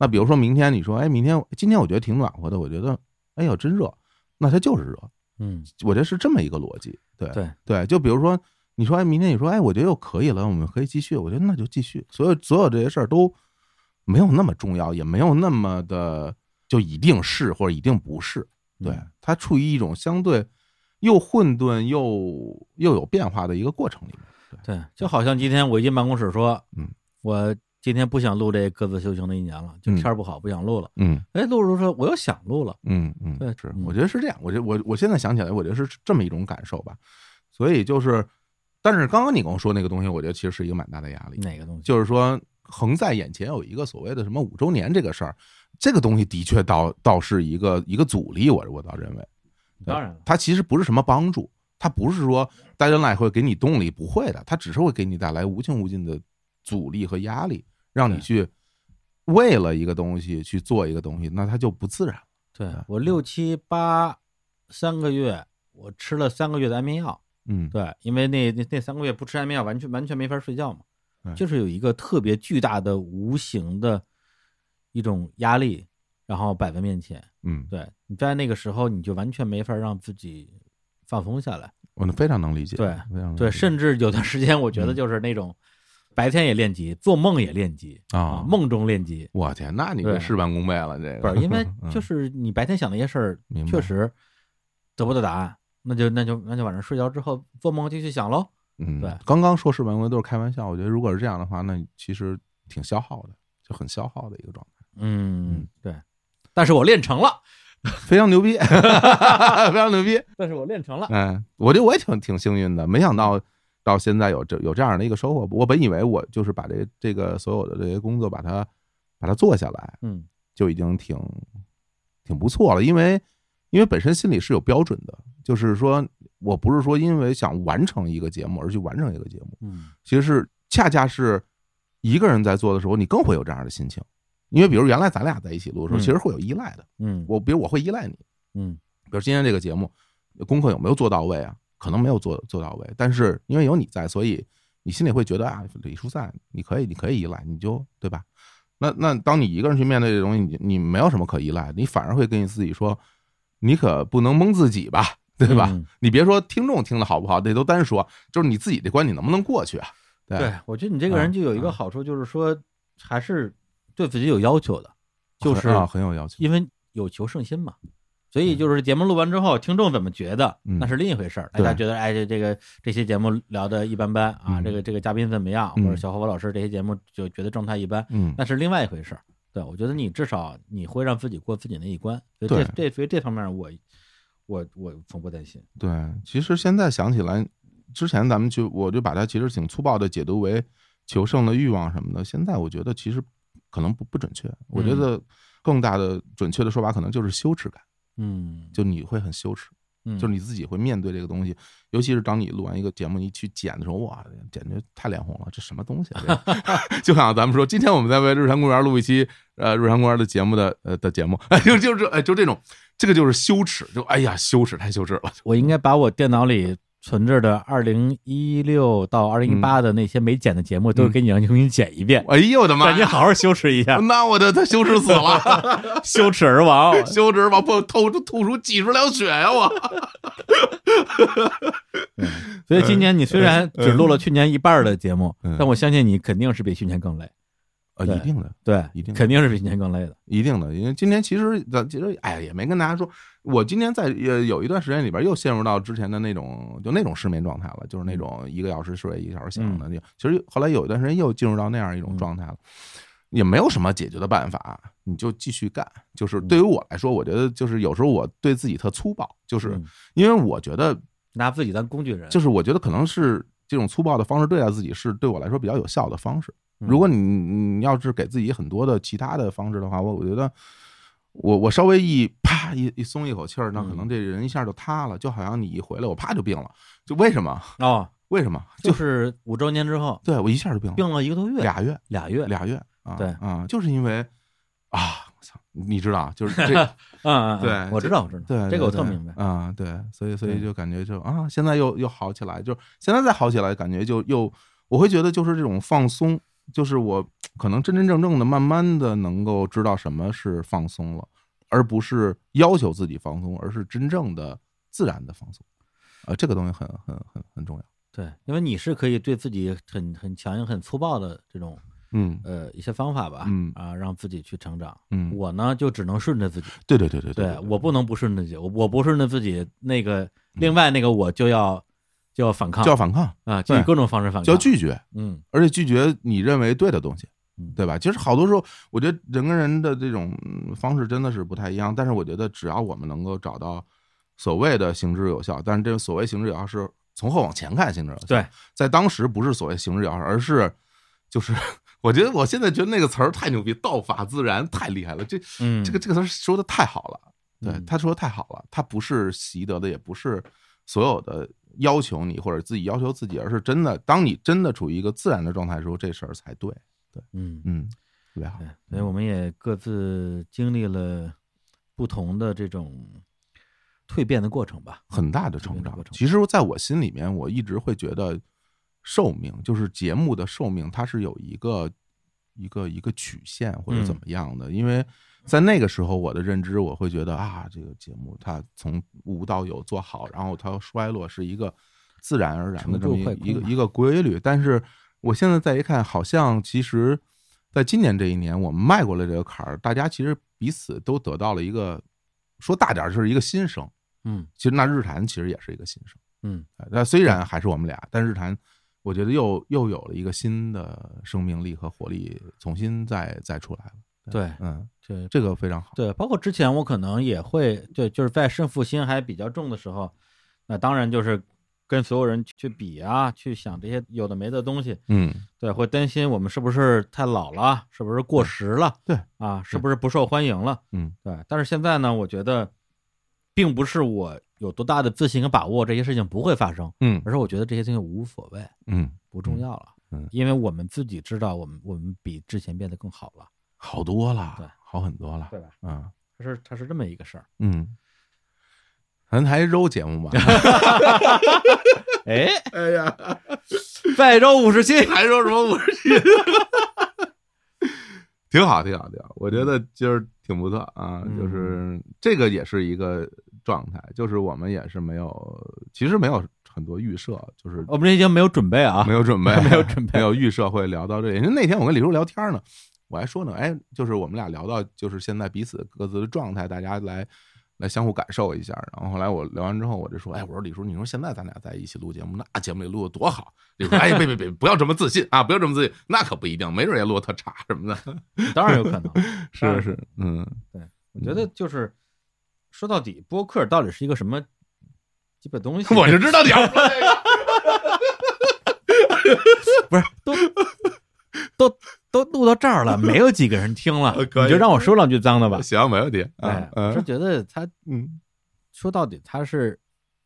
那比如说明天，你说，哎，明天今天我觉得挺暖和的，我觉得，哎呦，真热，那它就是热。嗯，我这是这么一个逻辑，对对就比如说，你说哎，明天你说哎，我觉得又可以了，我们可以继续，我觉得那就继续，所有所有这些事儿都没有那么重要，也没有那么的就一定是或者一定不是，对，嗯它处于一种相对又混沌又又有变化的一个过程里面，对，就好像今天我一进办公室说，嗯，我今天不想录这各自修行的一年了，就天儿不好，不想录了。嗯哎，录着说我又想录了，嗯嗯，对，是，我觉得是这样，我觉得我我现在想起来，我觉得是这么一种感受吧，所以就是，但是刚刚你跟我说那个东西，我觉得其实是一个蛮大的压力，哪个东西？就是说横在眼前有一个所谓的什么五周年这个事儿，这个东西的确倒倒是一个一个阻力，我我倒认为，对当然了，它其实不是什么帮助，它不是说 deadline 会给你动力，不会的，它只是会给你带来无穷无尽的阻力和压力，让你去为了一个东西去做一个东西，那它就不自然了。对我六七八三个月，我吃了三个月的安眠药。嗯，对，因为那那那三个月不吃安眠药，完全完全没法睡觉嘛嗯，就是有一个特别巨大的无形的一种压力，然后摆在面前。嗯对，你在那个时候，你就完全没法让自己放松下来。我嗯能非常能理解，对非常能对，理解甚至有段时间，我觉嗯得就是那种白天也练级，做梦也练级啊梦中练级。我天，那你这对事半功倍了，这不个 是因为嗯就是你白天想那些事儿明，白确实得不到答案，那就那就那就晚上睡觉之后做梦继续想喽。嗯，对，刚刚说事半功倍都是开玩笑，我觉得如果是这样的话，那其实挺消耗的，就很消耗的一个状态，嗯，对。但是我练成了，非常牛逼， 非常牛逼。但是我练成了，嗯，我觉得我也挺挺幸运的，没想到到现在有这有这样的一个收获。我本以为我就是把这这个所有的这些工作把它把它做下来，嗯，就已经挺挺不错了，因为因为本身心里是有标准的，就是说我不是说因为想完成一个节目而去完成一个节目，嗯，其实是恰恰是一个人在做的时候，你更会有这样的心情，因为比如原来咱俩在一起录的时候，嗯其实会有依赖的，嗯我比如我会依赖你，嗯，比如今天这个节目，功课有没有做到位啊？可能没有做做到位，但是因为有你在，所以你心里会觉得啊，李叔在，你可以，你可以依赖，你就对吧？那那当你一个人去面对这东西，你你没有什么可依赖，你反而会跟你自己说，你可不能蒙自己吧，对吧？你别说听众听的好不好，这都单说，就是你自己这关你能不能过去啊？对，我觉得你这个人就有一个好处，就是说还是对自己有要求的，就是啊很有要求，因为有求胜心嘛。所以就是节目录完之后，听众怎么觉得，嗯那是另一回事儿。大对家觉得，哎，这这个这期节目聊的一般般啊，嗯这个这个嘉宾怎么样，或嗯者小伙伴老师这些节目就觉得状态一般，嗯那是另外一回事儿。对，我觉得你至少你会让自己过自己那一关，所以对这这所以这方面我我我从不担心。对，其实现在想起来，之前咱们就我就把它其实挺粗暴的解读为求胜的欲望什么的。现在我觉得其实可能不不准确，我觉得更大的准确的说法可能就是羞耻感，嗯就你会很羞耻嗯。就是你自己会面对这个东西，尤其是当你录完一个节目，你去剪的时候，哇，简直太脸红了！这什么东西、啊？这 就像咱们说，今天我们在为日坛公园录一期呃日坛公园的节目的呃的节目， 就就是哎就这种，这个就是羞耻，就哎呀羞耻太羞耻了。我应该把我电脑里存着的二零一六到二零一八的那些没剪的节目都给你让你重新剪一遍。哎嗯呦我的妈呀让你好好羞耻一下。那我的他羞耻死 了，羞耻而 亡， 羞耻而亡，不吐出吐出几十两血呀、我！所以今年你虽然只录了去年一半儿的节目，嗯但我相信你肯定是比去年更累。啊对一定的对，一定的肯定是比去年更累的。一定的，因为今天其实咱其实哎呀也没跟大家说，我今天在呃有一段时间里边又陷入到之前的那种就那种失眠状态了，就是那种一个小时睡一个小时醒的那种。其实后来有一段时间又进入到那样一种状态了，也没有什么解决的办法，你就继续干。就是对于我来说，我觉得就是有时候我对自己特粗暴，嗯就是因为我觉得拿自己当工具人，就是我觉得可能是这种粗暴的方式对待自己是对我来说比较有效的方式。嗯如果你你要是给自己很多的其他的方式的话，我我觉得我我稍微一啪一一松一口气儿，那可嗯能这人一下就塌了，就好像你一回来我啪就病了，就为什么？哦，为什么？就是五周年之后，对我一下就病了，病了一个多月，俩月，俩月，俩月啊，对啊，就是因为啊，我操，你知道啊，就是 这嗯嗯嗯对，我知道我知道对，对这个我对特明白啊，对，所以所以对就感觉就啊，现在又又好起来，就现在再好起来，感觉就又我会觉得就是这种放松，就是我可能真真正正的慢慢的能够知道什么是放松了，而不是要求自己放松，而是真正的自然的放松，啊，这个东西很很很很重要，对，因为你是可以对自己很很强硬、很粗暴的这种，嗯呃，一些方法吧，嗯啊，让自己去成长。嗯我呢就只能顺着自己。对对对对对对对，我不能不顺着自己，我我不顺着自己，那个另外那个我就要就要反抗，就要反抗啊，就对以各种方式反抗，就要拒绝，嗯，而且拒绝你认为对的东西，对吧？其实好多时候，我觉得人跟人的这种嗯方式真的是不太一样，但是我觉得只要我们能够找到所谓的行之有效，但是这个所谓行之有效是从后往前看行之有效，对，在当时不是所谓行之有效，而是就是 我觉得我现在觉得那个词儿太牛逼，道法自然太厉害了，这、嗯这个这个词儿说的太好了。对，他说的太好了，他不是习得的，也不是所有的要求你或者自己要求自己，而是真的，当你真的处于一个自然的状态的时候，这事儿才对。对，嗯嗯，特别好。所以我们也各自经历了不同的这种蜕变的过程吧，很大的成长。其实，在我心里面，我一直会觉得寿命就是节目的寿命，它是有一个一个一个曲线或者怎么样的。因为在那个时候，我的认知我会觉得啊，这个节目它从无到有做好，然后它衰落是一个自然而然的成这就么会一个空一个嘛一个规律。但是我现在再一看，好像其实。在今年这一年，我们迈过了这个坎儿，大家其实彼此都得到了一个，说大点儿就是一个新生，嗯其实那日坛其实也是一个新生，嗯呃那虽然还是我们俩，但日坛我觉得又又有了一个新的生命力和活力，重新再再出来了。对嗯，这这个非常好。对，包括之前我可能也会，对，就是在胜负心还比较重的时候，那当然就是跟所有人去比啊，去想这些有的没的东西，嗯，对，会担心我们是不是太老了，是不是过时了，对啊，是不是不受欢迎了，嗯，对。但是现在呢，我觉得并不是我有多大的自信和把握这些事情不会发生，嗯而是我觉得这些东西无所谓，嗯，不重要了，嗯，因为我们自己知道，我们我们比之前变得更好了，好多了，对，好很多了，对吧？嗯它是它是这么一个事儿，嗯。咱还揉节目吧？ 哎，哎呀，再揉五十七，还揉什么五十七？ 挺好，挺好，挺好。我觉得今儿挺不错啊，就是这个也是一个状态，就是我们也是没有，其实没有很多预设，就是我们这已经没有准备啊， 没有准备，没有准备，没有预设会聊到这里。因为那天我跟李叔聊天呢，我还说呢，哎，就是我们俩聊到就是现在彼此各自的状态，大家来来相互感受一下。然后后来我聊完之后，我就说，哎，我说李叔，你说现在咱俩在一起录节目，那节目里录的多好。李 叔说，哎，别别别，不要这么自信啊，不要这么自信，那可不一定，没准也录得特差什么的。，当然有可能 是是，嗯，对，我觉得就是说到底，播客到底是一个什么基本东西？ 我就知道你要 说这个，不是都都都录到这儿了，没有几个人听了， 可以你就让我说两句脏的吧。行，没问题。哎啊，我是嗯，觉得他，嗯，说到底他是，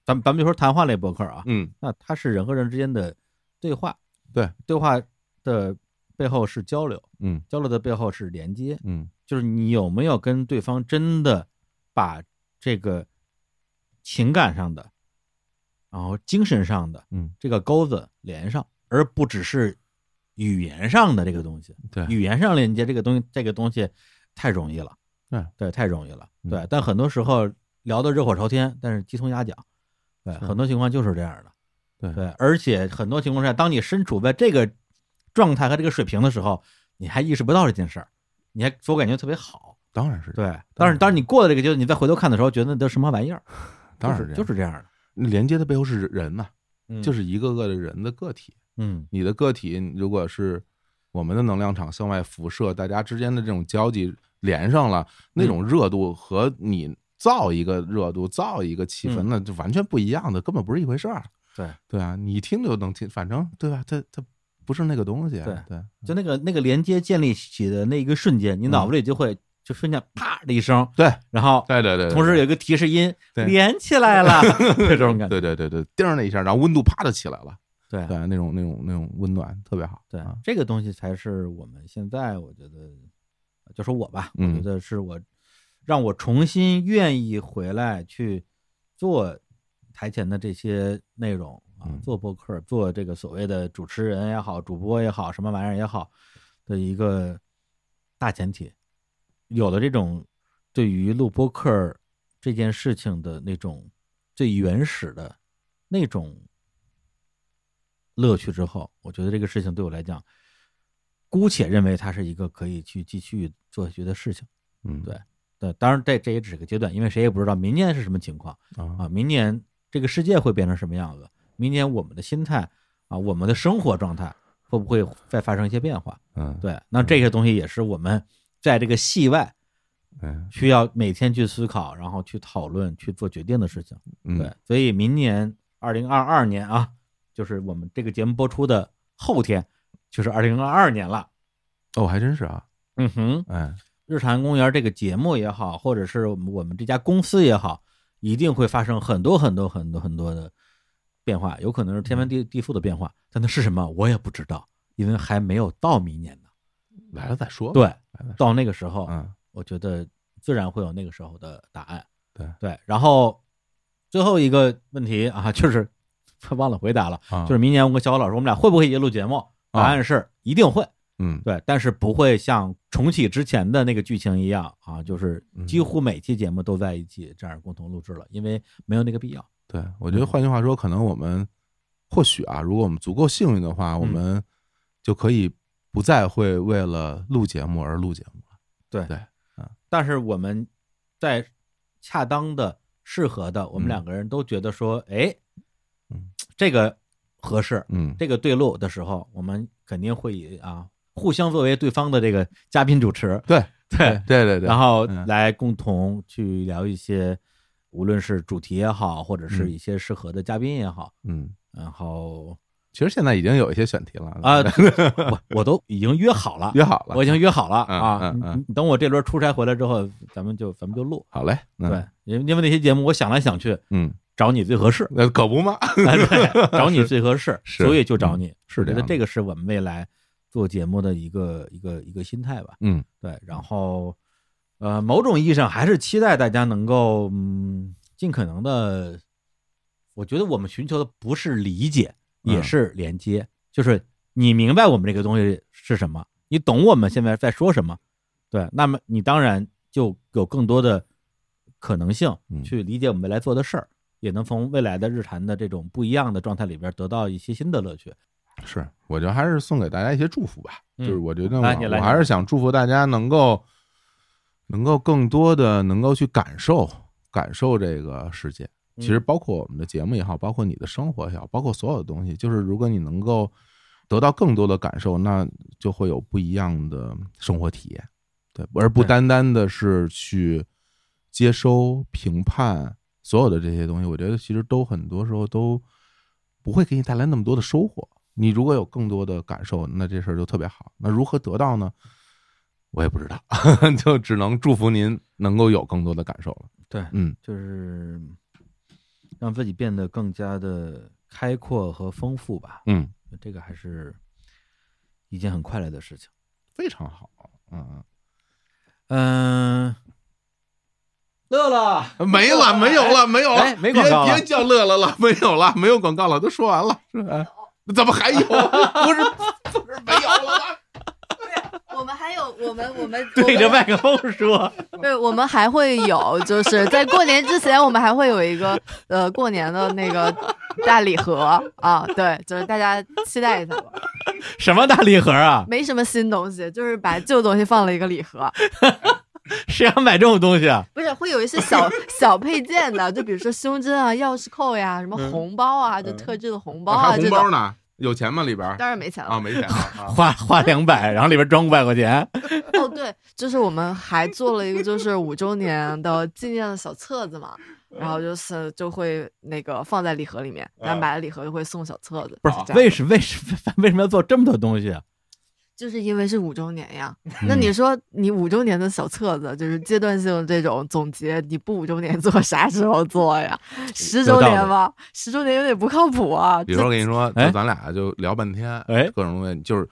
咱们咱们就说谈话类博客啊，嗯，那它是人和人之间的对话，对，对话的背后是交流，嗯，交流的背后是连接，嗯，就是你有没有跟对方真的把这个情感上的，然后精神上的，嗯，这个钩子连上，而不只是语言上的这个东西，对语言上连接这个东西，这个东西太容易了，对对，太容易了，嗯对，但很多时候聊的热火朝天，但是鸡同鸭讲，对，是很多情况就是这样的。对对，而且很多情况下，当你身处在这个状态和这个水平的时候，你还意识不到这件事儿，你还自我感觉特别好。当然是这对，但是当你过了这个阶段，你再回头看的时候，觉得那都什么玩意儿？ 当然就是是就是这样的。连接的背后是人呐、嗯就是一个个的人的个体。嗯，你的个体如果是我们的能量场向外辐射，大家之间的这种交际连上了，嗯那种热度和你造一个热度、造一个气氛，嗯那就完全不一样的，根本不是一回事儿。对对啊，你一听就能听，反正对吧？它它不是那个东西。啊对对，就那个那个连接建立起的那一个瞬嗯间，你脑子里就会就瞬间啪的一声，对，然后对对对，同时有一个提示音对连起来 了，这种感觉。对对对对，叮儿那一下，然后温度啪就起来了。对对，啊那种那种那种温暖特别好。对啊，这个东西才是我们现在，我觉得，就说我吧，我嗯觉得是我让我重新愿意回来去做台前的这些内容啊，做播客，做这个所谓的主持人也好，主播也好，什么玩意儿也好的一个大前提，有了这种对于录播客这件事情的那种最原始的那种乐趣之后，我觉得这个事情对我来讲，姑且认为它是一个可以去继续做下去的事情。嗯，对对，当然这这也只是个阶段，因为谁也不知道明年是什么情况啊啊，明年这个世界会变成什么样子，明年我们的心态啊，我们的生活状态会不会再发生一些变化？嗯，对，那这些东西也是我们在这个戏外嗯，需要每天去思考，然后去讨论、去做决定的事情。嗯对，所以明年二零二二年啊，就是我们这个节目播出的后天，就是二零二二年了。哦，还真是啊。嗯哼，哎，日坛公园这个节目也好，或者是我们我们这家公司也好，一定会发生很多很多很多很多的变化，有可能是天翻地地覆的变化，但它是什么我也不知道，因为还没有到明年呢。来了再说吧。对来了，到那个时候，嗯，我觉得自然会有那个时候的答案。对对，然后最后一个问题啊，就是 忘了回答了，啊就是明年我跟小虎老师，我们俩会不会一起录节目？答案是一定会。嗯，对，但是不会像重启之前的那个剧情一样啊，就是嗯几乎每期节目都在一起这样共同录制了，因为没有那个必要。对，我觉得换句话说，可能我们或许啊，如果我们足够幸运的话，嗯我们就可以不再会为了录节目而录节目了。对对，但是我们在恰当的、适合的，我们嗯两个人都觉得说，哎，这个合适，嗯这个对路的时候，我们肯定会以啊互相作为对方的这个嘉宾主持，对对对对对然后嗯来共同去聊一些，无论是主题也好，或者是嗯一些适合的嘉宾也好，嗯，然后其实现在已经有一些选题了啊，我我都已经约好了，嗯 约好了我已经约好了嗯啊嗯。你嗯你等我这轮出差回来之后，咱们就咱们就录。好嘞，嗯对，因为因为那些节目，我想来想去，嗯，找你最合适，那可不嘛， 哎对，找你最合适， 是所以就找嗯你。是我觉这得样这个是我们未来做节目的一个一个一个心态吧。嗯，对，然后呃，某种意义上还是期待大家能够嗯尽可能的，我觉得我们寻求的不是理解，也是连接，就是你明白我们这个东西是什么，你懂我们现在在说什么，对，那么你当然就有更多的可能性去理解我们未来做的事儿，也能从未来的日常的这种不一样的状态里边得到一些新的乐趣。是，我觉得还是送给大家一些祝福吧。嗯就是我觉得我来你来我你还来是想祝福大家能够能够更多的能够去感受感受这个世界。其实嗯包括我们的节目也好，包括你的生活也好，包括所有的东西，就是如果你能够得到更多的感受，那就会有不一样的生活体验，对，而不单单的是去接收、评判所有的这些东西。我觉得其实都很多时候都不会给你带来那么多的收获。你如果有更多的感受，那这事儿就特别好。那如何得到呢？我也不知道， 就只能祝福您能够有更多的感受了。对，嗯，就是让自己变得更加的开阔和丰富吧。嗯，这个还是一件很快乐的事情。非常好。嗯嗯，乐乐嗯没了，没有了，没有了哎，没广告别了别叫乐乐了，没有了，没有广告了，都说完了，是吧？怎么还有？不是我们还有我们 我们对着麦克风 说，对，我们还会有，就是在过年之前，我们还会有一个呃过年的那个大礼盒啊，对，就是大家期待一下吧。什么大礼盒啊？没什么新东西，就是把旧东西放了一个礼盒，谁想买这种东西啊？不是会有一些 小小配件的，就比如说胸针啊、钥匙扣呀、什么嗯红包啊，就特制的红包啊还这红种包。呢？有钱吗？里边儿当然没钱了啊，没钱了啊。花花两百，然后里边装五百块钱。 哦，对，就是我们还做了一个就是五周年的纪念的小册子嘛，嗯然后就是就会那个放在礼盒里面，然后买了礼盒就会送小册子，不是这样为什为什为什么要做这么多东西啊？就是因为是五周年呀。嗯那你说你五周年的小册子，就是阶段性这种总结，你不五周年做，啥时候做呀？十周有道年理吧，十周年有点不靠谱啊。比如说，我这跟你说，哎就咱俩就聊半天，哎，各种东西，就是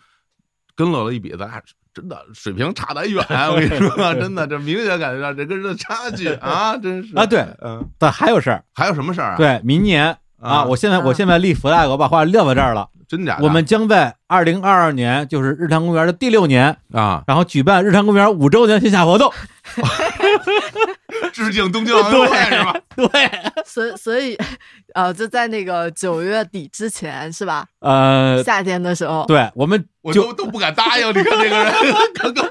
跟乐乐一比，咱俩真的水平差得远。我跟你 说，真的，这明显感觉到这跟人的差距啊，真是啊，对，嗯，但还有事儿，还有什么事儿啊？对，明年啊，我现在我现在立 flag，我把话撂到这儿了。真假的我们将在二零二二年，就是日坛公园的第六年 啊，然后举办日坛公园五周年线下活动。 致敬东京奥运会是吧？所以所以，呃，就在那个九月底之前是吧？呃，夏天的时候，对，我们我就都都不敢答应，你看这个人，刚刚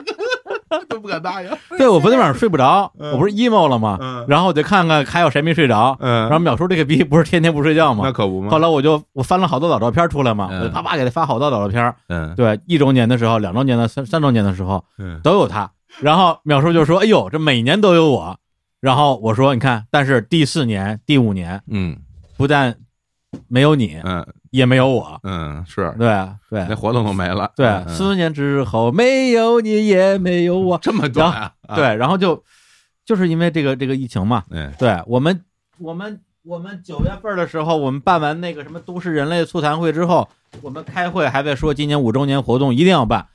都不敢答应。对，我昨天晚上睡不着，嗯我不是 emo 了吗？然后我就看看还有谁没睡着。然后淼叔这个逼不是天天不睡觉嗯吗？那嗯可嗯不嘛。后来我就我翻了好多老照片出来嘛，我就啪啪给他发好多老照片。嗯，对，一周年的时候、两周年的、三三周年的时候，嗯都有他。然后淼叔就说：“哎呦，这每年都有我。”然后我说：“你看，但是第四年、第五年，嗯，不但没有你，嗯，也没有我，嗯，是对啊对，那活动都没了。对，啊嗯四年之后没有你也没有我，这么短、啊对，然后就就是因为这个这个疫情嘛，嗯，对我们我们我们九月份的时候，我们办完那个什么都市人类座谈会之后，我们开会还在说今年五周年活动一定要办，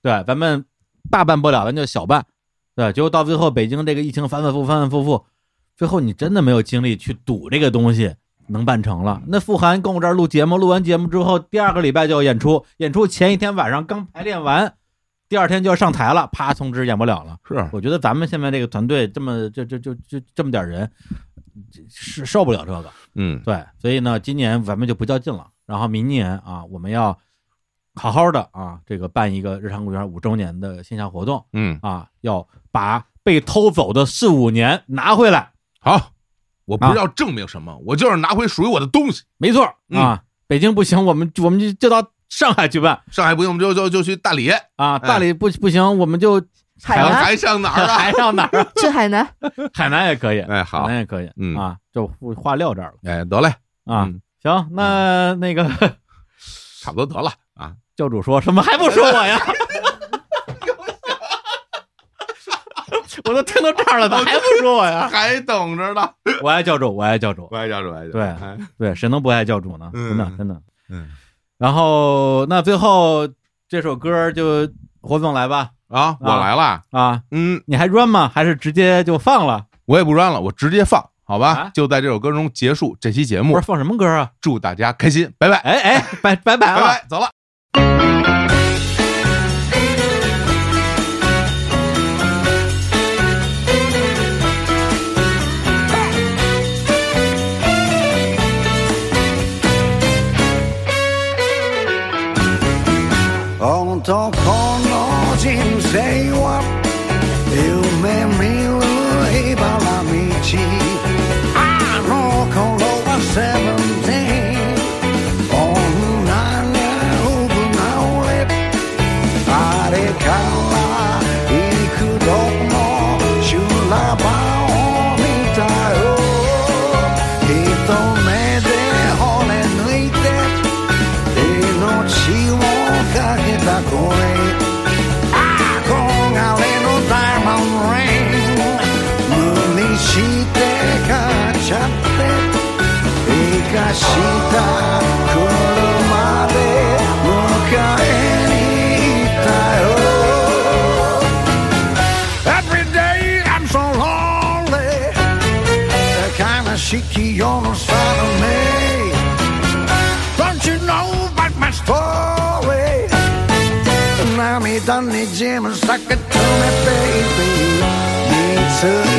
对，咱们大办不了，咱就小办，对，结果到最后北京这个疫情反反复复反反复复，最后你真的没有精力去赌这个东西。能办成了，那富含跟我这儿录节目，录完节目之后，第二个礼拜就要演出，演出前一天晚上刚排练完，第二天就要上台了，啪通知演不了了。是，我觉得咱们现在这个团队这么这这这这这么点人，这是受不了这个。嗯，对，所以呢，今年咱们就不较劲了，然后明年啊，我们要好好的啊，这个办一个日常公园五周年的线下活动。嗯啊，要把被偷走的四五年拿回来。好，我啊不是要证明什么，我就是拿回属于我的东西。没错嗯啊，北京不行，我们我们就就到上海去办。上海不行，我们就就就去大理啊，大理不不行，我们就海南还上哪儿啊 还上哪儿啊？去海南。海南也可以，哎， 好，海南也可以，嗯啊，就话撂这儿了。哎，得嘞，啊，行，那那个 差不多得了啊。教主说什么还不说我 呀？我都听到这儿了，咋还不说我呀？还等着呢。 我爱教主，我爱教主，我爱教主，我爱教主。对哎对，谁能不爱教主呢？真的嗯真的。嗯，然后那最后这首歌就火总来吧。啊，我来了啊，嗯，你还 run 吗？还是直接就放了？我也不 run 了，我直接放。好吧，就在这首歌中结束这期节啊目。不是放什么歌啊？祝大家开心，拜拜！哎哎，拜拜拜拜 拜，走了。本当この人生は夢見る茨道あの頃はセブンティーン女に奪われあれから幾度も修羅場を見たよ一目で骨抜いて命をかけた声憧れのダイヤモンドレイン無理して買っちゃって生かした車で迎えに行ったよ Every day I'm so lonely 悲しき世の定め Don't you know about my story? 涙にじむ酒止め baby いつ